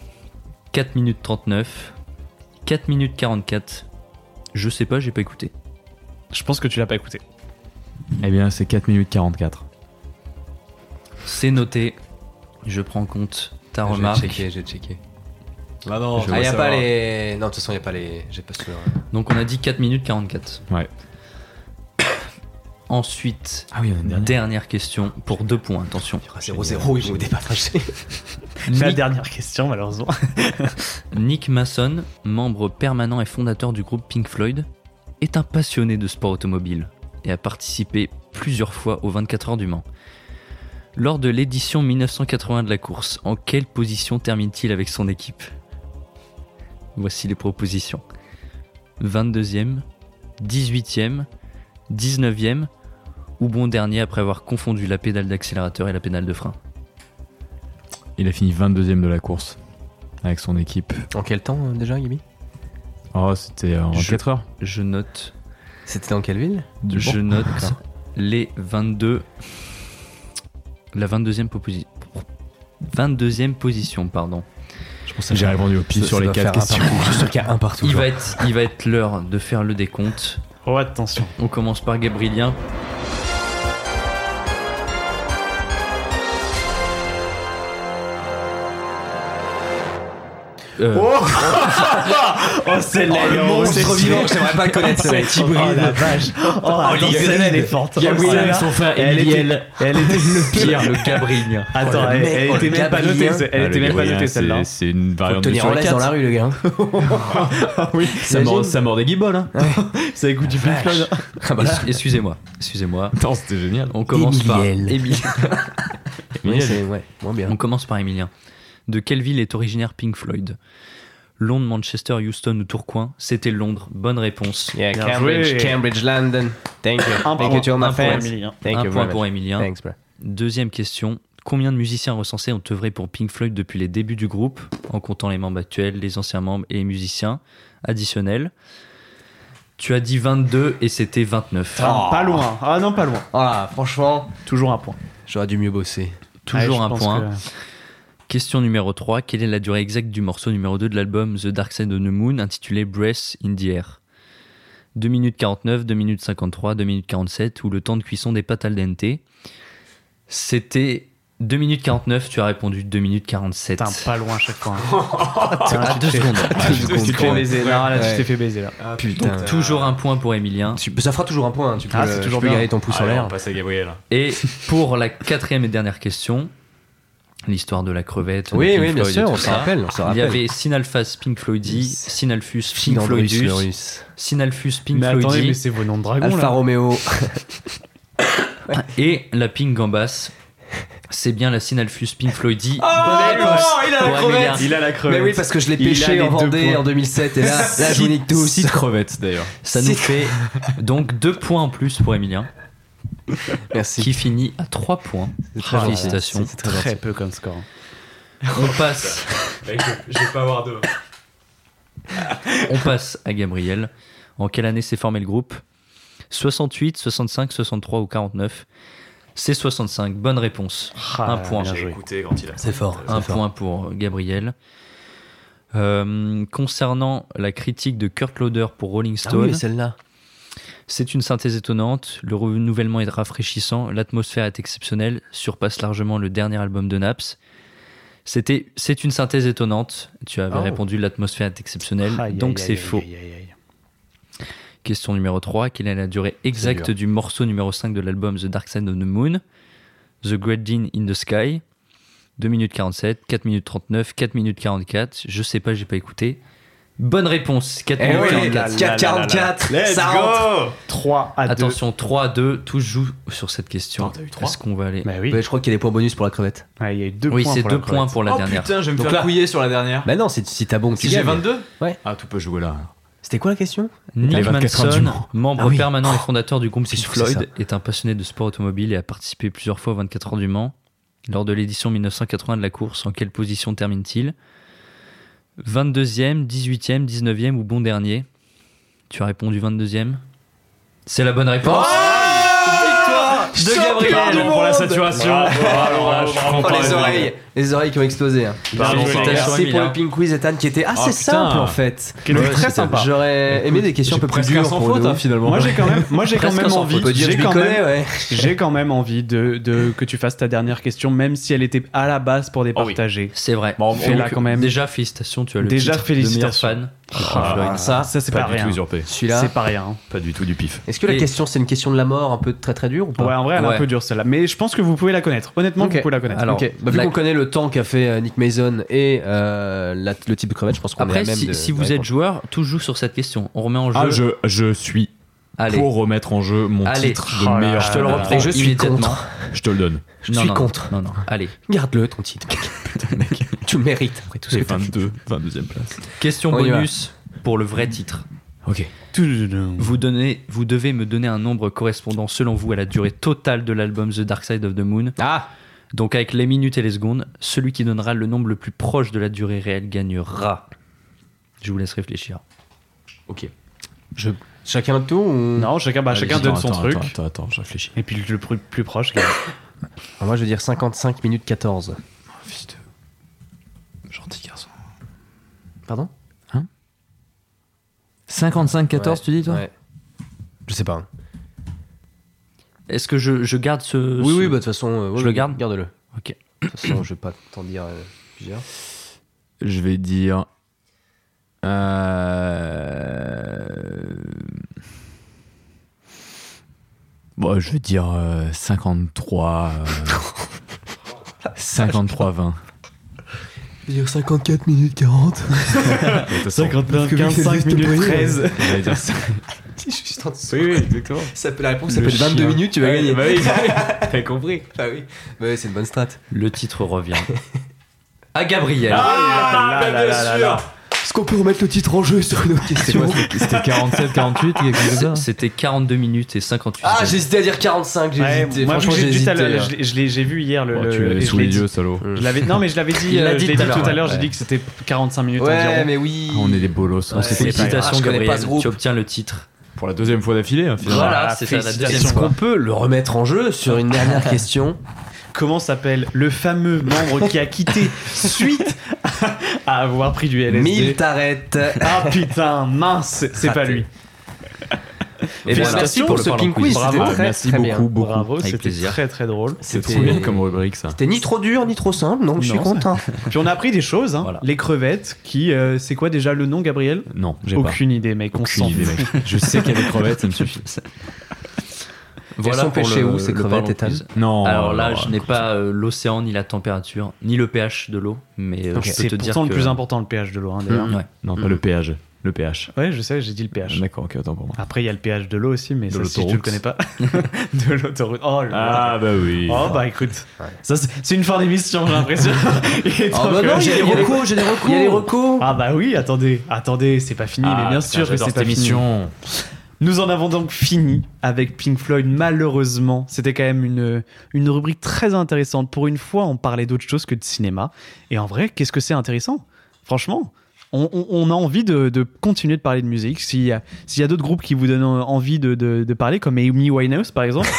Speaker 3: 4 minutes 39, 4 minutes 44. Je sais pas, j'ai pas écouté.
Speaker 1: Je pense que tu l'as pas écouté.
Speaker 4: Eh bien, c'est 4 minutes 44.
Speaker 3: C'est noté. Je prends en compte ta
Speaker 2: J'ai
Speaker 3: remarque.
Speaker 2: checké, j'ai checké.
Speaker 4: Bah non,
Speaker 2: Ah, y a pas les. Non, de toute façon, il a pas les. J'ai pas sûr.
Speaker 3: Donc on a dit 4 minutes 44.
Speaker 4: Ouais.
Speaker 3: Ensuite,
Speaker 4: Ah oui, on a une
Speaker 3: dernière.
Speaker 4: dernière.
Speaker 3: question pour deux points, attention.
Speaker 2: 0-0, ils vont départager.
Speaker 12: La
Speaker 3: Nick,
Speaker 12: dernière question, malheureusement.
Speaker 3: Nick Mason, membre permanent et fondateur du groupe Pink Floyd, est un passionné de sport automobile et a participé plusieurs fois aux 24 heures du Mans. Lors de l'édition 1981 de la course, en quelle position termine-t-il avec son équipe Voici les propositions. 22e, 18e, 19e ou bon dernier après avoir confondu la pédale d'accélérateur et la pédale de frein.
Speaker 4: Il a fini 22ème de la course avec son équipe.
Speaker 2: En quel temps euh, déjà, Yumi
Speaker 4: Oh, c'était en
Speaker 3: Je-
Speaker 4: 4 heures.
Speaker 3: Je note
Speaker 2: C'était dans quelle ville
Speaker 3: Je note les 22. La 22e position. 22e position, pardon.
Speaker 4: J'ai répondu au pif
Speaker 2: Ça-
Speaker 4: sur
Speaker 2: ça
Speaker 4: les
Speaker 2: doit
Speaker 4: 4
Speaker 2: faire un
Speaker 4: questions.
Speaker 2: partout. Je suis sûr qu'il y a un partout.
Speaker 3: Il
Speaker 2: genre.
Speaker 3: va être, il va être l'heure de faire le décompte.
Speaker 12: Oh, attention.
Speaker 3: On commence par Gabrielien. Euh,
Speaker 12: Oh, c'est là,
Speaker 2: Le monstre vivant, j'aimerais pas le connaître ce mec.
Speaker 12: Oh la vache. Oh, attends, celle-là, elle est forte.
Speaker 2: Gabriel
Speaker 12: Celle-là,
Speaker 2: et son frère
Speaker 12: elle était-
Speaker 2: Emiliel.
Speaker 12: Elle était le pire.
Speaker 3: le Gabrielien.
Speaker 12: Attends,
Speaker 2: Oh, le
Speaker 12: elle,
Speaker 2: mec,
Speaker 12: elle
Speaker 2: oh,
Speaker 12: était
Speaker 2: le
Speaker 12: même pas notée.
Speaker 2: Gabriel.
Speaker 12: c'est- Elle
Speaker 4: Ah,
Speaker 12: était
Speaker 4: le
Speaker 12: même pas
Speaker 4: Gabriel,
Speaker 12: notée
Speaker 4: c'est-
Speaker 12: celle-là.
Speaker 4: C'est une
Speaker 2: Faut
Speaker 4: variante de
Speaker 2: tenir en
Speaker 4: Ah, sur les
Speaker 2: laisse dans la
Speaker 4: quatre.
Speaker 2: rue, le gars.
Speaker 4: Ça mord- Ça mord des guibolles. hein.
Speaker 12: Ah Ça écoute du Pink Floyd.
Speaker 3: Ex- Ah, bah Excusez-moi. Excusez-moi.
Speaker 4: Attends, c'était génial.
Speaker 3: On commence
Speaker 2: Emiliel.
Speaker 3: par Émile-
Speaker 2: Oui, c'est ouais, moins bien.
Speaker 3: On commence par Emilien. De quelle ville est originaire Pink Floyd Londres, Manchester, Houston ou Tourcoing C'était Londres. Bonne réponse.
Speaker 2: Yeah,
Speaker 12: Bien
Speaker 2: Cambridge,
Speaker 12: joué.
Speaker 2: Cambridge, London. Thank you.
Speaker 12: Un
Speaker 2: Thank you to all my
Speaker 3: un point,
Speaker 2: fans.
Speaker 12: Emily, hein.
Speaker 2: Thank
Speaker 3: Un
Speaker 2: you
Speaker 3: point
Speaker 2: very
Speaker 3: pour
Speaker 2: much.
Speaker 3: Emilien.
Speaker 2: Thanks, bro.
Speaker 3: Deuxième question. Combien de musiciens recensés ont œuvré pour Pink Floyd depuis les débuts du groupe, en comptant les membres actuels, les anciens membres et les musiciens additionnels Tu as dit 22 et c'était 29.
Speaker 12: Ah, Pas loin. Ah non, pas loin.
Speaker 3: Oh
Speaker 2: Voilà, franchement,
Speaker 12: Toujours un point.
Speaker 2: j'aurais dû mieux bosser.
Speaker 3: Toujours
Speaker 12: Ouais, je
Speaker 3: un
Speaker 12: pense
Speaker 3: point.
Speaker 12: que-
Speaker 3: Question numéro 3. Quelle est la durée exacte du morceau numéro 2 de l'album The Dark Side of the Moon intitulé Breath in the Air 2 minutes 49, 2 minutes 53, 2 minutes 47 ou le temps de cuisson des pâtes al dente C'était 2 minutes 49, tu as répondu 2 minutes 47.
Speaker 12: Putain, pas loin à chaque fois. hein.
Speaker 3: à 2 secondes. à Ah, deux
Speaker 12: Tu
Speaker 3: secondes.
Speaker 12: t'es fait baiser. Non, là,
Speaker 2: Ouais.
Speaker 12: tu t'es fait baiser, là.
Speaker 2: Putain.
Speaker 3: Donc, toujours un point pour Emilien.
Speaker 2: Tu- Ça fera toujours un point. hein. Tu peux,
Speaker 12: Ah, c'est
Speaker 2: tu
Speaker 12: toujours
Speaker 2: peux
Speaker 12: bien.
Speaker 2: garder ton pouce en
Speaker 4: Allez,
Speaker 2: l'air.
Speaker 4: on passe à Gabriel.
Speaker 3: Et pour la quatrième et dernière question, l'histoire de la crevette. de
Speaker 2: Oui,
Speaker 3: Pink
Speaker 2: oui, bien
Speaker 3: Floyd et
Speaker 2: sûr,
Speaker 3: tout
Speaker 2: on se
Speaker 3: ça.
Speaker 2: rappelle. On se
Speaker 3: Il y
Speaker 2: rappelle.
Speaker 3: avait Sinalphas Pink Floydy, Sinalphus Pink
Speaker 2: Finlandus,
Speaker 3: Floydus,
Speaker 2: le russe.
Speaker 3: Sinalphus Pink
Speaker 12: Mais attendez, mais
Speaker 3: Floydy
Speaker 12: c'est vos noms de dragons,
Speaker 2: Alfa
Speaker 12: là.
Speaker 2: Romeo.
Speaker 3: et la Pink Gambas. C'est bien la Sinalphus Pink Floydy.
Speaker 2: Ah,
Speaker 3: Bonne réponse pour Amélia.
Speaker 12: Il a la crevette.
Speaker 2: Mais oui, parce que je l'ai
Speaker 12: Il a
Speaker 2: pêché
Speaker 12: les
Speaker 2: en
Speaker 12: deux
Speaker 2: Vendée
Speaker 12: points.
Speaker 2: en 2007 et là, là je vous nique tous.
Speaker 4: Six crevettes d'ailleurs.
Speaker 3: Ça nous fait donc deux points en plus pour Emilien,
Speaker 2: Merci.
Speaker 3: qui finit à trois points.
Speaker 2: très gentil.
Speaker 3: Félicitations.
Speaker 2: C'est très gentil.
Speaker 12: Très peu comme score.
Speaker 3: On passe
Speaker 4: Je vais pas avoir deux.
Speaker 3: On passe à Gabriel. En quelle année s'est formé le groupe 68, 65, 63 ou 49 C'est 65. Bonne réponse.
Speaker 12: Ah,
Speaker 3: un point.
Speaker 12: bien joué.
Speaker 4: Écoutez, quand il a.
Speaker 2: C'est fort.
Speaker 3: Un
Speaker 2: c'est fort.
Speaker 3: point pour Gabriel. Euh, concernant la critique de Kurt Loder pour Rolling
Speaker 2: Ah oui,
Speaker 3: Stone,
Speaker 2: mais celle-là.
Speaker 3: c'est une synthèse étonnante. Le renouvellement est rafraîchissant. L'atmosphère est exceptionnelle. Surpasse largement le dernier album de Naps. C'était, c'est une synthèse étonnante. Tu avais
Speaker 2: Oh.
Speaker 3: répondu l'atmosphère est exceptionnelle,
Speaker 12: Aïe, aïe,
Speaker 3: donc
Speaker 12: aïe,
Speaker 3: c'est
Speaker 12: aïe,
Speaker 3: faux.
Speaker 12: aïe, aïe, aïe.
Speaker 3: Question numéro 3. Quelle est la durée exacte du morceau numéro 5 de l'album The Dark Side of the Moon The Great Dean in the Sky 2 minutes 47, 4 minutes 39, 4 minutes 44. Je sais pas, j'ai pas écouté. Bonne réponse, 4
Speaker 2: Eh
Speaker 3: minutes
Speaker 2: oui,
Speaker 3: 44.
Speaker 2: 4,44. Ça rentre.
Speaker 12: 3 à 2.
Speaker 3: Attention, 3 à 2, tout se joue sur cette question. Est-ce qu'on va aller
Speaker 12: Bah oui.
Speaker 2: Ouais, je crois qu'il y a des points bonus pour la crevette.
Speaker 12: Ouais, il y a eu deux
Speaker 3: Oui,
Speaker 12: points.
Speaker 3: c'est
Speaker 12: pour la
Speaker 3: 2 points pour la dernière.
Speaker 4: je vais
Speaker 2: Donc là-
Speaker 4: couiller sur la dernière.
Speaker 2: Bah non, c'est- si t'as bon, tu
Speaker 4: Si j'ai
Speaker 2: gagnes.
Speaker 4: 22
Speaker 2: Ouais.
Speaker 4: Ah, tout peut jouer là.
Speaker 2: C'était quoi la question
Speaker 4: Les
Speaker 3: Nick
Speaker 4: 24 heures du
Speaker 3: Manson,
Speaker 4: Mans.
Speaker 3: membre
Speaker 2: Ah oui.
Speaker 3: permanent et fondateur du groupe
Speaker 2: C'est
Speaker 3: Pink
Speaker 2: sûr, c'est
Speaker 3: Floyd, est un passionné de sport automobile et a participé plusieurs fois aux 24 heures du Mans. Lors de l'édition 1980 de la course, en quelle position termine-t-il 22e, 18e, 19e ou bon dernier Tu as répondu 22e C'est la bonne réponse de Gabriel
Speaker 4: pour la saturation.
Speaker 2: Oh, les oreilles, les oreilles qui ont explosé. hein.
Speaker 3: Pardon,
Speaker 2: Merci,
Speaker 3: pardon.
Speaker 2: merci
Speaker 3: Emile,
Speaker 2: pour
Speaker 3: hein.
Speaker 2: le Pink Quiz, Ethan, qui était assez
Speaker 4: Oh, putain.
Speaker 2: simple en fait.
Speaker 1: Qui était
Speaker 2: Ouais,
Speaker 1: très
Speaker 2: c'était-
Speaker 1: sympa.
Speaker 2: J'aurais aimé des questions un peu plus
Speaker 4: presque un
Speaker 2: dures
Speaker 4: sans
Speaker 2: pour
Speaker 4: faute,
Speaker 2: nous.
Speaker 4: hein, finalement.
Speaker 1: Moi j'ai quand même, moi j'ai quand
Speaker 3: Presque
Speaker 1: même
Speaker 3: sans
Speaker 1: envie,
Speaker 2: On peut dire
Speaker 1: j'ai
Speaker 2: je m'y
Speaker 1: quand
Speaker 2: connais,
Speaker 1: même-
Speaker 2: ouais.
Speaker 1: j'ai quand même envie de, de que tu fasses ta dernière question, même si elle était à la base pour départager.
Speaker 3: C'est vrai.
Speaker 1: Bon, fais-la
Speaker 3: Donc,
Speaker 1: quand même.
Speaker 3: Déjà, félicitations, tu as le
Speaker 1: Déjà,
Speaker 3: titre de
Speaker 1: félicitations.
Speaker 3: meilleur fan.
Speaker 2: Ah, ça,
Speaker 1: Ça c'est pas,
Speaker 4: Pas du
Speaker 1: rien.
Speaker 4: tout usurpé.
Speaker 2: celui-là.
Speaker 1: C'est pas rien.
Speaker 4: Pas du tout du pif.
Speaker 2: Est-ce que la
Speaker 3: Et-
Speaker 2: question, c'est une question de la mort un peu très très dure ou pas
Speaker 1: Ouais, en vrai, elle est
Speaker 3: Ouais.
Speaker 1: un peu dure celle-là, mais je pense que vous pouvez la connaître. Honnêtement,
Speaker 2: Ok.
Speaker 1: vous pouvez la connaître.
Speaker 3: Alors,
Speaker 2: Ok, bah, vu
Speaker 3: la-
Speaker 2: qu'on connaît le temps qu'a fait euh, Nick Mason et euh, la- le type de crevette, je pense qu'on est à
Speaker 3: Après,
Speaker 2: même
Speaker 3: si,
Speaker 2: de-
Speaker 3: si
Speaker 2: de
Speaker 3: vous êtes
Speaker 2: répondre.
Speaker 3: joueur, tout joue sur cette question. On remet en jeu.
Speaker 4: Ah, je, je suis
Speaker 3: Allez.
Speaker 4: pour remettre en jeu mon
Speaker 3: Allez.
Speaker 4: titre de
Speaker 1: Oh là
Speaker 4: meilleur.
Speaker 1: là.
Speaker 3: Je te le
Speaker 1: Ah,
Speaker 3: reprends
Speaker 2: et je suis
Speaker 3: immédiatement.
Speaker 2: contre.
Speaker 4: Je te le donne.
Speaker 2: Je
Speaker 3: Non,
Speaker 2: suis
Speaker 3: non,
Speaker 2: contre.
Speaker 3: Non, non. Allez.
Speaker 2: Garde-le ton titre, mec. tu le mérites après tout ce
Speaker 4: C'est
Speaker 2: que t'as fait.
Speaker 4: 22, 22e place.
Speaker 3: Question
Speaker 2: On y va.
Speaker 3: bonus pour le vrai titre.
Speaker 4: Ok.
Speaker 3: Vous, donnez, vous devez me donner un nombre correspondant selon vous à la durée totale de l'album The Dark Side of the Moon.
Speaker 2: Ah
Speaker 3: Donc avec les minutes et les secondes, celui qui donnera le nombre le plus proche de la durée réelle gagnera. Je vous laisse réfléchir.
Speaker 2: Chacun notre tour ou...
Speaker 1: Non, chacun, bah, chacun donne son truc.
Speaker 4: Attends, attends, attends, je réfléchis.
Speaker 1: Et puis le plus, plus proche.
Speaker 2: Ah, Moi, je veux dire 55 minutes 14.
Speaker 4: Fils de- Gentil garçon.
Speaker 2: Pardon
Speaker 3: 55-14,
Speaker 2: Ouais, ouais. Je sais pas. hein.
Speaker 3: Est-ce que je, je garde ce...
Speaker 2: Oui,
Speaker 3: ce-
Speaker 2: oui, bah de toute façon... euh, oui,
Speaker 3: Je le
Speaker 2: oui,
Speaker 3: garde
Speaker 2: Garde-le.
Speaker 3: Ok.
Speaker 2: De toute façon, je vais pas t'en dire euh, plusieurs.
Speaker 4: Je vais dire. Euh... Bon, je vais dire euh, 53. euh, 53 20.
Speaker 2: Je vais dire 54 minutes 40.
Speaker 1: 51,
Speaker 2: que
Speaker 1: 15
Speaker 2: vous êtes
Speaker 1: minutes
Speaker 2: doué,
Speaker 1: 13.
Speaker 4: J'allais dire ça.
Speaker 2: Je suis juste en dessous.
Speaker 4: Oui, oui, exactement.
Speaker 2: Ça peut, la réponse, ça
Speaker 4: Le
Speaker 2: peut être 22
Speaker 4: chien.
Speaker 2: minutes, tu vas gagner.
Speaker 4: Bah oui, t'as compris.
Speaker 2: Bah oui. Bah oui, c'est une bonne strat.
Speaker 3: Le titre revient. à Gabriel.
Speaker 1: Ah, là, là, là, là.
Speaker 2: Est-ce qu'on peut remettre le titre en jeu sur une autre
Speaker 4: C'était
Speaker 2: question
Speaker 4: quoi c'était- C'était 47, 48 quelque chose
Speaker 3: C'est-
Speaker 4: comme ça
Speaker 3: C'était 42 minutes et 58
Speaker 2: Ah,
Speaker 3: secondes.
Speaker 2: j'hésitais à dire 45, j'ai
Speaker 1: Ouais,
Speaker 2: hésité.
Speaker 1: moi, vu
Speaker 2: Franchement,
Speaker 1: que
Speaker 2: j'ai
Speaker 1: j'ai dit tout à
Speaker 2: hésité.
Speaker 1: l'heure, je l'ai- je l'ai- j'ai vu hier le.
Speaker 4: Bon,
Speaker 1: le-
Speaker 4: Tu
Speaker 1: Euh, et
Speaker 4: l'avais
Speaker 1: je
Speaker 4: sous
Speaker 1: l'ai
Speaker 4: les
Speaker 1: dit.
Speaker 4: yeux, salaud.
Speaker 1: Je l'avais- non, mais je l'avais dit,
Speaker 3: Il l'a
Speaker 1: euh,
Speaker 3: dit
Speaker 1: je l'ai
Speaker 3: tout
Speaker 1: dit
Speaker 3: à
Speaker 1: tout à
Speaker 3: l'heure,
Speaker 1: l'heure,
Speaker 3: ouais.
Speaker 1: j'ai dit que c'était 45 minutes
Speaker 2: Ouais,
Speaker 1: environ.
Speaker 2: mais oui.
Speaker 4: Ah, on est des bolos.
Speaker 2: Ouais.
Speaker 4: On s'est
Speaker 2: C'est
Speaker 4: fait
Speaker 2: pas-
Speaker 3: Félicitations
Speaker 2: Ah, je connais pas
Speaker 3: Gabriel,
Speaker 2: ce groupe.
Speaker 3: tu obtiens le titre.
Speaker 4: pour la deuxième fois d'affilée, hein, finalement.
Speaker 3: Voilà,
Speaker 1: Voilà,
Speaker 3: c'est ça la deuxième
Speaker 1: félicitations.
Speaker 2: Est-ce qu'on peut le remettre en jeu sur une dernière question
Speaker 1: Comment s'appelle le fameux membre qui a quitté suite à avoir pris du LSD
Speaker 2: Mille t'arrêtes.
Speaker 1: Ah putain, mince, c'est pas
Speaker 2: Raté.
Speaker 1: lui.
Speaker 2: Et ben,
Speaker 1: Félicitations
Speaker 2: merci pour
Speaker 1: pour
Speaker 2: ce
Speaker 1: le parlant
Speaker 2: Pink Quiz.
Speaker 1: quiz.
Speaker 2: C'était
Speaker 1: Bravo,
Speaker 2: très,
Speaker 4: Ah, merci
Speaker 2: très bien.
Speaker 4: beaucoup, beaucoup.
Speaker 1: Bravo,
Speaker 3: Avec
Speaker 1: c'était
Speaker 3: plaisir.
Speaker 1: très très drôle.
Speaker 4: C'est trop
Speaker 2: C'était-
Speaker 4: bien comme rubrique ça.
Speaker 2: C'était ni trop dur, ni trop simple, donc je suis
Speaker 1: Non,
Speaker 2: content.
Speaker 1: Puis on a appris des choses, hein.
Speaker 3: Voilà.
Speaker 1: les crevettes, qui. euh, c'est quoi déjà le nom, Gabriel
Speaker 4: Non, j'ai pas.
Speaker 1: Aucune idée, mec, on
Speaker 4: Aucune
Speaker 1: s'en
Speaker 4: idée,
Speaker 1: fout.
Speaker 4: mec. Je sais qu'il y a des crevettes, ça me suffit.
Speaker 3: Voilà
Speaker 2: sont
Speaker 3: pour
Speaker 2: pêchées
Speaker 3: le-
Speaker 2: où, ces
Speaker 3: le
Speaker 2: crevettes,
Speaker 3: parlant
Speaker 2: Ethan
Speaker 3: quiz.
Speaker 4: Non.
Speaker 1: Oh
Speaker 3: Alors là,
Speaker 4: non,
Speaker 3: je n'ai pas euh, l'océan, ni la température, ni le pH de l'eau, mais euh,
Speaker 1: Ok.
Speaker 3: je peux
Speaker 1: C'est
Speaker 3: te dire
Speaker 1: pourtant le
Speaker 3: que-
Speaker 1: plus important, le pH de l'eau, hein, d'ailleurs.
Speaker 3: Ouais.
Speaker 4: Non, pas le péage. Le pH.
Speaker 1: Ouais, je sais, j'ai dit le pH.
Speaker 4: D'accord, ok, autant pour moi.
Speaker 1: Après, il y a le pH de l'eau aussi, mais ça,
Speaker 4: De
Speaker 1: si tu le
Speaker 4: l'autoroute.
Speaker 1: connais pas. de l'autoroute. Oh là là.
Speaker 4: Ah bah oui.
Speaker 1: Oh bah écoute, ça c'est c'est une fin d'émission, j'ai l'impression. Il est temps
Speaker 2: Oh bah
Speaker 1: que-
Speaker 2: non, il y a des
Speaker 1: il y a-
Speaker 2: recos, j'ai des recos.
Speaker 1: il y a des
Speaker 2: recos.
Speaker 1: Ah bah oui, attendez, attendez, c'est pas fini, mais bien sûr que c'est pas fini. Nous en avons donc fini avec Pink Floyd, malheureusement. C'était quand même une, une rubrique très intéressante. Pour une fois, on parlait d'autre chose que de cinéma. Et en vrai, qu'est-ce que c'est intéressant Franchement, on, on- on a envie de, de continuer de parler de musique. S'il y a, s'il y a d'autres groupes qui vous donnent envie de, de- de parler, comme Amy Winehouse par exemple.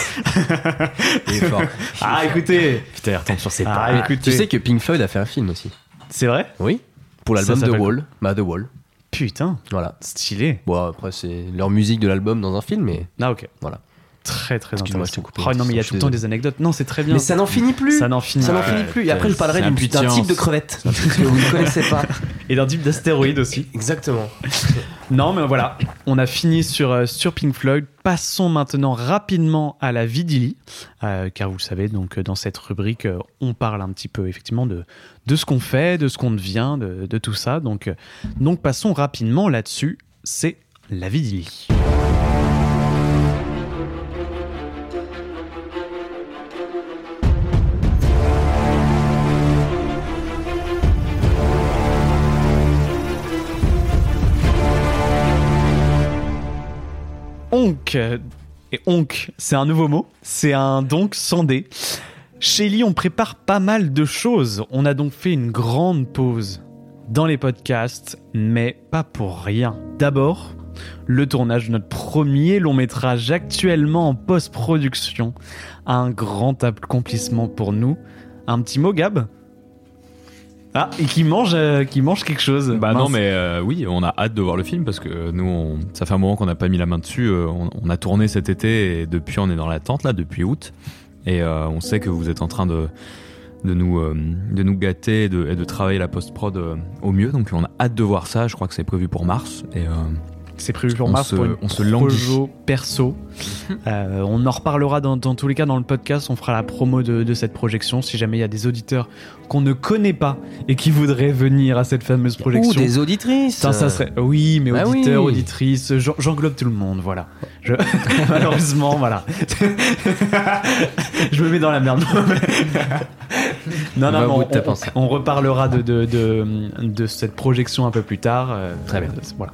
Speaker 1: ah écoutez,
Speaker 4: Putain, il retombe sur ses
Speaker 1: Ah,
Speaker 4: pattes.
Speaker 1: écoutez.
Speaker 2: Tu sais que Pink Floyd a fait un film aussi.
Speaker 1: c'est vrai
Speaker 2: Oui. Pour l'album
Speaker 1: Ça
Speaker 2: The
Speaker 1: s'appelle-
Speaker 2: Wall. Bah The Wall.
Speaker 1: Putain,
Speaker 2: Voilà.
Speaker 1: stylé.
Speaker 2: Bon après c'est leur musique de l'album dans un film, mais
Speaker 1: Ah ok.
Speaker 2: Voilà.
Speaker 1: Très très
Speaker 2: Excuse-moi, je t'ai
Speaker 1: intéressant.
Speaker 2: coupé.
Speaker 1: Oh non mais il y a
Speaker 2: Je
Speaker 1: tout
Speaker 2: suis
Speaker 1: le temps
Speaker 2: désolé.
Speaker 1: des anecdotes. Non c'est très bien.
Speaker 2: mais ça n'en finit plus.
Speaker 1: Ça n'en finit.
Speaker 2: Ça n'en
Speaker 1: pas.
Speaker 2: finit plus. Et après, je parlerai
Speaker 4: c'est
Speaker 2: d'une-
Speaker 4: un petit
Speaker 2: d'un type
Speaker 4: science.
Speaker 2: de crevette que vous ne connaissez pas.
Speaker 1: Et d'un type d'astéroïde aussi.
Speaker 2: Exactement.
Speaker 1: Non, mais voilà, on a fini sur, euh, sur Pink Floyd. Passons maintenant rapidement à la vie d'Illy, Euh, car vous le savez, donc euh, dans cette rubrique, euh, on parle un petit peu effectivement de, de ce qu'on fait, de ce qu'on devient, de, de tout ça. Donc, euh, donc passons rapidement là-dessus. C'est la vie d'Illy. Onk. euh, Et onk, c'est un nouveau mot. C'est un donc sans dé. Chez Lee, on prépare pas mal de choses. On a donc fait une grande pause dans les podcasts, mais pas pour rien. D'abord, le tournage de notre premier long métrage actuellement en post-production. Un grand accomplissement pour nous. Un petit mot, Gab ah, et qui mange, euh, qui mange quelque chose.
Speaker 4: Bah
Speaker 1: Mince.
Speaker 4: non, mais euh, oui, on a hâte de voir le film parce que euh, nous, on- ça fait un moment qu'on n'a pas mis la main dessus. Euh, on, on a tourné cet été et depuis, on est dans l'attente là depuis août. Et euh, on sait que vous êtes en train de de nous euh, de nous gâter et de, et de travailler la post prod au mieux. Donc on a hâte de voir ça. Je crois que c'est prévu pour mars. Et euh,
Speaker 1: C'est prévu pour
Speaker 4: On
Speaker 1: mars
Speaker 4: se-
Speaker 1: pour une
Speaker 4: on se
Speaker 1: projo perso. Euh, on en reparlera dans, dans tous les cas dans le podcast. On fera la promo de, de cette projection. Si jamais il y a des auditeurs qu'on ne connaît pas et qui voudraient venir à cette fameuse
Speaker 2: Ou
Speaker 1: projection.
Speaker 2: des auditrices.
Speaker 1: Putain, ça serait... Oui, mais
Speaker 2: Bah oui.
Speaker 1: auditeurs, auditrices, j'en- j'englobe tout le monde, voilà. Je- Malheureusement, voilà. je me mets dans la merde. non,
Speaker 2: On va
Speaker 1: non,
Speaker 2: au bout
Speaker 1: mais
Speaker 2: de ta
Speaker 1: on,
Speaker 2: pensée.
Speaker 1: on reparlera de, de, de- de cette projection un peu plus tard. euh,
Speaker 2: Très bien.
Speaker 1: euh, Voilà.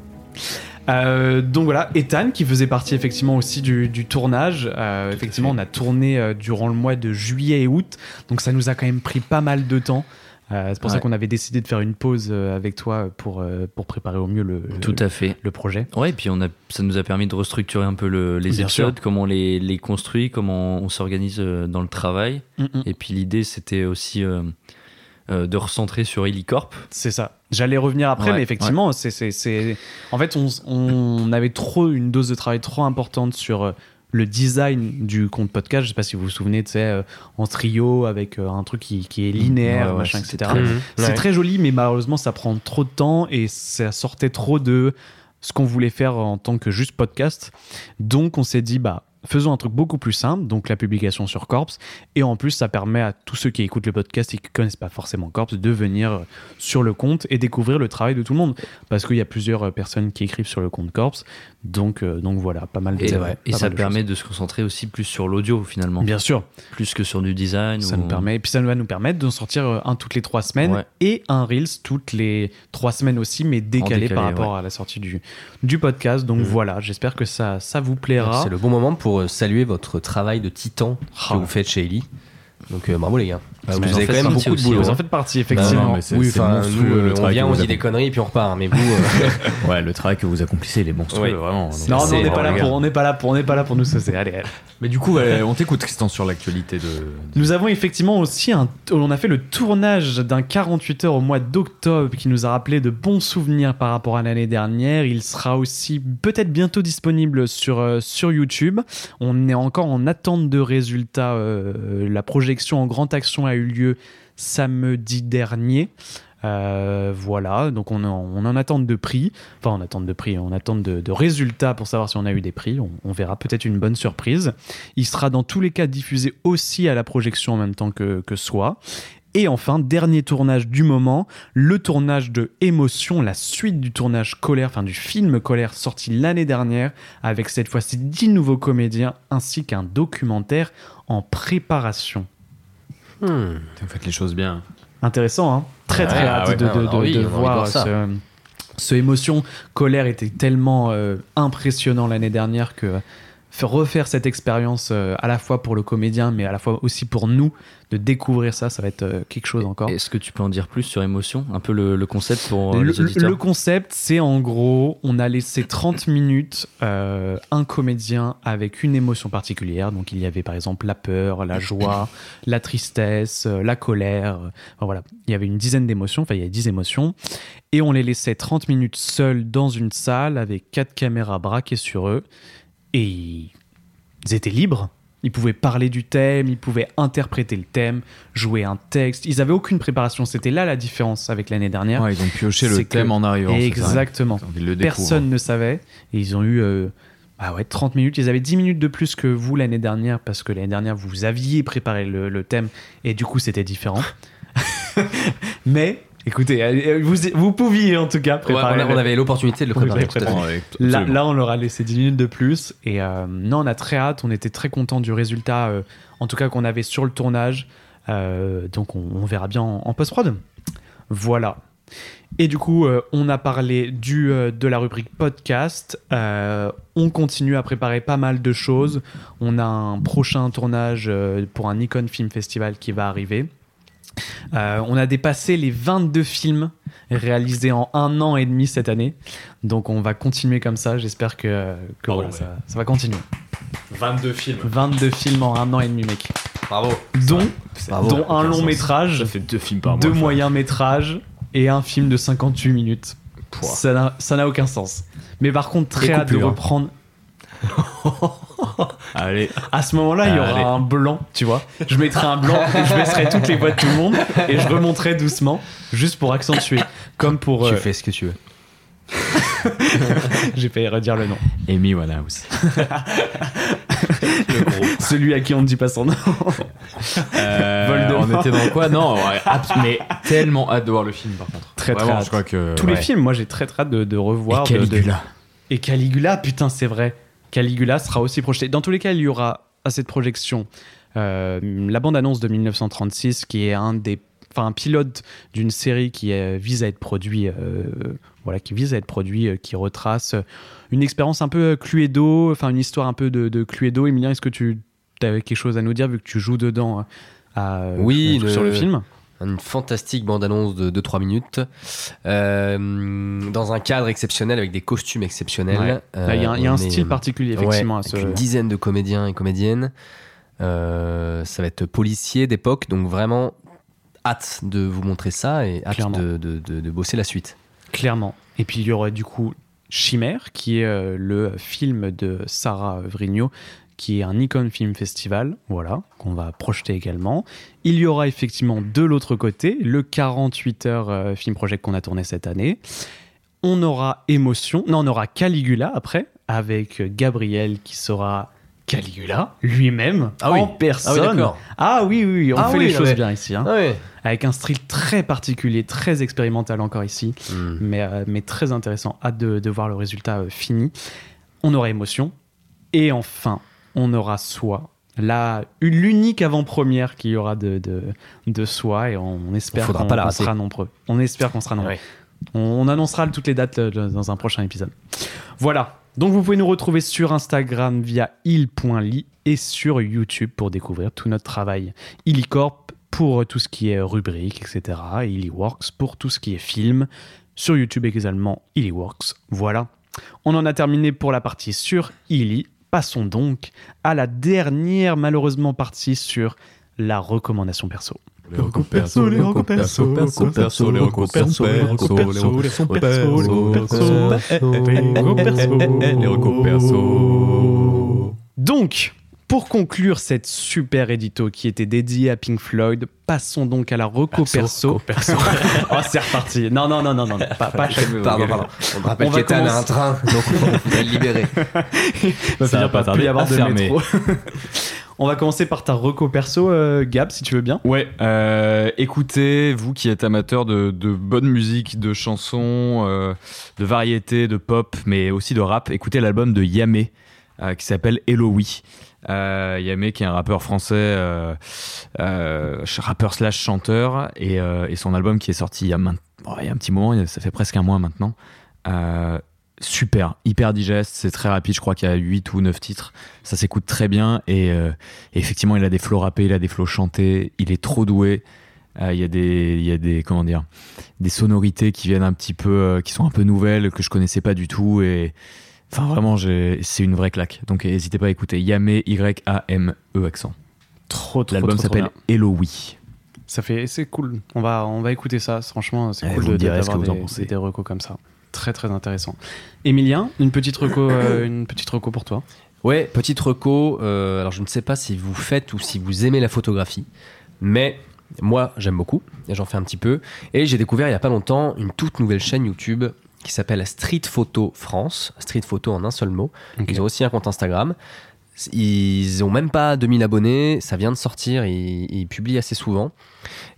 Speaker 1: Euh, donc voilà, Ethan qui faisait partie effectivement aussi du, du tournage. Euh, effectivement, on a tourné euh, durant le mois de juillet et août, donc ça nous a quand même pris pas mal de temps. Euh, c'est pour ça
Speaker 3: Ouais.
Speaker 1: qu'on avait décidé de faire une pause euh, avec toi pour, euh, pour préparer au mieux le,
Speaker 3: Tout à fait.
Speaker 1: le projet.
Speaker 3: Ouais, et puis on a, ça nous a permis de restructurer un peu le- les
Speaker 1: Bien
Speaker 3: épisodes, comment on les, les construit, comment on s'organise euh, dans le travail.
Speaker 1: Mm,
Speaker 3: Et puis l'idée, c'était aussi euh, euh, de recentrer sur Helicorp.
Speaker 1: C'est ça. J'allais revenir après,
Speaker 3: Ouais,
Speaker 1: mais effectivement, c'est, c'est, c'est- En fait, on, s- on avait trop une dose de travail trop importante sur euh, le design du compte podcast. Je sais pas si vous vous souvenez, tu sais, euh, en trio avec euh, un truc qui, qui est linéaire,
Speaker 3: Ouais, ouais,
Speaker 1: machin,
Speaker 3: c'était
Speaker 1: etc.
Speaker 3: très-
Speaker 1: C'est
Speaker 2: Mmh. Ouais.
Speaker 1: très joli, mais malheureusement, ça prend trop de temps et ça sortait trop de ce qu'on voulait faire en tant que juste podcast. Donc, on s'est dit, bah, faisons un truc beaucoup plus simple, donc la publication sur Corps. Et en plus, ça permet à tous ceux qui écoutent le podcast et qui connaissent pas forcément Corps de venir euh, sur le compte et découvrir le travail de tout le monde. Parce qu'il y a plusieurs euh, personnes qui écrivent sur le compte Corps. Donc, euh, donc voilà, pas mal de
Speaker 3: Et,
Speaker 1: pas
Speaker 3: et ça
Speaker 1: mal de
Speaker 3: permet de se concentrer aussi plus sur l'audio finalement,
Speaker 1: choses. Bien sûr,
Speaker 3: plus que sur du design.
Speaker 1: ça
Speaker 3: ou-
Speaker 1: nous permet, et puis ça va nous permettre d'en sortir euh, un toutes les trois semaines
Speaker 3: Ouais.
Speaker 1: et un Reels toutes les trois semaines aussi, mais décalé,
Speaker 3: décalé,
Speaker 1: par rapport à la sortie du, du podcast.
Speaker 2: Mm.
Speaker 1: Donc voilà, j'espère que ça, ça vous plaira.
Speaker 2: C'est le bon moment pour euh, saluer votre travail de titan que
Speaker 1: Ah.
Speaker 2: vous faites chez Ellie. Donc euh, bravo les gars.
Speaker 3: Parce que
Speaker 2: vous
Speaker 3: vous en
Speaker 2: avez quand
Speaker 3: faites
Speaker 2: même
Speaker 3: partie
Speaker 2: beaucoup de
Speaker 3: aussi,
Speaker 2: boulot. hein. Bah,
Speaker 3: ouais.
Speaker 1: Vous en faites partie, effectivement.
Speaker 4: non, mais c'est-
Speaker 2: oui,
Speaker 4: c'est
Speaker 2: enfin,
Speaker 4: monstrueux,
Speaker 2: nous,
Speaker 4: le
Speaker 2: euh, on
Speaker 4: travail
Speaker 2: vient,
Speaker 4: que
Speaker 2: on
Speaker 4: vous
Speaker 2: dit
Speaker 4: avez.
Speaker 2: des conneries, puis on repart. hein, Mais vous, euh,
Speaker 4: ouais, le travail que vous accomplissez, il est monstrueux,
Speaker 2: Ouais.
Speaker 4: vraiment. Donc,
Speaker 1: Non, non,
Speaker 4: c'est-
Speaker 1: on n'est pas là
Speaker 4: regarde.
Speaker 1: pour, on n'est pas là pour, on n'est pas là pour nous saucer. Allez, allez.
Speaker 4: Mais du coup, ouais, on t'écoute Tristan sur l'actualité de.
Speaker 1: Nous avons effectivement aussi un. On a fait le tournage d'un 48 heures au mois d'octobre qui nous a rappelé de bons souvenirs par rapport à l'année dernière. Il sera aussi peut-être bientôt disponible sur, euh, sur YouTube. On est encore en attente de résultats. euh, la projection en grande action a eu lieu samedi dernier. Euh, voilà, donc on est en, on est en attente de prix, enfin en attente de prix, on attend de, de résultats pour savoir si on a eu des prix, on, on verra peut-être une bonne surprise. Il sera dans tous les cas diffusé aussi à la projection en même temps que, que soi. Et enfin, dernier tournage du moment, le tournage de Émotion, la suite du tournage Colère, enfin du film Colère sorti l'année dernière, avec cette fois-ci 10 nouveaux comédiens ainsi qu'un documentaire en préparation.
Speaker 2: hmm.
Speaker 4: Vous faites les choses bien.
Speaker 1: Intéressant, hein Très très
Speaker 4: Ah,
Speaker 1: hâte
Speaker 4: ouais,
Speaker 1: de,
Speaker 2: ouais,
Speaker 1: de-
Speaker 2: on a
Speaker 1: de-
Speaker 2: envie,
Speaker 1: de
Speaker 2: on a envie de
Speaker 1: voir
Speaker 2: voir ça.
Speaker 1: ce, ce émotion. Colère était tellement euh, impressionnant l'année dernière que euh, faire- refaire cette expérience euh, à la fois pour le comédien mais à la fois aussi pour nous de découvrir ça ça va être euh, quelque chose encore
Speaker 3: Est-ce que tu peux en dire plus sur émotion Un peu le, le concept pour euh,
Speaker 1: le,
Speaker 3: les auditeurs
Speaker 1: le concept, c'est en gros, on a laissé 30 minutes euh, un comédien avec une émotion particulière. Donc il y avait par exemple la peur, la joie, la tristesse, euh, la colère. Enfin, voilà, il y avait une dizaine d'émotions, enfin il y avait 10 émotions. Et on les laissait 30 minutes seuls dans une salle avec quatre caméras braquées sur eux. Et ils étaient libres. Ils pouvaient parler du thème, ils pouvaient interpréter le thème, jouer un texte. Ils n'avaient aucune préparation. C'était là la différence avec l'année dernière.
Speaker 4: Ouais, ils ont pioché le
Speaker 1: C'est que-
Speaker 4: thème en arrivant. c'est ça.
Speaker 1: Exactement.
Speaker 4: Ils ont envie de le découvrir.
Speaker 1: Personne ne savait. Et ils ont eu euh, ah ouais, 30 minutes. Ils avaient 10 minutes de plus que vous l'année dernière, parce que l'année dernière, vous aviez préparé le, le thème, et du coup, c'était différent. Mais, écoutez, euh, vous, vous pouviez en tout cas
Speaker 2: Ouais, on,
Speaker 1: préparer.
Speaker 2: a- on
Speaker 1: le-
Speaker 2: avait l'opportunité de le
Speaker 1: On l'avait
Speaker 2: préparer. tout à fait.
Speaker 1: préparé.
Speaker 4: Ouais,
Speaker 1: Là,
Speaker 4: absolument.
Speaker 1: là, on leur a laissé 10 minutes de plus. Et euh, non, on a très hâte. On était très content du résultat, euh, en tout cas, qu'on avait sur le tournage. Euh, donc, on, on verra bien en, en post-prod. Voilà. Et du coup, euh, on a parlé du, euh, de la rubrique podcast. Euh, on continue à préparer pas mal de choses. On a un prochain tournage euh, pour un Icon Film Festival qui va arriver. Euh, on a dépassé les 22 films réalisés en un an et demi cette année. Donc on va continuer comme ça. J'espère que, que
Speaker 13: Oh
Speaker 1: voilà,
Speaker 13: ouais.
Speaker 1: ça, ça va continuer.
Speaker 13: 22 films.
Speaker 1: 22 films en un an et demi, mec.
Speaker 13: Bravo.
Speaker 1: Dont,
Speaker 4: Ah
Speaker 13: Bravo.
Speaker 1: dont un
Speaker 13: Aucun
Speaker 1: long
Speaker 13: sens.
Speaker 1: métrage,
Speaker 4: Ça fait hein. deux films par mois.
Speaker 1: deux
Speaker 4: je crois.
Speaker 1: moyens métrages et un film de 58 minutes.
Speaker 4: Pouah.
Speaker 1: Ça n'a- ça n'a aucun sens. Mais par contre, très
Speaker 4: Des
Speaker 1: hâte de
Speaker 4: coupures, hein.
Speaker 1: reprendre.
Speaker 4: Allez,
Speaker 1: À ce moment-là, il y aura
Speaker 4: Allez.
Speaker 1: un blanc, tu vois. Je mettrai un blanc et je baisserai toutes les voix de tout le monde et je remonterai doucement, juste pour accentuer. Comme pour. euh,
Speaker 14: Tu fais ce que tu veux.
Speaker 1: J'ai failli redire le nom.
Speaker 4: Amy Winehouse.
Speaker 1: Celui à qui on ne dit pas son nom.
Speaker 4: Euh,
Speaker 1: Voldemort.
Speaker 4: On était dans quoi Non, ouais, abs- mais tellement hâte de voir le film par contre.
Speaker 1: Très, très
Speaker 4: Vraiment,
Speaker 1: hâte.
Speaker 4: je crois que
Speaker 1: Tous les films, moi j'ai très très hâte de, de revoir. de- de- Et Caligula, putain, c'est vrai. Caligula sera aussi projeté. Dans tous les cas, il y aura à cette projection euh, la bande-annonce de 1936, qui est un des, enfin, un pilote d'une série qui euh, vise à être produit, euh, voilà, qui vise à être produit, euh, qui retrace euh, une expérience un peu euh, Cluedo, enfin une histoire un peu de, de Cluedo. Emilien, est-ce que tu avais quelque chose à nous dire vu que tu joues dedans hein, à,
Speaker 2: Oui,
Speaker 1: euh, sur le
Speaker 2: le-
Speaker 1: film
Speaker 2: Une fantastique bande-annonce de 2-3 minutes. Euh, dans un cadre exceptionnel, avec des costumes exceptionnels.
Speaker 1: Là, il y a un, il y a
Speaker 2: Euh,
Speaker 1: un
Speaker 2: on
Speaker 1: style
Speaker 2: est-
Speaker 1: particulier effectivement
Speaker 2: Ouais,
Speaker 1: à ce.
Speaker 2: avec une dizaine de comédiens et comédiennes. Euh, ça va être policier d'époque, donc vraiment hâte de vous montrer ça et hâte
Speaker 1: Clairement.
Speaker 2: de, de- de- de bosser la suite.
Speaker 1: Clairement. Et puis il y aurait du coup Chimère, qui est euh, le film de Sarah Vrigno, qui est un Icon Film Festival, voilà, qu'on va projeter également. Il y aura effectivement de l'autre côté le 48 heures euh, film project qu'on a tourné cette année. On aura Émotion, non, on aura Caligula après, avec Gabriel qui sera Caligula lui-même
Speaker 2: Ah oui.
Speaker 1: en personne. Ah oui, oui, oui, on
Speaker 2: Ah
Speaker 1: fait
Speaker 2: oui,
Speaker 1: les
Speaker 2: non
Speaker 1: choses
Speaker 2: mais-
Speaker 1: bien ici.
Speaker 2: Ah
Speaker 1: hein. Avec un style très particulier, très expérimental encore ici mais, euh, mais très intéressant. Hâte de, de voir le résultat euh, fini. On aura émotion. Et enfin, on aura soi. La, une- l'unique avant-première qu'il y aura de, de, de soi. Et on, espère
Speaker 2: Faudra
Speaker 1: qu'on
Speaker 2: pas la
Speaker 1: qu'on
Speaker 2: rater.
Speaker 1: sera nombreux. On espère qu'on sera nombreux.
Speaker 2: Ouais.
Speaker 1: On, on annoncera toutes les dates euh, de- dans un prochain épisode. Voilà. Donc vous pouvez nous retrouver sur Instagram via il.ly et sur YouTube pour découvrir tout notre travail. Illicorp pour tout ce qui est rubrique, etc. Et Illyworks pour tout ce qui est film. Sur YouTube également, Illyworks. Voilà. On en a terminé pour la partie sur Illy. Passons donc à la dernière, malheureusement, partie sur la recommandation perso.
Speaker 4: Les recos perso, les recos perso, les recos perso, les recos perso, les recos perso, les recos perso, les recos perso, Eh, les recos perso.
Speaker 1: Donc, pour conclure cette super édito qui était dédiée à Pink Floyd, passons donc à la reco perso. oh, c'est reparti. Non, non, non, non, non, pas, pas à chaque fois.
Speaker 2: Pardon, pardon. On te rappelle
Speaker 1: On va
Speaker 2: qu'Ethan a un
Speaker 1: commencer-
Speaker 2: train, donc on va le libérer.
Speaker 1: Va
Speaker 4: Ça va
Speaker 1: finir par
Speaker 4: pas tarder
Speaker 1: plus y avoir
Speaker 4: à
Speaker 1: de
Speaker 4: fermer.
Speaker 1: métro. On va commencer par ta reco perso, euh, Gab, si tu veux bien.
Speaker 4: Ouais, euh, écoutez, vous qui êtes amateur de, de bonne musique, de chansons, euh, de variété, de pop, mais aussi de rap, écoutez l'album de Yamé euh, qui s'appelle Eloï. Euh, Yamé qui est un rappeur français, euh, euh, ch- rappeur slash chanteur, et, euh, et son album qui est sorti il y, a maint- oh, il y a un petit moment, il y a- ça fait presque un mois maintenant. Euh, super, hyper digeste, c'est très rapide, je crois qu'il y a 8 ou 9 titres, ça s'écoute très bien, et... euh, et effectivement, il a des flots rappés, il a des flots chantés, il est trop doué. Euh, il y a des, il y a des, comment dire, des sonorités qui viennent un petit peu, euh, qui sont un peu nouvelles, que je connaissais pas du tout. Et enfin, vraiment, j'ai- c'est une vraie claque. Donc, n'hésitez pas à écouter. Yame, Y-A-M-E E, accent.
Speaker 1: Trop, trop,
Speaker 4: L'album
Speaker 1: trop, trop
Speaker 4: s'appelle Eloï.
Speaker 1: bien. Ça fait, c'est cool. On va, on va écouter ça. Franchement, c'est
Speaker 4: Eh,
Speaker 1: cool
Speaker 4: vous
Speaker 1: de- de-
Speaker 4: me direz ce
Speaker 1: d'avoir
Speaker 4: que vous en
Speaker 1: des,
Speaker 4: pensez.
Speaker 1: des recos comme ça. Très, très intéressant. Emilien, une petite reco, euh, une petite reco pour toi.
Speaker 2: Ouais, petite reco. euh, alors, je ne sais pas si vous faites ou si vous aimez la photographie, mais moi, j'aime beaucoup et j'en fais un petit peu. Et j'ai découvert il n'y a pas longtemps une toute nouvelle chaîne YouTube qui s'appelle Street Photo France. Street Photo en un seul mot.
Speaker 1: Ok.
Speaker 2: Ils ont aussi un compte Instagram. Ils ont même pas 2000 abonnés, ça vient de sortir, ils, ils publient assez souvent.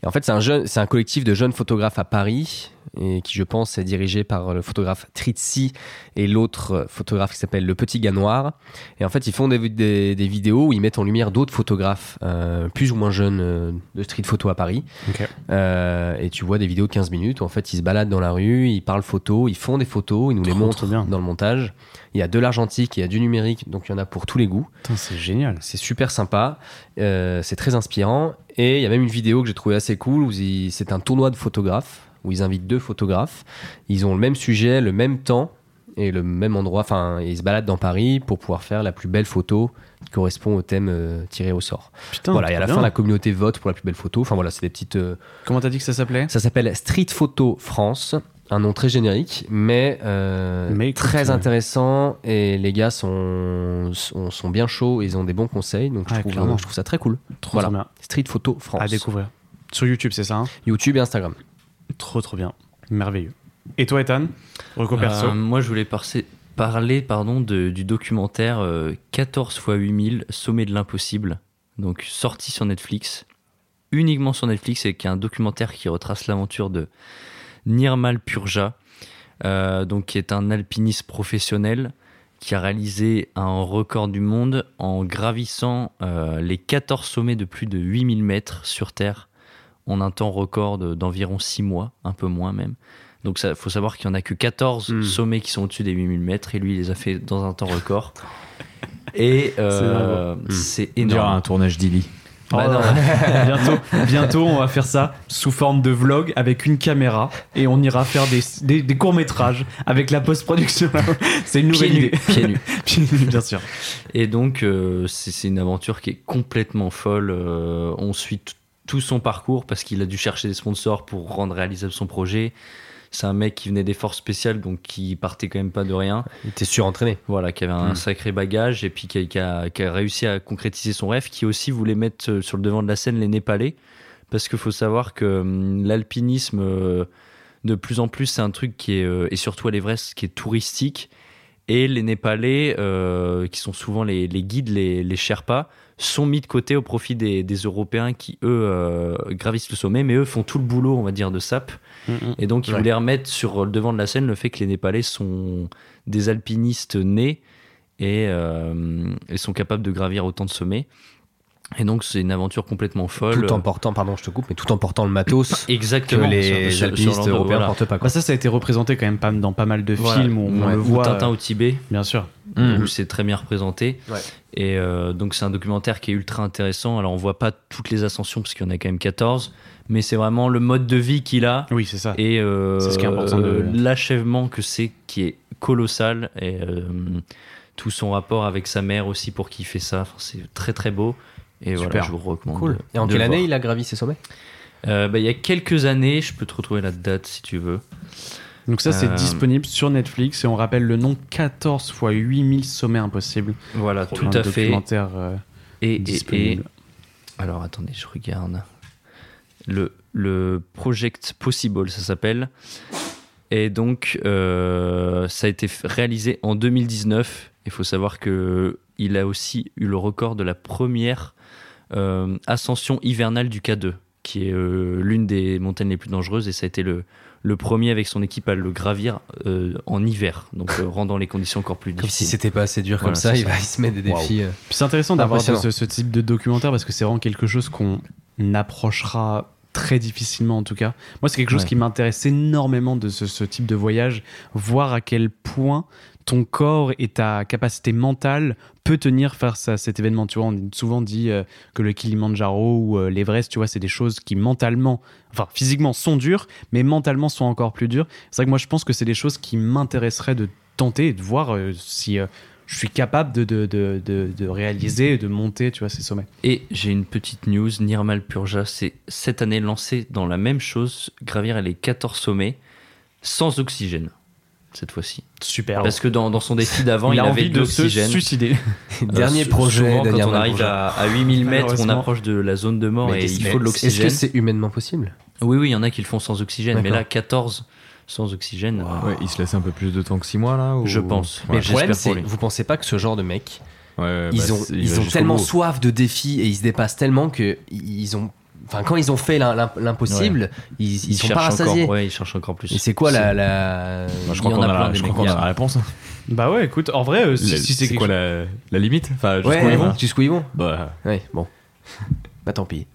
Speaker 2: Et en fait, c'est un, jeune- c'est un collectif de jeunes photographes à Paris et qui, je pense, est dirigé par le photographe Tritsi et l'autre photographe qui s'appelle Le Petit Gars Noir. Et en fait, ils font des, des- des vidéos où ils mettent en lumière d'autres photographes, euh, plus ou moins jeunes, euh, de street photo à Paris.
Speaker 1: Ok.
Speaker 2: Euh, et tu vois des vidéos de 15 minutes où en fait ils se baladent dans la rue, ils parlent photo, ils font des photos, ils nous les
Speaker 1: Trop,
Speaker 2: montrent
Speaker 1: trop bien.
Speaker 2: dans le montage. Il y a de l'argentique, il y a du numérique, donc il y en a pour tous les goûts.
Speaker 1: Putain, c'est génial.
Speaker 2: C'est super sympa, euh, c'est très inspirant. Et il y a même une vidéo que j'ai trouvée assez cool où ils- c'est un tournoi de photographes où ils invitent deux photographes. Ils ont le même sujet, le même temps et le même endroit. Enfin, ils se baladent dans Paris pour pouvoir faire la plus belle photo qui correspond au thème euh, tiré au sort.
Speaker 1: Putain,
Speaker 2: voilà, et à
Speaker 1: trop
Speaker 2: la
Speaker 1: bien.
Speaker 2: fin, la communauté vote pour la plus belle photo. Enfin voilà, c'est des petites. euh,
Speaker 1: Comment t'as dit que ça s'appelait
Speaker 2: ça s'appelle Street Photo France, un nom très générique, mais, euh,
Speaker 1: Mais écoute,
Speaker 2: très
Speaker 1: ouais.
Speaker 2: intéressant. Et les gars sont, sont, sont bien chauds, ils ont des bons conseils, donc je,
Speaker 1: Ouais, clairement.
Speaker 2: trouve, je trouve ça très cool.
Speaker 1: Trop
Speaker 2: voilà,
Speaker 1: trop bien.
Speaker 2: Street Photo France.
Speaker 1: À découvrir. Sur YouTube, c'est ça hein
Speaker 2: YouTube et Instagram.
Speaker 1: Trop trop bien. Merveilleux. Et toi, Ethan Reco perso
Speaker 3: Euh, moi, je voulais parser- parler pardon, de- du documentaire euh, 14 x 8000, Sommet de l'impossible, donc sorti sur Netflix, uniquement sur Netflix, et qui est un documentaire qui retrace l'aventure de Nirmal Purja, euh, donc qui est un alpiniste professionnel qui a réalisé un record du monde en gravissant euh, les 14 sommets de plus de 8000 mètres sur Terre en un temps record de- d'environ 6 mois, un peu moins même. Donc il faut savoir qu'il n'y en a que 14
Speaker 1: Mm.
Speaker 3: sommets qui sont au-dessus des 8000 mètres et lui il les a fait dans un temps record. Et euh, c'est
Speaker 4: On dirait un
Speaker 3: énorme.
Speaker 4: tournage d'Ili.
Speaker 1: Oh.
Speaker 3: Bah non.
Speaker 12: bientôt, bientôt, on va faire ça sous forme de vlog avec une caméra et on ira faire des, des, des courts-métrages avec la post-production. C'est une nouvelle
Speaker 3: Pieds nus,
Speaker 12: idée.
Speaker 3: pieds nus.
Speaker 12: Pieds nus, bien sûr.
Speaker 3: Et donc, euh, c'est c'est une aventure qui est complètement folle. Euh, on suit t- tout son parcours parce qu'il a dû chercher des sponsors pour rendre réalisable son projet. C'est un mec qui venait des forces spéciales, donc qui partait quand même pas de rien.
Speaker 2: Il était surentraîné.
Speaker 3: Voilà, qui avait un sacré bagage et puis qui a, qui a- qui a réussi à concrétiser son rêve, qui aussi voulait mettre euh, sur le devant de la scène les Népalais. Parce qu'il faut savoir que hum, l'alpinisme, euh, de plus en plus, c'est un truc qui est, euh, et surtout à l'Everest, qui est touristique. Et les Népalais, euh, qui sont souvent les, les guides, les, les Sherpas, sont mis de côté au profit des, des Européens qui, eux, euh, gravissent le sommet, mais eux font tout le boulot, on va dire, de sap. Et donc, ils voulaient remettre sur le devant de la scène le fait que les Népalais sont des alpinistes nés et, euh, et sont capables de gravir autant de sommets. Et donc, c'est une aventure complètement folle.
Speaker 2: Tout en portant, pardon, je te coupe, mais tout en portant le matos que
Speaker 3: Exactement.
Speaker 2: les
Speaker 3: Sur- sur-
Speaker 2: alpinistes
Speaker 3: sur l'endroit,
Speaker 2: européens
Speaker 3: voilà.
Speaker 2: portent pas.
Speaker 1: Bah
Speaker 2: quoi.
Speaker 1: ça, ça a été représenté quand même pas- dans pas mal de
Speaker 3: Voilà.
Speaker 1: films où on
Speaker 3: Ouais.
Speaker 1: le
Speaker 3: Ou
Speaker 1: voit.
Speaker 3: Tintin
Speaker 1: euh,
Speaker 3: au Tibet.
Speaker 1: Bien sûr.
Speaker 3: où c'est très bien représenté.
Speaker 2: Mmh. Ouais.
Speaker 3: Et euh, donc c'est un documentaire qui est ultra intéressant. Alors on voit pas toutes les ascensions parce qu'il y en a quand même 14, mais c'est vraiment le mode de vie qu'il a
Speaker 1: Oui, c'est ça.
Speaker 3: et euh,
Speaker 1: C'est ce qui est important de-
Speaker 3: euh, l'achèvement que c'est qui est colossal et euh, tout son rapport avec sa mère aussi pour qui il fait ça. Enfin, c'est très très beau. Et voilà, je vous recommande.
Speaker 2: Cool.
Speaker 3: de-
Speaker 2: Et en
Speaker 3: de
Speaker 2: quelle
Speaker 3: le
Speaker 2: année
Speaker 3: voir.
Speaker 2: il a gravi ces sommets
Speaker 3: Euh, bah, Il y a quelques années, je peux te retrouver la date si tu veux.
Speaker 1: Donc ça, c'est
Speaker 3: Euh,
Speaker 1: disponible sur Netflix et on rappelle le nom 14 x 8000 sommets impossibles.
Speaker 3: Voilà, tout
Speaker 1: Un
Speaker 3: à fait.
Speaker 1: documentaire euh,
Speaker 3: Et, et- et,
Speaker 1: disponible.
Speaker 3: Alors attendez, je regarde. Le, le Project Possible, ça s'appelle. Et donc, euh, ça a été f- réalisé en 2019. Il faut savoir que il a aussi eu le record de la première euh, ascension hivernale du K2, qui est euh, l'une des montagnes les plus dangereuses. Et ça a été le, le premier avec son équipe à le gravir euh, en hiver, donc euh, rendant les conditions encore plus
Speaker 2: Comme si
Speaker 3: difficiles.
Speaker 2: c'était pas assez dur
Speaker 3: Voilà,
Speaker 2: comme ça,
Speaker 3: c'est
Speaker 2: il va se mettre des
Speaker 3: Waouh.
Speaker 2: défis. euh.
Speaker 1: Puis c'est intéressant d'avoir ce,
Speaker 2: Impressionnant.
Speaker 1: ce- ce type de documentaire parce que c'est vraiment quelque chose qu'on approchera très difficilement en tout cas. Moi, c'est quelque chose
Speaker 3: Ouais.
Speaker 1: qui m'intéresse énormément de ce, ce type de voyage, voir à quel point ton corps et ta capacité mentale peut tenir face à cet événement. Tu vois, on a souvent dit euh, que le Kilimanjaro ou euh, l'Everest, tu vois, c'est des choses qui mentalement, enfin physiquement sont dures, mais mentalement sont encore plus dures. C'est vrai que moi, je pense que c'est des choses qui m'intéresseraient de tenter et de voir euh, si euh, je suis capable de, de, de, de, de réaliser et de monter, tu vois, ces sommets.
Speaker 3: Et j'ai une petite news, Nirmal Purja s'est cette année lancé dans la même chose, gravir les 14 sommets sans oxygène, cette fois-ci.
Speaker 1: Super.
Speaker 3: Parce que dans, dans son défi d'avant, il, avait de l'oxygène.
Speaker 1: suicider.
Speaker 3: Euh,
Speaker 2: Dernier
Speaker 3: sou-
Speaker 2: projet,
Speaker 3: souvent,
Speaker 2: dernier
Speaker 3: quand on arrive
Speaker 2: projet.
Speaker 3: à, à 8000 mètres, on
Speaker 1: Malheureusement.
Speaker 3: approche de la zone de mort
Speaker 2: Mais
Speaker 3: et
Speaker 2: qu'est-ce-
Speaker 3: il faut de
Speaker 2: mais Est-ce que
Speaker 3: l'oxygène.
Speaker 2: c'est humainement possible
Speaker 3: Oui, oui, il y en a qui le font sans oxygène, mais
Speaker 2: D'accord.
Speaker 3: là, 14 sans oxygène, euh,
Speaker 4: Ouais, il se laisse un peu plus de temps que 6 mois là ou-
Speaker 3: je pense.
Speaker 4: Ouais,
Speaker 2: Mais le problème,
Speaker 3: j'espère
Speaker 2: c'est,
Speaker 3: pour lui.
Speaker 2: vous pensez pas que ce genre de mec,
Speaker 4: Ouais,
Speaker 2: ils
Speaker 4: bah,
Speaker 2: ont,
Speaker 4: c'est- il
Speaker 2: ils
Speaker 4: va
Speaker 2: ont
Speaker 4: jusqu'au
Speaker 2: tellement
Speaker 4: bout.
Speaker 2: soif de défis et ils se dépassent tellement que i- ils ont enfin, quand ils ont fait l'im- l'im- l'impossible, ils, ils sont pas
Speaker 3: cherchent
Speaker 2: rassasiés.
Speaker 3: encore, ouais, ils cherchent encore plus.
Speaker 2: Et c'est quoi la. la...
Speaker 4: Moi, je crois
Speaker 2: il y en
Speaker 4: qu'on a,
Speaker 2: a plein
Speaker 4: la-
Speaker 2: des
Speaker 4: je crois
Speaker 2: mecs.
Speaker 4: qu'on
Speaker 2: Il y
Speaker 4: a
Speaker 2: a-
Speaker 4: la réponse. hein.
Speaker 1: Bah ouais, écoute, en vrai, euh, si,
Speaker 4: La-
Speaker 1: si c'est
Speaker 4: c'est
Speaker 1: quelque
Speaker 4: quoi
Speaker 1: chose-
Speaker 4: la, la limite Enfin, jusqu'où
Speaker 2: Ouais,
Speaker 4: ils vont
Speaker 2: jusqu'où ils vont
Speaker 4: Bah,
Speaker 2: Ouais, bon. Bah tant pis.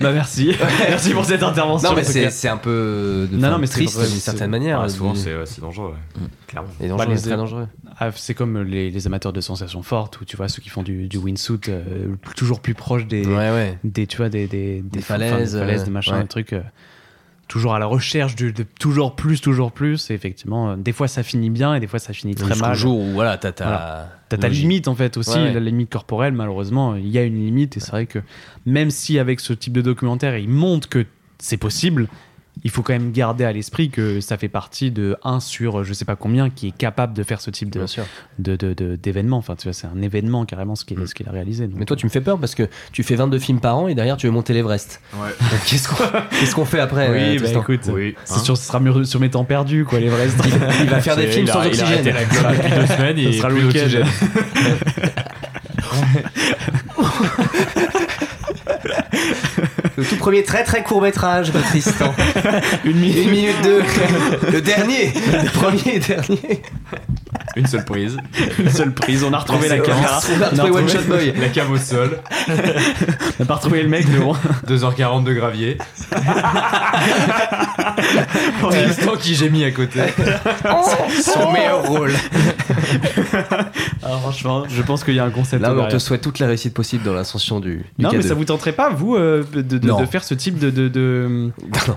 Speaker 12: Bah merci. merci pour cette intervention.
Speaker 2: Non, mais
Speaker 12: en tout
Speaker 2: c'est
Speaker 12: cas.
Speaker 2: c'est un peu de-
Speaker 12: Non,
Speaker 2: enfin,
Speaker 12: non, mais c'est
Speaker 2: triste
Speaker 12: vrai,
Speaker 2: d'une
Speaker 12: c'est-
Speaker 2: certaine manière.
Speaker 4: ah, souvent,
Speaker 2: du- Mm.
Speaker 4: c'est ouais, c'est dangereux. ouais. Clairement.
Speaker 2: Et dangereux,
Speaker 1: Bah, les-
Speaker 2: très dangereux.
Speaker 1: Ah, c'est comme les, les amateurs de sensations fortes ou tu vois ceux qui font du, du windsuit euh, toujours plus proche des,
Speaker 2: Ouais, ouais.
Speaker 1: des tu vois des des,
Speaker 2: Des
Speaker 1: enfin,
Speaker 2: falaises,
Speaker 1: des, falaises,
Speaker 2: euh,
Speaker 1: des machins,
Speaker 2: ouais.
Speaker 1: des trucs. euh, toujours à la recherche du- de toujours plus, toujours plus. Et effectivement, euh, des fois ça finit bien et des fois ça finit très
Speaker 2: Jusqu'au
Speaker 1: mal.
Speaker 2: jour où, voilà, t'as ta.
Speaker 1: T'as ta
Speaker 2: logique.
Speaker 1: limite en fait aussi,
Speaker 2: Ouais, ouais.
Speaker 1: la limite corporelle malheureusement, il y a une limite et c'est vrai que même si avec ce type de documentaire il montre que c'est possible, il faut quand même garder à l'esprit que ça fait partie de 1 sur euh, je sais pas combien qui est capable de faire ce type de
Speaker 2: Bien sûr.
Speaker 1: de- de- de- d'événement. Enfin tu vois c'est un événement carrément ce qu'il ce qu'il a réalisé. donc. euh,
Speaker 2: Mais toi, tu me fais peur parce que tu fais 22 films par an et derrière, tu veux monter l'Everest. Donc, Qu'est-ce qu'on qu'est-ce qu'on fait après euh,
Speaker 1: oui bah
Speaker 2: Tristan
Speaker 1: écoute,
Speaker 4: Oui.
Speaker 1: c'est sûr ce sera mûr- sur mes temps perdus quoi les vrais.
Speaker 2: Il va faire des
Speaker 4: C'est-
Speaker 2: films
Speaker 4: il a-
Speaker 2: sans
Speaker 4: il a
Speaker 2: oxygène.
Speaker 4: arrêté la gloire depuis deux semaines.
Speaker 1: Ce
Speaker 4: il
Speaker 1: sera
Speaker 4: est
Speaker 1: le
Speaker 4: plus
Speaker 1: week-end.
Speaker 4: d'oxygène.
Speaker 2: Le tout premier très très court métrage de Tristan. Une minute. deux. Le dernier. Le premier et dernier.
Speaker 4: Une seule prise.
Speaker 12: Une seule prise, on a retrouvé la
Speaker 2: C'est-
Speaker 12: caméra.
Speaker 1: Ah,
Speaker 2: On a retrouvé One Shot Boy.
Speaker 4: La cave au sol.
Speaker 12: On a pas retrouvé le mec, mais bon.
Speaker 4: 2h40 de gravier. Tristan qui gémit à côté.
Speaker 2: Son meilleur rôle.
Speaker 12: Ah, franchement, je pense qu'il y a un concept.
Speaker 2: Là, on te
Speaker 12: derrière.
Speaker 2: souhaite toute la réussite possible dans l'ascension du, du
Speaker 1: Non mais
Speaker 2: K2.
Speaker 1: ça vous tenterait pas vous euh, de, de- de
Speaker 2: Non.
Speaker 1: faire ce type de, de, de-
Speaker 2: Non.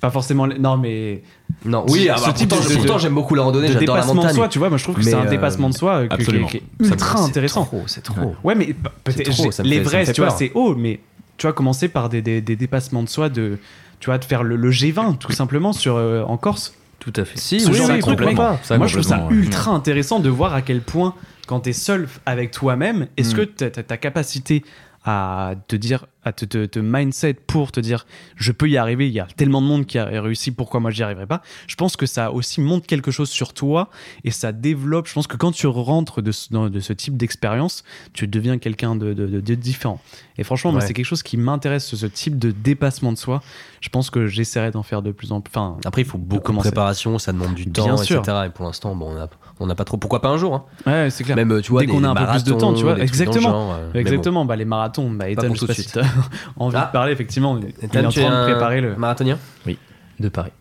Speaker 1: pas forcément les- non mais
Speaker 2: Non, oui,
Speaker 1: Ce
Speaker 2: ah bah,
Speaker 1: type
Speaker 2: pourtant,
Speaker 1: de-
Speaker 2: pourtant, j'aime beaucoup la randonnée,
Speaker 1: de
Speaker 2: j'adore la
Speaker 1: dépassement de
Speaker 2: montagne.
Speaker 1: soi, tu vois. Moi, je trouve que
Speaker 2: Mais,
Speaker 1: c'est un
Speaker 2: euh,
Speaker 1: dépassement de soi euh, que-
Speaker 4: absolument.
Speaker 1: qui est
Speaker 4: Ça me-
Speaker 1: ultra
Speaker 4: c'est
Speaker 1: intéressant.
Speaker 2: trop, c'est trop.
Speaker 1: Ouais, mais bah, peut-être
Speaker 2: trop, ça me fait- ça me
Speaker 1: l'Everest,
Speaker 2: fait
Speaker 1: tu vois,
Speaker 2: peur.
Speaker 1: c'est haut, mais tu vois, commencer par des, des- des dépassements de soi, de tu vois, de faire le, le G20 tout simplement sur euh, en Corse.
Speaker 3: Tout à fait.
Speaker 2: Si,
Speaker 1: Ce
Speaker 2: oui,
Speaker 1: genre de
Speaker 2: oui,
Speaker 1: truc,
Speaker 2: complètement.
Speaker 1: mec. Moi, je trouve ça
Speaker 4: complètement, ouais.
Speaker 1: ultra intéressant de voir à quel point, quand t'es seul avec toi-même, est-ce que t'as- t'as ta capacité à te dire, à te, te, te mindset pour te dire, je peux y arriver, il y a tellement de monde qui a réussi, pourquoi moi j'y arriverai pas Je pense que ça aussi montre quelque chose sur toi et ça développe. Je pense que quand tu rentres de ce, dans- de ce type d'expérience, tu deviens quelqu'un de, de- de- de différent. Et franchement, moi,
Speaker 2: Ouais.
Speaker 1: c'est quelque chose qui m'intéresse, ce, ce type de dépassement de soi. Je pense que j'essaierai d'en faire de plus en plus. Enfin,
Speaker 2: Après, il faut beaucoup de
Speaker 1: commencer.
Speaker 2: préparation, ça demande du
Speaker 1: Bien
Speaker 2: temps,
Speaker 1: sûr.
Speaker 2: etc. Et pour l'instant, bon, on n'a on n'a pas trop. Pourquoi pas un jour hein.
Speaker 1: ouais, c'est clair.
Speaker 2: Même, tu vois,
Speaker 1: Dès
Speaker 2: des
Speaker 1: qu'on a un peu plus de
Speaker 2: marathons,
Speaker 1: temps, tu vois,
Speaker 2: des trucs dans le
Speaker 1: exactement.
Speaker 2: genre, euh, mais bon.
Speaker 1: Exactement, bah, les marathons, bah, Ethan,
Speaker 2: pour
Speaker 1: je sais
Speaker 2: tout de
Speaker 1: pas
Speaker 2: suite.
Speaker 1: si t'as envie
Speaker 2: Ah.
Speaker 1: de parler, effectivement. il est
Speaker 2: Ethan,
Speaker 1: en
Speaker 2: tu es
Speaker 1: train
Speaker 2: un
Speaker 1: de préparer le,
Speaker 2: Marathonien
Speaker 3: De Paris.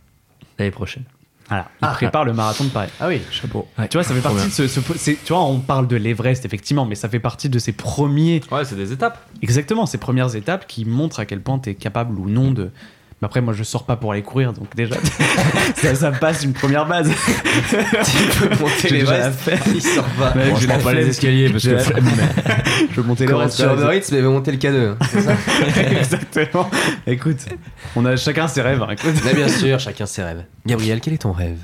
Speaker 3: L'année prochaine.
Speaker 1: voilà, il prépare le marathon de Paris.
Speaker 2: Ah oui.
Speaker 3: Chapeau.
Speaker 1: Ah, Tu vois, ça fait partie de ce, ce- c'est- tu vois, on parle de l'Everest, effectivement, mais ça fait partie de ses premiers
Speaker 4: Ouais, c'est des étapes.
Speaker 1: Exactement, ces premières étapes qui montrent à quel point tu es capable ou non de. Mais après, moi, je sors pas pour aller courir, donc déjà, ça, ça passe une première base.
Speaker 2: Tu peux monter les
Speaker 1: déjà la
Speaker 2: restes. Il sort pas.
Speaker 1: Mec,
Speaker 2: Bon,
Speaker 1: j'ai
Speaker 2: je
Speaker 1: la
Speaker 2: prends pas les
Speaker 1: flemme.
Speaker 2: escaliers parce
Speaker 1: J'ai
Speaker 2: que.
Speaker 1: la flemme. Je vais monter le
Speaker 2: Comment
Speaker 1: reste.
Speaker 2: sur Uber Eats, mais monter le canot. hein,
Speaker 1: Exactement. Écoute, on a chacun ses rêves. hein, écoute.
Speaker 2: Là, bien sûr, chacun ses rêves. Gabriel, quel est ton rêve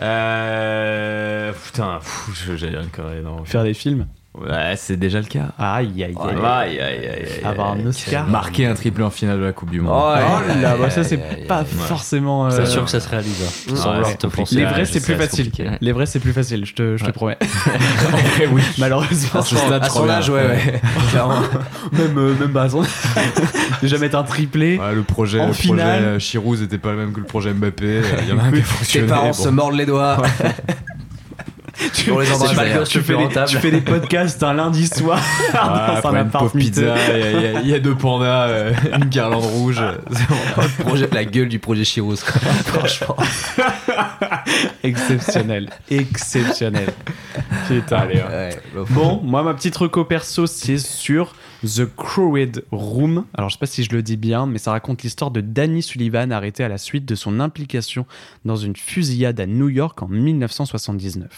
Speaker 4: Euh. Putain, pfff, je- j'ai rien carré, non.
Speaker 1: Faire des films.
Speaker 4: Ouais, c'est déjà le cas.
Speaker 1: Aïe,
Speaker 4: Oh
Speaker 1: aïe, aïe.
Speaker 4: Aïe, aïe, aïe, aïe.
Speaker 1: Avoir un Oscar.
Speaker 4: Marquer un triplé en finale de la Coupe du Monde.
Speaker 1: Oh là, bah, ça,
Speaker 2: aïe,
Speaker 1: c'est
Speaker 2: aïe,
Speaker 1: pas
Speaker 2: aïe.
Speaker 1: forcément. euh,
Speaker 3: C'est sûr que ça se réalise. hein. Sans
Speaker 4: Ouais,
Speaker 3: vouloir
Speaker 4: c'est
Speaker 3: t'offenser.
Speaker 1: Mm. Les
Speaker 4: Ouais,
Speaker 1: vrais,
Speaker 4: je
Speaker 1: c'est
Speaker 4: sais,
Speaker 1: plus
Speaker 4: c'est
Speaker 1: facile.
Speaker 4: compliqué.
Speaker 1: Les vrais, c'est plus facile, je te, je te promets.
Speaker 4: oui.
Speaker 1: Malheureusement.
Speaker 4: À ce stade,
Speaker 2: À
Speaker 4: je
Speaker 2: son
Speaker 4: reviens.
Speaker 2: âge, ouais, ouais. Clairement.
Speaker 1: même, euh, même pas à son- Déjà mettre un triplé.
Speaker 4: Ouais, le projet,
Speaker 1: En
Speaker 4: le
Speaker 1: finale.
Speaker 4: projet Chirouz n'était pas le même que le projet Mbappé. euh, Il y en a un qui a
Speaker 2: Tes
Speaker 4: fonctionné.
Speaker 2: parents
Speaker 4: bon.
Speaker 2: se mordent les doigts.
Speaker 1: Tu,
Speaker 2: On les embrasse,
Speaker 1: c'est pas
Speaker 4: hein.
Speaker 2: d'ailleurs.
Speaker 1: quand tu, fais des, tu fais des podcasts un lundi soir
Speaker 4: Ah,
Speaker 1: dans
Speaker 4: après,
Speaker 1: un
Speaker 4: une
Speaker 1: appart
Speaker 4: pauvre
Speaker 1: miteux.
Speaker 4: pizza, il y, a- il y a- il y a deux pandas, euh, une guirlande rouge. C'est bon.
Speaker 2: Le projet, la gueule du projet Chirouz. quoi. Franchement.
Speaker 1: Exceptionnel. Exceptionnel. Putain.
Speaker 4: hein.
Speaker 2: Ouais, bah,
Speaker 1: Bon, moi, ma petite reco perso, c'est sur The Crowed Room. Alors, je sais pas si je le dis bien, mais ça raconte l'histoire de Danny Sullivan arrêté à la suite de son implication dans une fusillade à New York en 1979.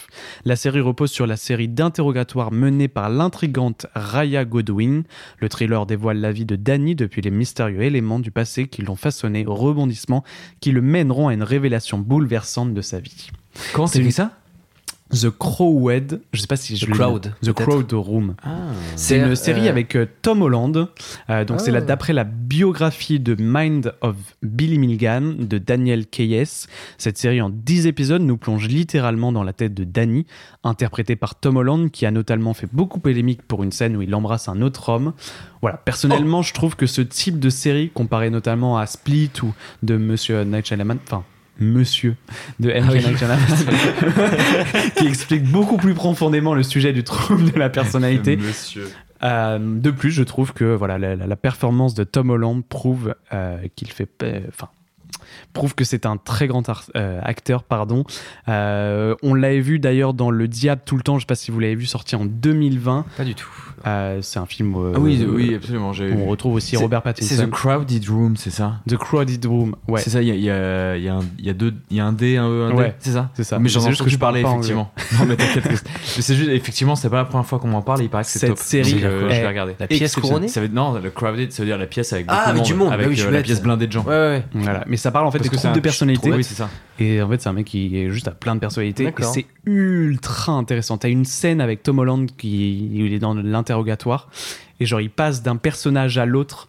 Speaker 1: La série repose sur la série d'interrogatoires menée par l'intrigante Raya Godwin. Le thriller dévoile la vie de Danny depuis les mystérieux éléments du passé qui l'ont façonné aux rebondissements qui le mèneront à une révélation bouleversante de sa vie.
Speaker 4: Comment
Speaker 1: C'est une-
Speaker 4: ça
Speaker 1: The Crowed, je sais pas si je
Speaker 2: The
Speaker 1: le-
Speaker 2: Crowd,
Speaker 1: The
Speaker 2: peut-être.
Speaker 1: Crowd Room. C'est
Speaker 2: C'est,
Speaker 1: une série
Speaker 2: euh,
Speaker 1: avec euh, Tom Holland. Euh, donc c'est
Speaker 2: Ah.
Speaker 1: la- d'après la biographie de Mind of Billy Milligan de Daniel Keyes. Cette série en 10 épisodes nous plonge littéralement dans la tête de Danny, interprété par Tom Holland qui a notamment fait beaucoup polémique pour une scène où il embrasse un autre homme. Voilà, personnellement,
Speaker 2: Oh.
Speaker 1: je trouve que ce type de série comparé notamment à Split ou de Monsieur Night Shyamalan, enfin Monsieur de M.
Speaker 15: oui.
Speaker 1: Night Shyamalan, Ah qui explique beaucoup plus profondément le sujet du trouble de la personnalité.
Speaker 4: Monsieur.
Speaker 1: Euh, de plus, je trouve que voilà la, la- la performance de Tom Holland prouve euh, qu'il fait, pa- enfin, prouve que c'est un très grand ar- euh, acteur, pardon. Euh, on l'avait vu d'ailleurs dans Le Diable tout le temps. Je sais pas si vous l'avez vu sorti en 2020.
Speaker 2: Pas du tout.
Speaker 1: Euh, c'est un film. euh,
Speaker 4: Ah oui, oui, absolument. j'avais
Speaker 1: On
Speaker 4: vu.
Speaker 1: retrouve aussi
Speaker 4: C'est-
Speaker 1: Robert
Speaker 4: C'est
Speaker 1: Pattinson.
Speaker 4: The Crowded Room, c'est ça
Speaker 1: The, Crowded Room. Ouais,
Speaker 4: C'est ça, il y a, il y, a, il y, a un- il y a deux- il y a un D, un E, un D.
Speaker 1: Ouais.
Speaker 4: C'est ça
Speaker 1: c'est ça.
Speaker 4: Mais j'en
Speaker 1: C'est
Speaker 4: ai juste que je parlais,
Speaker 1: parle pas anglais.
Speaker 4: effectivement. non, mais t'inquiète. que c'est- mais C'est juste, effectivement, c'est pas la première fois qu'on m'en parle. Il paraît que c'est
Speaker 1: Cette
Speaker 4: top.
Speaker 1: série
Speaker 4: Donc, euh,
Speaker 1: est
Speaker 4: je vais regarder.
Speaker 2: La pièce couronnée
Speaker 4: Ça veut, non, le crowded, ça veut dire la pièce avec
Speaker 2: Ah,
Speaker 4: beaucoup
Speaker 2: avec
Speaker 4: de
Speaker 2: du monde, bah
Speaker 4: Avec
Speaker 2: oui, je suis
Speaker 4: euh, la
Speaker 2: bête.
Speaker 4: pièce blindée de gens.
Speaker 2: Ouais, ouais.
Speaker 1: Voilà. Mais ça parle en fait
Speaker 4: Parce
Speaker 1: des
Speaker 4: c'est
Speaker 1: troubles
Speaker 4: un-
Speaker 1: de personnalité.
Speaker 4: Oui, c'est ça.
Speaker 1: Et en fait, c'est un mec qui est juste à plein de personnalités. Et
Speaker 2: D'accord.
Speaker 1: c'est ultra intéressant. T'as une scène avec Tom Holland qui il est dans l'interrogatoire. Et genre, il passe d'un personnage à l'autre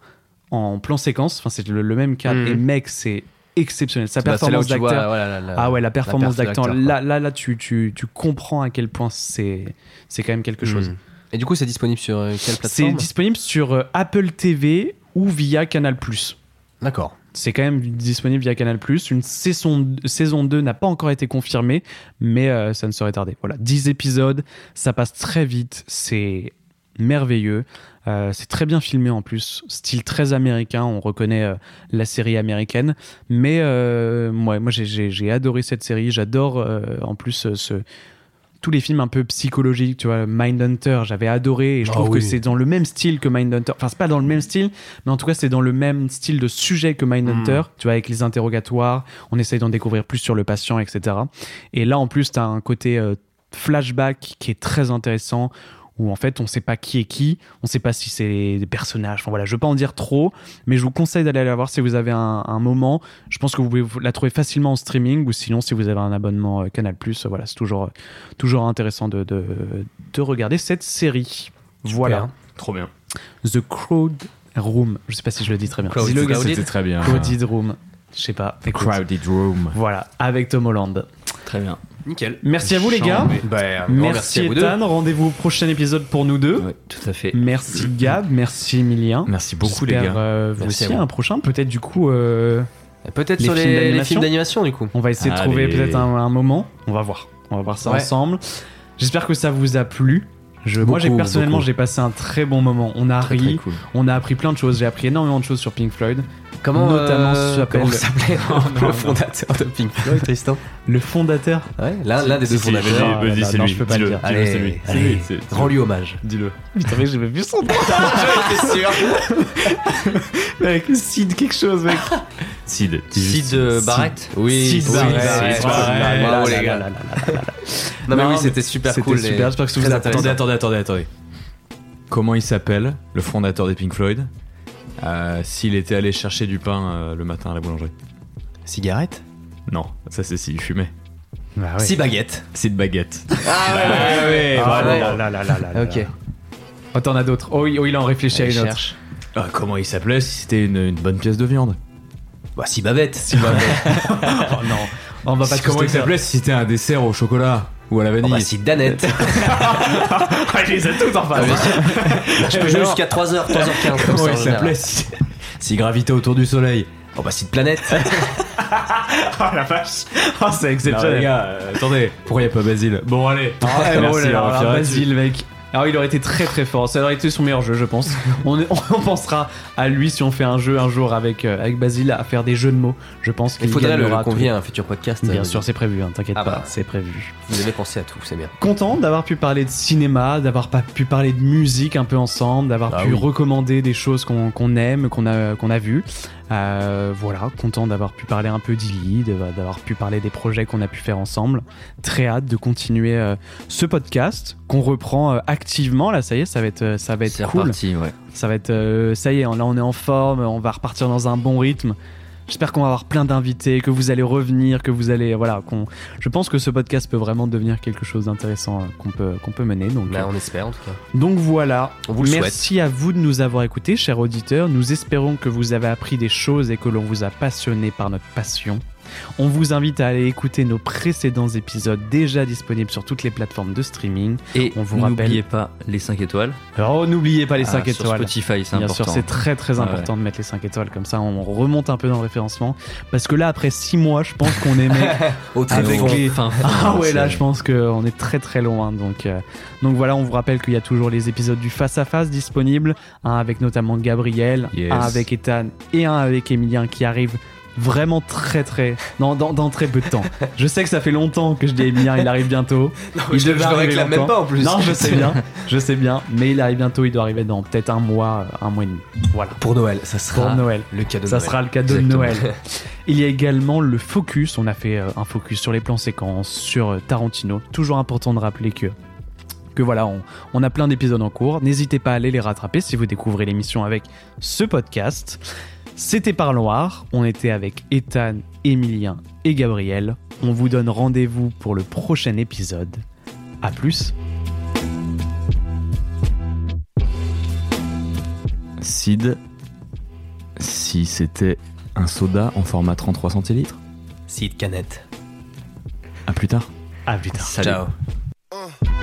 Speaker 1: en plan séquence. Enfin, c'est le, le même cadre.
Speaker 2: Mhm.
Speaker 1: Et mec, c'est exceptionnel. Sa
Speaker 2: Bah, c'est là où
Speaker 1: performance
Speaker 2: tu vois,
Speaker 1: d'acteur.
Speaker 2: voilà, la- la-
Speaker 1: Ah ouais, la performance
Speaker 2: perf
Speaker 1: d'acteur.
Speaker 2: quoi.
Speaker 1: Là, là, là, tu, tu, tu comprends à quel point c'est c'est quand même quelque chose.
Speaker 2: Mm. Et du coup, c'est disponible sur euh, quelle
Speaker 1: Hmm. C'est
Speaker 2: plateforme
Speaker 1: disponible sur euh, Apple TV ou via Canal+.
Speaker 2: D'accord.
Speaker 1: C'est quand même disponible via Canal+. Une saison, saison 2 n'a pas encore été confirmée, mais euh, ça ne serait tardé. Voilà, 10 épisodes, ça passe très vite, c'est merveilleux. Euh, c'est très bien filmé en plus, style très américain, on reconnaît euh, la série américaine. Mais euh, ouais, moi j'ai- j'ai j'ai adoré cette série, j'adore euh, en plus euh, ce, tous les films un peu psychologiques, tu vois, Mindhunter, j'avais adoré et je
Speaker 2: Ah
Speaker 1: trouve que
Speaker 2: oui.
Speaker 1: c'est dans le même style que Mindhunter. Enfin, c'est pas dans le même style, mais en tout cas, c'est dans le même style de sujet que Mindhunter, tu vois, avec les interrogatoires, on essaye d'en découvrir plus sur le patient, etc. Et là, en plus, tu as un côté euh, flashback qui est très intéressant, où en fait, on sait pas qui est qui, on sait pas si c'est des personnages. Enfin voilà, je veux pas en dire trop, mais je vous conseille d'aller la voir si vous avez un, un moment. Je pense que vous pouvez vous- la trouver facilement en streaming, ou sinon, si vous avez un abonnement euh, Canal+, euh, voilà, c'est toujours, euh, toujours intéressant de, de, de regarder cette série. Voilà.
Speaker 4: Trop bien.
Speaker 1: The Crowd Room. Je sais pas si je le dis très bien.
Speaker 2: Crowded.
Speaker 1: Dis-le,
Speaker 2: Crowded.
Speaker 1: Gaston.
Speaker 4: C'était très bien.
Speaker 1: Crowded Room. Je sais pas. écoute.
Speaker 4: Crowded Room.
Speaker 1: Voilà, avec Tom Holland.
Speaker 3: Très bien.
Speaker 2: Nickel.
Speaker 1: Merci à vous les gars.
Speaker 4: Chambé.
Speaker 2: Bah,
Speaker 1: Merci,
Speaker 2: merci à vous deux.
Speaker 1: Ethan. Rendez-vous au prochain épisode pour nous deux.
Speaker 3: Ouais, tout à fait.
Speaker 1: Merci Gab. Merci Emilien. euh,
Speaker 4: Merci beaucoup, les gars.
Speaker 1: vous
Speaker 2: Merci
Speaker 1: aussi
Speaker 2: à vous.
Speaker 1: un prochain. Peut-être du coup, euh,
Speaker 2: Peut-être
Speaker 1: Les
Speaker 2: sur
Speaker 1: films
Speaker 2: les, les
Speaker 1: d'animation
Speaker 2: films d'animation, du coup.
Speaker 1: on va essayer de trouver
Speaker 4: Allez.
Speaker 1: peut-être un, un moment. On va voir. On va voir ça
Speaker 2: Ouais.
Speaker 1: ensemble. J'espère que ça vous a plu. Je, moi, j'ai
Speaker 2: Beaucoup,
Speaker 1: personnellement,
Speaker 2: beaucoup.
Speaker 1: j'ai passé un très bon moment. On a
Speaker 4: Très,
Speaker 1: ri,
Speaker 4: très cool.
Speaker 1: on a appris plein de choses. J'ai appris énormément de choses sur Pink Floyd.
Speaker 2: Comment
Speaker 1: Notamment,
Speaker 2: euh,
Speaker 1: s'appelle-
Speaker 2: comment s'appelait
Speaker 4: non,
Speaker 2: le
Speaker 4: non.
Speaker 2: fondateur de Pink Floyd, Tristan
Speaker 1: Le fondateur.
Speaker 2: Ouais, Ah, l'un l'un des deux
Speaker 4: Si, si, vas-y,
Speaker 2: fondateurs.
Speaker 1: Ah,
Speaker 4: vas-y,
Speaker 1: bah,
Speaker 4: c'est
Speaker 1: non,
Speaker 4: lui.
Speaker 1: je peux pas
Speaker 4: Dis-le,
Speaker 1: le dire.
Speaker 4: dis-le, c'est
Speaker 2: Allez,
Speaker 4: lui. C'est
Speaker 2: allez,
Speaker 4: lui, c'est- c'est lui.
Speaker 2: Rends-lui hommage.
Speaker 4: Dis-le.
Speaker 1: Putain, mais j'ai même plus son nom. Mec, Sid, quelque chose, mec.
Speaker 4: Sid. dis juste
Speaker 3: Sid euh, Barrett
Speaker 2: Oui,
Speaker 1: Sid
Speaker 2: oui,
Speaker 1: Barrett.
Speaker 2: Sid
Speaker 4: Sid
Speaker 2: Barrett.
Speaker 4: Barrett.
Speaker 2: Bravo
Speaker 1: Là,
Speaker 2: les
Speaker 1: là,
Speaker 2: gars.
Speaker 1: là, là, là.
Speaker 2: Non mais
Speaker 1: Non,
Speaker 2: oui,
Speaker 1: mais
Speaker 2: c'était super
Speaker 1: c'était
Speaker 2: cool.
Speaker 1: super, j'espère Ah, que ça vous a plu.
Speaker 4: Attendez, attendez, attendez, attendez, Comment il s'appelle, le fondateur des Pink Floyd, euh, s'il était allé chercher du pain euh, le matin à la boulangerie
Speaker 2: Cigarette
Speaker 4: Non, ça c'est s'il fumait.
Speaker 1: Bah
Speaker 2: Six baguettes.
Speaker 4: C'est de baguette.
Speaker 2: Ah ouais, ouais,
Speaker 1: Ah,
Speaker 2: bravo.
Speaker 1: là, là, là, là, là, là.
Speaker 2: Ok.
Speaker 1: Oh, t'en as d'autres. Oh, oui, oh, il en réfléchit à
Speaker 2: Allez,
Speaker 1: une autre.
Speaker 2: cherche.
Speaker 4: Ah, comment il s'appelait si c'était une, une bonne pièce de viande
Speaker 2: Bah, six bavettes. Six bavettes.
Speaker 1: Oh non, on va pas
Speaker 4: Si- Comment il s'appelait si c'était un dessert au chocolat ou à la vanille
Speaker 2: bah, six danettes.
Speaker 1: Ah, il les a toutes en face.
Speaker 2: Je peux jouer jusqu'à 3h, 3h15.
Speaker 4: Comment il s'appelait si... s'il gravitait autour du soleil
Speaker 2: Oh bah, six planètes.
Speaker 1: Oh la vache. Oh, c'est
Speaker 4: Non, les
Speaker 1: exceptionnel.
Speaker 4: gars, euh, attendez, pourquoi il n'y a pas Basile Bon, allez.
Speaker 1: Ah, eh, oh
Speaker 4: Merci,
Speaker 1: là là,
Speaker 4: on
Speaker 1: alors,
Speaker 4: finira
Speaker 1: Basile, mec. Alors, il aurait été très très fort. Ça aurait été son meilleur jeu, je pense. On, est- on pensera à lui si on fait un jeu un jour avec, euh, avec Basile à faire des jeux de mots. Je pense qu'il
Speaker 2: Il faudrait le
Speaker 1: gagnera tout.
Speaker 2: convier à un futur podcast.
Speaker 1: Bien
Speaker 2: euh,
Speaker 1: sûr, c'est prévu, hein, t'inquiète
Speaker 2: Ah
Speaker 1: pas,
Speaker 2: bah.
Speaker 1: c'est prévu.
Speaker 2: Vous avez pensé à tout, c'est bien.
Speaker 1: Content d'avoir pu parler de cinéma, d'avoir pas pu parler de musique un peu ensemble, d'avoir
Speaker 2: Ah
Speaker 1: pu
Speaker 2: oui.
Speaker 1: recommander des choses qu'on qu'on aime, qu'on a, qu'on a vues. Euh, voilà, content d'avoir pu parler un peu d'Illy, d'avoir d'avoir pu parler des projets qu'on a pu faire ensemble. Très hâte de continuer euh, ce podcast qu'on reprend euh, activement. Là, ça y est, ça va être, euh, ça va être
Speaker 3: C'est
Speaker 1: cool.
Speaker 3: reparti, ouais.
Speaker 1: Ça va être, euh, ça y est, là on est en forme, on va repartir dans un bon rythme. J'espère qu'on va avoir plein d'invités, que vous allez revenir, que vous allez. Voilà, qu'on. Je pense que ce podcast peut vraiment devenir quelque chose d'intéressant euh, qu'on peut, qu'on peut mener. Donc,
Speaker 2: Bah,
Speaker 1: euh,
Speaker 2: on espère en tout cas.
Speaker 1: donc voilà.
Speaker 2: On vous le
Speaker 1: Merci à vous de nous avoir écoutés, chers auditeurs. Nous espérons que vous avez appris des choses et que l'on vous a passionné par notre passion. On vous invite à aller écouter nos précédents épisodes déjà disponibles sur toutes les plateformes de streaming.
Speaker 3: Et
Speaker 1: On vous
Speaker 3: n'oubliez pas les 5 étoiles.
Speaker 1: Oh, n'oubliez pas les
Speaker 3: Ah,
Speaker 1: 5
Speaker 3: Sur
Speaker 1: étoiles.
Speaker 3: Spotify, c'est
Speaker 1: Bien
Speaker 3: important.
Speaker 1: sûr, c'est très très
Speaker 3: Ah
Speaker 1: important de mettre les 5 étoiles comme ça, on remonte un peu dans le référencement. Parce que là, après 6 mois, je pense qu'on est
Speaker 2: Au
Speaker 1: très Avec
Speaker 3: Bon,
Speaker 1: les-
Speaker 3: fin, fin,
Speaker 1: Ah ouais,
Speaker 3: c'est-
Speaker 1: là, je pense qu'on est très très loin. Donc, euh, donc voilà, on vous rappelle qu'il y a toujours les épisodes du face à face disponibles, un avec notamment Gabriel,
Speaker 4: Yes.
Speaker 1: un avec Ethan et un avec Emilien qui arrive vraiment très très dans, dans, dans très peu de temps. Je sais que ça fait longtemps que je dis à Emilien, il arrive bientôt. Il
Speaker 2: je
Speaker 1: devait
Speaker 2: le
Speaker 1: arriver
Speaker 2: réclame même
Speaker 1: longtemps.
Speaker 2: pas en plus.
Speaker 1: Non, je sais bien, je sais bien, mais il arrive bientôt. Il doit arriver dans peut-être un mois, euh, un mois et demi. Voilà.
Speaker 2: Pour Noël, ça sera
Speaker 1: Pour Noël.
Speaker 2: le cadeau. de
Speaker 1: Ça
Speaker 2: Noël.
Speaker 1: sera le cadeau
Speaker 2: Exactement.
Speaker 1: de Noël. Il y a également le focus. On a fait euh, un focus sur les plans séquences, sur euh, Tarantino. Toujours important de rappeler que. Que voilà, on, on a plein d'épisodes en cours. N'hésitez pas à aller les rattraper si vous découvrez l'émission avec ce podcast. C'était Par Loire. On était avec Ethan, Emilien et Gabriel. On vous donne rendez-vous pour le prochain épisode. À plus.
Speaker 4: Sid, si c'était un soda en format 33 centilitres,
Speaker 2: Seed canette.
Speaker 4: à plus tard.
Speaker 1: À plus tard.
Speaker 2: Ciao.
Speaker 16: Uh.